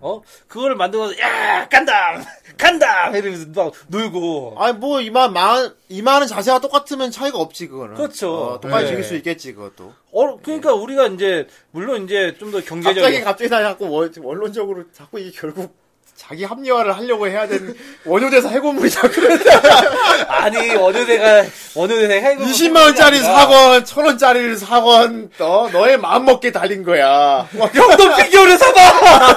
Speaker 2: 어 그거를 만들면서 야 깐담 간다! 이러면서 막 놀고.
Speaker 1: 아니 뭐 이만 만 이만은 자세가 똑같으면 차이가 없지 그거는.
Speaker 2: 그렇죠.
Speaker 1: 어, 똑같이
Speaker 3: 네.
Speaker 1: 즐길 수 있겠지 그것도.
Speaker 2: 어, 그러니까 우리가 이제 물론 이제 좀 더 경제적
Speaker 1: 갑자기 갑자기 나 자꾸 원, 원론적으로 자꾸 이게 결국 자기 합리화를 하려고 해야 되는 원효대사 해고물이 자꾸
Speaker 2: 아니 어느 데가 어느 데가 해고
Speaker 1: 20만 원짜리 사건, 천 원짜리를 사건, 너 너의 마음 먹게 달린 거야. 뭐,
Speaker 2: 형도 피규어를 사봐.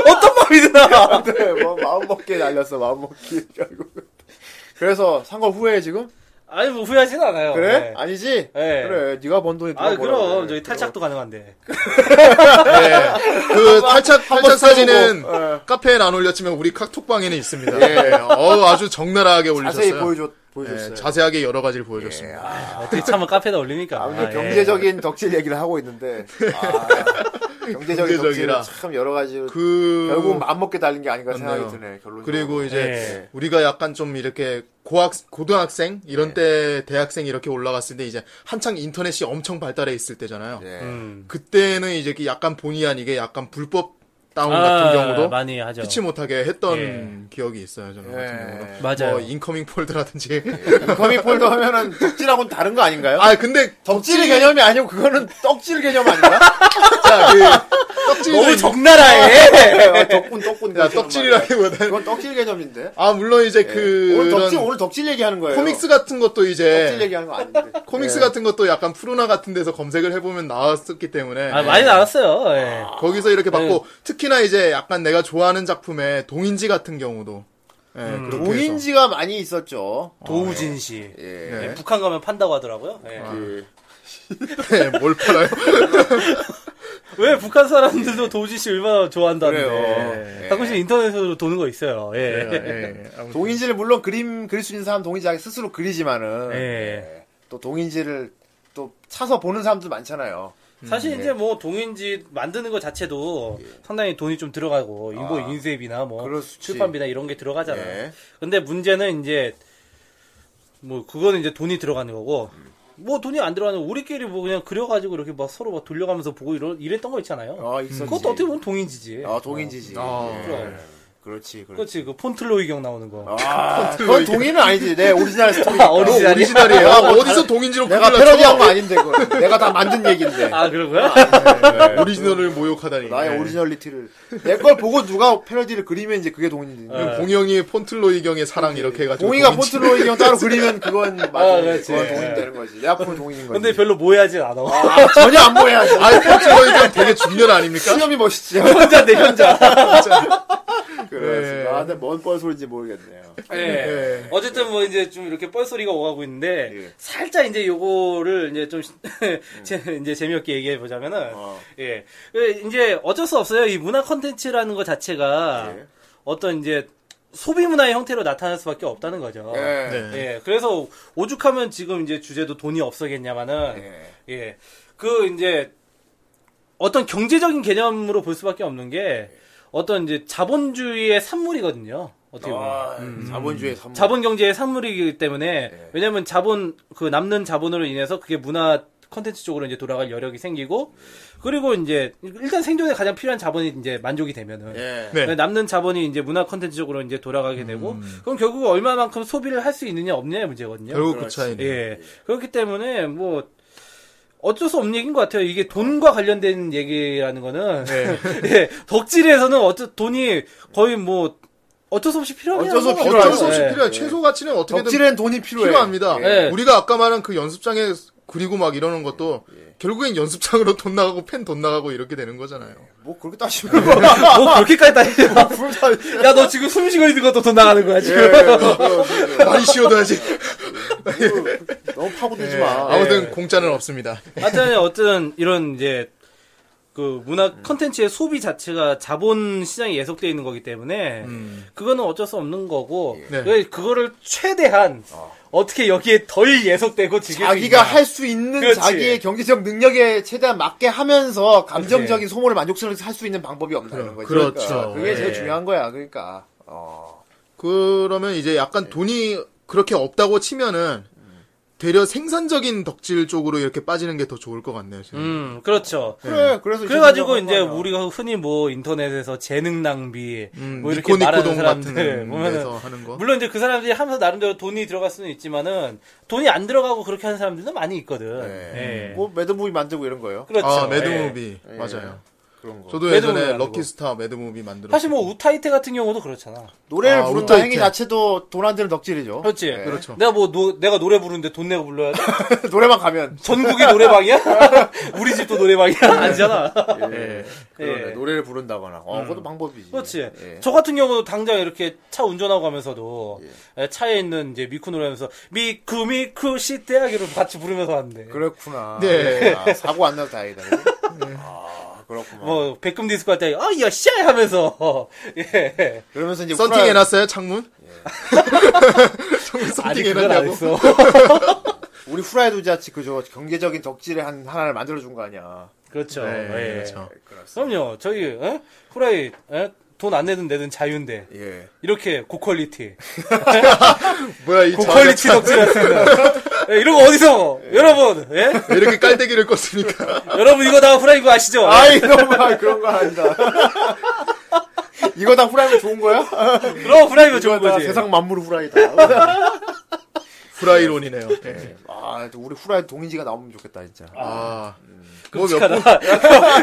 Speaker 2: 어떤 마음이 드나?
Speaker 1: 근데 뭐 마음 먹게 달렸어, 마음 먹기 결국. 그래서 산 거 후회해 지금?
Speaker 2: 아니 뭐 후회하진 않아요.
Speaker 1: 그래?
Speaker 2: 네.
Speaker 1: 아니지?
Speaker 2: 네.
Speaker 1: 그래, 네가 번 돈이
Speaker 2: 아,
Speaker 1: 뭐라고
Speaker 2: 그럼
Speaker 1: 그래.
Speaker 2: 저희 탈착도 가능한데.
Speaker 3: 그 탈착 탈착 사진은
Speaker 1: 예.
Speaker 3: 카페에는 안 올렸지만 우리 카톡방에는 있습니다. 예. 어 아주 적나라하게 올리셨어요.
Speaker 1: 자세히 보여줬
Speaker 3: 예,
Speaker 1: 보여줬어요. 예, 아,
Speaker 3: 자세하게 여러 가지를 보여줬습니다.
Speaker 2: 어떻게 참을 카페에다 올립니까?
Speaker 1: 아무튼
Speaker 2: 아, 예.
Speaker 1: 경제적인 덕질 얘기를 하고 있는데 아, 경제적인
Speaker 3: 경제적이라.
Speaker 1: 덕질은 참 여러 가지로
Speaker 3: 그
Speaker 1: 결국 마음 먹게 달린 게 아닌가
Speaker 3: 맞네요.
Speaker 1: 생각이 드네. 결론.
Speaker 3: 그리고 이제
Speaker 2: 예.
Speaker 3: 우리가 약간 좀 이렇게 고학 고등학생 이런
Speaker 1: 예.
Speaker 3: 때 대학생 이렇게 올라갔을 때 이제 한창 인터넷이 엄청 발달해 있을 때잖아요.
Speaker 1: 예.
Speaker 2: 음.
Speaker 3: 그때는 이제 이게 약간 본의 아니게 약간 불법 다운
Speaker 2: 아,
Speaker 3: 같은 경우도
Speaker 2: 많이
Speaker 1: 뭐.
Speaker 2: 하죠.
Speaker 3: 피치 못하게 했던
Speaker 2: 예.
Speaker 3: 기억이 있어요. 저는 음, 같은 경우도.
Speaker 1: 예.
Speaker 2: 맞아요.
Speaker 3: 뭐 인커밍 폴드라든지.
Speaker 1: 거미 폴더 하면은 덕질하고는 다른 거 아닌가요?
Speaker 3: 아 근데
Speaker 1: 덕질 개념이 아니고 그거는 떡질 개념 아닌가?
Speaker 3: 자, 그 떡질
Speaker 2: 너무 적나라해.
Speaker 1: 아, 덕분 덕분.
Speaker 3: 예, 야, 떡질이라기보다는
Speaker 1: 그건 떡질 개념인데. 예.
Speaker 3: 아 물론 이제 그
Speaker 1: 오늘 덕질
Speaker 3: 그런
Speaker 1: 오늘 덕질 얘기하는 거예요.
Speaker 3: 코믹스 예. 같은 것도 이제
Speaker 1: 덕질 얘기하는 거 아닌데.
Speaker 3: 코믹스 같은 것도 약간 푸르나 같은 데서 검색을 해보면 나왔었기 때문에
Speaker 2: 아, 많이 나왔어요. 예.
Speaker 3: 거기서 이렇게 받고 특히나 이제 약간 내가 좋아하는 작품의 동인지 같은 경우도 예,
Speaker 1: 음.
Speaker 3: 그렇게 해서.
Speaker 1: 오인지가 많이 있었죠.
Speaker 2: 도우진 씨.
Speaker 1: 예.
Speaker 3: 네.
Speaker 2: 예, 북한 가면 판다고 하더라고요. 예.
Speaker 1: 그
Speaker 3: 네, 뭘 팔아요?
Speaker 2: 왜 북한 사람들도 도우진 씨 얼마나 좋아한다는데.
Speaker 1: 그래요. 예.
Speaker 2: 가끔씩 인터넷으로 도는 거 있어요. 예.
Speaker 3: 예, 예. 아무튼.
Speaker 1: 동인지를 물론 그림 그릴 수 있는 사람 동인지 자기 스스로 그리지만은
Speaker 2: 예.
Speaker 1: 또 동인지를 또 차서 보는 사람들 많잖아요. 음,
Speaker 2: 사실
Speaker 1: 예.
Speaker 2: 이제 뭐 동인지 만드는 것 자체도 상당히 돈이 좀 들어가고 인보
Speaker 1: 아,
Speaker 2: 인쇄비나 뭐
Speaker 1: 그렇지.
Speaker 2: 출판비나 이런 게 들어가잖아요.
Speaker 1: 예.
Speaker 2: 근데 문제는 이제 뭐 그거는 이제 돈이 들어가는 거고
Speaker 1: 음.
Speaker 2: 뭐 돈이 안 들어가는 거 우리끼리 뭐 그냥 그려가지고 이렇게 막 서로 막 돌려가면서 보고 이런 이랬던 거 있잖아요.
Speaker 1: 아, 있었지.
Speaker 2: 음. 그것도 어떻게 보면 동인지지.
Speaker 1: 아, 동인지지. 예.
Speaker 2: 그럼.
Speaker 1: 그렇지, 그렇지.
Speaker 2: 그렇지 그 폰틀로이경 나오는 거.
Speaker 1: 아, 그건 동의는 아니지. 내 오리지널 스토리.
Speaker 2: 아, 오리지널이야?
Speaker 3: 오리지널이에요. 아, 어디서 동인지로
Speaker 1: 내가
Speaker 3: 구글러
Speaker 1: 패러디한
Speaker 3: 쳐봐.
Speaker 1: 거 아닌데, 그건. 내가 다 만든 얘기인데.
Speaker 2: 아 네. 그런 거야?
Speaker 3: 오리지널을 모욕하다니. 예.
Speaker 1: 나의 오리지널리티를. 내 걸 보고 누가 패러디를 그리면 이제 그게 동인지.
Speaker 2: 아,
Speaker 3: 예. 공영이 폰틀로이 경의
Speaker 1: 예.
Speaker 3: 사랑 이렇게 해가지고
Speaker 1: 동의가
Speaker 3: 동인지.
Speaker 1: 포트로이 형 따로 그리면 그건 맞아.
Speaker 2: 그렇지. 아.
Speaker 1: 그건 동인 되는 거지. 내 앞으로 동인인 거지.
Speaker 2: 근데 별로 모해하진 않아.
Speaker 1: 아, 전혀 안 보여야지.
Speaker 3: 아 폰틀로이 경 되게 중년 아닙니까?
Speaker 1: 수염이 멋있지.
Speaker 2: 현자인데 현자. 네.
Speaker 1: 그래. 아, 근데 뭔뻘 소리인지 모르겠네요.
Speaker 2: 예. 어쨌든 뭐 이제 좀 이렇게 뻘소리가 오가고 있는데
Speaker 1: 예.
Speaker 2: 살짝 이제 요거를 이제 좀 제- 이제 재미없게 얘기해 보자면은
Speaker 1: 어.
Speaker 2: 예. 그 이제 어쩔 수 없어요. 이 문화 컨텐츠라는 것 자체가
Speaker 1: 예.
Speaker 2: 어떤 이제 소비 문화의 형태로 나타날 수밖에 없다는 거죠.
Speaker 1: 예.
Speaker 3: 네.
Speaker 2: 예, 그래서 오죽하면 지금 이제 주제도 돈이 없어겠냐마는
Speaker 1: 예.
Speaker 2: 예. 그 이제 어떤 경제적인 개념으로 볼 수밖에 없는 게 어떤 이제 자본주의의 산물이거든요. 어떻게 보면. 음.
Speaker 1: 아, 자본주의 산물.
Speaker 2: 자본 경제의 산물이기 때문에
Speaker 1: 예.
Speaker 2: 왜냐면 자본 그 남는 자본으로 인해서 그게 문화 컨텐츠 쪽으로 이제 돌아갈 여력이 생기고 그리고 이제 일단 생존에 가장 필요한 자본이 이제 만족이 되면은
Speaker 1: 예.
Speaker 3: 네.
Speaker 2: 남는 자본이 이제 문화 컨텐츠 쪽으로 이제 돌아가게 되고 그럼 결국 얼마만큼 소비를 할 수 있느냐 없느냐의 문제거든요.
Speaker 3: 결국 그 차이네.
Speaker 2: 예. 그렇기 때문에 뭐 어쩔 수 없는 얘기인 것 같아요. 이게 돈과 관련된 얘기라는 거는 예, 덕질에서는 어쩌 돈이 거의 뭐 어쩔 수 없이 필요한
Speaker 1: 어쩔 수 없이
Speaker 2: 거라고
Speaker 3: 어쩔 수 없이
Speaker 2: 예.
Speaker 3: 필요해. 최소 가치는 어떻게든
Speaker 1: 덕질엔 돈이 필요해.
Speaker 3: 필요합니다.
Speaker 2: 예.
Speaker 3: 우리가 아까 말한 그 연습장에 그리고 막 이러는 것도
Speaker 1: 예.
Speaker 3: 결국엔 연습장으로 돈 나가고 펜 돈 나가고 이렇게 되는 거잖아요.
Speaker 1: 뭐 그렇게 따지면 뭐.
Speaker 2: 뭐 그렇게까지 따지냐. 야, 너 지금 숨 쉬고 있는 것도 돈 나가는 거야, 지금.
Speaker 1: 예.
Speaker 3: 많이 쉬어둬야지.
Speaker 1: 너무 파고들지
Speaker 3: 예.
Speaker 1: 마.
Speaker 3: 아무튼 공짜는 없습니다.
Speaker 2: 하여튼, 어쨌든, 이런, 이제, 그, 문화
Speaker 3: 음.
Speaker 2: 컨텐츠의 소비 자체가 자본 시장에 예속되어 있는 거기 때문에,
Speaker 3: 음.
Speaker 2: 그거는 어쩔 수 없는 거고,
Speaker 3: 네.
Speaker 2: 그- 그거를 최대한, 어. 떻게 여기에 덜 예속되고 지금.
Speaker 1: 자기가 할 수 있는
Speaker 2: 그렇지.
Speaker 1: 자기의 경제적 능력에 최대한 맞게 하면서 감정적인 소모를 만족스럽게 할 수 있는 방법이 없다는 거지.
Speaker 3: 그렇죠.
Speaker 1: 예. 그러니까. 그게 제일
Speaker 2: 예.
Speaker 1: 중요한 거야. 그러니까. 어. 예.
Speaker 3: 그러면 이제 약간 돈이 그렇게 없다고 치면은 되려 생산적인 덕질 쪽으로 이렇게 빠지는 예. 게 더 좋을 것 같네요. 지금.
Speaker 2: 음, 그렇죠.
Speaker 1: 그래,
Speaker 3: 음.
Speaker 1: 그래서 이제
Speaker 2: 그래가지고 이제
Speaker 1: 생각하는 거야.
Speaker 2: 우리가 흔히 뭐 인터넷에서 재능 낭비
Speaker 3: 음,
Speaker 2: 뭐 이렇게 말하는
Speaker 3: 니코니코동
Speaker 2: 사람들 예,
Speaker 3: 같은
Speaker 2: 보면은
Speaker 3: 데서 하는 거.
Speaker 2: 물론 이제 그 사람들이 하면서 나름대로 돈이 들어갈 수는 있지만은 돈이 안 들어가고 그렇게 하는 사람들도 많이 있거든.
Speaker 1: 네.
Speaker 2: 예.
Speaker 1: 뭐 매드무비 만들고 이런 거예요.
Speaker 2: 그렇죠.
Speaker 3: 음. 아,
Speaker 2: 예.
Speaker 3: 매드무비. 맞아요.
Speaker 1: 그런 거.
Speaker 3: 저도
Speaker 2: 매드무비
Speaker 3: 예전에
Speaker 2: 만들고.
Speaker 3: 럭키스타 매드무비 만들었어요.
Speaker 2: 사실 뭐 우타이테 같은 경우도 그렇잖아.
Speaker 1: 노래를
Speaker 3: 아,
Speaker 1: 부른다
Speaker 3: 우타이테.
Speaker 1: 행위 자체도 돈 안 되는 덕질이죠. 예.
Speaker 2: 그렇지.
Speaker 3: 그렇죠.
Speaker 2: 내가 뭐 노- 내가 노래 부르는데 돈 내고 불러야 돼?
Speaker 1: 노래만 가면.
Speaker 2: 전국이 노래방이야? 우리 집도 노래방이야? 아니잖아.
Speaker 1: 예. 그러네.
Speaker 2: 예.
Speaker 1: 노래를 부른다거나. 어, 그것도 방법이지.
Speaker 2: 그렇지.
Speaker 1: 예.
Speaker 2: 저 같은 경우도 당장 이렇게 차 운전하고 가면서도 에, 차에 있는 이제 미쿠 노래하면서 미쿠 미쿠 시대하기로 같이 부르면서 왔는데.
Speaker 1: 그렇구나.
Speaker 3: 네.
Speaker 1: 아, 사고 안 나서 다행이다. 그지? 아, 그렇구나.
Speaker 2: 뭐 백금 디스코 할 때, 아, 야샤! 하면서. 예.
Speaker 1: 그러면서 이제
Speaker 3: 썬팅
Speaker 1: 우크라-
Speaker 3: 해놨어요 창문? 창문
Speaker 2: 아직
Speaker 3: 썬팅
Speaker 2: 그걸 안
Speaker 3: 해놨냐고?
Speaker 2: 했어.
Speaker 1: 우리 후라이도자치 그저 경제적인 덕질의 한 하나를 만들어 준 거 아니야.
Speaker 2: 그렇죠.
Speaker 3: 네,
Speaker 2: 예.
Speaker 3: 그렇죠.
Speaker 2: 그럼요. 저희, 에? 후라이, 예? 돈 안 내든 내든 자유인데.
Speaker 1: 예.
Speaker 2: 이렇게 고퀄리티.
Speaker 3: 뭐야 이
Speaker 2: 그 고퀄리티
Speaker 3: 자동차.
Speaker 2: 덕질했습니다. 예, 이런 거 어디서, 여러분, 예?
Speaker 3: 왜 네, 이렇게 깔때기를 껐으니까
Speaker 2: 여러분 이거 다 후라이브 아시죠? 예,
Speaker 1: 아이 너무 그런 거 아니다. 이거 다 후라이가 좋은 거야?
Speaker 3: 아,
Speaker 2: 그럼 후라이브
Speaker 1: 이거
Speaker 2: 좋은
Speaker 1: 다
Speaker 2: 거지.
Speaker 1: 세상 만물 후라이다.
Speaker 3: 후라이론이네요. 예.
Speaker 1: 아, 또 우리 후라이 동인지가 나오면 좋겠다 진짜.
Speaker 3: 아,
Speaker 1: 음.
Speaker 2: 끔찍하다.
Speaker 3: 뭐몇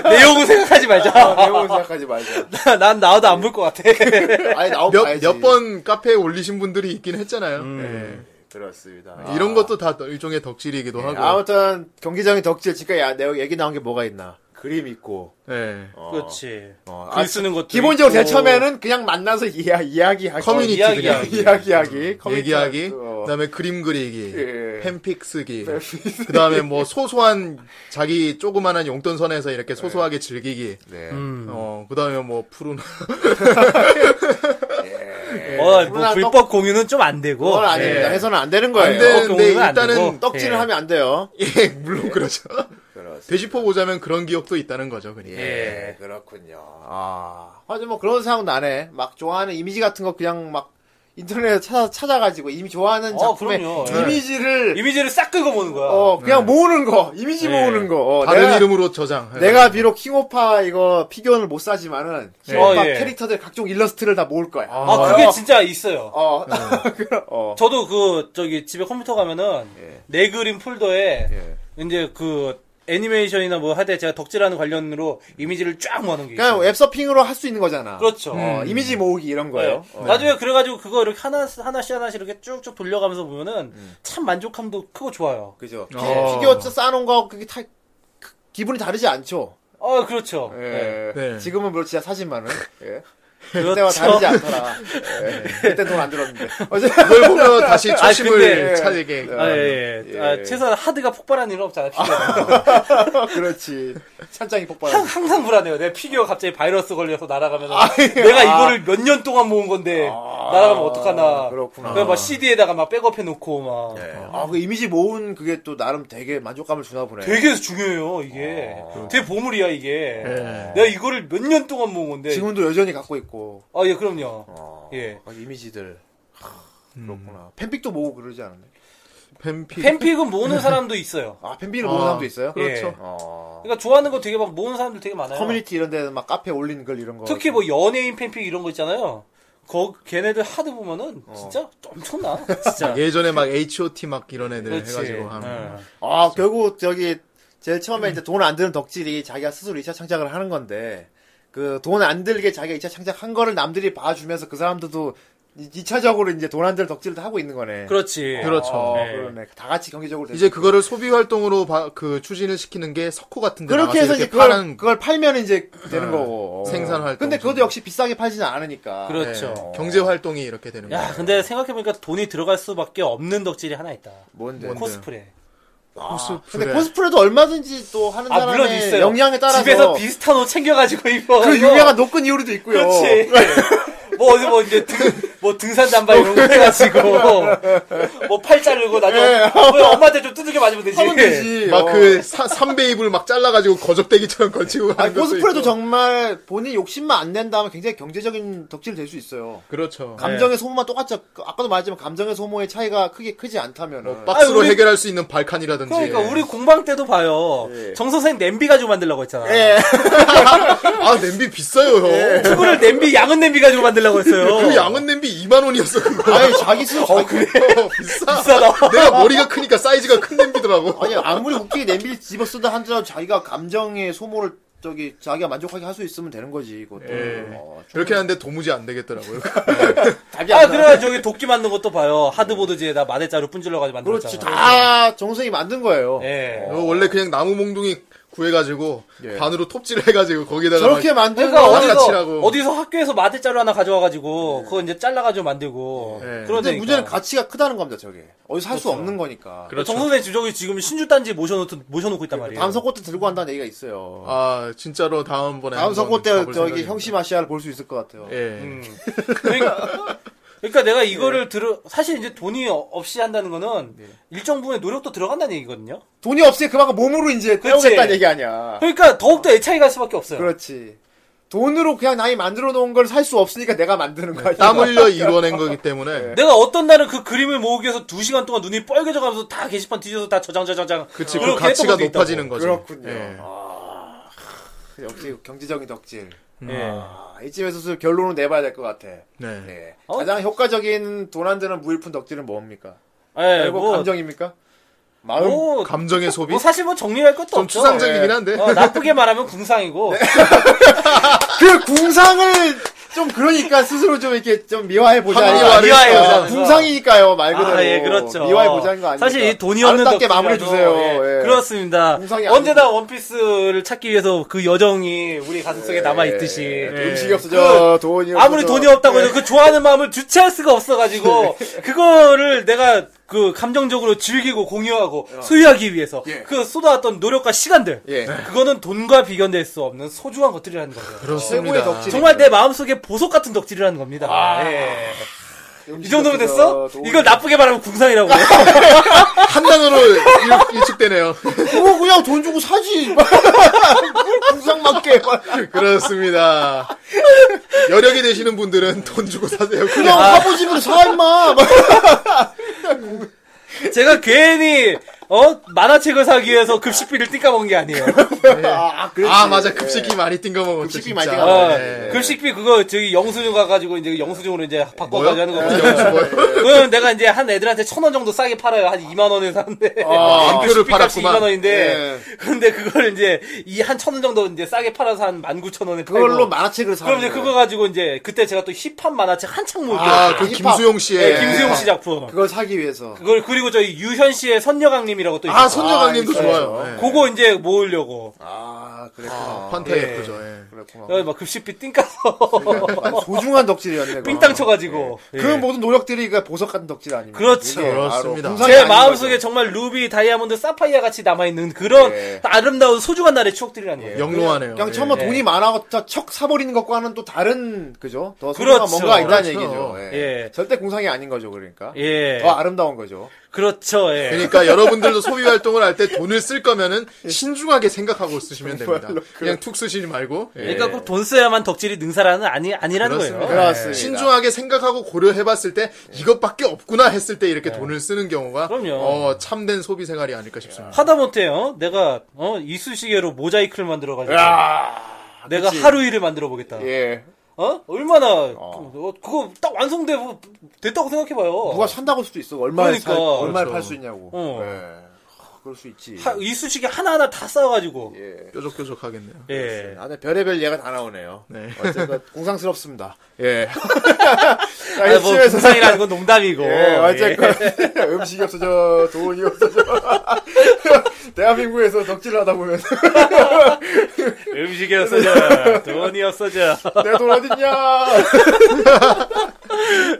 Speaker 2: 내용은 생각하지
Speaker 1: 아,
Speaker 2: 말자.
Speaker 1: 내용은 생각하지 말자.
Speaker 2: 난 나와도 안 볼 것 같아.
Speaker 1: 아니 나오
Speaker 3: 몇, 몇 번 카페에 올리신 분들이 있긴 했잖아요.
Speaker 1: 음.
Speaker 3: 예.
Speaker 1: 들었습니다.
Speaker 3: 이런 것도 다 일종의 덕질이기도 하고.
Speaker 1: 아. 네, 아무튼 경기장의 덕질 지금 야, 내 얘기 나온 게 뭐가 있나? 그림 있고.
Speaker 3: 예.
Speaker 1: 어,
Speaker 2: 그렇지.
Speaker 1: 어,
Speaker 2: 글
Speaker 1: 아,
Speaker 2: 쓰는 뭐, 것도
Speaker 1: 기본적으로
Speaker 2: 있고.
Speaker 1: 제일 처음에는 그냥 만나서 이야, 이야기하기.
Speaker 3: 커뮤니티
Speaker 2: 이야기,
Speaker 3: 그냥
Speaker 2: 이야기.
Speaker 1: 이야기하기. 커뮤니티
Speaker 3: 얘기하기,
Speaker 1: 어.
Speaker 3: 그다음에 그림 그리기,
Speaker 1: 예.
Speaker 3: 팬픽 쓰기, 그다음에 뭐 소소한 자기 조그만한 용돈 선에서 이렇게 소소하게 즐기기,
Speaker 1: 네.
Speaker 3: 어 그다음에 뭐 푸른
Speaker 2: 어, 뭐
Speaker 1: 불안한
Speaker 2: 불법 공유는 좀 안 되고.
Speaker 1: 예, 그건 아닙니다.
Speaker 2: 예.
Speaker 1: 해서는 안 되는
Speaker 3: 안
Speaker 1: 거예요.
Speaker 3: 되는데
Speaker 2: 경우는 안 되고.
Speaker 3: 일단은
Speaker 1: 떡질을
Speaker 2: 예.
Speaker 1: 하면 안 돼요.
Speaker 3: 예 물론 그렇죠.
Speaker 1: 그렇습니다.
Speaker 3: 되짚어 보자면 그런 기억도 있다는 거죠. 그러니까
Speaker 1: 예, 그렇군요. 아, 하여튼 뭐 그런 생각 나네. 막 좋아하는 이미지 같은 거 그냥 막 인터넷에 찾아, 찾아가지고 이미 좋아하는
Speaker 2: 어,
Speaker 1: 작품의
Speaker 2: 그럼요. 예.
Speaker 1: 이미지를
Speaker 2: 이미지를 싹 긁어 보는 거야.
Speaker 1: 어 그냥 모으는 거, 이미지 모으는 거. 어,
Speaker 3: 다른
Speaker 1: 내가,
Speaker 3: 이름으로 저장.
Speaker 1: 내가 비록 킹오파 이거 피규어를 못 사지만은 킹오파
Speaker 2: 어, 예.
Speaker 1: 캐릭터들 각종 일러스트를 다 모을 거야.
Speaker 2: 아, 그게 진짜 있어요.
Speaker 1: 어, 그럼, 어.
Speaker 2: 저도 그 저기 집에 컴퓨터 가면은
Speaker 1: 예.
Speaker 2: 내 그림 폴더에
Speaker 1: 예.
Speaker 2: 이제 그 애니메이션이나 뭐 할 때 제가 덕질하는 관련으로 이미지를 쫙 모아놓은 게 있어요.
Speaker 1: 그냥 웹서핑으로 할 수 있는 거잖아.
Speaker 2: 그렇죠.
Speaker 1: 어, 이미지 모으기 이런 거예요.
Speaker 2: 네.
Speaker 1: 어.
Speaker 2: 나중에 그래가지고 그거 이렇게 하나 하나씩 하나씩 이렇게 쭉쭉 돌려가면서 보면은 참 만족감도 크고 좋아요.
Speaker 1: 음. 그죠. 피-
Speaker 3: 어.
Speaker 1: 피규어 쌓아놓은 거 그게 다 그- 기분이 다르지 않죠.
Speaker 2: 아 그렇죠. 네.
Speaker 1: 예.
Speaker 3: 네.
Speaker 1: 지금은 뭐 진짜 사진만은. 예. 그때와 다르지
Speaker 2: 그렇죠. 네.
Speaker 1: 않더라. 예. 그때 돈 안 들었는데. 어제
Speaker 3: 그걸 보면 다시
Speaker 2: 근데-
Speaker 3: 초심을 차리게.
Speaker 2: 아, 예, 예. 아,
Speaker 1: 예.
Speaker 2: 최소한 하드가 폭발한 일은 없잖아. 피규어.
Speaker 1: 그렇지. 찬장이
Speaker 2: 항-
Speaker 1: 폭발하고.
Speaker 2: 항상 불안해요. 내 피규어 갑자기 바이러스 걸려서 날아가면
Speaker 1: 예.
Speaker 2: 내가 이거를 몇 년 동안 모은 건데 날아가면 어떡하나.
Speaker 1: 그렇구나.
Speaker 2: 그래서 막 CD에다가 막 백업해 놓고 막
Speaker 1: 예. 아, 그 이미지 모은 그게 또 나름 되게 만족감을 주나 보네.
Speaker 2: 되게 중요해요 이게.
Speaker 1: 아.
Speaker 2: 되게 보물이야 이게. 내가 이거를 몇 년 동안 모은 건데.
Speaker 1: 예. 지금도 여전히 갖고 있고.
Speaker 2: 아 예 그럼요. 예.
Speaker 1: 아, 이미지들. 하,
Speaker 2: 음.
Speaker 1: 그렇구나. 팬픽도 모으고 그러지 않았네.
Speaker 3: 팬픽.
Speaker 2: 팬픽은 모으는 사람도 있어요.
Speaker 1: 아, 팬픽을 모은
Speaker 3: 아,
Speaker 1: 사람도 있어요?
Speaker 3: 그렇죠.
Speaker 2: 예.
Speaker 1: 어.
Speaker 2: 그러니까 좋아하는 거 되게 막 모으는 사람들 되게 많아요.
Speaker 1: 커뮤니티 이런 데막 카페 올린 글 이런 거.
Speaker 2: 네. 특히 뭐 연예인 팬픽 이런 거 있잖아요. 거 걔네들 하드 보면은 진짜 엄청나. 어. 진짜.
Speaker 3: 예전에 막 H.O.T 막 이런 애들
Speaker 2: 그렇지.
Speaker 3: 해가지고 하는.
Speaker 2: 예.
Speaker 1: 아, 결국 저기 제일 처음에 이제 돈 안 드는 덕질이 자기가 스스로 2차 창작을 하는 건데 그 돈 안 들게 자기가 2차 창작한 거를 남들이 봐주면서 그 사람들도 2차적으로 이제 돈 안 드는 덕질을 다 하고 있는 거네.
Speaker 2: 그렇지.
Speaker 3: 그렇죠.
Speaker 1: 어,
Speaker 2: 네.
Speaker 1: 그러네. 다 같이 경제적으로 됐-
Speaker 3: 이제 그거를 소비 활동으로 바- 그 추진을 시키는 게 석호 같은 데
Speaker 1: 그렇게
Speaker 3: 나가서
Speaker 1: 해서
Speaker 3: 이렇게
Speaker 1: 이제 그걸,
Speaker 3: 파는
Speaker 1: 그걸 팔면 이제 되는
Speaker 3: 어,
Speaker 1: 거고.
Speaker 3: 생산 활동
Speaker 1: 근데 그것도
Speaker 3: 정도.
Speaker 1: 역시 비싸게 팔지는 않으니까. 네,
Speaker 2: 그렇죠.
Speaker 3: 경제 활동이 이렇게 되는 거예요.
Speaker 2: 야, 근데 생각해보니까 돈이 들어갈 수밖에 없는 덕질이 하나 있다.
Speaker 1: 뭔데?
Speaker 3: 뭔데?
Speaker 1: 네.
Speaker 2: 코스프레.
Speaker 3: 코스프레.
Speaker 1: 근데 코스프레도 얼마든지 또 하는
Speaker 2: 아, 물론
Speaker 1: 사람의
Speaker 2: 있어요.
Speaker 1: 역량에 따라서
Speaker 2: 집에서 비슷한 옷 챙겨가지고 입어.
Speaker 1: 그 유명한 노끈 이오리도 있고요.
Speaker 2: 그렇지. 뭐 어디 뭐 이제 등, 뭐 등산 잠바 이런 거 해가지고 뭐 팔 자르고 나중에 뭐 엄마한테 좀 두들겨 맞으면 되지.
Speaker 1: 네. 하면 되지. 어.
Speaker 3: 막그 삼베이블 막 잘라가지고 거적대기처럼 걸치고
Speaker 1: 아니,
Speaker 3: 하는 것도
Speaker 1: 코스프레도
Speaker 3: 있고.
Speaker 1: 정말 본인 욕심만 안 낸다면 굉장히 경제적인 덕질 될 수 있어요.
Speaker 3: 그렇죠.
Speaker 1: 감정의 소모만 똑같죠. 그 아까도 말했지만 감정의 소모의 차이가 크게 크지 않다면 은
Speaker 3: 박스로
Speaker 2: 아니, 우리-
Speaker 3: 해결할 수 있는 발칸이라든지.
Speaker 2: 그러니까 우리 공방 때도 봐요. 정 선생 냄비 가지고 만들라고 했잖아.
Speaker 3: 아 냄비 비싸요 형.
Speaker 2: 투구를 냄비 양은 냄비 가지고 만들라고
Speaker 3: 그
Speaker 2: 했어요.
Speaker 3: 양은 냄비 2만 원이었어 그거.
Speaker 1: 아니 자기 스스로 자
Speaker 3: 어, 비싸.
Speaker 2: 비싸다.
Speaker 3: 내가 머리가 크니까 사이즈가 큰 냄비더라고.
Speaker 1: 아니 아무리 웃기게 냄비를 집어 쓰다 한더라도 자기가 감정의 소모를 저기 자기가 만족하게 할 수 있으면 되는 거지 이것도. 어, 좀
Speaker 3: 이렇게 하는데 도무지 안 되겠더라고요.
Speaker 1: 답이 안 나.
Speaker 2: 아 그래 저기 도끼 만든 것도 봐요. 하드보드지에다 마대자루 분질러 가지고
Speaker 1: 그렇지
Speaker 2: 만들었잖아.
Speaker 1: 다 정성이 만든 거예요.
Speaker 2: 그렇죠. 예.
Speaker 3: 어, 원래 그냥 나무 몽둥이 구해가지고 반으로 톱질을 해가지고 거기다가
Speaker 1: 예. 저렇게 만든
Speaker 2: 그러니까
Speaker 1: 거
Speaker 3: 하나
Speaker 2: 어디서
Speaker 3: 칠하고.
Speaker 2: 어디서 학교에서 마대자루 하나 가져와가지고 그거 이제 잘라가지고 만들고 그런데
Speaker 1: 근데 문제는 가치가 크다는 겁니다 저게. 어디 살 수 없는 거니까.
Speaker 2: 정 선생 주적이 지금 신주단지 모셔놓고 모셔놓고 있단 말이에요.
Speaker 1: 다음 선고 때 들고 간다는 얘기가 있어요.
Speaker 3: 아 진짜로 다음번에
Speaker 1: 다음
Speaker 3: 한번
Speaker 1: 선고 때
Speaker 3: 가볼
Speaker 1: 저기 음.
Speaker 3: 생각입니다.
Speaker 1: 형심 아시아를 볼 수 있을 것 같아요.
Speaker 3: 예.
Speaker 2: 음. 그러니까, 그러니까 내가 이거를 들어 사실 이제 돈이 어- 없이 한다는 거는 일정 부분의 노력도 들어간다는 얘기거든요.
Speaker 1: 돈이 없으니 그만큼 몸으로 이제
Speaker 2: 그렇지.
Speaker 1: 때우겠다는 얘기 아니야.
Speaker 2: 그러니까 더욱더 애착이 갈 수밖에 없어요.
Speaker 1: 그렇지. 돈으로 그냥 나이 만들어 놓은 걸 살 수 없으니까 내가 만드는 거야.
Speaker 3: 네, 땀 흘려 이뤄낸 거기 때문에
Speaker 1: 예.
Speaker 2: 내가 어떤 날은 그 그림을 모으기 위해서 두 시간 동안 눈이 빨개져가면서 다 게시판 뒤져서 다 저장 저장 저장.
Speaker 3: 그치 그
Speaker 2: 그렇게
Speaker 3: 가치가
Speaker 2: 했던 것도
Speaker 3: 높아지는
Speaker 2: 있다고.
Speaker 3: 거죠.
Speaker 1: 그렇군요.
Speaker 3: 예.
Speaker 1: 아, 역시 경제적인 덕질.
Speaker 2: 예.
Speaker 1: 아, 이쯤에서 결론을 내봐야 될 것 같아.
Speaker 3: 네.
Speaker 1: 네.
Speaker 2: 어?
Speaker 1: 가장 효과적인 돈 안 드는 무일푼 덕질은 뭡니까?
Speaker 3: 네,
Speaker 2: 예,
Speaker 1: 결국
Speaker 2: 뭐,
Speaker 1: 감정입니까? 마음?
Speaker 2: 뭐,
Speaker 3: 감정의 소비
Speaker 2: 뭐 사실 뭐 정리할 것도
Speaker 3: 좀
Speaker 2: 없죠.
Speaker 3: 추상적이긴 한데
Speaker 2: 어, 나쁘게 말하면
Speaker 1: 네,
Speaker 2: 궁상이고
Speaker 1: 그 궁상을 좀 그러니까 스스로 좀 이렇게 좀 미화해 보자.
Speaker 3: 합리화를
Speaker 2: 미화해보자.
Speaker 1: 궁상이니까요, 말 그대로.
Speaker 2: 아, 예, 그렇죠.
Speaker 1: 미화해 보자는 거 아니에요.
Speaker 2: 사실 이 돈이 없는
Speaker 1: 아름답게
Speaker 2: 덕분이라도,
Speaker 1: 마무리 주세요.
Speaker 2: 예,
Speaker 1: 예.
Speaker 2: 그렇습니다.
Speaker 1: 공상이
Speaker 2: 언제나 원피스를 찾기 위해서 그 여정이 우리 가슴속에
Speaker 1: 예,
Speaker 2: 남아 있듯이 예. 그
Speaker 1: 음식이 없어져, 돈이 없어져.
Speaker 2: 아무리 돈이 없다고 해도 그 좋아하는 마음을 주체할 수가 없어가지고
Speaker 3: 네.
Speaker 2: 그거를 내가 그 감정적으로 즐기고 공유하고
Speaker 3: 어.
Speaker 2: 소유하기 위해서
Speaker 3: 예.
Speaker 2: 그 쏟아왔던 노력과 시간들
Speaker 1: 예.
Speaker 2: 그거는 돈과 비견될 수 없는 소중한 것들이라는 거예요.
Speaker 1: 최고의
Speaker 3: 그렇습니다.
Speaker 1: 덕질.
Speaker 2: 정말 내 마음속에 보석 같은 덕질이라는 겁니다.
Speaker 3: 아,
Speaker 2: 예. 이 정도면 됐어? 이걸 나쁘게 말하면 궁상이라고 그래.
Speaker 3: 한 단어로 일- 일축되네요.
Speaker 1: 그거 그냥 돈 주고 사지. 궁상 맞게.
Speaker 3: 그렇습니다. 여력이 되시는 분들은 돈 주고 사세요.
Speaker 1: 그냥
Speaker 3: 그냥 아,
Speaker 1: 사보집으로 사, 임마. 막
Speaker 2: 제가 괜히 어 만화책을 사기 위해서 급식비를 띵까먹은 게 아니에요.
Speaker 1: 아, 그렇지.
Speaker 3: 아 맞아 급식이 많이 띵거먹었죠.
Speaker 1: 급식이
Speaker 3: 진짜.
Speaker 1: 많이
Speaker 2: 어,
Speaker 1: 띵거먹었네.
Speaker 3: 예.
Speaker 2: 급식비 그거 저기 영수증 가가지고 이제 영수증으로 이제 바꿔가지고
Speaker 3: 뭐요? 아,
Speaker 2: 하는 거거든요.
Speaker 3: 영수 뭐요?
Speaker 2: 그건 내가 이제 한 애들한테 천 원 정도 싸게 팔아요. 한 2만 원에 사는데. 그
Speaker 3: 아, 안표를
Speaker 2: 값이 2만
Speaker 3: 팔았구만.
Speaker 2: 원인데. 근데 그걸 이제 이 한 천 원 정도 이제 싸게 팔아서 한 19,000원에 팔고.
Speaker 1: 그걸로 만화책을 사.
Speaker 2: 그럼 이제 그거 가지고 이제 그때 제가 또 힙합 만화책 한창 모으고.
Speaker 3: 아, 그 김수용 씨의
Speaker 1: 예.
Speaker 2: 김수용 씨 작품.
Speaker 1: 그걸 사기 위해서.
Speaker 2: 그걸 그리고 저희 유현 씨의 선녀강림이라고 또 있어요.
Speaker 3: 아 선녀강님도
Speaker 1: 아,
Speaker 3: 좋아요. 예.
Speaker 2: 그거 이제 모으려고.
Speaker 1: 아, 그랬구나.
Speaker 3: 판타 예쁘죠. 예.
Speaker 1: 그랬구나.
Speaker 2: 여기 막 급식비 띵까서
Speaker 1: 아주 어, 소중한 덕질이었네.
Speaker 2: 삥땅 쳐가지고. 예.
Speaker 1: 그 모든 노력들이 그 보석 같은 덕질 아닙니까?
Speaker 2: 그렇죠.
Speaker 1: 이게 바로
Speaker 3: 그렇습니다.
Speaker 1: 궁상이
Speaker 2: 제
Speaker 1: 아닌
Speaker 2: 마음속에
Speaker 1: 거죠.
Speaker 2: 정말 루비, 다이아몬드, 사파이아 같이 남아있는 그런
Speaker 1: 예.
Speaker 2: 아름다운 소중한 날의 추억들이라는 거예요.
Speaker 3: 영롱하네요.
Speaker 1: 그냥
Speaker 3: 예.
Speaker 1: 처음에
Speaker 2: 예.
Speaker 1: 돈이 많아서 척 사버리는 것과는 또 다른 그죠? 더 소중한
Speaker 2: 그렇죠.
Speaker 1: 뭔가 있다는
Speaker 3: 그렇죠.
Speaker 1: 얘기죠. 예.
Speaker 2: 예.
Speaker 1: 절대 궁상이 아닌 거죠, 그러니까.
Speaker 2: 예.
Speaker 1: 더 아름다운 거죠.
Speaker 2: 그렇죠. 예.
Speaker 3: 그러니까 여러분들도 소비 활동을 할 때 돈을 쓸 거면은 신중하게 생각하고 쓰시면
Speaker 2: 네,
Speaker 3: 됩니다. 그냥 툭 쓰시지 말고. 예.
Speaker 2: 그러니까 꼭 돈 써야만 덕질이 능사라는 아니 아니라는 거예요. 예.
Speaker 1: 그렇습니다.
Speaker 3: 신중하게 생각하고 고려해봤을 때 이것밖에 없구나 했을 때 이렇게 돈을 쓰는 경우가
Speaker 2: 그럼요.
Speaker 3: 어, 참된 소비 생활이 아닐까 싶습니다.
Speaker 2: 하다못해요. 내가 어 이쑤시개로 모자이크를 만들어 가지고 내가
Speaker 1: 그치.
Speaker 2: 하루 일을 만들어 보겠다.
Speaker 1: 예.
Speaker 2: 어? 얼마나 그, 어, 그거 딱 완성되고 됐다고 생각해 봐요.
Speaker 1: 누가 산다고 할 수도 있어. 얼마에
Speaker 2: 그러니까.
Speaker 1: 살, 얼마에
Speaker 3: 그렇죠.
Speaker 1: 팔 수 있냐고.
Speaker 2: 어.
Speaker 1: 예. 하, 그럴 수 있지.
Speaker 2: 이쑤시개 하나하나 다 쌓아 가지고. 예.
Speaker 3: 뾰족뾰족하겠네요.
Speaker 1: 아, 네, 별의별 예가 다 나오네요.
Speaker 3: 네.
Speaker 1: 어쨌든 공상스럽습니다. 예. 자,
Speaker 2: 아니, 뭐
Speaker 1: 이쯤에서-
Speaker 2: 부상이라는 건 농담이고.
Speaker 1: 예,
Speaker 2: 예.
Speaker 1: 어쨌건 음식이 없어져, 돈이 없어져. 대한민국에서 덕질을 하다 보면 그-
Speaker 2: 예. 음식이 없어져. 돈이 없어져.
Speaker 1: 내 돈 어딨냐?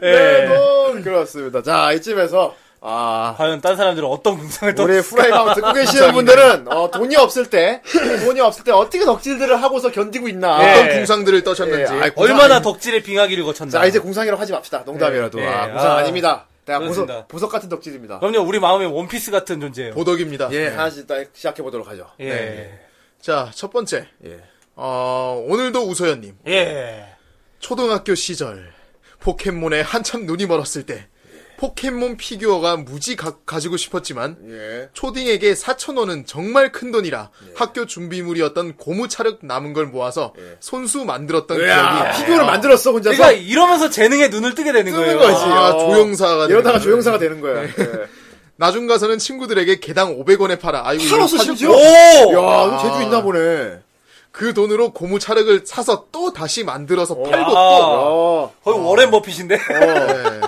Speaker 2: 예.
Speaker 1: 네, 내 돈! 그렇습니다. 자, 이쯤에서 아,
Speaker 2: 과연 딴 사람들은 어떤 궁상을
Speaker 1: 우리
Speaker 2: 떴을까?
Speaker 1: 후라이방 듣고 계시는 분들은 어, 돈이 없을 때 돈이 없을 때 어떻게 덕질들을 하고서 견디고 있나
Speaker 2: 예.
Speaker 3: 어떤 궁상들을 떠셨는지.
Speaker 1: 예, 아이, 궁상
Speaker 2: 얼마나
Speaker 1: 아니-
Speaker 2: 덕질의 빙하기를 거쳤나.
Speaker 1: 자 아, 이제 공상이라고 하지 맙시다 농담이라도
Speaker 2: 예, 예.
Speaker 1: 아, 공상
Speaker 2: 아,
Speaker 1: 아, 닙니다 내가 보석,
Speaker 2: 그렇습니다.
Speaker 1: 보석 같은 덕질입니다
Speaker 2: 그럼요, 우리 마음의 원피스 같은 존재예요.
Speaker 3: 보덕입니다.
Speaker 1: 예 하나씩 딱 시작해 보도록 하죠
Speaker 2: 예. 예.
Speaker 3: 아, 자, 첫 번째.
Speaker 1: 예.
Speaker 3: 어, 오늘도 우서연님.
Speaker 2: 예.
Speaker 3: 초등학교 시절 포켓몬에 한참 눈이 멀었을 때 포켓몬 피규어가 무지 가, 가지고 싶었지만
Speaker 1: 예.
Speaker 3: 초딩에게 4천원은 정말 큰 돈이라 학교 준비물이었던 고무차륵 남은 걸 모아서 손수 만들었던
Speaker 1: 야,
Speaker 3: 기억이
Speaker 1: 피규어를 만들었어 혼자서
Speaker 2: 그러니까 이러면서 재능에 눈을 뜨게 되는 거예요.
Speaker 1: 거지.
Speaker 3: 아,
Speaker 1: 어.
Speaker 3: 조형사가
Speaker 1: 이러다가
Speaker 3: 되는 거예요.
Speaker 1: 조형사가 되는 거야 예.
Speaker 3: 나중 가서는 친구들에게 개당 500원에 팔아 아이고 이거
Speaker 1: 팔았어
Speaker 3: 사-
Speaker 1: 심지어 아.
Speaker 2: 오!
Speaker 1: 야 이거 재주 있나 보네
Speaker 3: 그 돈으로 고무차륵을 사서 또 다시 만들어서 팔고
Speaker 2: 아.
Speaker 1: 야.
Speaker 2: 거의 워렌 버핏인데.
Speaker 3: 네.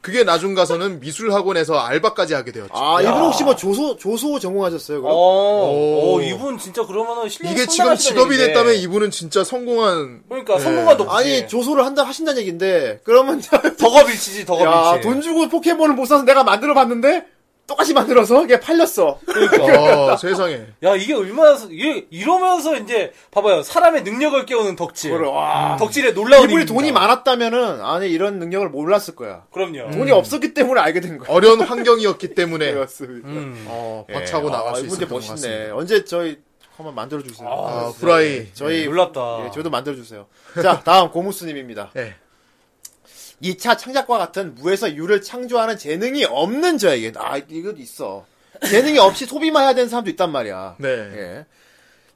Speaker 3: 그게 나중 가서는 미술학원에서 알바까지 하게 되었죠
Speaker 1: 아 이분 혹시 뭐 조소 조소 전공하셨어요 그럼?
Speaker 2: 어, 오, 이분 진짜 그러면은 실력
Speaker 1: 네,
Speaker 3: 이게 지금 직업이 됐다면 이분은 진짜 성공한
Speaker 2: 그러니까 성공한 덕
Speaker 1: 아니 조소를 한다 하신다는 얘기인데 그러면
Speaker 2: 덕업일치지 덕업일치.
Speaker 1: 야돈 주고 포켓몬을 못 사서 내가 만들어 봤는데 똑같이 만들어서 이게 팔렸어
Speaker 3: 어, 세상에.
Speaker 2: 야 이게 얼마나 이게 이러면서 이제 봐봐요 사람의 능력을 깨우는 덕질. 아.
Speaker 1: 그걸, 와.
Speaker 2: 덕질의 놀라운
Speaker 1: 이분이
Speaker 2: 힘입니다.
Speaker 1: 돈이 많았다면은 아니 이런 능력을 몰랐을 거야
Speaker 2: 그럼요. 음.
Speaker 1: 돈이
Speaker 3: 음.
Speaker 1: 없었기 때문에 알게 된 거야
Speaker 3: 어려운 환경이었기
Speaker 1: 네,
Speaker 3: 때문에
Speaker 1: 그렇습니다. 예, 아,
Speaker 2: 음.
Speaker 3: 어, 박차고 나갈 수
Speaker 1: 이분
Speaker 3: 있었던
Speaker 1: 진짜
Speaker 3: 것
Speaker 1: 멋있네
Speaker 3: 같습니다.
Speaker 1: 언제 저희 한번 만들어 주세요 네,
Speaker 3: 아, 후라이. 아.
Speaker 1: 저희
Speaker 2: 네, 놀랍다.
Speaker 1: 예, 저도 만들어 주세요 자 다음 고무스님입니다
Speaker 3: 예.
Speaker 1: 2차 창작과 같은 무에서 유를 창조하는 재능이 없는 저에게 아 이거 있어 재능이 없이 소비만 해야 되는 사람도 있단 말이야
Speaker 3: 네.
Speaker 1: 예.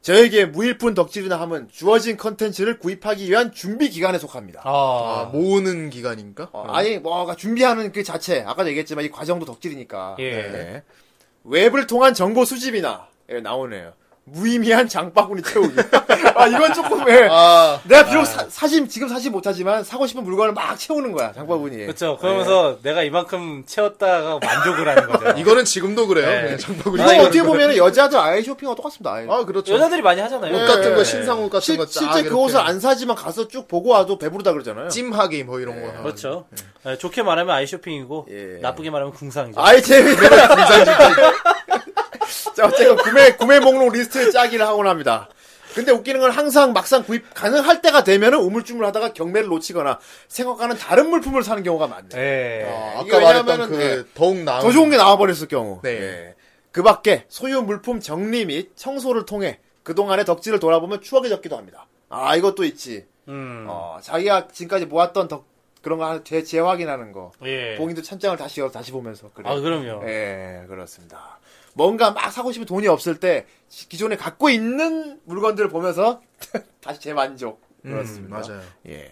Speaker 1: 저에게 무일푼 덕질이나 함은 주어진 컨텐츠를 구입하기 위한 준비 기간에 속합니다
Speaker 2: 아,
Speaker 3: 아, 모으는 기간인가?
Speaker 1: 어, 아니 뭐가 준비하는 그 자체 아까도 얘기했지만 이 과정도 덕질이니까
Speaker 2: 예.
Speaker 1: 네. 웹을 통한 정보 수집이나 예, 나오네요 무의미한 장바구니 채우기 아 이건 조금 예.
Speaker 3: 아,
Speaker 1: 내가 비록 사, 사실 지금 사지 못하지만 사고 싶은 물건을 막 채우는 거야 장바구니에 예.
Speaker 2: 그렇죠. 그러면서 내가 이만큼 채웠다가 만족을 하는 거죠.
Speaker 3: 이거는 지금도 그래요.
Speaker 2: 예.
Speaker 3: 그냥 장바구니.
Speaker 1: 네. 이거
Speaker 2: 아,
Speaker 1: 어떻게 보면 여자들 아이 쇼핑하고 똑같습니다 아예.
Speaker 3: 아, 그렇죠.
Speaker 2: 여자들이 많이 하잖아요. 네.
Speaker 3: 옷 같은 거,
Speaker 1: 예.
Speaker 3: 신상 옷 같은
Speaker 1: 실,
Speaker 3: 거. 쫙
Speaker 1: 실제
Speaker 3: 이렇게
Speaker 1: 그 옷을 안 사지만 가서 쭉 보고 와도 배부르다 그러잖아요
Speaker 3: 찜하기 뭐 이런
Speaker 1: 네.
Speaker 3: 거.
Speaker 2: 그렇죠. 예, 좋게 말하면 아이쇼핑이고
Speaker 1: 아, 예.
Speaker 2: 나쁘게 말하면 궁상이죠.
Speaker 1: 아이 재미가 자 어쨌든 구매 구매 목록 리스트를 짜기를 하곤 합니다. 근데 웃기는 건 항상 막상 구입 가능할 때가 되면은 우물쭈물하다가 경매를 놓치거나 생각과는 다른 물품을 사는 경우가 많네.
Speaker 2: 예.
Speaker 3: 아,
Speaker 1: 이거
Speaker 3: 아까 말했던
Speaker 1: 왜냐면은,
Speaker 3: 그
Speaker 1: 예.
Speaker 3: 더욱 나은
Speaker 1: 더 좋은 게 나와버렸을 경우.
Speaker 3: 네.
Speaker 1: 예. 그 밖에 소유 물품 정리 및 청소를 통해 그동안의 덕질을 돌아보면 추억이 적기도 합니다. 아 이것도 있지.
Speaker 2: 음.
Speaker 1: 어, 자기가 지금까지 모았던 덕 그런 거 하나 재, 재확인하는 거.
Speaker 2: 예.
Speaker 1: 봉인도 찬장을 다시 열어 다시 보면서 그래.
Speaker 2: 아
Speaker 3: 어.
Speaker 2: 그럼요.
Speaker 1: 예, 그렇습니다. 뭔가 막 사고 싶은 돈이 없을 때 시- 기존에 갖고 있는 물건들을 보면서 다시 재만족.
Speaker 3: 음,
Speaker 1: 그렇습니다.
Speaker 3: 맞아요.
Speaker 1: 예.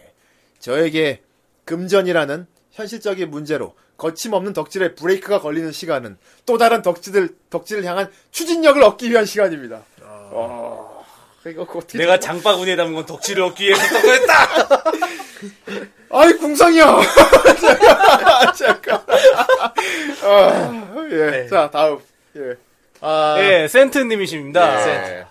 Speaker 1: 저에게 금전이라는 현실적인 문제로 거침없는 덕질에 브레이크가 걸리는 시간은 또 다른 덕질을 덕질을 향한 추진력을 얻기 위한 시간입니다.
Speaker 3: 아.
Speaker 1: 어. 이거 어떻게
Speaker 2: 내가 장바구니에 담은 건 덕질을 얻기 위해서 썼 거했다
Speaker 1: 아이 궁상이야. 잠깐. 잠깐. 어, 예. 자, 다음. 예.
Speaker 3: 네. 아, 네.
Speaker 2: 예, 센트님이십니다.
Speaker 1: 예.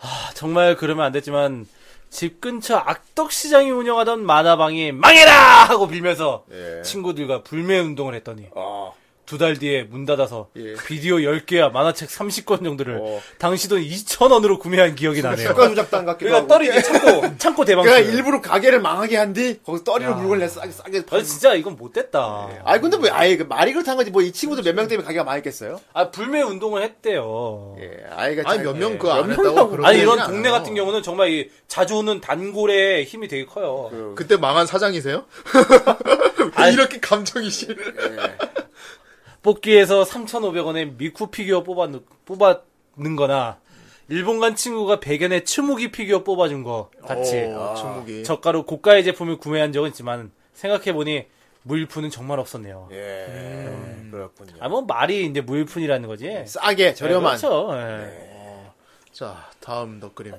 Speaker 2: 아, 정말 그러면 안 됐지만 집 근처 악덕시장이 운영하던 만화방이 망해라 하고 빌면서
Speaker 1: 예.
Speaker 2: 친구들과 불매 운동을 했더니
Speaker 1: 아.
Speaker 2: 두 달 뒤에 문 닫아서
Speaker 1: 예.
Speaker 2: 비디오 10개와 만화책 30권 정도를
Speaker 1: 어.
Speaker 2: 당시 돈 2,000원으로 구매한 기억이 나네요.
Speaker 1: 주가 조작단 같기도
Speaker 2: 그러니까
Speaker 1: 하고.
Speaker 2: 떨이 이제 창고, 창고 대방.
Speaker 1: 그러니까 일부러 가게를 망하게 한 뒤 거기서 떨이로 물건을 내서 싸게 싸게
Speaker 2: 아,
Speaker 1: 팔.
Speaker 2: 진짜 이건 못됐다.
Speaker 1: 아니 근데 뭐 아예 그 말이 그렇다는 거지 뭐 이 친구들 몇 명 때문에 가게가 망했겠어요?
Speaker 2: 아, 불매 운동을 했대요.
Speaker 1: 예, 아이가
Speaker 3: 아니,
Speaker 1: 잘-
Speaker 3: 몇
Speaker 1: 예.
Speaker 3: 명 그거 안
Speaker 1: 몇
Speaker 3: 했다고
Speaker 1: 명이라고
Speaker 3: 그러고.
Speaker 2: 아니, 이런
Speaker 3: 그러진
Speaker 2: 동네
Speaker 3: 않아요.
Speaker 2: 같은 경우는 정말 이 자주 오는 단골의 힘이 되게 커요.
Speaker 3: 그때 망한 사장이세요? 왜 이렇게 감정이 실.
Speaker 2: 뽑기에서 3,500원에 미쿠 피규어 뽑았는, 뽑았는 거나, 일본 간 친구가 100엔에 츠무기 피규어 뽑아준 거 같이.
Speaker 1: 아,
Speaker 3: 어, 주목이.
Speaker 2: 저가로 고가의 제품을 구매한 적은 있지만, 생각해보니, 무일푼은 정말 없었네요.
Speaker 1: 예, 그렇군요.
Speaker 2: 아, 뭐, 말이 이제 무일푼이라는 거지.
Speaker 1: 예,
Speaker 2: 예,
Speaker 1: 싸게 저렴한.
Speaker 2: 그렇죠. 예.
Speaker 3: 자, 다음 덧그림.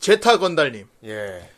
Speaker 3: 제타 건달님.
Speaker 1: 네. 예.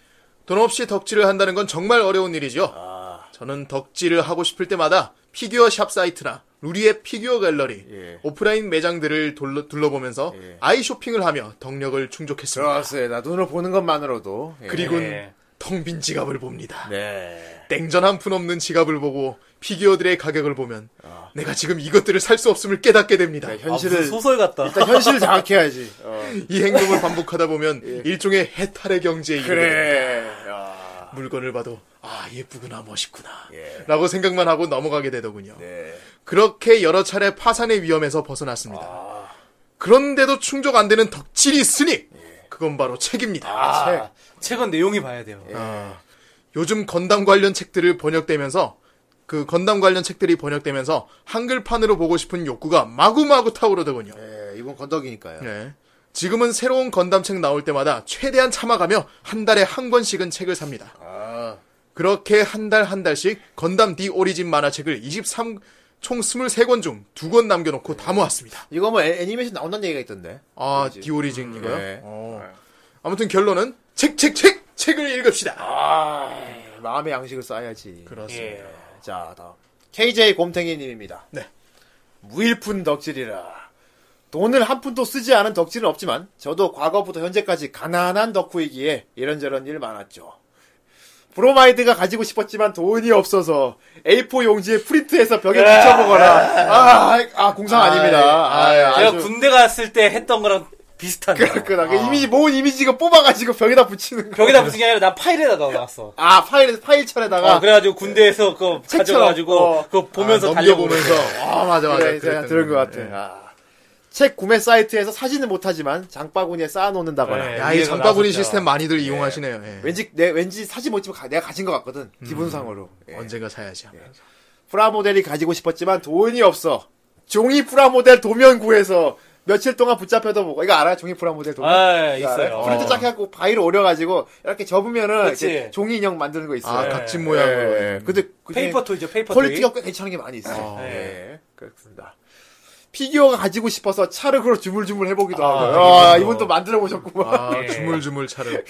Speaker 3: 돈 없이 덕질을 한다는 건 정말 어려운 일이죠.
Speaker 1: 아.
Speaker 3: 저는 덕질을 하고 싶을 때마다 피규어 샵 사이트나 루리의 피규어 갤러리,
Speaker 1: 예.
Speaker 3: 오프라인 매장들을 둘러, 보면서 아이 쇼핑을 하며 덕력을 충족했습니다.
Speaker 1: 그렇습니다. 눈으로 보는 것만으로도. 예.
Speaker 3: 그리고
Speaker 2: 예.
Speaker 3: 텅 빈 지갑을 봅니다.
Speaker 1: 네.
Speaker 3: 땡전 한 푼 없는 지갑을 보고 피규어들의 가격을 보면 내가 지금 이것들을 살 수 없음을 깨닫게 됩니다.
Speaker 1: 아. 네,
Speaker 2: 아,
Speaker 1: 현실을
Speaker 2: 무슨 소설 네. 같다.
Speaker 1: 일단 현실을 장악해야지. 어.
Speaker 3: 이 행동을 반복하다 보면 일종의 해탈의 경지에 이르게 됩니다.
Speaker 1: 예. 그래. 야.
Speaker 3: 물건을 봐도 아 예쁘구나 멋있구나
Speaker 1: 예.
Speaker 3: 라고 생각만 하고 넘어가게 되더군요.
Speaker 1: 네.
Speaker 3: 그렇게 여러 차례 파산의 위험에서 벗어났습니다.
Speaker 1: 아.
Speaker 3: 그런데도 충족 안 되는 덕질이 있으니
Speaker 1: 예.
Speaker 3: 그건 바로 책입니다.
Speaker 2: 아, 책은 내용이 봐야 돼요.
Speaker 1: 예.
Speaker 3: 아, 요즘 건담 관련 책들을 번역되면서 그 건담 관련 책들이 번역되면서 한글판으로 보고 싶은 욕구가 마구마구 타오르더군요.
Speaker 1: 네, 이번 건덕이니까요.
Speaker 3: 네. 지금은 새로운 건담 책 나올 때마다 최대한 참아가며 한 달에 한 권씩은 책을 삽니다.
Speaker 1: 아,
Speaker 3: 그렇게 한 달 한 달씩 건담 디 오리진 만화책을 23, 총 23권 중 두 권 남겨놓고 다 모았습니다.
Speaker 1: 이거 뭐 애, 니메이션 나온다는 얘기가 있던데. 어,
Speaker 3: 아, 디 오리진 이거요?
Speaker 1: 네.
Speaker 3: 어. 아무튼 결론은 책, 책, 책! 책을 읽읍시다!
Speaker 1: 아, 예. 마음의 양식을 쌓아야지.
Speaker 3: 그렇습니다.
Speaker 1: 자, 다음. KJ 곰탱이님입니다.
Speaker 3: 네.
Speaker 1: 무일푼 덕질이라. 돈을 한 푼도 쓰지 않은 덕질은 없지만, 저도 과거부터 현재까지 가난한 덕후이기에 이런저런 일 많았죠. 브로마이드가 가지고 싶었지만 돈이 없어서 A4 용지에 프린트해서 벽에 붙여보거나, 아, 아, 공상
Speaker 3: 아이,
Speaker 1: 아닙니다. 아,
Speaker 3: 아이,
Speaker 1: 아주
Speaker 2: 제가 군대 갔을 때 했던 거랑 비슷한데.
Speaker 1: 그렇구나. 그 이미지, 모은 이미지가 뽑아가지고 벽에다 붙이는 거.
Speaker 2: 벽에다 붙인 게 아니라 나 파일에다 넣어놨어.
Speaker 1: 아, 파일, 파일철에다가.
Speaker 2: 어, 그래가지고 군대에서 그거
Speaker 1: 책처럼,
Speaker 2: 가져가지고
Speaker 1: 어.
Speaker 2: 그거 보면서
Speaker 3: 아,
Speaker 2: 달려보면서.
Speaker 3: 넘겨보면서. 아, 맞아, 맞아.
Speaker 1: 그래, 예, 제가
Speaker 3: 그랬던
Speaker 1: 들은 것
Speaker 3: 거구나.
Speaker 1: 같아. 아. 책 구매 사이트에서 사진은 못하지만 장바구니에 쌓아놓는다거나.
Speaker 2: 네.
Speaker 3: 야, 이
Speaker 2: 위에서
Speaker 3: 장바구니
Speaker 2: 나왔었죠.
Speaker 3: 시스템 많이들 이용하시네요. 예.
Speaker 1: 왠지 내 왠지 사진 못 찍으면 가- 내가 가진 것 같거든.
Speaker 2: 음.
Speaker 1: 기분상으로. 예.
Speaker 3: 언젠가 사야지. 하면서.
Speaker 1: 프라모델이 가지고 싶었지만 돈이 없어. 종이 프라모델 도면 구해서 며칠 동안 붙잡혀도 보고 이거 알아요? 종이 프라모델 도면.
Speaker 2: 아,
Speaker 1: 이거 알아요?
Speaker 2: 있어요.
Speaker 1: 프린트 짝 해갖고 바위를 오려가지고 이렇게 접으면은
Speaker 2: 그치.
Speaker 1: 이렇게 종이 인형 만드는 거 있어요.
Speaker 3: 아,
Speaker 1: 예.
Speaker 3: 각진
Speaker 1: 예.
Speaker 3: 모양으로.
Speaker 1: 근데 그게
Speaker 2: 페이퍼 토이죠, 페이퍼 토이.
Speaker 1: 네. 퀄리티가 꽤 괜찮은 게 많이 있어요.
Speaker 3: 아.
Speaker 1: 예. 그렇습니다. 피규어가 가지고 싶어서 차르그로 주물주물 해보기도 하고요. 아, 이분 또 만들어 보셨구만. 예.
Speaker 3: 아,
Speaker 2: 예.
Speaker 3: 주물주물 차를.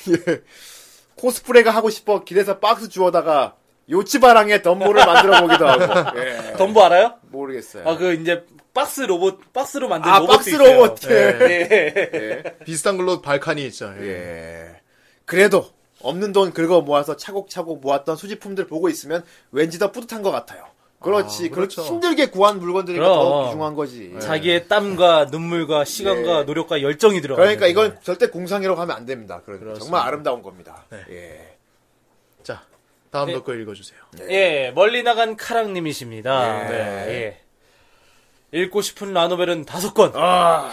Speaker 1: 코스프레가 하고 싶어 길에서 박스 주워다가 요치바랑의 덤보를 만들어 보기도 하고. 예.
Speaker 2: 덤보 알아요?
Speaker 1: 모르겠어요.
Speaker 2: 네. 아, 그 이제 박스 로봇, 박스로 만든 네.
Speaker 1: 아,
Speaker 2: 로봇.
Speaker 1: 박스 로봇. 네.
Speaker 3: 비슷한 걸로 발칸이 있죠. 예.
Speaker 1: 예. 그래도 없는 돈 긁어 모아서 차곡차곡 모았던 수집품들 보고 있으면 왠지 더 뿌듯한 것 같아요. 그렇지.
Speaker 3: 아,
Speaker 1: 그렇죠
Speaker 3: 그렇죠.
Speaker 1: 힘들게 구한 물건들이니까
Speaker 2: 그럼. 네.
Speaker 1: 더 귀중한 거지.
Speaker 2: 자기의 땀과 눈물과 시간과 노력과 열정이 들어가.
Speaker 1: 네. 그러니까
Speaker 3: 네.
Speaker 1: 이건 절대 공상이라고 하면 안 됩니다. 그러니까 정말 아름다운 겁니다.
Speaker 3: 네.
Speaker 1: 예.
Speaker 3: 자, 다음
Speaker 1: 네.
Speaker 3: 덕거 읽어주세요.
Speaker 2: 예, 멀리 나간 카랑님이십니다.
Speaker 1: 예.
Speaker 2: 네, 예. 읽고 싶은 라노벨은 다섯 권.
Speaker 1: 아.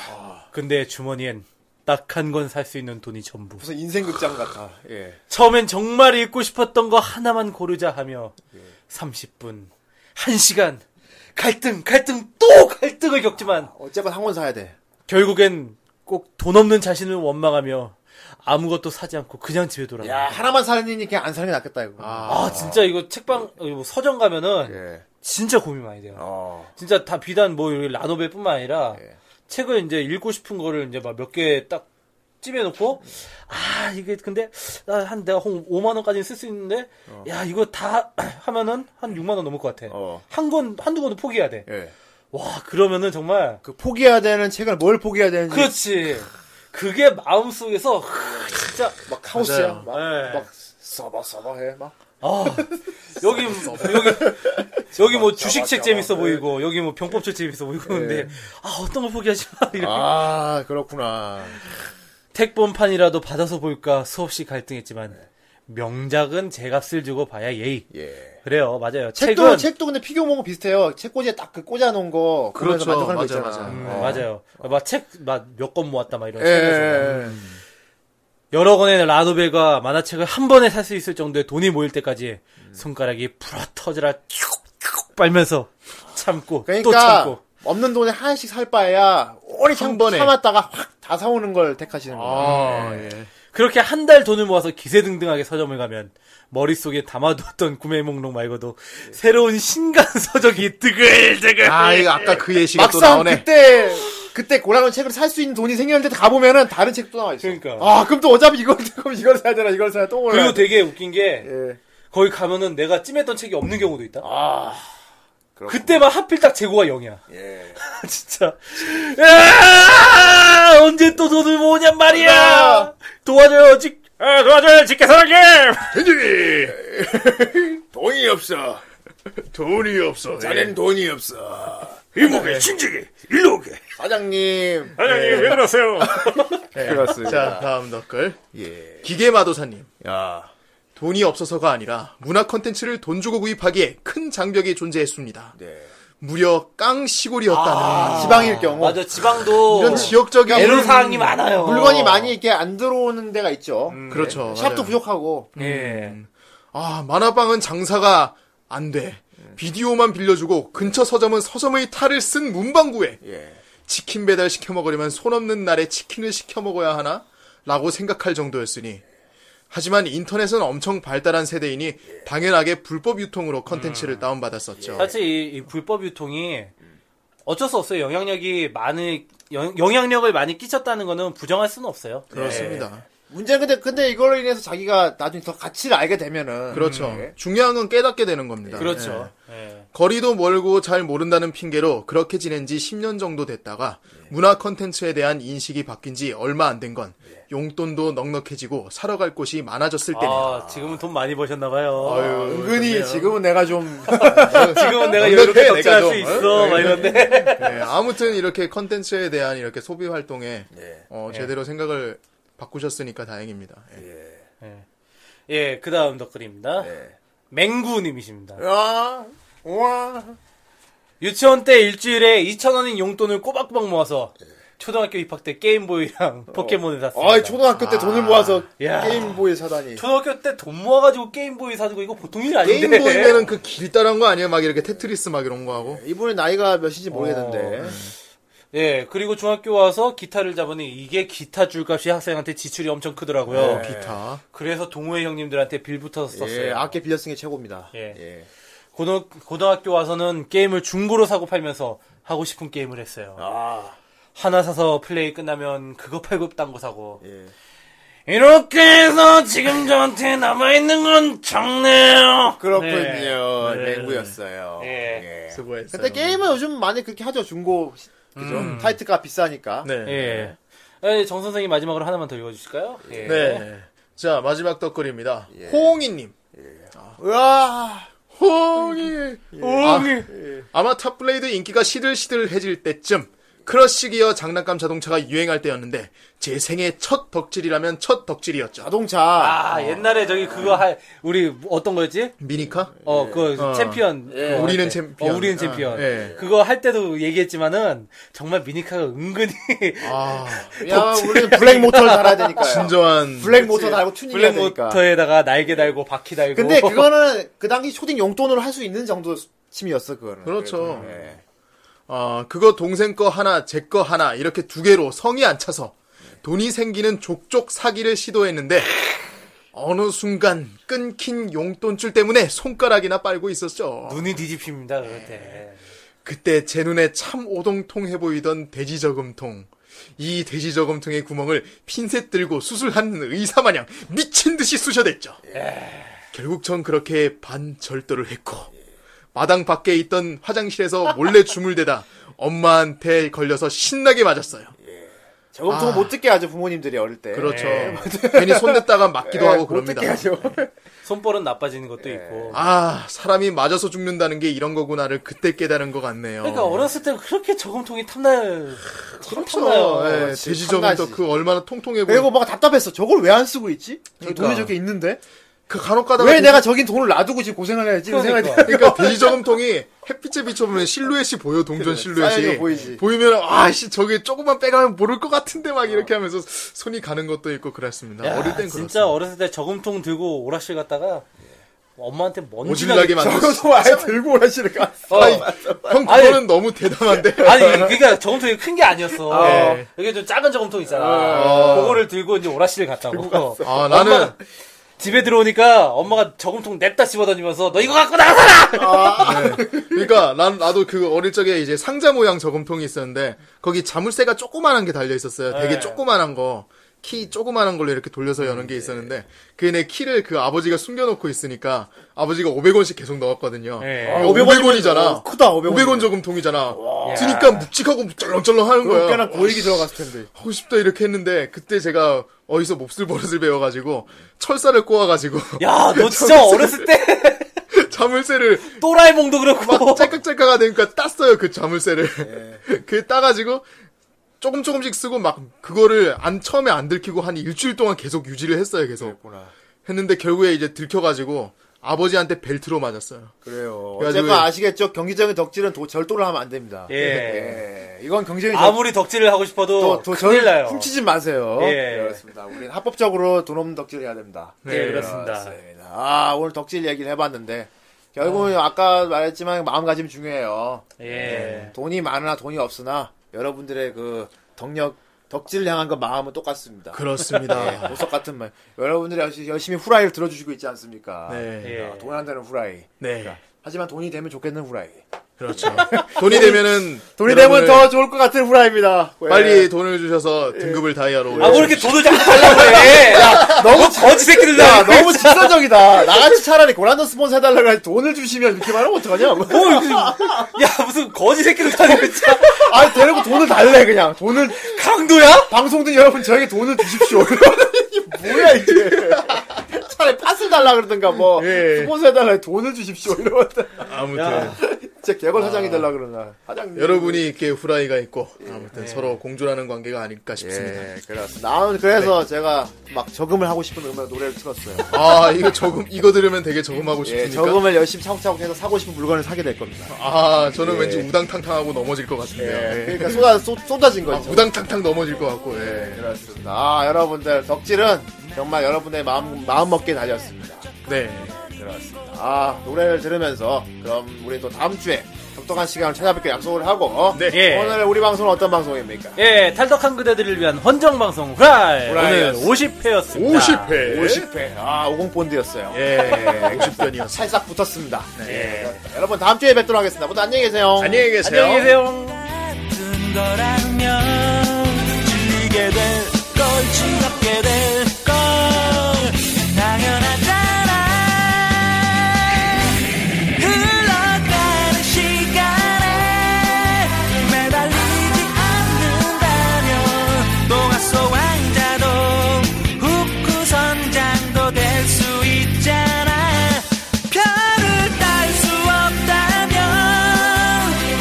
Speaker 2: 근데 주머니엔 딱 한 권 살 수 있는 돈이 전부.
Speaker 1: 무슨 인생 극장 같아. 예.
Speaker 2: 처음엔 정말 읽고 싶었던 거 하나만 고르자 하며 30분, 1시간, 갈등, 갈등, 또 갈등을 겪지만
Speaker 1: 어쨌건 한 권 사야 돼.
Speaker 2: 결국엔 꼭 돈 없는 자신을 원망하며 아무것도 사지 않고 그냥 집에 돌아가.
Speaker 1: 야, 하나만 사는 일이 그냥 안 사는 게 낫겠다 이거.
Speaker 2: 아, 진짜 이거 책방, 이거 뭐 서점 가면은
Speaker 1: 예.
Speaker 2: 진짜 고민 많이 돼요.
Speaker 1: 어.
Speaker 2: 진짜 다 비단 뭐 여기 라노벨뿐만 아니라
Speaker 1: 예.
Speaker 2: 책을 이제 읽고 싶은 거를 이제 막 몇 개 딱 찜해놓고 아 이게 근데 나 한 내가 한 5만 원까지는 쓸 수 있는데 야 이거 다 하면은 한 6만 원 넘을 것 같아.
Speaker 1: 어.
Speaker 2: 한 권 한두 권은 포기해야 돼.
Speaker 1: 예.
Speaker 2: 와 그러면은 정말
Speaker 1: 그 포기해야 되는 책을 뭘 포기해야 되는지
Speaker 2: 그렇지. 그게 마음 속에서 진짜
Speaker 1: 막 카오스야.
Speaker 3: 맞아요. 네.
Speaker 1: 막,
Speaker 2: 예.
Speaker 1: 막 서버서버해 막.
Speaker 2: 아 여기 여기 여기 뭐 주식책
Speaker 1: 네.
Speaker 2: 재밌어 보이고 여기 뭐 병법책 재밌어 보이고 근데 아 어떤 거 포기하지 마 이렇게.
Speaker 1: 아 그렇구나.
Speaker 2: 택본판이라도 받아서 볼까 수없이 갈등했지만 명작은 제값을 주고 봐야 예의.
Speaker 1: 예.
Speaker 2: 그래요, 맞아요.
Speaker 1: 책도
Speaker 2: 책은
Speaker 1: 책도 근데 피규모하고 비슷해요. 책꽂이에 딱 그 꽂아 놓은 거 그렇죠.
Speaker 3: 그렇죠.
Speaker 1: 만족하는 거
Speaker 3: 맞아요,
Speaker 1: 있잖아.
Speaker 3: 맞아요.
Speaker 2: 음,
Speaker 1: 어.
Speaker 2: 맞아요. 막책막몇 권 모았다 막 이런
Speaker 1: 예.
Speaker 2: 책에서
Speaker 1: 예.
Speaker 3: 음.
Speaker 2: 여러 권의 라노벨과 만화책을 한 번에 살 수 있을 정도의 돈이 모일 때까지
Speaker 1: 음.
Speaker 2: 손가락이 풀어 터져라 쭉 빨면서 참고 또
Speaker 1: 그러니까
Speaker 2: 참고.
Speaker 1: 없는 돈에 하나씩 살 바에야 오래 참,
Speaker 3: 한 번에.
Speaker 1: 참았다가 확 다 사오는 걸 택하시는 거예요.
Speaker 3: 아,
Speaker 1: 네.
Speaker 3: 예.
Speaker 2: 그렇게 한 달 돈을 모아서 기세등등하게 서점을 가면 머릿속에 담아두었던 구매 목록 말고도 새로운 신간 서적이 뜨글뜨글
Speaker 3: 아, 이거 아까 그 예시가 또
Speaker 1: 막상
Speaker 3: 나오네.
Speaker 1: 그때 그때 고라는 책을 살 수 있는 돈이 생겼는데 가 보면은 다른 책도 나와 있어.
Speaker 2: 그러니까.
Speaker 1: 아 그럼 또 어차피 이걸 그럼 이걸 사야 되나 이걸 사야 또
Speaker 2: 그리고
Speaker 1: 올라.
Speaker 2: 되게 웃긴 게
Speaker 1: 예. 음.
Speaker 2: 거기 가면은 내가 찜했던 책이 없는 경우도 있다.
Speaker 1: 아, 그렇구나.
Speaker 2: 그때만 하필 딱 재고가 0이야.
Speaker 1: 예.
Speaker 2: 진짜. 으아! 언제 또 돈을 모으냔 말이야! 도와줘요, 아직. 아, 도와줘요, 직계사랑님!
Speaker 1: 돈이 없어.
Speaker 7: 돈이 없어.
Speaker 1: 자넨 돈이 없어.
Speaker 7: 이모게 신지게 일로 오게.
Speaker 1: 사장님.
Speaker 2: 네. 사장님, 왜 그러세요?
Speaker 3: 예. 자,
Speaker 1: 그렇습니다.
Speaker 3: 다음 댓글.
Speaker 1: 예.
Speaker 3: 기계마도사님.
Speaker 1: 야.
Speaker 3: 돈이 없어서가 아니라 문화 컨텐츠를 돈 주고 구입하기에 큰 장벽이 존재했습니다.
Speaker 1: 네. 아.
Speaker 3: 무려 깡 시골이었다는
Speaker 1: 지방일 경우
Speaker 2: 맞아, 지방도.
Speaker 3: 이런 지역적인
Speaker 1: 그러니까
Speaker 2: 애로사항이 많아요.
Speaker 1: 물건이 많이 이렇게 안 들어오는 데가 있죠.
Speaker 2: 음.
Speaker 1: 네.
Speaker 3: 그렇죠.
Speaker 1: 샵도
Speaker 3: 맞아요.
Speaker 1: 부족하고.
Speaker 2: 예.
Speaker 3: 아, 만화방은 장사가 안 돼. 비디오만 빌려주고 근처 서점은 서점의 탈을 쓴 문방구에
Speaker 1: 예.
Speaker 3: 치킨 배달 시켜 먹으려면 손 없는 날에 치킨을 시켜 먹어야 하나? 라고 생각할 정도였으니. 하지만 인터넷은 엄청 발달한 세대이니 당연하게 불법 유통으로
Speaker 2: 음.
Speaker 3: 컨텐츠를 다운받았었죠.
Speaker 2: 사실 이, 이 불법 유통이 어쩔 수 없어요. 영향력이 많이 영, 영향력을 많이 끼쳤다는 거는 부정할 수는 없어요. 네.
Speaker 3: 그렇습니다.
Speaker 1: 문제는 근데, 근데 이걸로 인해서 자기가 나중에 더 가치를 알게 되면은.
Speaker 3: 그렇죠.
Speaker 1: 예.
Speaker 3: 중요한 건 깨닫게 되는 겁니다. 예.
Speaker 2: 음. 그렇죠. 예.
Speaker 3: 거리도 멀고 잘 모른다는 핑계로 그렇게 지낸 지 10년 정도 됐다가
Speaker 1: 예.
Speaker 3: 문화 컨텐츠에 대한 인식이 바뀐 지 얼마 안 된 건
Speaker 1: 예.
Speaker 3: 용돈도 넉넉해지고 사러 갈 곳이 많아졌을 때입니다.
Speaker 2: 아, 지금은 돈 많이 버셨나 봐요.
Speaker 1: 은근히 지금은 내가 좀.
Speaker 2: 지금은 내가
Speaker 3: 넉넉해,
Speaker 2: 이렇게
Speaker 3: 네, 내가
Speaker 2: 덕질할
Speaker 3: 좀.
Speaker 2: 수 있어. 막 이런데.
Speaker 3: 네, 아무튼 이렇게 컨텐츠에 대한 이렇게 소비 활동에
Speaker 1: 예.
Speaker 3: 어, 제대로 생각을 바꾸셨으니까 다행입니다.
Speaker 1: 네.
Speaker 3: 예.
Speaker 2: 예, 그 다음 덧글입니다.
Speaker 3: 네.
Speaker 2: 맹구님이십니다.
Speaker 1: 아, 우와.
Speaker 2: 유치원 때 일주일에 2,000원인 용돈을 꼬박꼬박 모아서
Speaker 3: 네.
Speaker 2: 초등학교 입학 때 게임보이랑
Speaker 3: 어.
Speaker 2: 포켓몬을 샀습니다.
Speaker 1: 아, 초등학교 때 돈을 모아서
Speaker 2: 야.
Speaker 1: 게임보이 사다니.
Speaker 2: 초등학교 예. 때 돈 모아가지고 게임보이 사주고 이거 보통 일 아닌데.
Speaker 3: 게임보이면은 그 길다란 거 아니에요? 막 이렇게 테트리스 막 이런 거 하고.
Speaker 1: 이분의 나이가 몇인지
Speaker 2: 어.
Speaker 1: 모르겠는데.
Speaker 2: 예, 그리고 중학교 와서 기타를 잡으니 이게 기타 줄값이 학생한테 지출이 엄청 크더라고요.
Speaker 3: 예. 기타.
Speaker 2: 그래서 동호회 형님들한테 빌 붙어서 썼어요.
Speaker 1: 예, 악기 빌려쓴 게 최고입니다.
Speaker 2: 예.
Speaker 1: 예.
Speaker 2: 고등, 고등학교 와서는 게임을 중고로 사고 팔면서 하고 싶은 게임을 했어요.
Speaker 3: 아.
Speaker 2: 하나 사서 플레이 끝나면 그거 팔고 딴 거 사고.
Speaker 3: 예.
Speaker 2: 이렇게 해서 지금 저한테 남아있는 건 적네요.
Speaker 3: 그-
Speaker 1: 그렇군요.
Speaker 2: 네.
Speaker 1: 맹구였어요.
Speaker 2: 예.
Speaker 1: 예.
Speaker 3: 수고했어요.
Speaker 1: 근데 게임은 요즘 많이 그렇게 하죠. 중고. 그죠? 타이트가 비싸니까.
Speaker 3: 음. 네.
Speaker 2: 예. 예, 정 선생님 마지막으로 하나만 더 읽어주실까요? 예.
Speaker 3: 네. 자, 마지막 덧글입니다.
Speaker 1: 예.
Speaker 3: 호홍이님. 아.
Speaker 1: 으아.
Speaker 3: 호응이
Speaker 1: 예.
Speaker 3: 호응이 아, 마 탑블레이드 인기가 시들시들해질 때쯤 크러쉬 기어 장난감 자동차가 유행할 때였는데 제 생애 첫 덕질이라면 첫 덕질이었죠
Speaker 1: 자동차.
Speaker 2: 아, 옛날에 저기 그거 할, 우리 어떤 거였지?
Speaker 3: 미니카
Speaker 2: 어,
Speaker 1: 예.
Speaker 2: 그
Speaker 3: 어.
Speaker 2: 챔피언. 그거
Speaker 3: 우리는
Speaker 2: 할 때.
Speaker 3: 챔피언.
Speaker 2: 어, 우리는
Speaker 3: 어,
Speaker 2: 챔피언.
Speaker 3: 예.
Speaker 2: 그거 할 때도 얘기했지만은 정말 미니카가 은근히
Speaker 3: 아
Speaker 1: 야, 우리는 블랙 모터를 달아야 되니까요.
Speaker 3: 진정한
Speaker 1: 블랙 모터 달고 튜닝해야
Speaker 2: 블랙
Speaker 1: 되니까.
Speaker 2: 모터에다가 날개 달고 바퀴 달고.
Speaker 1: 근데
Speaker 3: 뭐.
Speaker 1: 그거는 그 당시 초딩 용돈으로 할 수 있는 정도 취미였어 음, 그거는.
Speaker 3: 그렇죠
Speaker 1: 예.
Speaker 3: 아 그거 동생 거 하나 제 거 하나 이렇게 두 개로 성이 안 차서 돈이 생기는 족족 사기를 시도했는데 어느 순간 끊긴 용돈줄 때문에 손가락이나 빨고 있었죠
Speaker 2: 눈이 뒤집힙니다 그럴 때.
Speaker 3: 그때 제 눈에 참 오동통해 보이던 돼지저금통. 이 돼지저금통의 구멍을 핀셋 들고 수술하는 의사마냥 미친 듯이 쑤셔댔죠. 결국 전 그렇게 반절도를 했고, 마당 밖에 있던 화장실에서 몰래 주물대다 엄마한테 걸려서 신나게 맞았어요.
Speaker 1: 저금통
Speaker 3: 아.
Speaker 1: 못 듣게 하죠 부모님들이 어릴 때. 네,
Speaker 3: 그렇죠. 괜히 손댔다가 맞기도 하고
Speaker 1: 예, 못
Speaker 3: 그럽니다. 음.
Speaker 1: 듣게 하죠.
Speaker 2: 손볼은 나빠지는 것도
Speaker 1: 예.
Speaker 2: 있고.
Speaker 3: 아, 사람이 맞아서 죽는다는 게 이런 거구나를 그때 깨달은 것 같네요.
Speaker 2: 그러니까 어렸을 때 그렇게 저금통이 탐날. 참
Speaker 1: 그렇죠.
Speaker 2: 탐나요.
Speaker 3: 예,
Speaker 1: 그렇지,
Speaker 3: 돼지저금통
Speaker 1: 탐나지.
Speaker 3: 그 얼마나 통통해 보이고.
Speaker 1: 그리고 뭔가 답답했어. 저걸 왜 안 쓰고 있지? 저기
Speaker 3: 그러니까.
Speaker 1: 돈이 저게 있는데
Speaker 3: 그 간혹 가다가
Speaker 1: 왜
Speaker 3: 그-
Speaker 1: 내가 저긴 돈을 놔두고 지금 고생을 해야지? 이런 생각이
Speaker 2: 그러니까.
Speaker 1: 들어요.
Speaker 3: 그러니까 돼지저금통이 햇빛에 비춰보면 실루엣이 보여 동전
Speaker 1: 사이즈가
Speaker 3: 실루엣이
Speaker 1: 보이지.
Speaker 3: 보이면 아씨 저게 조금만 빼가면 모를 것 같은데 막 이렇게 하면서 손이 가는 것도 있고 그랬습니다
Speaker 2: 야,
Speaker 3: 어릴 땐 그렇죠.
Speaker 2: 진짜
Speaker 3: 그렇습니다
Speaker 2: 어렸을 때 저금통 들고 오락실 갔다가 엄마한테 먼지나 어,
Speaker 3: 오질나게 만들었어
Speaker 1: 저금통 아예 들고 오라시는 거.
Speaker 3: 형 그거는 너무 대담한데
Speaker 2: 아니 그러니까 저금통이 큰 게 아니었어. 네.
Speaker 3: 예.
Speaker 2: 이게 좀 작은 저금통 있잖아. 그거를 들고 이제 오락실 갔다고.
Speaker 3: 아 나는
Speaker 2: 엄마가 집에 들어오니까 엄마가 저금통 냅다 집어던지면서 너 이거 갖고 나가라.
Speaker 3: 그러니까 난 나도 그 어릴 적에 이제
Speaker 1: 네.
Speaker 3: 상자 모양 저금통이 있었는데 거기 자물쇠가 조그만한 게 달려 있었어요 되게
Speaker 2: 예.
Speaker 3: 조그만한 거 키 조그마한 걸로
Speaker 1: 음,
Speaker 3: 이렇게 돌려서 여는 게 있었는데 그게 내 키를 그 아버지가 숨겨놓고 있으니까 아버지가 500원씩 계속 넣었거든요.
Speaker 2: 예.
Speaker 3: 그러니까
Speaker 1: 아, 500원
Speaker 3: 500원이잖아.
Speaker 1: 이면 크다, 500원.
Speaker 3: 500원 저금통이잖아. 드니까 묵직하고 쩔렁쩔렁 하는
Speaker 1: 그럼
Speaker 3: 거야.
Speaker 1: 꽤나 고액이 들어갔을 텐데.
Speaker 3: 하고 싶다 이렇게 했는데 그때 제가 어디서 몹쓸 버릇을 배워가지고 철사를 꼬아가지고
Speaker 2: 야, 너 진짜 어렸을 때
Speaker 1: 예.
Speaker 3: 자물쇠를
Speaker 2: 또라이몽도 그렇고.
Speaker 3: 막 짤깍짤깍 하니까 땄어요 그 자물쇠를 그 따가지고 조금 조금씩 쓰고 막 그거를 안 처음에 안 들키고 한 일주일 동안 계속 유지를 했어요 계속
Speaker 1: 그랬구나.
Speaker 3: 했는데 결국에 이제 들켜가지고 아버지한테 벨트로 맞았어요
Speaker 1: 그래요.
Speaker 3: 그래가지고-
Speaker 1: 어쨌건 아시겠죠? 경기장의 덕질은 도, 절도를 하면 안 됩니다.
Speaker 2: 예.
Speaker 1: 예. 이건 경쟁이
Speaker 2: 아무리 덕질을 하고 싶어도
Speaker 1: 또, 또
Speaker 2: 큰일
Speaker 1: 저를
Speaker 2: 나요.
Speaker 1: 훔치지 마세요.
Speaker 2: 예.
Speaker 1: 네, 그렇습니다. 우리는 합법적으로 돈 없는 덕질을 해야 됩니다. 예,
Speaker 2: 네, 그렇습니다.
Speaker 1: 그렇습니다. 아, 오늘 덕질 얘기를 해봤는데, 결국은 아까 말했지만 마음가짐 중요해요.
Speaker 2: 예.
Speaker 1: 돈이 많으나 돈이 없으나, 여러분들의 그 덕력, 덕질을 향한 그 마음은 똑같습니다.
Speaker 3: 그렇습니다
Speaker 1: 예, 보석 같은 말. 여러분들이 열심히- 열심히 후라이를 들어주시고 있지 않습니까? 아,
Speaker 3: 네,
Speaker 2: 예.
Speaker 1: 돈 안 되는 후라이.
Speaker 3: 네
Speaker 1: 하지만 돈이 되면 좋겠는 후라이.
Speaker 3: 그렇죠 돈이 되면은
Speaker 1: 돈이 되면
Speaker 3: 여러분을
Speaker 1: 네 더 좋을 것 같은 후라이입니다. 예.
Speaker 3: 빨리 돈을 주셔서 등급을 다이아로
Speaker 2: 아, 뭐
Speaker 3: 올려
Speaker 2: 이렇게 돈을 자꾸 달라고 해. 야, 너무 거지
Speaker 1: 야,
Speaker 2: 새끼들다.
Speaker 1: 너무 직선적이다. 나같이 차라리 고란더 스폰서 해달라고 해서 돈을 주시면 이렇게 말하면 어떡하냐. 뭐.
Speaker 2: 뭐, 이렇게- 야, 무슨 거지 새끼들 다니 진짜.
Speaker 1: 아, 데리고 돈을 달래, 그냥. 돈을,
Speaker 2: 강도야?
Speaker 1: 방송 등 여러분 저에게 돈을 주십시오. 이게 뭐야, 이게. 차라리 팥을 달라 그러든가, 뭐.
Speaker 3: 예.
Speaker 1: 스폰서 해달라 돈을 주십시오. 이러거든.
Speaker 3: 아무튼
Speaker 2: 야.
Speaker 1: 진짜 개걸 사장이
Speaker 3: 아.
Speaker 1: 되려 그러나. 사장님.
Speaker 3: 여러분이 이렇게 후라이가 있고 아무튼 서로 공존하는 관계가 아닐까 싶습니다 네.
Speaker 1: 예, 그렇습니다. 나는 그래서 제가 막 저금을 하고 싶은 음악 노래를 틀었어요.
Speaker 3: 아 이거 저금 이거 들으면 되게 저금하고 싶으니까
Speaker 1: 예, 저금을 열심히 차곡차곡 해서 사고 싶은 물건을 사게 될 겁니다.
Speaker 3: 아, 저는 왠지 우당탕탕하고 넘어질 것 같은데요.
Speaker 1: 예,
Speaker 3: 예.
Speaker 1: 그러니까 쏟아, 쏟, 쏟아진
Speaker 3: 아,
Speaker 1: 거죠.
Speaker 3: 우당탕탕 넘어질 것 같고, 예.
Speaker 1: 그렇습니다. 아, 여러분들, 덕질은 정말 여러분의 마음, 마음 먹기에 달렸습니다.
Speaker 3: 네.
Speaker 1: 그렇습니다. 아, 노래를 들으면서, 그럼 우리 또 다음 주에 적당한 시간을 찾아뵙게 약속을 하고, 어?
Speaker 3: 네.
Speaker 2: 예.
Speaker 1: 오늘 우리 방송은 어떤 방송입니까?
Speaker 2: 예, 탈덕한 그대들을 위한 헌정방송 후라이. 오늘
Speaker 1: 후라이였습니다.
Speaker 2: 50회였습니다.
Speaker 1: 50회. 아, 50본드였어요.
Speaker 3: 예, 50편이었습니다.
Speaker 1: 살짝 붙었습니다. 예. 여러분, 다음 주에 뵙도록 하겠습니다. 모두 안녕히 계세요.
Speaker 3: 안녕히
Speaker 1: 그렇죠.
Speaker 3: 계세요.
Speaker 2: 안녕히 계세요.
Speaker 4: 같은 거라면 질리게 될 걸 즐겁게 될 걸 당연하잖아 흘러가는 시간에 매달리지 않는다면 동화소 왕자도 훅구 선장도 될 수 있잖아 별을 딸 수 없다면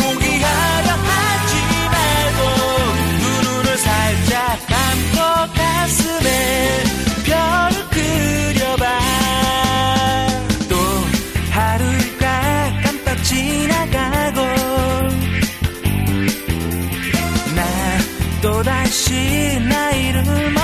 Speaker 4: 포기하려 하지 말고 두 눈을 살짝 감고 가슴에 별을 그려봐 또 하루가 깜빡 지나가고 나 또다시 나이를